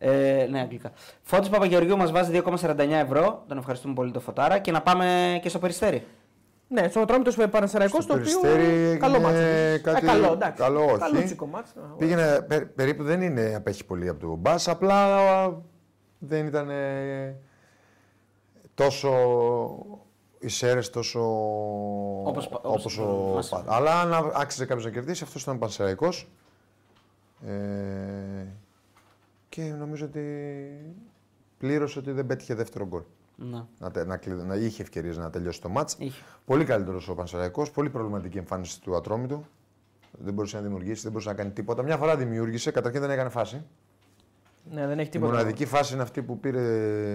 Ε, ναι, αγγλικά. Φώτη Παπαγεωργίου μας βάζει 2,49 ευρώ. Τον ευχαριστούμε πολύ το φωτάρα. Και να πάμε και στο περιστέρι.
Ναι, στον Ατρόμητο που Πανεσαιραϊκό, το οποίο.
Περιστέρι
Καλό
είναι
μάτσο. Ε,
κάτι-
Καλό, εντάξει.
καλό όχι.
Καλό τσικό μάτσο.
Πήγαινε πε- περίπου, δεν είναι απέχει πολύ από το μπα, απλά α, δεν ήταν ε, τόσο εισαίρες, τόσο
Όπως πα- όπως
όπως
το
ο
Μάσο.
Πα- Αλλά αν άξιζε κάποιος να κερδίσει, αυτός ήταν πανσεραϊκός. Ε, και νομίζω ότι πλήρωσε ότι δεν πέτυχε δεύτερο γκολ.
Ναι.
Να, τε- να, κλει- να είχε ευκαιρίες να τελειώσει το μάτς.
Είχε.
Πολύ καλύτερος ο Πανσεραϊκός, πολύ προβληματική εμφάνιση του ατρόμητου. Δεν μπορούσε να δημιουργήσει, δεν μπορούσε να κάνει τίποτα. Μια φορά δημιούργησε, καταρχήν δεν έκανε φάση.
Ναι, δεν έχει
Η
τίποτα.
μοναδική φάση είναι αυτή που πήρε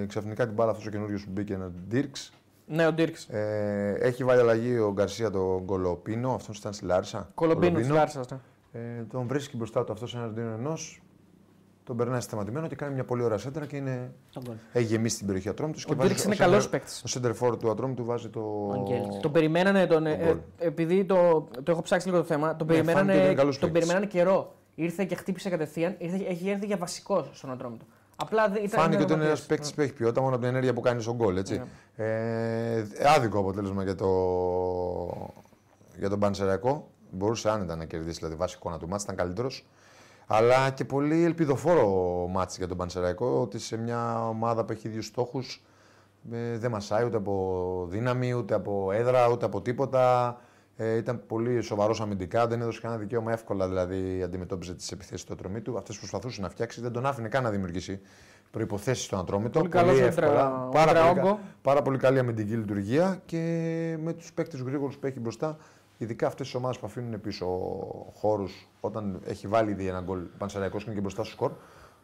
ξαφνικά την μπάλα αυτός ο καινούριο που μπήκε, ένα Ντίρξ.
Ναι, ο Ντίρξ.
Ε, έχει βάλει αλλαγή ο Γκαρσία τον Κολοπίνο, αυτός ήταν στη Λάρισα.
Κολομπίνο,
Κολοπίνο.
Λάρισας. ναι.
Ε, τον βρίσκει μπροστά του αυτός εναντίον ενός, τον περνάει σταματημένο και κάνει μια πολύ ωραία σέντρα και είναι
Τον γκολ.
έχει γεμίσει την περιοχή ατρόμητου.
Ο Ντίρξ είναι καλός παίκτης.
Ο σέντερφορ του ατρόμητου βάζει το.
Αγγέλης.
Τον περιμένανε τον. ε,
τον γκολ.
ε, επειδή το, το έχω ψάξει λίγο το θέμα, τον
Ναι,
περιμένανε,
φάνηκε ότι είναι καλός
τον
παίκτης.
περιμένανε καιρό. Ήρθε και χτύπησε κατευθείαν. Ήρθε, έχει έρθει για βασικός στον Ατρόμητο. Απλά δεν ήταν.
Φάνηκε ότι είναι ένας
ερωματίας.
παίκτης που έχει ποιότητα μόνο από την ενέργεια που κάνει στον γκολ. Έτσι. Ε, άδικο αποτέλεσμα για, το, για τον Πανσεραϊκό. Μπορούσε άνετα να κερδίσει δηλαδή, βάσει εικόνα του μάτς, ήταν καλύτερος. Αλλά και πολύ ελπιδοφόρο μάτς για τον Πανσεραϊκό ότι σε μια ομάδα που έχει δύο στόχους ε, δεν μασάει ούτε από δύναμη, ούτε από έδρα, ούτε από τίποτα. Ε, ήταν πολύ σοβαρός αμυντικά, δεν έδωσε κανένα δικαίωμα εύκολα δηλαδή αντιμετώπιζε τι επιθέσει του ατρωμίτου. Αυτές προσπαθούσε να φτιάξει, δεν τον άφηνε καν να δημιουργήσει προποθέσει στον ατρόμητο.
Πολύ καλός ο Ντρα- ο
Πάρα, πολύ,
Ντραόγκο.
κα- πάρα πολύ καλή αμυντική λειτουργία και με τους παίκτες γρήγορους που έχει μπροστά, ειδικά αυτές τις ομάδες που αφήνουν πίσω χώρους όταν έχει βάλει ήδη ένα γκολ πανσεραϊκός και είναι και μπροστά στο σκορ.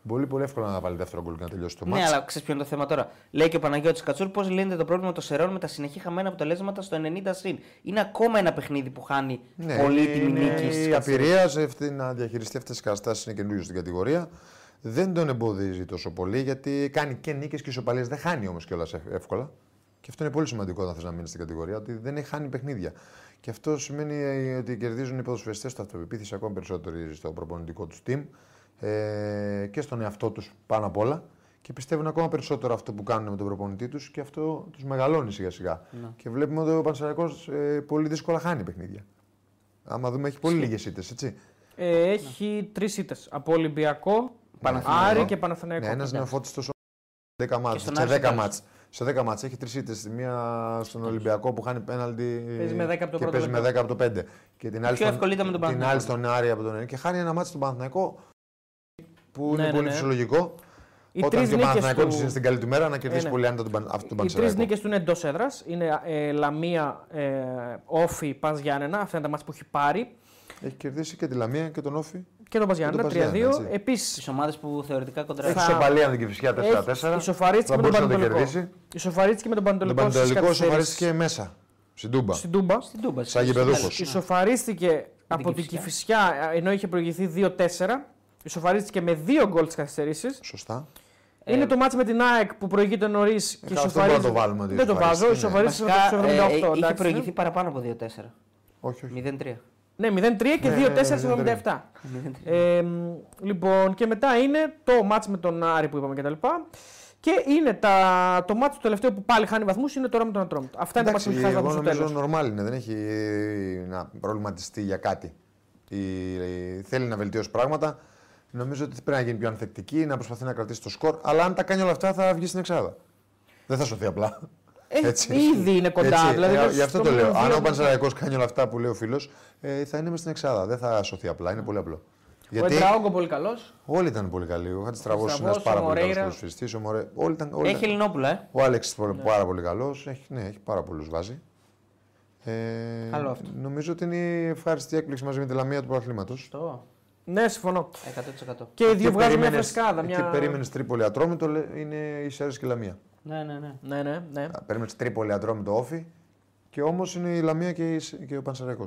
Πολύ, πολύ εύκολα να βάλει δεύτερο γκολ και να τελειώσει το
Ναι,
μάτς.
αλλά ξέρεις ποιο είναι το θέμα τώρα. Λέει και ο Παναγιώτης Κατσούρ πώς λύνεται το πρόβλημα των σερών με τα συνεχή χαμένα αποτελέσματα στο 90 συν. Είναι ακόμα ένα παιχνίδι που χάνει πολύτιμη
Ναι, είναι
νίκη. στις
Η
Κατσούρ.
απειρία σε αυτή- να διαχειριστεί αυτές τις καταστάσεις είναι καινούριο στην κατηγορία. Δεν τον εμποδίζει τόσο πολύ γιατί κάνει και νίκες και ισοπαλίες. Δεν χάνει όμως κιόλας εύκολα. Και αυτό είναι πολύ σημαντικό όταν θες να μείνεις στην κατηγορία, ότι δεν έχει χάνει παιχνίδια. Και αυτό σημαίνει ε, ότι κερδίζουν οι ποδοσφαιριστές του αυτοπεποίθηση ακόμα περισσότερη στο προπονητικό τους team ε, και στον εαυτό τους πάνω απ' όλα. Και πιστεύουν ακόμα περισσότερο αυτό που κάνουν με τον προπονητή τους και αυτό τους μεγαλώνει σιγά σιγά.
Ναι.
Και βλέπουμε ότι ο Πανσεραϊκός ε, πολύ δύσκολα χάνει παιχνίδια. Άμα δούμε, έχει πολύ λίγες ήττες, έτσι.
Ε, έχει τρεις ήττες. Από Ολυμπιακό,
Παναθηναϊκό.
Άρη και
Ναι,
Παναθηναϊκό.
ένα νεοφώτιστο τόσο. 10 μάτς,
στον
σε
Άρη
10
στον
μάτς. Σε 10 μάτς έχει τρεις ήττες. Μία στον Ολυμπιακό που χάνει πέναλτι.
Παίζει με 10 από το
και
πρώτο
παίζει με
λεπτό.
10 από το 5. Και την άλλη,
πιο εύκολη ήταν με τον
την
Παναθηναϊκό.
άλλη στον Άρη από τον Άρη. Και χάνει ένα μάτς στον Παναθηναϊκό που
Ναι,
είναι
ναι,
πολύ
ναι.
φυσιολογικό.
Οι
όταν
τρεις
και ο
νίκες
Παναθηναϊκός
του-
της είναι στην καλή του μέρα να κερδίσει
ναι.
πολύ άνετα τον Παν- αυτόν τον
Οι τρεις
Παναθηναϊκό.
νίκες του είναι εντός έδρας. Είναι ε, Λαμία, ε, Όφη, Πας Γιάννενα. Αυτά είναι τα μάτια που έχει πάρει.
Έχει κερδίσει και τη Λαμία και τον Όφη.
Και τον Πα
Και
Γιάννενα
τον Πας Γιάννενα,
3-2.
έτσι.
Επίσης,
Τις ομάδες που θεωρητικά κοντράρουν.
Έχει
Θα-
σοπαλία με την Κυφυσιά 4-4.
ισοφαρίστηκε
Θα
με τον
μπορούσε να το
Πανατολικό.
κερδίσει.
Ισοφαρίστηκε με τον
Τον
Πανατολικό. στις
Πανατολικό
καθυστερήσεις.
σοφαρίστηκε μέσα. Στην Τούμπα.
Στην Τούμπα.
Στην Τούμπα.
Σαν
στην-
γηπεδούχος.
στην-
Ισοφαρίστηκε από την Κυφυσιά ενώ είχε προηγηθεί 2-4. Ισοφαρίστηκε με δύο γκολ τι καθυστερήσεις.
Σωστά.
Ε,
Είναι το μάτι με την ΑΕΚ που προηγείται νωρίς και
καλά, αυτό
ισοφαρίζει.
δεν μπορούμε να το βάλουμε ότι
Δεν το
ισοφαρίστηκε,
βάζω.
ναι.
Ισοφαρίστηκε
Βασικά,
στο
ε,
78.
ε, είχε
εντάξει.
προηγηθεί παραπάνω από 2-4.
Όχι, όχι.
0-3.
Ναι, 0-3 και 2-4
ναι,
στο 77. Ε, μ, λοιπόν, και μετά είναι το μάτς με τον Άρη που είπαμε κτλ. Και είναι τα, το μάτς του τελευταίο που πάλι χάνει βαθμούς είναι τώρα με τον Ατρόμητο. Αυτά είναι τα μάτς που έχει χάσει
εγώ
βαθμούς στο
νομίζω
τέλος.
normal είναι, δεν έχει ε, να προβληματιστεί για κάτι. Η, η- θέλει να βελτιώσει πράγματα. Νομίζω ότι πρέπει να γίνει πιο ανθεκτική, να προσπαθεί να κρατήσει το σκορ. Αλλά αν τα κάνει όλα αυτά θα βγει στην εξάδα. Δεν θα σωθεί απλά.
Ε, ήδη είναι κοντά, δηλαδή,
ε,
είναι
γι' αυτό
στο
το λέω.
μείον
Αν
δύο,
ο Πανσεραϊκός κάνει όλα αυτά που λέει ο φίλος, ε, θα είναι μες στην εξάδα. Δεν θα σωθεί απλά. Είναι πολύ απλό.
Ο Εντραόγκο πολύ καλός.
Όλοι ήταν πολύ καλοί. Ο Χατζητραβό είναι ένας
Χατζητραβός,
πάρα
ο
πολύ καλός
Μορέιρα.
ποδοσφαιριστής. Ο Μωρέ... Όλοι ήταν. Όλοι
Έχει
ήταν-
Ελληνόπουλα, ε.
Ο Άλεξ είναι
Ναι.
πάρα πολύ καλός. Έχει, ναι, έχει πάρα πολλούς βάζει. Ε,
Καλό αυτό.
Νομίζω ότι είναι η ευχάριστη έκπληξη μαζί με τη λαμία του πρωταθλήματο.
Το
Ναι, συμφωνώ.
100%.
Και οι Ε, δύο βγάζουν μια φρεσκάδα.
Και
Μια...
περίμενες Τρίπολη Ατρόμητο, λέ- είναι η Σέρε και η Λαμία.
Ναι, ναι, ναι.
Ναι, ναι, ναι.
Περίμενε Τρίπολη Ατρόμητο, όφη. Και όμως είναι η Λαμία και, η Σ- και ο Πανσεραϊκός.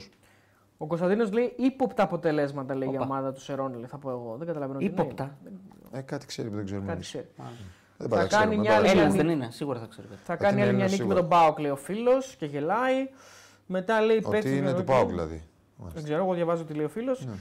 Ο Κωνσταντίνος λέει ύποπτα αποτελέσματα λέει, η
Οπα.
ομάδα του Σερών, λέει, θα πω εγώ. Δεν καταλαβαίνω τι είναι.
Υπόπτα.
Ε, κάτι ξέρει που δεν ξέρουμε.
Κάτι
εμείς.
ξέρει.
Δεν πάει να
Θα
ξέρουμε
κάνει μια
τώρα.
άλλη-
Έλληνα
Έλληνας.
δεν είναι, σίγουρα θα ξέρω. κάτι.
Θα
την
κάνει άλλη μια
Έλληνα
νίκη με
σίγουρα.
τον Πάοκ, λέει ο φίλος και γελάει. Μετά λέει παίκτης
Ότι είναι
με
του
τον
Πάουκ
Πάοκ.
δηλαδή.
Δεν ξέρω, εγώ διαβάζω τι λέει ο φίλος.
Ναι.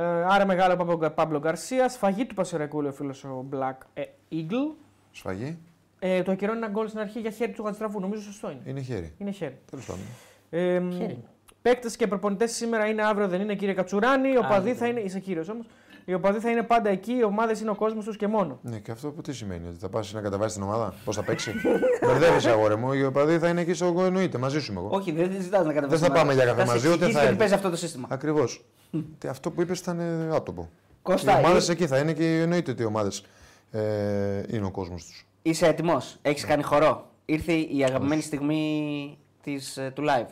Ε, άρα μεγάλο Παμπλο- Παμπλο Γκαρσίας. Σφαγή του Πασερακού, λέει ο φίλος ο Black ε, Eagle.
Σφαγή
Ε, το ακυρώνει ένα γκολ στην αρχή για χέρι του Γατστραφού. Νομίζω σωστό είναι.
είναι χέρι.
Είναι χέρι.
Τέλος πάντων.
Ε,
Χέρι.
Παίκτες και προπονητές σήμερα είναι αύριο, δεν είναι κύριε Κατσουράνη. Οι οπαδοί
δεν
θα είναι. Είσαι κύριος όμως. Οι οπαδοί θα είναι πάντα εκεί, οι ομάδες είναι ο κόσμος τους και μόνο.
Ναι, και αυτό που τι σημαίνει, ότι θα πας να καταβάσεις την ομάδα, πώς θα
[laughs]
παίξει. Μπερδεύεσαι, αγόρε μου. Οι οπαδοί θα είναι εκεί στο εγώ, εννοείται, μαζί σου είμαι εγώ.
Όχι, δεν ζητάς να καταλαβαίνει.
Δεν θα πάμε για καφέ μαζί, ούτε θα
Δεν
έρθει.
παίζει αυτό το σύστημα. Hm.
Ακριβώς. αυτό που είπες ήταν ε, άτομο.
Κώστα,
οι ομάδες
ε-
εκεί θα είναι και εννοείται ότι οι ομάδες ε, είναι ο κόσμος τους.
Είσαι έτοιμος. Έχεις κάνει χορό. Ήρθε η αγαπημένη στιγμή της, ε, του live.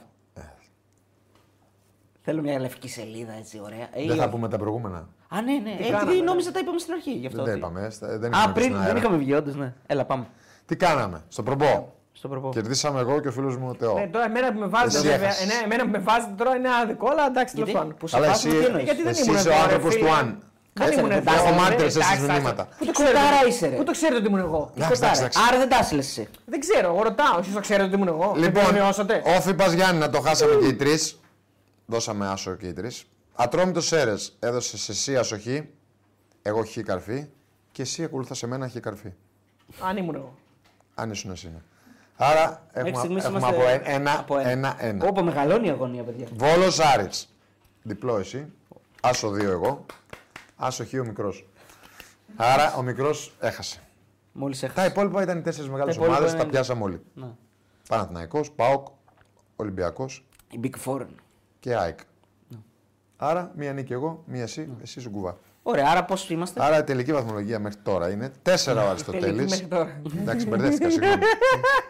Θέλω μια λευκή σελίδα έτσι, ωραία. Ε,
Δεν
ή
θα
όχι.
πούμε τα προηγούμενα.
Α, ναι, ναι. Ε,
κάναμε,
τι νόμιζα τα είπαμε στην αρχή. Γι αυτό
Δεν τα
ότι-
είπαμε. ε, στα- Δεν
Α,
είχαμε πει
πριν
στον
δεν
αέρα.
είχαμε βγει, όντως, ναι. Έλα, πάμε.
Τι κάναμε, στον προπό.
Στον προπό.
Κερδίσαμε εγώ και ο φίλος μου ο Τεό.
Ναι, τώρα εμένα που με βάζετε,
Εσύ
βέβαια,
έχασες.
ε, ναι, εμένα που με βάζετε τώρα είναι άδικο, αλλά εντάξει, τέλος
Γιατί,
πάντων.
που σε
Αλλά
βάζουμε,
εσύ,
τι εννοείς.
Γιατί δεν
εσύ
ήμουν
είσαι ο
εδώ, ρε,
άνθρωπο
φίλε.
του Αν.
Δεν ήμουν
εντάξει,
εδώ.
εντάξει,
Έχω μάρτυρε
εντάξει,
εσείς
εντάξει.
μηνύματα.
Πού το κοντάρα είσαι, ρε.
Πού το ξέρετε ότι ήμουν εγώ.
Τι
Εντάξει,
κοντάρα.
εντάξει,
Άρα δεν τα άσυλες εσύ.
Δεν ξέρω, εγώ ρωτάω. Εσεί το ξέρετε ότι ήμουν εγώ.
Λοιπόν,
Δεν μειώσατε.
όφη πας Γιάννη, να το χάσαμε και οι τρεις. Δώσαμε άσο και οι τρεις. Ατρόμητος Σέρες έδωσε εσύ ασοχή. Εγώ χ καρφί. και εσύ ακολουθά σε μένα και καρφί.
Αν ήμουν εγώ.
Αν ήσουν εσύ. ναι. Άρα έχουμε,
στιγμής
έχουμε
είμαστε
από ε- ένα,
από ένα.
ένα, ένα.
Όπα, μεγαλώνει η αγωνία, παιδιά.
Βόλος Άρης. Διπλό εσύ. Άσο δύο εγώ. Άσο χ ο μικρός. Άρα ο μικρός έχασε.
Μόλις
Τα
έχασε.
υπόλοιπα ήταν οι τέσσερις μεγάλες
Τα υπόλοιπα
ομάδες,
είναι-
τα πιάσαμε όλοι.
Να.
Παναθηναϊκός, Πάοκ, Ολυμπιακός
Η Big Four.
και ΑΕΚ.
Ναι.
Άρα μία νίκη εγώ, μία εσύ, εσύ σου κουβά.
Ωραία, άρα πώς είμαστε.
Άρα η τελική βαθμολογία μέχρι τώρα είναι 4 ο
Ναι.
Τελική
Αριστοτέλη.
μέχρι τώρα.
Εντάξει, μπερδεύτηκα, συγγνώμη.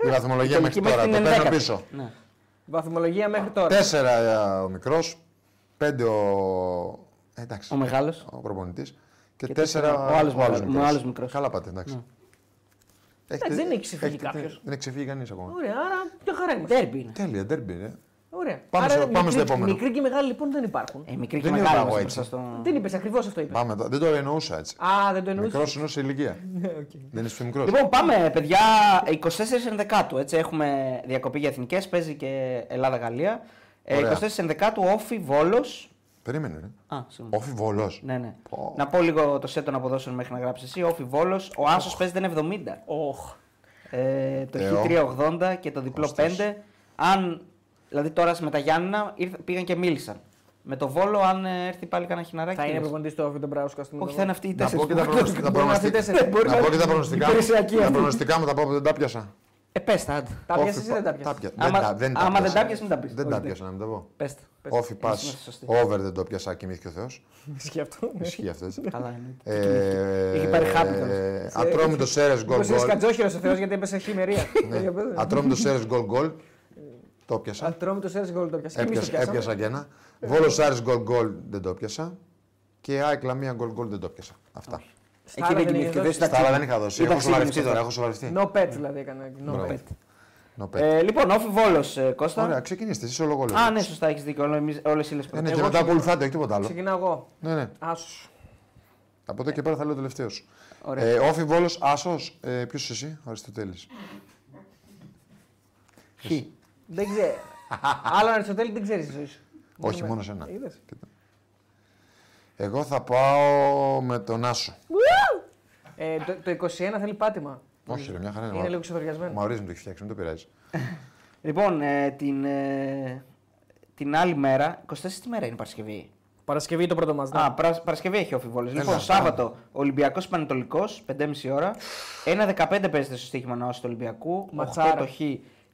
η βαθμολογία μέχρι
Τελική
τώρα,
την
το παίρνω
ενδέκατη.
πίσω.
Ναι.
Βαθμολογία μέχρι τώρα.
4 ο μικρός, 5 ο. ε, Εντάξει,
Ο μεγάλος.
ο προπονητής.
Και
Και 4
τέσσερα ο άλλος μεγάλος- ο άλλος μικρός. Ναι.
Καλά πάτε, εντάξει. Έχετε-
Εντάξει, δεν έχει ξεφύγει
έχετε-
κάποιος.
Δεν έχει ξεφύγει κανείς ακόμα.
Ωραία, άρα πιο χαρά είμαστε.
Τέρμπι είναι.
Τέλεια, ντέρμπι, ρε.
Ωραία.
Πάμε
άρα,
στο- πάμε στο
μικρή-
επόμενο.
Μικρή και μεγάλη λοιπόν δεν υπάρχουν.
Ε, μικρή και
Δεν
μεγάλη
είπα εγώ
είμαστε
έτσι.
μπροστά στο.
Δεν είπες ακριβώς αυτό είπες.
Πάμε τώρα. Δεν το εννοούσα έτσι.
Α, δεν το Ναι, εννοούσες. [laughs]
Μικρός εννοούσε ηλικία. Δεν είσαι μικρός.
Λοιπόν, πάμε παιδιά. 24 Ενδεκάτου. Έτσι, έχουμε διακοπή για εθνικές. Παίζει και Ελλάδα-Γαλλία. Ε,
Ωραία.
24 Ενδεκάτου, όφη, βόλος.
Περίμενε, ρε.
Α, συγγνώμη.
Όφι βολό.
Ναι, ναι.
Πω.
Να πω λίγο το σετ των αποδόσεων μέχρι να γράψεις εσύ. Όφη, βόλος. Ο Άσος παίζει δεν 70.
Οχ.
Ε, το
Θεό.
Χ380 και το διπλό
Κώστας.
5. Αν, δηλαδή τώρα με τα Γιάννηνα ήρθ- πήγαν και μίλησαν. Με το Βόλο, αν ε, έρθει πάλι κανένα χιναράκι.
Θα
τι
είναι
λες.
προπονητή του Όφιντον Μπράουσκα στην
Όχι, θα είναι αυτή η
Να πω
τέσσερι.
και τα προγνωστικά- τα
Μπορεί να
προγνωστικά.
έρθει τέσσερα.
Να πω και τα προγνωστικά.
Η περισσιακή
Τα
αυτή.
προγνωστικά μου τα πω που δεν τα πιάσα.
Ε, πες τα, άντε.
Τα
Όφι
πιάσεις ή
πα-
δεν τα πιάσεις?
πιάσα.
Άμα-
Δεν τα- τα
άμα δεν
πιάσα.
τα πιάσεις, μην τα πεις.
Δεν
Όχι,
τα
δεν.
πιάσα, να μην τα πω.
Πες τα. ναι. πες τα.
Όφι πα.
Εμείς είμαστε σωστοί.
Over δεν το πιάσα, κοιμήθηκε ο Θεός.
[laughs] Σκέφτομαι.
Ισχύει αυτό έτσι.
Καλά είναι.
Ε,
Είχε πάρει χάπι κιόλας.
ε, Ατρόμητος Σέρες γκολ Ναι.
Είσαι
γκολ.
κατζόχυρος ο Θεός γιατί έπεσε χειμερία. [laughs]
ναι.
Ατρόμητος Σέρες γκολ γκολ. Το πιάσα.
Ατρόμητος Σέρι Γκολ το πιάσα. Εμείς το
Έπιασα,
πιάσαμε.
έπιασα και ένα. Βόλο Άρη γκολ γκολ δεν το πιάσα. Και ΑΕΚ Λαμία γκολ γκολ δεν το πιάσα. Αυτά.
Στα
Εκεί
άλλα
δεν
δεν
κοιμήθηκε.
είχες
δεν
δώσει.
ήταν
Στα άλλα
ξύπνη.
δεν είχα δώσει.
Ήταν
Έχω σοβαριστεί
ξύπνη
τώρα.
αυτό.
Έχω σοβαριστεί.
No bet δηλαδή έκανε. No
Μπράβο.
bet.
No bet.
Ε, Λοιπόν, όφη Βόλος, ε,
Ωραία,
Κώστα.
ξεκινήστε. Εσεί όλο
Α, ναι, σωστά, έχεις δίκιο. όλο εμείς- Όλες οι ύλες
Ε,
πρώτα.
ναι, και
Εγώ-
μετά ακολουθάτε, όχι τίποτα άλλο.
Ξεκινάω εγώ.
Ναι, ναι.
Άσος.
Από εδώ και πέρα θα λέω τελευταίος.
Ωραία.
Ε, όφι Βόλο, Άσος, ε, ποιος εσύ, Αριστοτέλης.
Χ.
Δεν
[laughs]
ξέρω. Άλλο Αριστοτέλη δεν ξέρεις τη ζωή σου.
Όχι,
Μόνο
μόνος ένα.
με- Είδες.
Κοίτα. Εγώ θα πάω με τον Άσο.
Ε, το- Το 21 θέλει πάτημα.
Όχι, ρε, μια χαρά
Είναι λίγο
είναι.
Ναι.
ξεδοριασμένο.
Μαωρίζει μου το έχει φτιάξει, μην το πειράζει.
Λοιπόν, ε, την, ε, την άλλη μέρα, 24 τι μέρα είναι η Παρασκευή.
Παρασκευή το πρώτο ναι. μα.
Α, Πρα- Παρασκευή έχει ο Φιβόλη. Λοιπόν,
Έλα.
Σάββατο Ολυμπιακός Πανετολικός, 5,5 ώρα. 1,15 παίζεται στο στοίχημα ναός του Ολυμπιακού.
Ματσάρα.
8 το Χ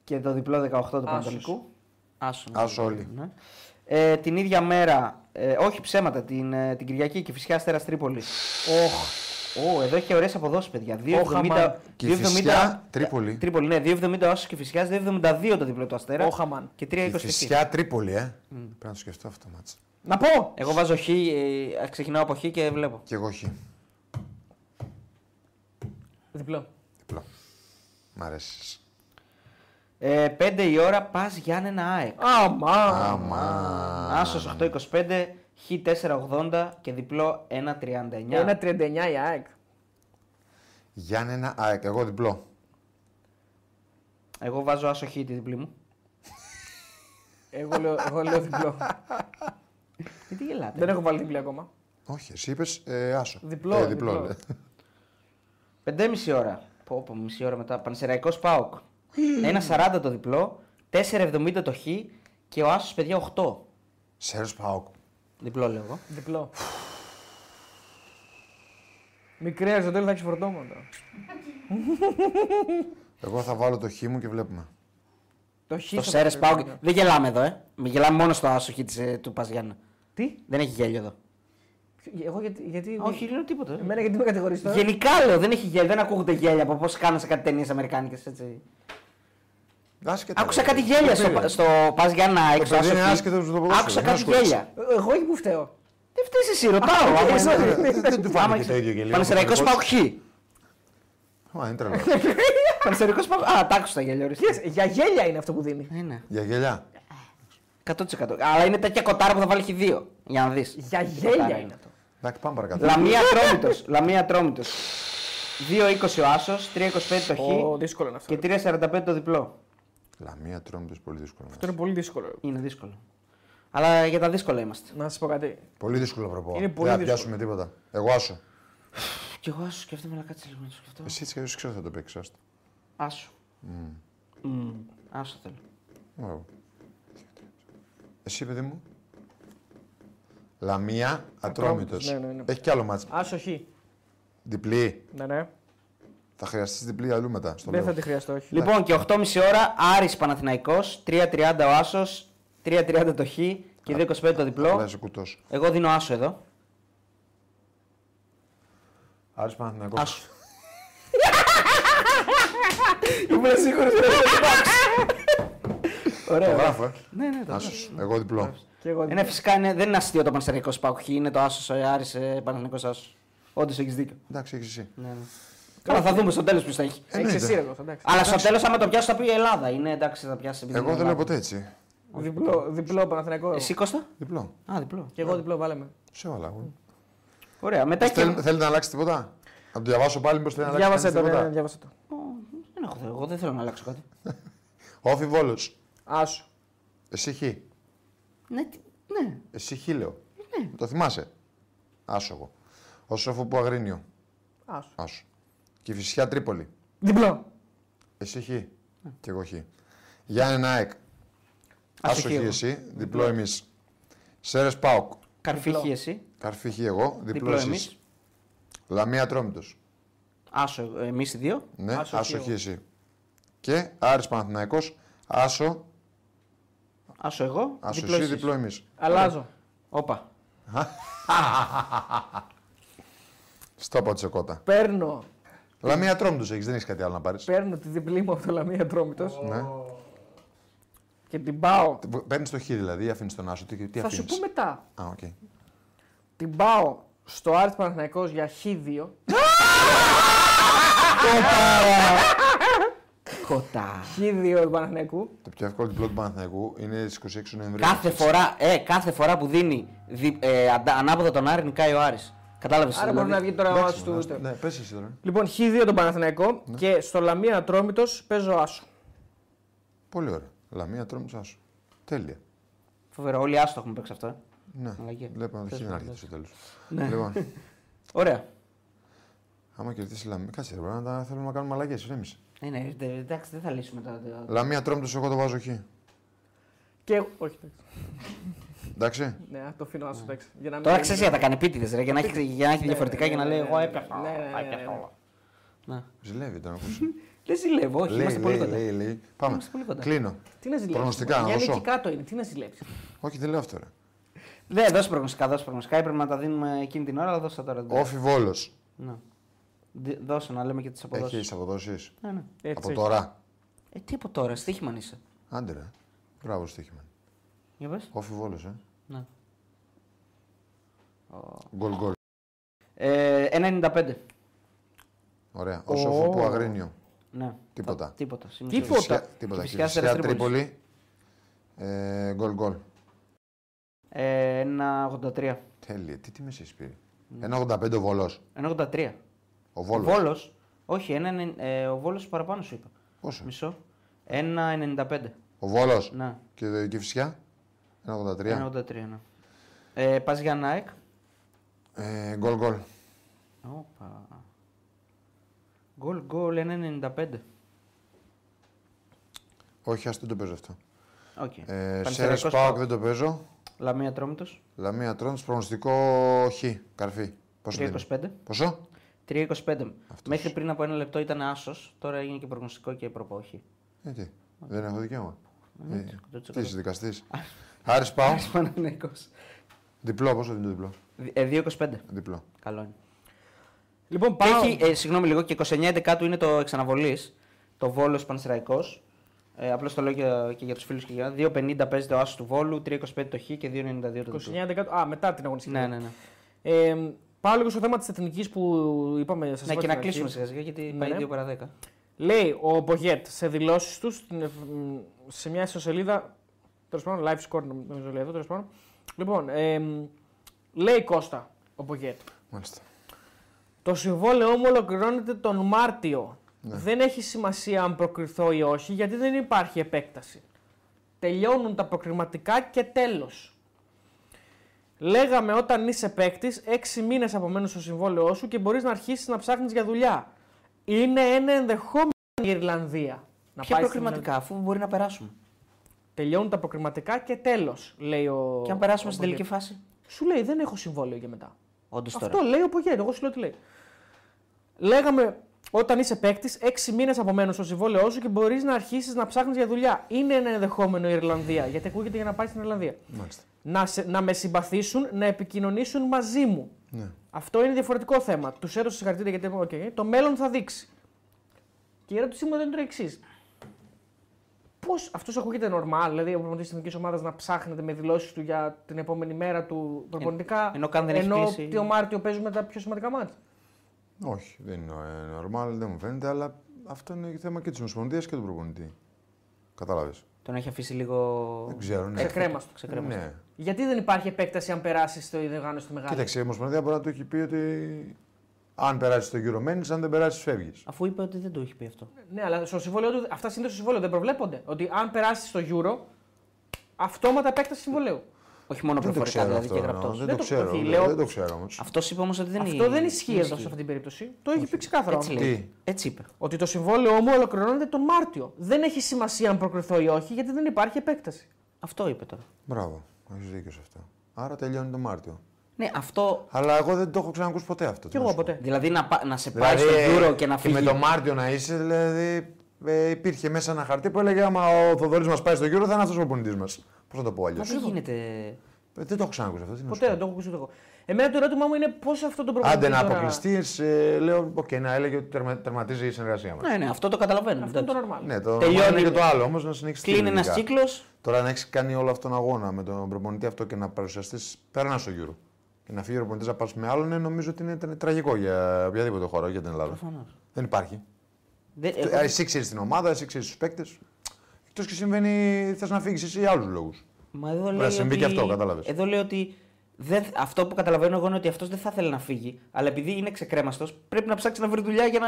και το διπλό 18 του
Άσος.
Πανετολικού. Άσος. ναι.
Άσο όλοι.
Ναι. Ε, την ίδια μέρα, ε, όχι ψέματα, την, ε, την Κυριακή και φυσικά Αστέρας Τρίπολη. Οχ. Ω, εδώ έχει και ωραίες αποδόσεις, παιδιά. 2,70.
αμάν.
Και η Φυσιά, Τρίπολη.
Τρίπολη, ναι, 2,70 άσο και φυσικά, 2,72 το διπλό του Αστέρα.
Οχ, αμάν.
Και Mm.
Η
3,20. Χ.
φυσιά Τρίπολη, ε. Πρέπει να το σκεφτώ αυτό το μάτσο.
Να πω!
Εγώ βάζω χ, ε, ξεκινάω από χ και βλέπω.
Και εγώ χ.
Διπλό.
Διπλό. Μ' αρέσει.
Ε, 5 η ώρα, πας Γιάννενα ΑΕΚ.
Αμά!
Αμά.
Άσος 8-25, Χ 4-80 και διπλό 1-39.
1.39 η ΑΕΚ.
Γιάννενα ΑΕΚ, εγώ διπλό.
Εγώ βάζω άσο Χ τη διπλή μου.
Εγώ λέω, εγώ λέω διπλό.
Γιατί γελάτε.
Δεν έχω βάλει διπλή ακόμα.
Όχι, εσύ είπες ε, Άσο.
Διπλό,
Ε, διπλό.
διπλό.
λέει.
5,5 ώρα. Πω, πω, μισή ώρα μετά. Πανσεραϊκός ΠΑΟΚ. 1-40 το διπλό, 4-70 το Χ και ο Άσος παιδιά 8.
Σέρος Πάοκ.
Διπλό λέω εγώ.
Διπλό. Μικρή Αριστοτέλη θα έχεις φορτώματα.
Εγώ θα βάλω το χ μου και βλέπουμε.
Το χ.
Το
στο
Σέρες ΠΑΟΚ.
Πανεπιστήμιο.
Δεν γελάμε εδώ, ε. Μη Γελάμε μόνο στο άσο Χ της, ε, του Πας Γιάννενα.
Τι.
Δεν έχει γέλιο εδώ.
Ποιο- Εγώ γιατί. γιατί...
Όχι, λέω τίποτα. ε.
Εμένα γιατί με κατηγορείς τώρα.
Γενικά λέω, δεν έχει γέλιο, δεν ακούγονται γέλια από πώς κάνουν σε κάτι ταινίες Αμερικάνικες έτσι.
Άσχετα,
Άκουσα
ρε.
κάτι γέλια
Ε, Το
στο,
πήρε.
στο Πας Γιάννα
Το παιδί είναι
έξω.
άσχετος με το ποδόσφαιρο,
Άκουσα
δεν
κάτι
ασχολείσαι.
γέλια.
Ε, Εγώ εκεί που φταίω.
Δεν φταίεις εσύ, ρωτάω. άμα
οκ,
είναι-
sorry.
Δεν- Δεν του
άμα
φάνηκε
έχεις-
το ίδιο και λίγο.
Πανεσαιραϊκός πάω χ.
Α, είναι τρελό.
[laughs]
Πανεσαιραϊκός πάω. Α, τα άκουσα τα γέλια. ορίστε.
Yes, Για γέλια είναι αυτό που δίνει.
Ε, ναι.
Για γελιά.
100%. Αλλά είναι τέτοια κοτάρα που θα βάλει χ δύο. Για να δεις.
Για γέλια είναι αυτό.
Εντάξει, πάμε παρακάτω.
Λαμία τρόμητο. Λαμία τρόμητο. 2-20 ο Άσος, 3-25 το
Ω,
Χ
δύσκολο είναι αυτό.
και 3-45 το διπλό.
Λαμία τρόμητος, πολύ δύσκολο.
Αυτό είναι πολύ δύσκολο.
Είναι δύσκολο. Αλλά για τα δύσκολα είμαστε.
Να σας πω κάτι.
Πολύ δύσκολο προπό.
Είναι πολύ
Δεν θα
δύσκολο.
πιάσουμε τίποτα. Εγώ άσο.
Κι Κι εγώ άσου σκέφτομαι, αλλά κάτσε λίγο να το σκεφτώ.
Εσύ έτσι κι αλλιώς ξέρω θα το παίξεις. Άστο.
Άσου. Μμμ. Άσου θέλω.
Μπράβο. Εσύ, παιδί μου. Λαμία, ατρόμητος.
ναι, ναι, ναι.
Έχει κι άλλο μάτσο.
Άσοχη.
Διπλή.
Ναι, ναι.
Θα χρειαστείς διπλή αλλού μετά. Στο
Δεν
λέω.
θα τη χρειαστώ, όχι.
Λοιπόν, και 8.30 ώρα Άρης Παναθηναϊκός, 3.30 ο Άσος, 3.30 το Χ και 2.25 το
Απλά
διπλό.
είσαι κουτός.
Εγώ δίνω Άσο εδώ.
Άρης Παναθηναϊκός.
Άσο. Ήμουν σίγουρος ότι θα το πάξω.
Το
Ωραία.
γράφω, ε.
Ναι, ναι, το
Άσος. Εγώ διπλό.
Και εγώ...
Ε, ναι, φυσικά είναι, δεν είναι αστείο το πανεστερικό σπάκου. Είναι το άσος, ο Άρης ε, πανεστερικό άσος. Όντως έχεις δίκιο.
Εντάξει, έχεις εσύ.
Ναι, ναι. Καλά, θα δούμε στο τέλος ποιος θα έχει.
Έχεις
Ναι,
εσύ ρε, Κώστα, εντάξει.
Αλλά στο τέλος, άμα το πιάσει, θα πει Ελλάδα. Είναι εντάξει, θα πιάσει.
ναι,
επειδή
Εγώ
είναι
δεν λέω
Ελλάδα.
ποτέ έτσι.
Διπλό, διπλό Παναθηναϊκό.
Εσύ Κώστα.
Διπλό.
Α, διπλό.
Και εγώ διπλό βάλαμε.
Σε όλα. εγώ.
Ωραία, μετά και.
Ε, Θέλ- Θέλετε να αλλάξει τίποτα. Να το διαβάσω πάλι μήπως θέλει να αλλάξει
Διάβασε
κανείς
το, ναι, ναι,
τίποτα.
διάβασε το.
Ω, Δεν έχω θέλω. Εγώ δεν θέλω να αλλάξω κάτι.
Όφι Βόλος.
Άσο.
Εσύ χ.
ναι, τι- ναι.
Εσύ χ λέω. Το θυμάσαι. Άσο εγώ. Ο Σόφο που Αγρίνιο.
Άσο.
Άσο. Και η Φυσιά Τρίπολη.
Διπλό.
Εσύ χ. Και εγώ χ. Γιάννη Νάεκ. Άσο χ
εγώ.
εσύ. Διπλό εμείς. Σέρες Πάοκ.
Καρφίχη
Διπλό.
εσύ.
Καρφί χ εγώ. Διπλό
Διπλό εμεί.
εσείς. Λαμία Τρόμητος.
Άσο εμείς οι δύο.
Ναι,
Άσο χ
άσο χ
εγώ.
εσύ. Και Άρης Παναθηναϊκός. Άσο.
Άσο εγώ.
Άσο
διπλό
εσύ.
εσείς.
Διπλό Ναι. εμείς.
Αλλάζω.
Όπα.
Στο πατσοκότα.
Παίρνω,
Λαμία Τρόμητος έχεις. Δεν έχεις κάτι άλλο να πάρεις.
παίρνω τη διπλή μου από το Λαμία Τρόμητος
Ναι.
και την πάω.
Παίρνεις το χ δηλαδή ή αφήνεις τον Άσο. Τι, τι
Θα σου
αφήνεις.
πω μετά.
Α, οκ.
Την πάω στο Άρης Παναθηναϊκός για Χ2.
Κοτά.
Χ2 του Παναθηναϊκού.
Το πιο εύκολο διπλό του Παναθηναϊκού είναι στις 26 Νοεμβρίου.
Κάθε φορά, ε, κάθε φορά που δίνει δι, ε, αντα- ανάποδα τον Άρη νικάει ο Άρης. Κατάλαβες δηλαδή.
Άρα μπορεί να βγει τώρα ο Άσο του
Εντάξει,
ούτε.
Ναι, πες εσύ τώρα.
Λοιπόν, Χ2
Ναι.
τον Παναθηναϊκό και στο Λαμία Ατρόμητος παίζω Άσο.
Πολύ ωραία. Λαμία Τρόμητο Άσο. Τέλεια.
Φοβερό, όλοι άστο έχουμε παίξει αυτό. Ε.
Ναι.
Μαλακία.
Βλέπω να το χ να έρχεται στο τέλος.
Ναι.
Λοιπόν,
Ωραία.
άμα κερδίσει η Λαμία. Κάτσε ρε, πρέπει να τα- θέλουμε να κάνουμε αλλαγέ. Ρέμισε.
Ε, ναι, ε, εντάξει, δεν θα λύσουμε τα. τα-
Λαμία Τρόμητο, εγώ το βάζω χ.
Και. Όχι, εντάξει.
Εντάξει.
Ναι, το αφήνω Άσο, εντάξει. Για να μην-
Τώρα ξέρει θα τα κάνει επίτηδες ρε, για να έχει, για να έχει διαφορετικά
ναι,
και να
ναι,
λέει
ναι,
Εγώ
ναι,
έπιασα.
ναι, ναι, ναι,
έπιασα
ναι, ναι.
όλα». Ναι.
Ζηλεύει τον ακούσει.
Δεν ζηλεύω, όχι,
Λέει,
είμαστε πολύ
λέει,
κοντά.
λέει, λέει. Πάμε.
Είμαστε πολύ κοντά.
Κλείνω.
Τι να ζηλέψεις.
Προγνωστικά, να δώσω.
εκεί κάτω είναι, τι να ζηλέψεις.
Όχι, δεν λέω αυτό. ρε.
Ναι. Δεν, δώσε προγνωστικά, δώσε προγνωστικά. Έπρεπε να τα δίνουμε εκείνη την ώρα, αλλά δώσε τα τώρα. δεν
Όφι Βόλος.
Ναι. Δι- Δώσε να λέμε και τις αποδόσεις.
Έχεις αποδόσεις.
Ναι, ναι.
Έτσι
Από
έχει.
τώρα.
Ε, τι από τώρα, στοίχημα είσαι.
Άντε ρε. Μπράβο, στοίχημα.
Για πες.
Όφι Βόλος, ε.
Ναι.
Γκολ γκολ.
Ε, 1,95.
Ωραία. Ο Σόφο που Αγρίνιο.
Ναι.
Τίποτα.
Θα- Τίποτα. σήμερα.
Τίποτα.
Φυσιά- Τίποτα.
Και φυσιά
Και Φυσιά
Αστέρας
Τρίπολη. Ε, Γκολ γκολ.
Ε, 1,83.
Τέλεια. Τι τιμές έχεις πήρε. 1,85 ο Βολό.
1,83.
Ο
Ο
Βόλος.
Βόλος, όχι, ένα, ενεν- ε, ο Βόλος παραπάνω σου είπα.
Πόσο.
Μισό. 1,95.
Ο Βόλος.
Να,
Και, και φυσιά. 1,83.
1,83. Ναι. Ε, πας για Nike.
Ε, Γκολ γκολ.
Όπα. Γκολ γκολ 1,95.
Όχι, ας δεν το παίζω αυτό.
Οκ.
Ε,
Πανεσαιριακός
Σέρε Πάοκ δεν το παίζω.
Λαμία Τρόμητος.
Λαμία Τρόντ προγνωστικό Χ. Καρφί. Πόσο δίνει.
3,25.
Πόσο.
3,25. Μέχρι πριν από ένα λεπτό ήταν άσος, τώρα έγινε και προγνωστικό και προπόχη. [laughs]
Ε, τι. Δεν έχω δικαίωμα. Ε,
τσακ, τσακ.
Τι είσαι δικαστή. Άρης Πάοκ.
Παναθηναϊκός.
Διπλό. Πόσο δίνει το διπλό.
Δι- ε, 2,25.
Διπλό.
Καλό είναι.
Λοιπόν,
Και
πάω.
έχει, ε, συγγνώμη λίγο, και 29 11 είναι το εξαναβολής. Το Βόλος Πανσεραϊκός. Ε, Απλώς το λέω και, και για τους φίλους και για 2,50 παίζεται ο Άσος του Βόλου, 3,25 το Χ και 2,92 το Διπλό.
29 Α, μετά την αγωνιστική.
Ναι, ναι, ναι.
Ε, πάω λίγο στο θέμα της εθνικής που είπαμε. Σας
ναι
είπα
και
στην
να
αρχή.
κλείσουμε σιγά σιγά γιατί
Ναι,
πάει
ναι.
2 παρα 10.
Λέει ο Μπογιέτ σε δηλώσεις του σε μια ιστοσελίδα. Τέλος πάντων, live score νομίζω λέει εδώ. Τέλος πάντων. Λοιπόν, ε, λέει Κώστα ο Μπογιέτ.
Μάλιστα.
Το συμβόλαιό μου ολοκληρώνεται τον Μάρτιο. Δεν έχει σημασία αν προκριθώ ή όχι, γιατί δεν υπάρχει επέκταση. Τελειώνουν τα προκριματικά και τέλος. Λέγαμε όταν είσαι παίκτης, 6 μήνες απομένουν στο συμβόλαιό σου και μπορείς να αρχίσεις να ψάχνεις για δουλειά. Είναι ένα ενδεχόμενο η Ιρλανδία. Να
Ποια
στην
προκριματικά, αφού μπορεί να περάσουμε.
Ιρλανδία. Τελειώνουν τα προκριματικά και τέλος, λέει ο.
Και αν περάσουμε
ο
στην τελική
Μπογκέτ.
φάση.
Σου λέει δεν έχω συμβόλαιο και μετά.
Όντως τώρα.
Αυτό λέει ο Πογέν, εγώ σου λέω τι λέει. Λέγαμε όταν είσαι παίκτης, 6 μήνε απομένουν στο συμβόλαιό σου και μπορείς να αρχίσεις να ψάχνεις για δουλειά. Είναι ένα ενδεχόμενο η Ιρλανδία, γιατί ακούγεται για να πάει στην Ιρλανδία.
Μάλιστα.
Να, σε, να με συμπαθήσουν, να επικοινωνήσουν μαζί μου.
Ναι.
Αυτό είναι διαφορετικό θέμα. Τους έδωσε συγχαρητήρια γιατί είπαμε: «Οκ, το μέλλον θα δείξει. Και η ερώτησή μου εδώ είναι το εξής. Πώς αυτός ακούγεται normal, δηλαδή ο προπονητή τη εθνική ομάδα να ψάχνεται με δηλώσεις του για την επόμενη μέρα του προπονητικά.
ενώ καν δεν έχει
ενώ
κλείσει.
το Μάρτιο παίζουμε τα πιο σημαντικά μάτια.
Όχι, δεν είναι ε, normal, δεν μου φαίνεται, αλλά αυτό είναι θέμα και της Ομοσπονδίας και του προπονητή. Κατάλαβες.
Τον έχει αφήσει λίγο.
Δεν ξέρω, ναι.
Ξεκρέμαστο.
Ξεκρέμαστο.
Ναι.
Γιατί δεν υπάρχει επέκταση αν περάσει το διοργάνωση του μεγάλου.
Κοίταξε, η Ομοσπονδία μπορεί να του έχει πει ότι αν περάσει το γύρο μένει, αν δεν περάσει φεύγεις.
Αφού είπε ότι δεν το έχει πει αυτό.
Ναι, αλλά στο συμβόλαιο του, αυτά συνήθως στο συμβόλαιο δεν προβλέπονται. Ότι αν περάσει στο Euro, αυτόματα επέκταση συμβολέου.
Όχι μόνο
Δεν το
προφορικά
ξέρω
δηλαδή
αυτό.
και
εννοώ,
γραπτό.
Δεν
Δεν
το
το-
ξέρω.
όχι,
δεν-
λέω-
Δεν το ξέρω όμως.
Αυτό είπε όμως ότι δεν είναι.
Αυτό δεν ισχύει εδώ σε
ισχύει.
αυτή την περίπτωση. Το έχει πει ξεκάθαρα. ο
Έτσι
άνθρωπος.
λέει.
Τι?
Έτσι είπε.
Ότι το συμβόλαιό μου ολοκληρώνεται τον Μάρτιο. Δεν έχει σημασία αν προκριθώ ή όχι, γιατί δεν υπάρχει επέκταση.
Αυτό είπε τώρα.
Μπράβο, έχεις δίκιο σε αυτό. Άρα τελειώνει το Μάρτιο.
Ναι, αυτό.
Αλλά εγώ δεν το έχω ξανακούσει ποτέ
Κι
αυτό. τι να
εγώ
σου πω.
ποτέ.
Δηλαδή να, πα- να σε πάει
Δηλαδή,
στο
ε,
γύρο και να φύγει.
με το Μάρτιο να είσαι, δηλαδή ε, υπήρχε μέσα ένα χαρτί που έλεγε Άμα ο Θοδωρής μας πάει στο γύρο, θα είναι αυτός ο πονητή μας. Πώς να το πω αλλιώς.
Μα δεν γίνεται.
Δεν το έχω ξανακούσει αυτό. τι να σου
Ποτέ
πω.
δεν το έχω ακούσει ούτε εγώ. Εμένα το ερώτημά μου είναι πώς αυτό το προπονητή.
Άντε να
τώρα-
αποκλειστείς, ε, λέω, οκ, να έλεγε ότι τερμα- τερματίζει η συνεργασία μας.
Ναι, ναι, αυτό το καταλαβαίνω.
Αυτό είναι
εντάξει.
το normal.
Ναι, το
Τελειώνει.
Τελειώνει. και το άλλο όμως να συνεχιστεί.
Κλείνει ένας
λογικά.
κύκλος.
Τώρα να έχεις κάνει όλο αυτόν τον αγώνα με τον προπονητή αυτό και να παρουσιαστείς πέραν στο γύρο. Και να φύγει ο προπονητή να πας με άλλον, ναι, νομίζω ότι είναι τρα- τραγικό για οποιαδήποτε χώρα, για την Ελλάδα. Δεν υπάρχει.
Δεν...
Το-
Ε, Εγώ...
Ε, Εσύ ξέρεις την ομάδα, εσύ ξέρεις τους παίκτες. Εκτός και συμβαίνει, θες να φύγεις εσύ για άλλους λόγους.
Μα εδώ
να
λέει,
συμβεί
ότι...
και αυτό, κατάλαβες.
εδώ λέει ότι δεν... αυτό που καταλαβαίνω εγώ είναι ότι αυτός δεν θα θέλει να φύγει. Αλλά επειδή είναι ξεκρέμαστος, πρέπει να ψάξει να βρει δουλειά για, να...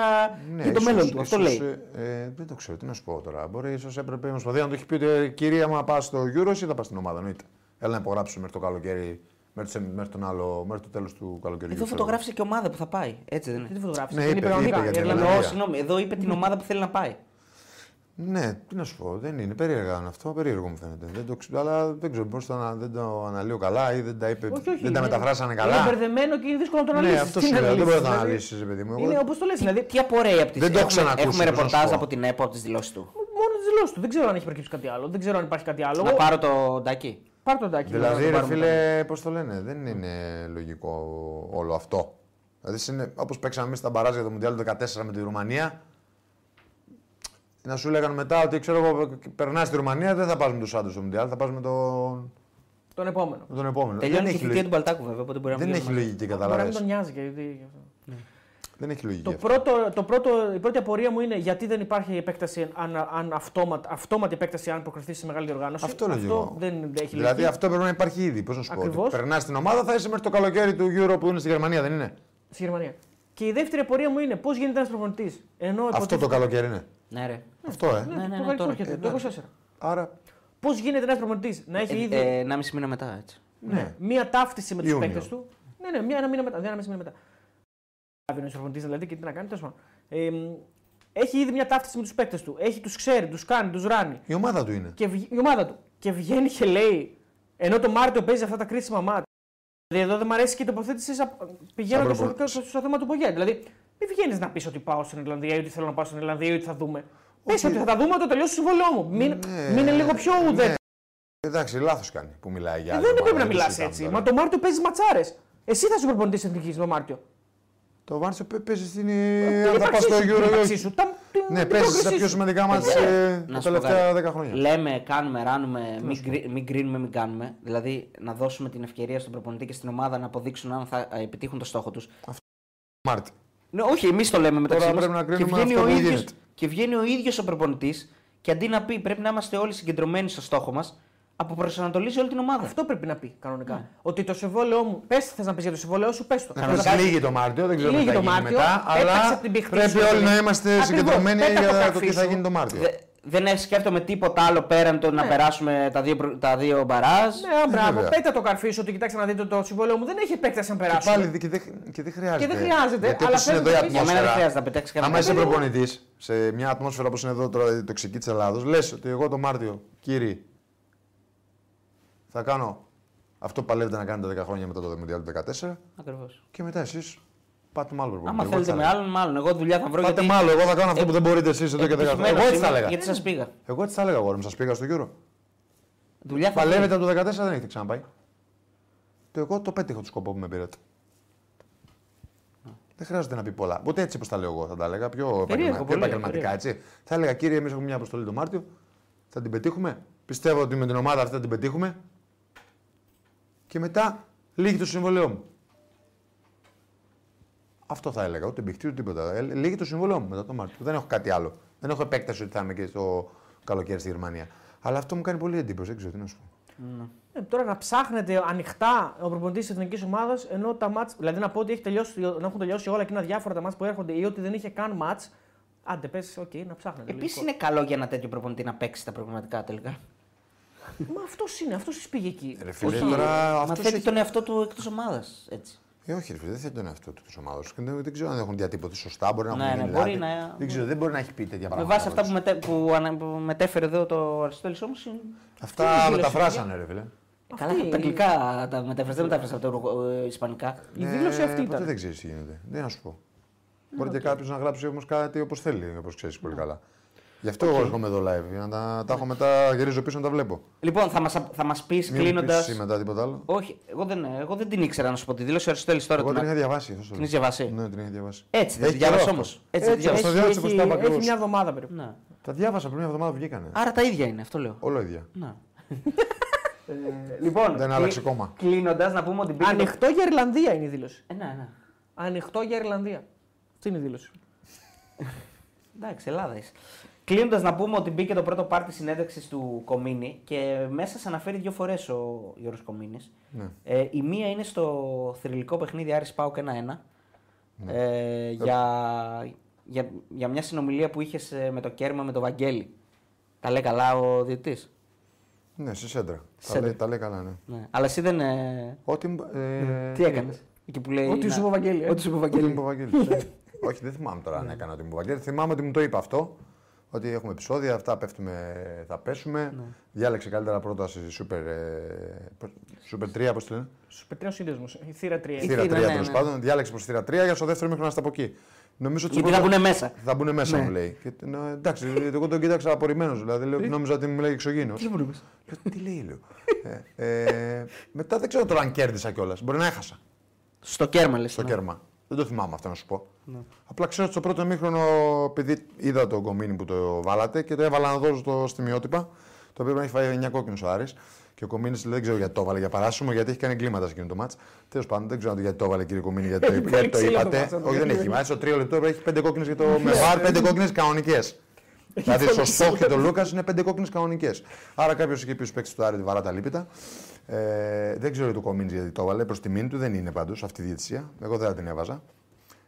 για το
Ναι, ίσως-
μέλλον του. Αυτό
ίσως,
λέει.
Ε, ε, δεν το ξέρω, τι να σου πω τώρα. Μπορεί ίσως έπρεπε η Ομοσπονδία να του έχει πει ότι «Ε, κυρία, άμα πας στο Euro, εσύ θα πας στην ομάδα. Εννοείται. Έλα να υπογράψουμε μέχρι το καλοκαίρι, μέχρι, το- μέχρι τον άλλο, μέχρι το τέλος του καλοκαιριού.
Εδώ
ξέρω.
φωτογράφησε και ομάδα που θα πάει. Έτσι δεν
Δεν
είναι.
τη φωτογράφησε.
Ναι,
δεν
είπε,
κανονικά.
είπε για την
Η Ιρλανδία-
Ιρλανδία.
Εννοώ, συγγνώμη, εδώ είπε την ομάδα που θέλει να πάει.
Ναι, τι να σου πω, δεν είναι περίεργα είναι αυτό. Περίεργο μου φαίνεται. Δεν το, ξέρω, αλλά δεν ξέρω, μπορεί να δεν το αναλύω καλά ή δεν τα, είπε,
Όχι, όχι,
δεν τα
είναι-
μεταφράσανε
Είναι
καλά.
μπερδεμένο και είναι δύσκολο να δηλαδή. το αναλύσει.
Ναι, αυτό σου λέω. Δεν μπορεί να το αναλύσεις, ρε παιδί μου. Εγώ-
Είναι όπως το λες. Δηλαδή,
Δηλαδή, τι απορρέει από τις...
Δεν το έχω
έχουμε-
ξανακούσει,
Έχουμε
πρέπει να σου
ρεπορτάζ
πω.
από την ΕΠΟ, από τις δηλώσεις του.
μόνο τις δηλώσεις του. Δεν ξέρω αν έχει προκύψει κάτι άλλο. Δεν ξέρω αν υπάρχει κάτι άλλο.
Να πάρω το ντάκι.
Πάρ τον τάκι. λοιπόν,
Δηλαδή,
να
ρε
το πάρουμε
φίλε, πώς το λένε, δεν είναι λογικό όλο αυτό. Δηλαδή, όπως παίξαμε εμείς στα μπαράζ για το Μουντιάλ του 14 με τη Ρουμανία, να σου λέγανε μετά ότι ξέρω εγώ, περνάς στη Ρουμανία, δεν θα πα με τους άντρες στο Μουντιάλ, θα πα με τον,
τώρα. Τον επόμενο.
με τον επόμενο. δεν
Τελειώνει και η
έχει,
θητεία
λογική.
του Μπαλτάκου βέβαια, οπότε μπορεί να
δεν
μην
έχει
μιλήσουμε.
λογική,
Μπορεί να μην τον
καταλαβαίνεις.
νοιάζει. γιατί-
Δεν έχει λογική.
Το
αυτό.
πρώτο, το πρώτο, η πρώτη απορία μου είναι γιατί δεν υπάρχει επέκταση αν, αν αυτόματα, αυτόματη επέκταση αν προκριθεί σε μεγάλη διοργάνωση.
Αυτό λέω και εγώ.
δεν έχει
Δηλαδή,
λογική.
αυτό πρέπει να υπάρχει ήδη. Πώς να σου πω.
Ακριβώς.
Περνάς την ομάδα, θα είσαι μέχρι το καλοκαίρι του Euro που είναι στη Γερμανία, δεν είναι.
Στη Γερμανία. Και η δεύτερη απορία μου είναι πώς γίνεται ένας προπονητής. Ενώ
Αυτό το καλοκαίρι είναι.
Ναι, ρε.
Αυτό, ε.
Ναι, ναι, ναι,
τώρα.
το έρχεται, το 24.
Άρα.
Πώς γίνεται ένας προπονητής να έχει
Ε,
ήδη
ε, ένα μισή μήνα μετά, έτσι.
Ναι.
μία ταύτιση με τους
Ιούνιο.
παίκτες του. Ναι, ναι, μία, ένα μήνα μετά. Ένα μισή μήνα μετά.Άβει ένα προπονητή δηλαδή και τι να κάνει, τέλος πάντων. Ε, μ, έχει ήδη μία ταύτιση με τους παίκτες του. Έχει, τους ξέρει, τους κάνει, τους ράνει.
Η ομάδα του είναι.
Και βγ- η ομάδα του. Και βγαίνει και λέει, ενώ το Μάρτιο παίζει αυτά τα κρίσιμα μάτια. Δηλαδή εδώ δεν μου αρέσει και η τοποθέτηση σα... πηγαίνω και στο,
προπονητή.
στο, στο θέμα του Πογέν. Δηλαδή, μην βγαίνεις να πεις ότι πάω στην Ιρλανδία ή ότι θέλω να πάω στην Ιρλανδία ή ότι θα δούμε. Πες ότι θα τα δούμε όταν τελειώσει το συμβόλαιό μου. Μην,
Ναι,
μην είναι λίγο πιο ουδέτερο.
Εντάξει, λάθος κάνει που μιλάει για
Ε,
άλλη
δεν
ομάδα,
πρέπει να
το
μιλά
συζητάμε
έτσι.
τώρα.
Μα το Μάρτιο παίζει ματσάρες. Εσύ θα είσαι προπονητής εθνικής το Μάρτιο.
Το Βάρσο πέ- παίζει στην.
Ε, Την
Αν θα πα
ύπαρξή
στο
σου, την
Euro. ή
ύπαρξή
όχι.
σου, τα- την-
Ναι,
την Ε,
παίζει τα
πρόκρισή
πιο
σου.
σημαντικά μα τα
Να σου πω
τελευταία
κάτι.
10 χρόνια.
Λέμε, κάνουμε, ράνουμε, μην, γκρι- μην κρίνουμε, μην κάνουμε. Δηλαδή, να δώσουμε την ευκαιρία στον προπονητή και στην ομάδα να αποδείξουν αν θα ε, επιτύχουν το στόχο τους.
Μάρτι.
Ναι, όχι, εμείς το λέμε μεταξύ
Τώρα
μας.
πρέπει να
και
κρίνουμε
βγαίνει
αυτό
ο
που
ίδιος,
γίνεται.
Και βγαίνει ο ίδιος ο προπονητής και αντί να πει πρέπει να είμαστε όλοι συγκεντρωμένοι στο στόχο μας, αποπροσανατολίζει όλη την ομάδα.
Αυτό πρέπει να πει κανονικά. Ότι το συμβόλαιό μου. Πες τι θε Ναι. να πεις για το συμβόλαιό σου, πες το.
Να πεις Ναι, λίγη το Μάρτιο, δεν ξέρω
Λίγη
τι θα
το
γίνει
Μάρτιο,
μετά.
έπαιξε
Αλλά
απ' την πηχτή
πρέπει
σου,
όλοι
παιδί.
να είμαστε
Ακριβώς,
συγκεντρωμένοι
πέτα από
για
τα
το τι θα
αφήσου.
γίνει το Μάρτιο.
Δε- δεν σκέφτομαι τίποτα άλλο πέραν
Ναι.
το να περάσουμε τα δύο, πρω- τα δύο μπαράζ.
Ναι, μπράβο,
βέβαια.
πέτα το καρφί σου ότι κοιτάξτε να δείτε το συμβόλαιο μου. Δεν έχει επέκταση να
Και
περάσουμε.
πάλι δε- και δεν και δεν χρειάζεται.
Και δεν χρειάζεται,
Γιατί
αλλά
όπως είναι εδώ η
φέρνει το
Για μένα δεν χρειάζεται
ατμόσφερα.
να πετάξεις
Άμα
κανένα.
είσαι προπονητής σε μια ατμόσφαιρα όπως είναι εδώ τώρα η τοξική της Ελλάδος, λες ότι εγώ το Μάρτιο, κύριοι, θα κάνω αυτό που παλεύετε να κάνετε 10 χρόνια μετά το Δημοδιάλειο του 2014
Ακριβώς.
και μετά εσείς πάτε με άλλο προπονητή.
Άμα
Εγώ
θέλετε
έτσι
με
θα
άλλον, μάλλον. Εγώ δουλειά θα βρω.
έλεγα. Πάτε
γιατί
με άλλο, εγώ θα κάνω αυτό που δεν μπορείτε εσείς εδώ και 10 χρόνια.
επιτυχημένος
Εγώ έτσι θα
είμαι,
έλεγα.
Γιατί σας πήγα.
Εγώ έτσι θα έλεγα, αγόρι μου, σας πήγα στο γύρο.
Δουλειά θα βρω.
Παλεύετε από το 2014 δεν έχετε ξαναπάει. Και εγώ το πέτυχα το σκοπό που με πήρατε. Δεν χρειάζεται να πει πολλά. Ούτε έτσι όπως τα λέω εγώ θα τα έλεγα. Πιο, επαγγελμα- πιο
πολύ,
επαγγελματικά
περίεργο.
έτσι. Θα έλεγα, κύριε, εμείς έχουμε μια αποστολή το Μάρτιο. Θα την πετύχουμε. Πιστεύω ότι με την ομάδα αυτή θα την πετύχουμε. Και μετά λύγει το συμβολέο μου. Αυτό θα έλεγα. Ούτε μπιχτή ούτε τίποτα. Ε, Λύγει το συμβολέο μου μετά το Μάρτιο. Δεν έχω κάτι άλλο. Δεν έχω επέκταση ότι θα είμαι και στο καλοκαίρι στη Γερμανία. Αλλά αυτό μου κάνει πολύ εντύπωση. Δεν ξέρω τι να σου πω.
Ε, τώρα να ψάχνετε ανοιχτά ο προπονητής της εθνικής ομάδας ενώ τα μάτ. Δηλαδή να πω ότι έχει τελειώσει, να έχουν τελειώσει όλα εκείνα διάφορα τα μάτ που έρχονται ή ότι δεν είχε καν μάτ. Άντε, πες, οκ, να ψάχνετε.
Επίσης
λογικό.
είναι καλό για ένα τέτοιο προπονητή να παίξει τα προβληματικά τελικά.
Μα αυτός είναι, αυτός τη πήγε εκεί.
Ρε φίλε, τώρα
Μα
αυτός
θέτει
έχει-
τον εαυτό του εκτός ομάδας. Έτσι.
Ε, όχι, ρε φίλε, δεν θέλει τον εαυτό του τη ομάδα του. Δεν, δεν ξέρω αν έχουν διατύπωθεί σωστά. Μπορεί να
Ναι,
έχουν
ναι,
γίνει
μπορεί
λάθη.
να-
Δεν ξέρω, δεν μπορεί να έχει πει τέτοια
Με
πράγματα.
βάση αυτά που,
έτσι.
μετέ, που, ανα, που μετέφερε εδώ το Αριστοτέλης όμως.
Αυτά μεταφράσανε, ρε φίλε.
Καλά,
Αυτή-
τα αγγλικά τα μετέφερε, δεν μετέφερε από τα ευρω- ε, ισπανικά.
Ναι.
Η δήλωση αυτή
Ε, ποτέ
ήταν.
δεν ξέρεις τι γίνεται. Δεν να σου πω.
Ναι,
Μπορεί και κάποιος να γράψει όμως κάτι όπως θέλει, όπως ξέρεις πολύ καλά. Γι' αυτό εγώ έρχομαι εδώ live. Για να τα, τα έχω μετά, γυρίζω πίσω να τα βλέπω.
Λοιπόν, θα μας θα μας πεις
Μην μου πεις
κλείνοντας.
εσύ μετά τίποτα άλλο.
Όχι, εγώ δεν, εγώ δεν την ήξερα να σου πω. Τη δήλωση ο Αριστοτέλης τώρα.
Εγώ
την-
την είχα διαβάσει. αυτό σου
Την
λέω.
έχεις διαβάσει?
Ναι, την είχα διαβάσει.
Έτσι, δεν τη
Έχει
διάβασα
καιρό
όμως.
αυτό.
Έτσι, δεν τη
αυτό
διάβασα.
δεν διάβασα όπως τα είπα
έχει
ακριβώς.
μια εβδομάδα περίπου.
Ναι.
Τα διάβασα πριν μια εβδομάδα που βγήκανε.
Άρα τα ίδια είναι, αυτό λέω.
Όλο ίδια.
Ναι. λοιπόν,
Ε, Δεν άλλαξε κόμμα.
Κλείνοντας, να πούμε ότι μπήκε. το-
Ανοιχτό για Ιρλανδία είναι η δήλωση.
Ε, ναι, ναι.
Ανοιχτό για Ιρλανδία. Αυτή είναι η δήλωση.
Εντάξει, Ελλάδα είσαι. Κλείνοντας, να πούμε ότι μπήκε το πρώτο πάρτι συνέντευξης του Κομίνη και μέσα σε αναφέρει δύο φορές ο Γιώργος Κομίνης.
Ναι.
Ε, η μία είναι στο θρηλυκό παιχνίδι Άρης Πάουκ 1-1.
Ναι.
Ε, για, για, για μια συνομιλία που είχες με το Κέρμα με το Βαγγέλη. Τα λέει καλά ο διαιτητής.
Ναι, σε σέντρα. Τα
Σέντρα.
λέει, τα λέει καλά, ναι.
Ναι. Αλλά εσύ δεν. ε,
Ό,τι. μ- Ε,
τι έκανες. Εκεί που λέει.
Ό,τι
να-
σου είπε ο Βαγγέλη, ε.
Ό,τι σου είπε ο
Ό,τι μου
Βαγγέλη. Ναι.
είπε ο Βαγγέλης,
[laughs]
ε. Όχι, δεν θυμάμαι τώρα αν έκανα ό,τι μου είπε ο Βαγγέλης. Θυμάμαι ότι μου το είπε αυτό. Ότι έχουμε επεισόδια, αυτά πέφτουμε, θα πέσουμε.
Ναι.
Διάλεξε καλύτερα πρόταση Super, ε, super 3, πώ τη λένε.
Στου πετρέου σύνδεσμου. Η θύρα 3.
Η
Θύρα 3
θύρα, ναι,
τέλος
ναι.
πάντων. Διάλεξε προς θύρα 3 για στο δεύτερο μήχρονο να στα από εκεί. Νομίζω ότι. στο
Γιατί θα
πρώτο-
μπουν μέσα.
Θα μπουν μέσα, μου λέει. Και, ναι, εντάξει, εγώ τον κοίταξα απορριμμένος. Δηλαδή, λέω, νόμιζα ότι μου λέει εξωγήινος. Λέω, τι λέει, λέω. ε, ε, μετά δεν ξέρω τώρα αν κέρδισα κιόλας. Μπορεί να έχασα
Στο Κέρμα ναι. λες.
στο
ναι.
κέρμα. Δεν το θυμάμαι αυτό να σου πω. Απλά ξέρω ότι στο πρώτο μήχρονο, επειδή είδα τον κομίνι που το βάλατε και το έβαλα να δώσω το στιγμιότυπα, το οποίο έχει φάει 9 κόκκινους ο Άρης. Και ο Κομίνης δεν ξέρω γιατί το έβαλε για παράσημο, γιατί έχει κάνει εγκλήματα σε εκείνο το μάτς. Τέλος πάντων, δεν ξέρω γιατί το έβαλε κύριε Κομίνη, γιατί το, γιατί το
ξύλο το Ναι.
είπατε.
μάτς,
Όχι, δεν έχει μάτς. Στο τρίο λεπτό έχει πέντε κόκκινες και το με βάρ, πέντε κόκκινες κανονικές. δηλαδή στο στόχο και το Λούκας είναι πέντε κόκκινες κανονικές. Άρα κάποιος εκεί πίσω παίξει του Άρη τη βαρά τα λίπητα. Ε, δεν ξέρω το Κομίνης γιατί το έβαλε. Προς τιμήν του δεν είναι πάντως αυτή η διαιτησία. Εγώ δεν θα την έβαζα.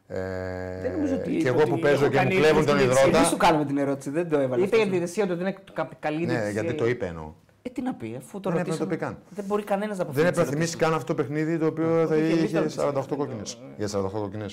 Ε,
Δεν νομίζω ότι-
και εγώ που
ότι
παίζω
έχω
και μου
κάνει
κλέβουν τον
διαιτησία.
Δεν
υδρότα.
σου κάνουμε την ερώτηση, δεν το έβαλε.
Είπε για τη δεσία ότι δεν είναι κα- καλή
Ναι,
διαιτησία.
γιατί το είπε εννοώ.
Ε, τι να πει, αφού το
Δεν έπρεπε να
ρωτήσαμε.
το πει καν.
Δεν μπορεί κανένας να αποφύγει.
Δεν
τις
έπρεπε να θυμίσει
ερωτήσεις.
καν αυτό το παιχνίδι το οποίο θα
Όχι, εμείς το
είχε 48
ρωτήσαμε.
κόκκινε. Για 48 κόκκινε.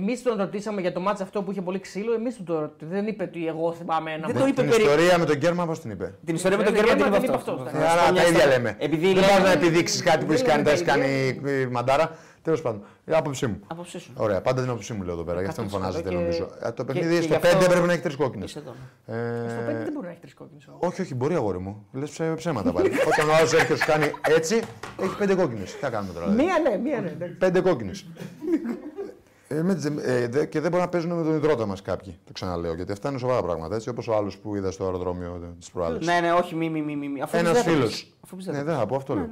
Εμεί τον ρωτήσαμε για το μάτσα αυτό που είχε πολύ ξύλο. Εμείς του το ρωτήσαμε. Δεν είπε ότι εγώ θυμάμαι ένα
Δεν
μάτς.
το είπε
Την
περί-
ιστορία με τον Κέρμα, πώς την είπε.
Ε, Την ιστορία με τον
Δεν
Κέρμα
είπα,
την
δεν
είπε
είπα
αυτό.
αυτό.
Ε, Άρα τα ίδια λέμε.
Επειδή
δεν πας να
λέμε.
επιδείξεις κάτι που
Δεν
έχει κάνει, τα
λέμε
έχει
τα
κάνει η μαντάρα. Τέλος πάντων, η άποψή μου.
Απόψε σου.
Ωραία, πάντα την άποψή μου λέω εδώ πέρα, γι' αυτό μου
Κάτω στο
φωνάζετε
καλό και-
νομίζω. Ε, Το
και-
παιχνίδι
και
στο
γι' αυτό
5 πρέπει να έχεις τρεις κόκκινες.
Είσαι εδώ. ναι.
Στο πέντε δεν μπορεί να έχεις τρεις κόκκινες.
Ε, Όχι, όχι, μπορεί αγόρι μου. Λες ψέματα
[laughs]
πάλι. Όταν ο άλλος έρχεται και σου κάνει έτσι, έχει πέντε κόκκινες. Τι θα κάνουμε τώρα. δηλαδή.
Μία ναι, μία ναι. εντάξει.
Πέντε κόκκινες. ε, με τις δε- ε, δε- και δεν μπορούν να παίζουν με τον υδρότα μας κάποιοι. Το ξαναλέω γιατί αυτά είναι σοβαρά πράγματα. Έτσι όπως ο άλλος που είδα στο αεροδρόμιο της προάλλης.
Ναι, ναι, όχι, μη, μη, μη. μη. Αφού
Ένας
εμείς δεν θα
φίλο.
πεις. Αφού εμείς
Ναι,
δεν
δεν θα πω αυτό λέω.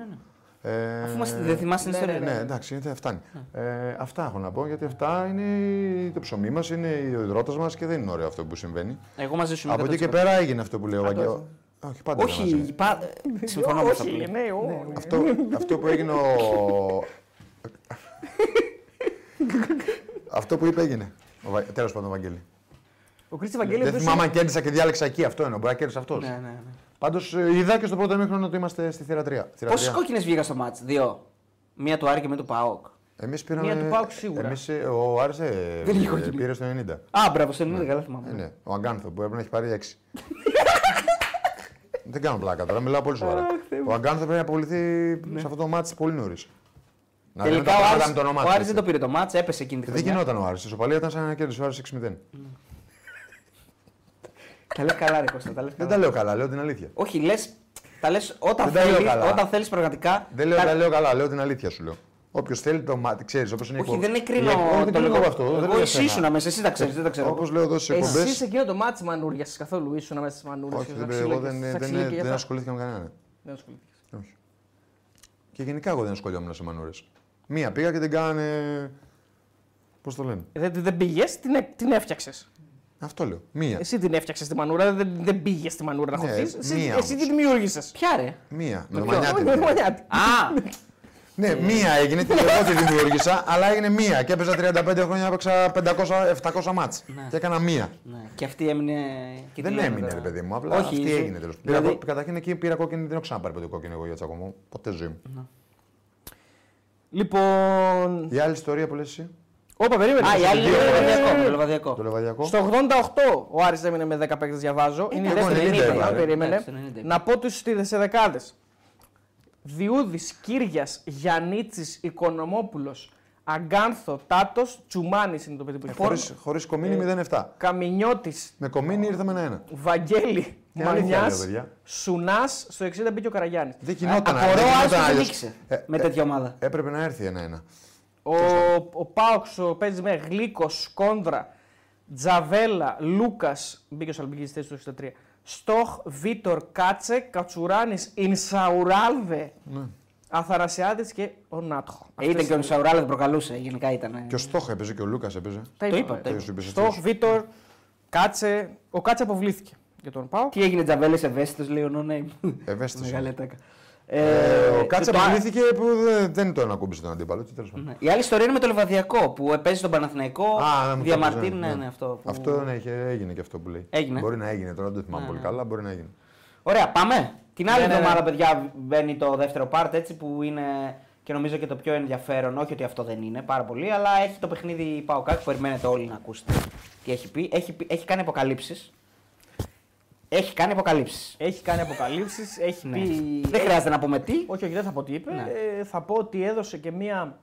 Ε,
Αφού μας- δεν θυμάσαι την
Ναι,
ιστορία.
ναι,
ναι, εντάξει, δεν φτάνει. Ε, αυτά έχω να πω γιατί αυτά είναι η- το ψωμί μας, είναι ο υδρότας μας και δεν είναι ωραίο αυτό που συμβαίνει.
Εγώ μαζί σου είμαι
Από εκεί και
100%.
πέρα έγινε αυτό που λέει ο Βαγγέλη. Όχι, πάντα ήταν μαζί.
Όχι, πα- ε, συμφωνώ με αυτά που
Όχι,
λέει.
ναι, όχι.
Αυτό, αυτό που έγινε ο... αυτό που είπε έγινε. Τέλος πάντων, Βαγγέλη.
Ο Κρίστη Βαγγέλης.
Δεν θυμάμαι αν κέρδισα και διάλεξα εκεί αυτό εννοώ. Μπορεί να κέρδισε αυτός.
Ναι, ναι, ναι.
Πάντως ε, είδα και στο πρώτο ημίχρονο ότι είμαστε στη θύρα 3.
Πόσε κόκκινες βγήκαν στο μάτ, δύο. Μία του Άρη και μία του Πάοκ.
Εμείς πήραμε.
Μία του ΠΑΟΚ σίγουρα.
Εμείς, ε, ο Άρης ε,
Δεν είχε κόκκινη.
πήρε στο 90.
Α, μπράβο, σε ναι. καλά θυμάμαι.
Ε, ναι, ο Αγκάνθο που έπρεπε να έχει πάρει 6. Δεν κάνω πλάκα τώρα, μιλάω πολύ σοβαρά. ο Αγκάνθο πρέπει να αποβληθεί σε αυτό το μάτι πολύ νωρίς. Να λέμε
Τελικά
τα
ο
πράγματα
Άρης,
με το όνομά
ο
τους,
Άρης
έτσι.
δεν το πήρε το μάτ, έπεσε εκείνη τη
Δεν
χρονιά.
γινόταν ο Άρης. Η ισοπαλία ήταν σαν να κέρδισε ο Άρης 6-0.
Τα λες καλά, ρε Κώστα. Τα λες
Δεν
καλά.
τα λέω καλά, λέω την αλήθεια.
Όχι, λες. Τα λες όταν
Δεν τα λέω
θέλει,
καλά.
όταν θέλεις πραγματικά.
Δεν λέω, τα λέω καλά, λέω την αλήθεια σου λέω. Όποιος θέλει το μάτι, ξέρεις όπως είναι η
Όχι,
εκπομπή.
δεν
Η εκπομπή-
εκρίνω
δεν
το
κρίνω
λόγο
εγώ αυτό. δεν
Εγώ
λέω
εσύ
εσένα.
ήσουν μέσα, εσύ τα ξέρεις, δεν τα ξέρω.
Όπως λέω εδώ στις εκπομπέ.
Εσύ σε εκείνο το μάτι μανούριασε καθόλου, ήσουν μέσα στις μανούριες.
Όχι, δεν, εγώ δεν, δεν, δεν, ασχολήθηκα με κανέναν.
Δεν ασχολήθηκες.
Όχι. Και γενικά εγώ δεν ασχολιόμουν σε μανούρε. Μία πήγα και την κάνανε. Πώς το λένε.
Ε, Δεν, δεν πήγες, την, έ- την έφτιαξες.
Αυτό λέω. Μία.
Εσύ την έφτιαξες τη μανούρα, δεν, δεν πήγες στη μανούρα να
Ναι,
χωθείς. εσύ,
μία
εσύ
όμως.
τη δημιούργησες.
Ποια ρε.
Μία. Με το
Ποιο?
μανιάτι.
Με το μανιάτι.
Α,
Ναι, μία έγινε και εγώ τη δημιούργησα, αλλά έγινε μία. Και έπαιζα 35 χρόνια, έπαιξα 500-700 μάτς. Και έκανα μία.
ναι. Και αυτή έμεινε. και τη
δεν
λένε
έμεινε,
τώρα.
ρε παιδί μου. Απλά
Όχι,
αυτή
ζη-
έγινε τέλος
δηλαδή-
δηλαδή... Καταρχήν εκεί πήρα κόκκινη, δεν έχω ξαναπάρει ποτέ κόκκινη εγώ για τσακωμό. Ποτέ ζωή μου.
[laughs]
Ναι.
Λοιπόν.
Η άλλη ιστορία που λες εσύ,
Όπα, περίμενε.
Α, η άλλη είναι
Ε,
το λεβαδιακό,
ε,
με το
το
λεβαδιακό.
λεβαδιακό.
Στο 88 ο Άρης έμεινε με 10 παίκτες, διαβάζω.
Ε,
Είναι η
εγώ
δεύτερη
90
ενίδα,
έβαλα, ρε.
περίμενε.
Εντάξει, 90.
Να πω τους στις δεκάδες. Διούδης, Κύριας, Γιαννίτσης, Οικονομόπουλος, Αγκάνθο, Τάτος, Τσουμάνης είναι το παιδί που
Ε,
έχει φόρμα.
Λοιπόν-
Χωρί ε, κομίνη 0-7.
Καμινιώτης,
Με κομίνη ήρθαμε ένα-ένα.
Βαγγέλη,
Ε, αλήθεια λέω,
Μανιάς,
παιδιά.
Σουνάς, στο 60 μπήκε ο Καραγιάννης. Ε,
Δεν γινόταν
Απορώ
δεν
Άρης που
γινόταν
δεν
αλλιώς.
νίκησε
Ε,
με
ε,
τέτοια ομάδα.
Έπρεπε να έρθει ένα-ένα.
Ο, ο Πάοξ ο, παίζει με Γλίκος, Σκόνδρα, Τζαβέλα, Λούκας. Μπήκε ο Σαλμπίκη στη θέση του 63. Στοχ, Βίτορ, Κάτσε, Κατσουράνης, Ινσαουράλβε,
Ναι.
Αθανασιάδης και ο Νάτχο.
Ε, Ήταν και ο Σαουράλα δεν προκαλούσε, γενικά ήταν. ε.
Και ο Στόχα έπαιζε και ο Λούκας έπαιζε.
Το είπα, το
Το
είπα.
σου είπες
Στοχ,
εσύ.
Βίτορ, Κάτσε. Ο Κάτσε αποβλήθηκε για τον Πάο.
Τι έγινε τζαβέλες ευαίσθητος, λέει ο No Name.
Ευαίσθητος. ναι.
Μεγάλη ατάκα.
Ε,
Ε,
Ο Κάτσα
το-
απολύθηκε που δε- δεν τον ακούμπησε τον αντίπαλο. Τι τέλος πάντων.
Ναι. Η άλλη ιστορία είναι με το Λεβαδιακό που παίζει στον Παναθηναϊκό.
Α, να μου το
Διαμαρτύρει,
πεις,
ναι, ναι, αυτό. που-
Αυτό ναι, είχε- έγινε και αυτό που λέει.
Έγινε. Ναι,
Μπορεί να έγινε τώρα, δεν το θυμάμαι πολύ καλά, μπορεί να έγινε.
Ωραία, πάμε. Την άλλη
Ναι, ναι, ναι.
εβδομάδα, παιδιά, μπαίνει το δεύτερο part έτσι που είναι και νομίζω και το πιο ενδιαφέρον. Όχι ότι αυτό δεν είναι πάρα πολύ, αλλά έχει το παιχνίδι Πάω Κάκ που περιμένετε όλοι να ακούσετε τι έχει πει. Έχει, πει- έχει κάνει αποκαλύψεις. Έχει κάνει αποκαλύψεις.
Έχει κάνει αποκαλύψεις, έχει
Ναι.
πει.
Δεν χρειάζεται να πούμε τι.
Όχι, όχι, δεν θα πω τι είπε.
Ναι.
Ε, θα πω ότι έδωσε και μία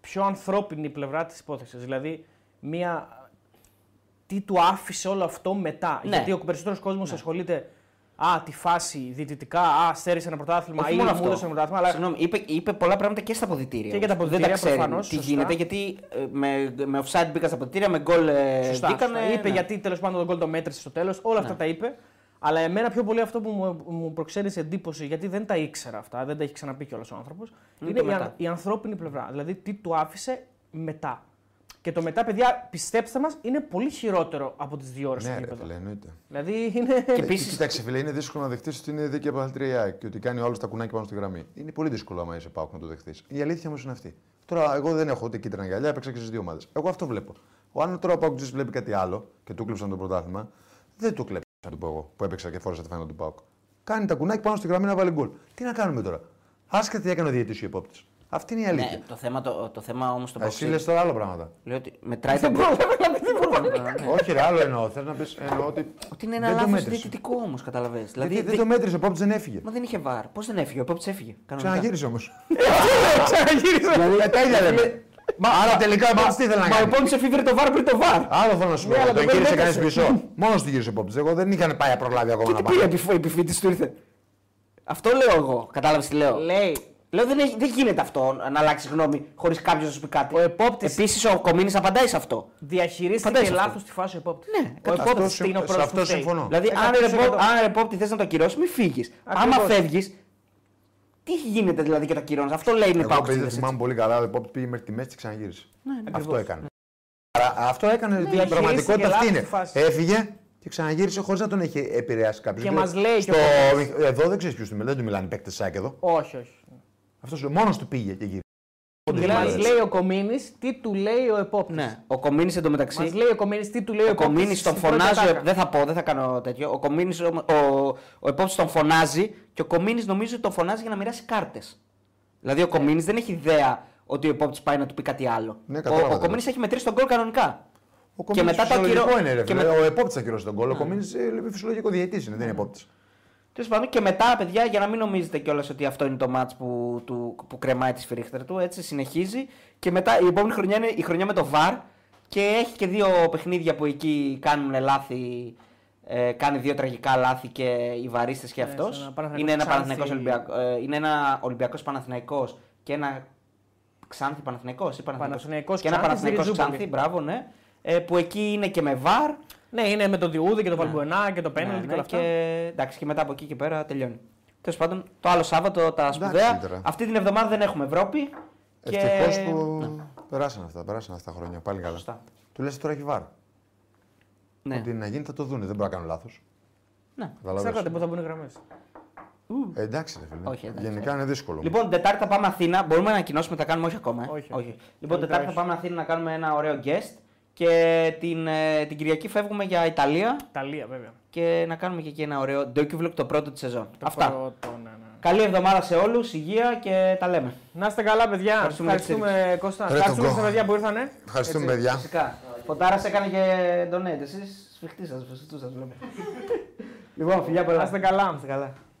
πιο ανθρώπινη πλευρά της υπόθεσης. Δηλαδή, μία. τι του άφησε όλο αυτό μετά.
Ναι.
Γιατί ο περισσότερος κόσμος ασχολείται. Α, τη φάση διαιτητικά. Α, στέρισε ένα πρωτάθλημα.
Όχι
ή
μόνο
μου
αυτό.
έδωσε ένα πρωτάθλημα. Αλλά
Συγγνώμη, είπε, είπε πολλά πράγματα και στα αποδητήρια.
Και για τα
όμως.
αποδητήρια,
Δεν τα ξέρει
προφανώς,
τι
σωστά.
γίνεται, γιατί ε, με, με offside μπήκα στα αποδητήρια, με γκολ ε,
σωστά,
μπήκανε,
σωστά. Είπε
ναι.
γιατί τέλος πάντων τον κόλ το μέτρησε στο τέλος. Όλα αυτά τα είπε. Αλλά εμένα πιο πολύ αυτό που μου, μου προξένησε εντύπωση, γιατί δεν τα ήξερα αυτά, δεν τα έχει ξαναπεί κιόλας ο άνθρωπος,
Είναι
είναι,
το
η,
μετά.
αν- η ανθρώπινη πλευρά. Δηλαδή τι του άφησε μετά. Και το μετά, παιδιά, πιστέψτε μας, είναι πολύ χειρότερο από τις δύο ώρες
Ναι,
στο
ρε,
γήπεδο.
φίλε, εννοείται.
Δηλαδή είναι.
Και
Επίσης... [laughs]
επίσης.
Κοίταξε, Ε, φίλε, είναι δύσκολο να δεχτείς ότι είναι δίκαια πρωταθλητρία και ότι κάνει όλο τα κουνάκια πάνω στη γραμμή. Είναι πολύ δύσκολο άμα είσαι πάω να το δεχτείς. Η αλήθεια όμως είναι αυτή. Τώρα, εγώ δεν έχω ούτε κίτρινα γυαλιά, έπαιξα και στις δύο ομάδες. Εγώ αυτό βλέπω. Ο αν τώρα ο Πάουκ βλέπει κάτι άλλο και του κλέψαν το πρωτάθλημα, δεν του κλέψαν το πω εγώ που έπαιξα και φόρεσα τη φάνη του Πάουκ. Κάνει τα κουνάκια πάνω στη γραμμή να βάλει γκολ. Τι να κάνουμε τώρα. Άσχετα τι έκανε ο διαιτή ή ο υπόπτης. Αυτή είναι η αλήθεια.
Ναι, το θέμα, το, το θέμα όμως το
Α, Εσύ λες τώρα άλλα πράγματα.
Λέω ότι μετράει
Δεν
τον γκολ.
πρόλαβα να μην πρόλαβα.
Όχι, ρε, άλλο εννοώ. Θες να πεις εννοώ ότι.
Ναι. Ότι είναι ένα
δεν το
λάθος
μέτρησε.
διαιτητικό όμω, καταλαβαίνει. Δηλαδή,
Γιατί δεν το μέτρησε, ο Πόπτη δεν έφυγε.
Μα δεν είχε βάρ. Πώς δεν έφυγε, ο Πόπτη έφυγε. Κανονικά.
Ξαναγύρισε όμως.
Ξαναγύρισα.
Ε, τα ίδια λέμε. Μα, άρα τελικά ο Πόπτη τι ήθελε να
Μα ο
κάνει.
Πόπτη έφυγε το βάρ πριν το βάρ.
Άλλο θέλω να σου πω.
αλλά
Τον
το
γύρισε
περιμένεις. [laughs]
κανείς πίσω. Μόνος του γύρισε ο Πόπτη. Εγώ δεν είχαν πάει προλάβει ακόμα
Και
να
τι
πάνε.
πήρε επιφ- επιφύτης του ήρθε. Αυτό λέω εγώ. Κατάλαβες τι λέω.
Λέει.
Λέω δεν, έχει- δεν γίνεται αυτό να αλλάξει γνώμη χωρίς κάποιος να σου πει κάτι.
Ο επόπτης-
Επίσης ο Κομίνης απαντάει σε αυτό.
Διαχειρίστηκε
Φαντάζεσαι αυτό.
λάθος τη φάση ο επόπτης.
Ναι, αυτό
ο επόπτη
συμ-
είναι ο
σε
πρώτο.
αυτό συμφωνώ.
Δηλαδή, αν
100%.
ρε Πόπ- αν ρε Πόπτη θες να το ακυρώσει, μη φύγεις. Άμα
Ακριβώς.
φεύγεις, τι γίνεται δηλαδή και το ακυρώνει. Αυτό λέει είναι
Εγώ
πάω
επειδή δεν θυμάμαι πολύ καλά, ο Πόπτη πήγε μέχρι τη μέση και ξαναγύρισε. Αυτό
Ναι, Ακριβώς. Ναι,
έκανε. Άρα αυτό έκανε την
διαχειρίστηκε
πραγματικότητα αυτή
λάθος
είναι.
τη φάση.
Έφυγε και ξαναγύρισε χωρίς να τον έχει επηρεάσει κάποιος.
Και μας λέει και
Στο... Εδώ δεν ξέρεις ποιο του μιλάει, δεν του μιλάνε παίκτε σάκ εδώ.
Όχι, όχι.
Αυτός μόνος του πήγε και γύρισε.
Μα
έτσι.
λέει ο Κομίνης τι του λέει ο επόπτης.
Ναι, ο Κομίνης εντωμεταξύ.
Μας λέει ο Κομίνης τι του λέει ο
Ο
επόπτης.
Κομίνης τον φωνάζει. Δεν θα πω, δεν θα κάνω τέτοιο. Ο Κομίνης, ο, ο, ο επόπτης τον φωνάζει και ο Κομίνης νομίζω ότι τον φωνάζει για να μοιράσει κάρτες. Δηλαδή ο Κομίνης δεν έχει ιδέα ότι ο επόπτης πάει να του πει κάτι άλλο.
Ναι,
ο
κατάλαβα,
ο Κομίνη
ναι.
έχει μετρήσει τον γκολ κανονικά.
Ο Κομίνης
μετά το
φυσιολογικό
ακυρώ-
είναι, ρε,
και
φίλε.
μετά-
Ο επόπτης θα ακυρώσει τον κόλλο.
Ναι.
Ο Κομίνη φυσιολογικό διαιτής είναι, δεν είναι επόπτης.
Τέλος πάντων και μετά, παιδιά, για να μην νομίζετε κιόλας ότι αυτό είναι το μάτς που, του, που κρεμάει τη σφυρίχτρα του, έτσι συνεχίζει. Και μετά η επόμενη χρονιά είναι η χρονιά με το VAR και έχει και δύο παιχνίδια που εκεί κάνουν λάθη. Ε, κάνει δύο τραγικά λάθη και οι βαρίστες και
Ναι,
αυτός.
σε ένα Παναθηναϊκό
Είναι ένα
Ξάνθη.
Παναθηναϊκός Ολυμπιακό. Ε, είναι ένα Ολυμπιακός Παναθηναϊκός και ένα Ξάνθη Παναθηναϊκός ή
Παναθηναϊκός
και ένα
Ξάνθης,
Παναθηναϊκός
Ριζούπολη.
Ξάνθη, μπράβο, ναι. Ε, που εκεί είναι και με VAR.
Ναι, είναι με το Διούδη και το Βαλμπουενά και το
Ναι,
Πέναλ και
ναι,
όλα αυτά.
και, εντάξει, και μετά από εκεί και πέρα τελειώνει. Τέλος πάντων, το άλλο Σάββατο τα σπουδαία.
τώρα.
Αυτή την εβδομάδα δεν έχουμε Ευρώπη. και- Ναι.
Ευτυχώς που περάσαν αυτά, περάσαν αυτά τα χρόνια. Πάλι καλά.
Σωστά.
Τουλάχιστον τώρα έχει βάρ.
Ναι.
Ότι να γίνει θα το δούνε, δεν μπορεί να κάνουν λάθος.
ναι.
Ξέρετε πού θα μπουν οι γραμμές.
Ε, Εντάξει, ρε φίλε.
Όχι, εντάξει.
Γενικά είναι δύσκολο.
Λοιπόν, Τετάρτη θα πάμε Αθήνα. Μπορούμε να ανακοινώσουμε, τα κάνουμε όχι ακόμα. Ε.
Όχι.
Λοιπόν,
Καλύτερα
Τετάρτη θα
όχι.
πάμε Αθήνα να κάνουμε ένα ωραίο guest. Και την, ε, την Κυριακή φεύγουμε για Ιταλία
Ιταλία βέβαια.
και να κάνουμε και εκεί ένα ωραίο docu-vlog το πρώτο της σεζόν.
Το
Αυτά.
πρώτο, ναι, ναι.
Καλή εβδομάδα σε όλους, υγεία και τα λέμε.
Να είστε καλά, παιδιά.
Ευχαριστούμε για τη
Ευχαριστούμε, Κώστα.
Ρε,
Ευχαριστούμε
τον
στα
κο-
παιδιά που ήρθανε.
Ευχαριστούμε,
Έτσι,
παιδιά.
Φυσικά. Φωτάρας έκανε και τον Εσείς σφιχτή σας, σφιχτού σας βλέπω. λοιπόν, φιλιά πολλά.
Να είστε καλά. Να είστε καλά.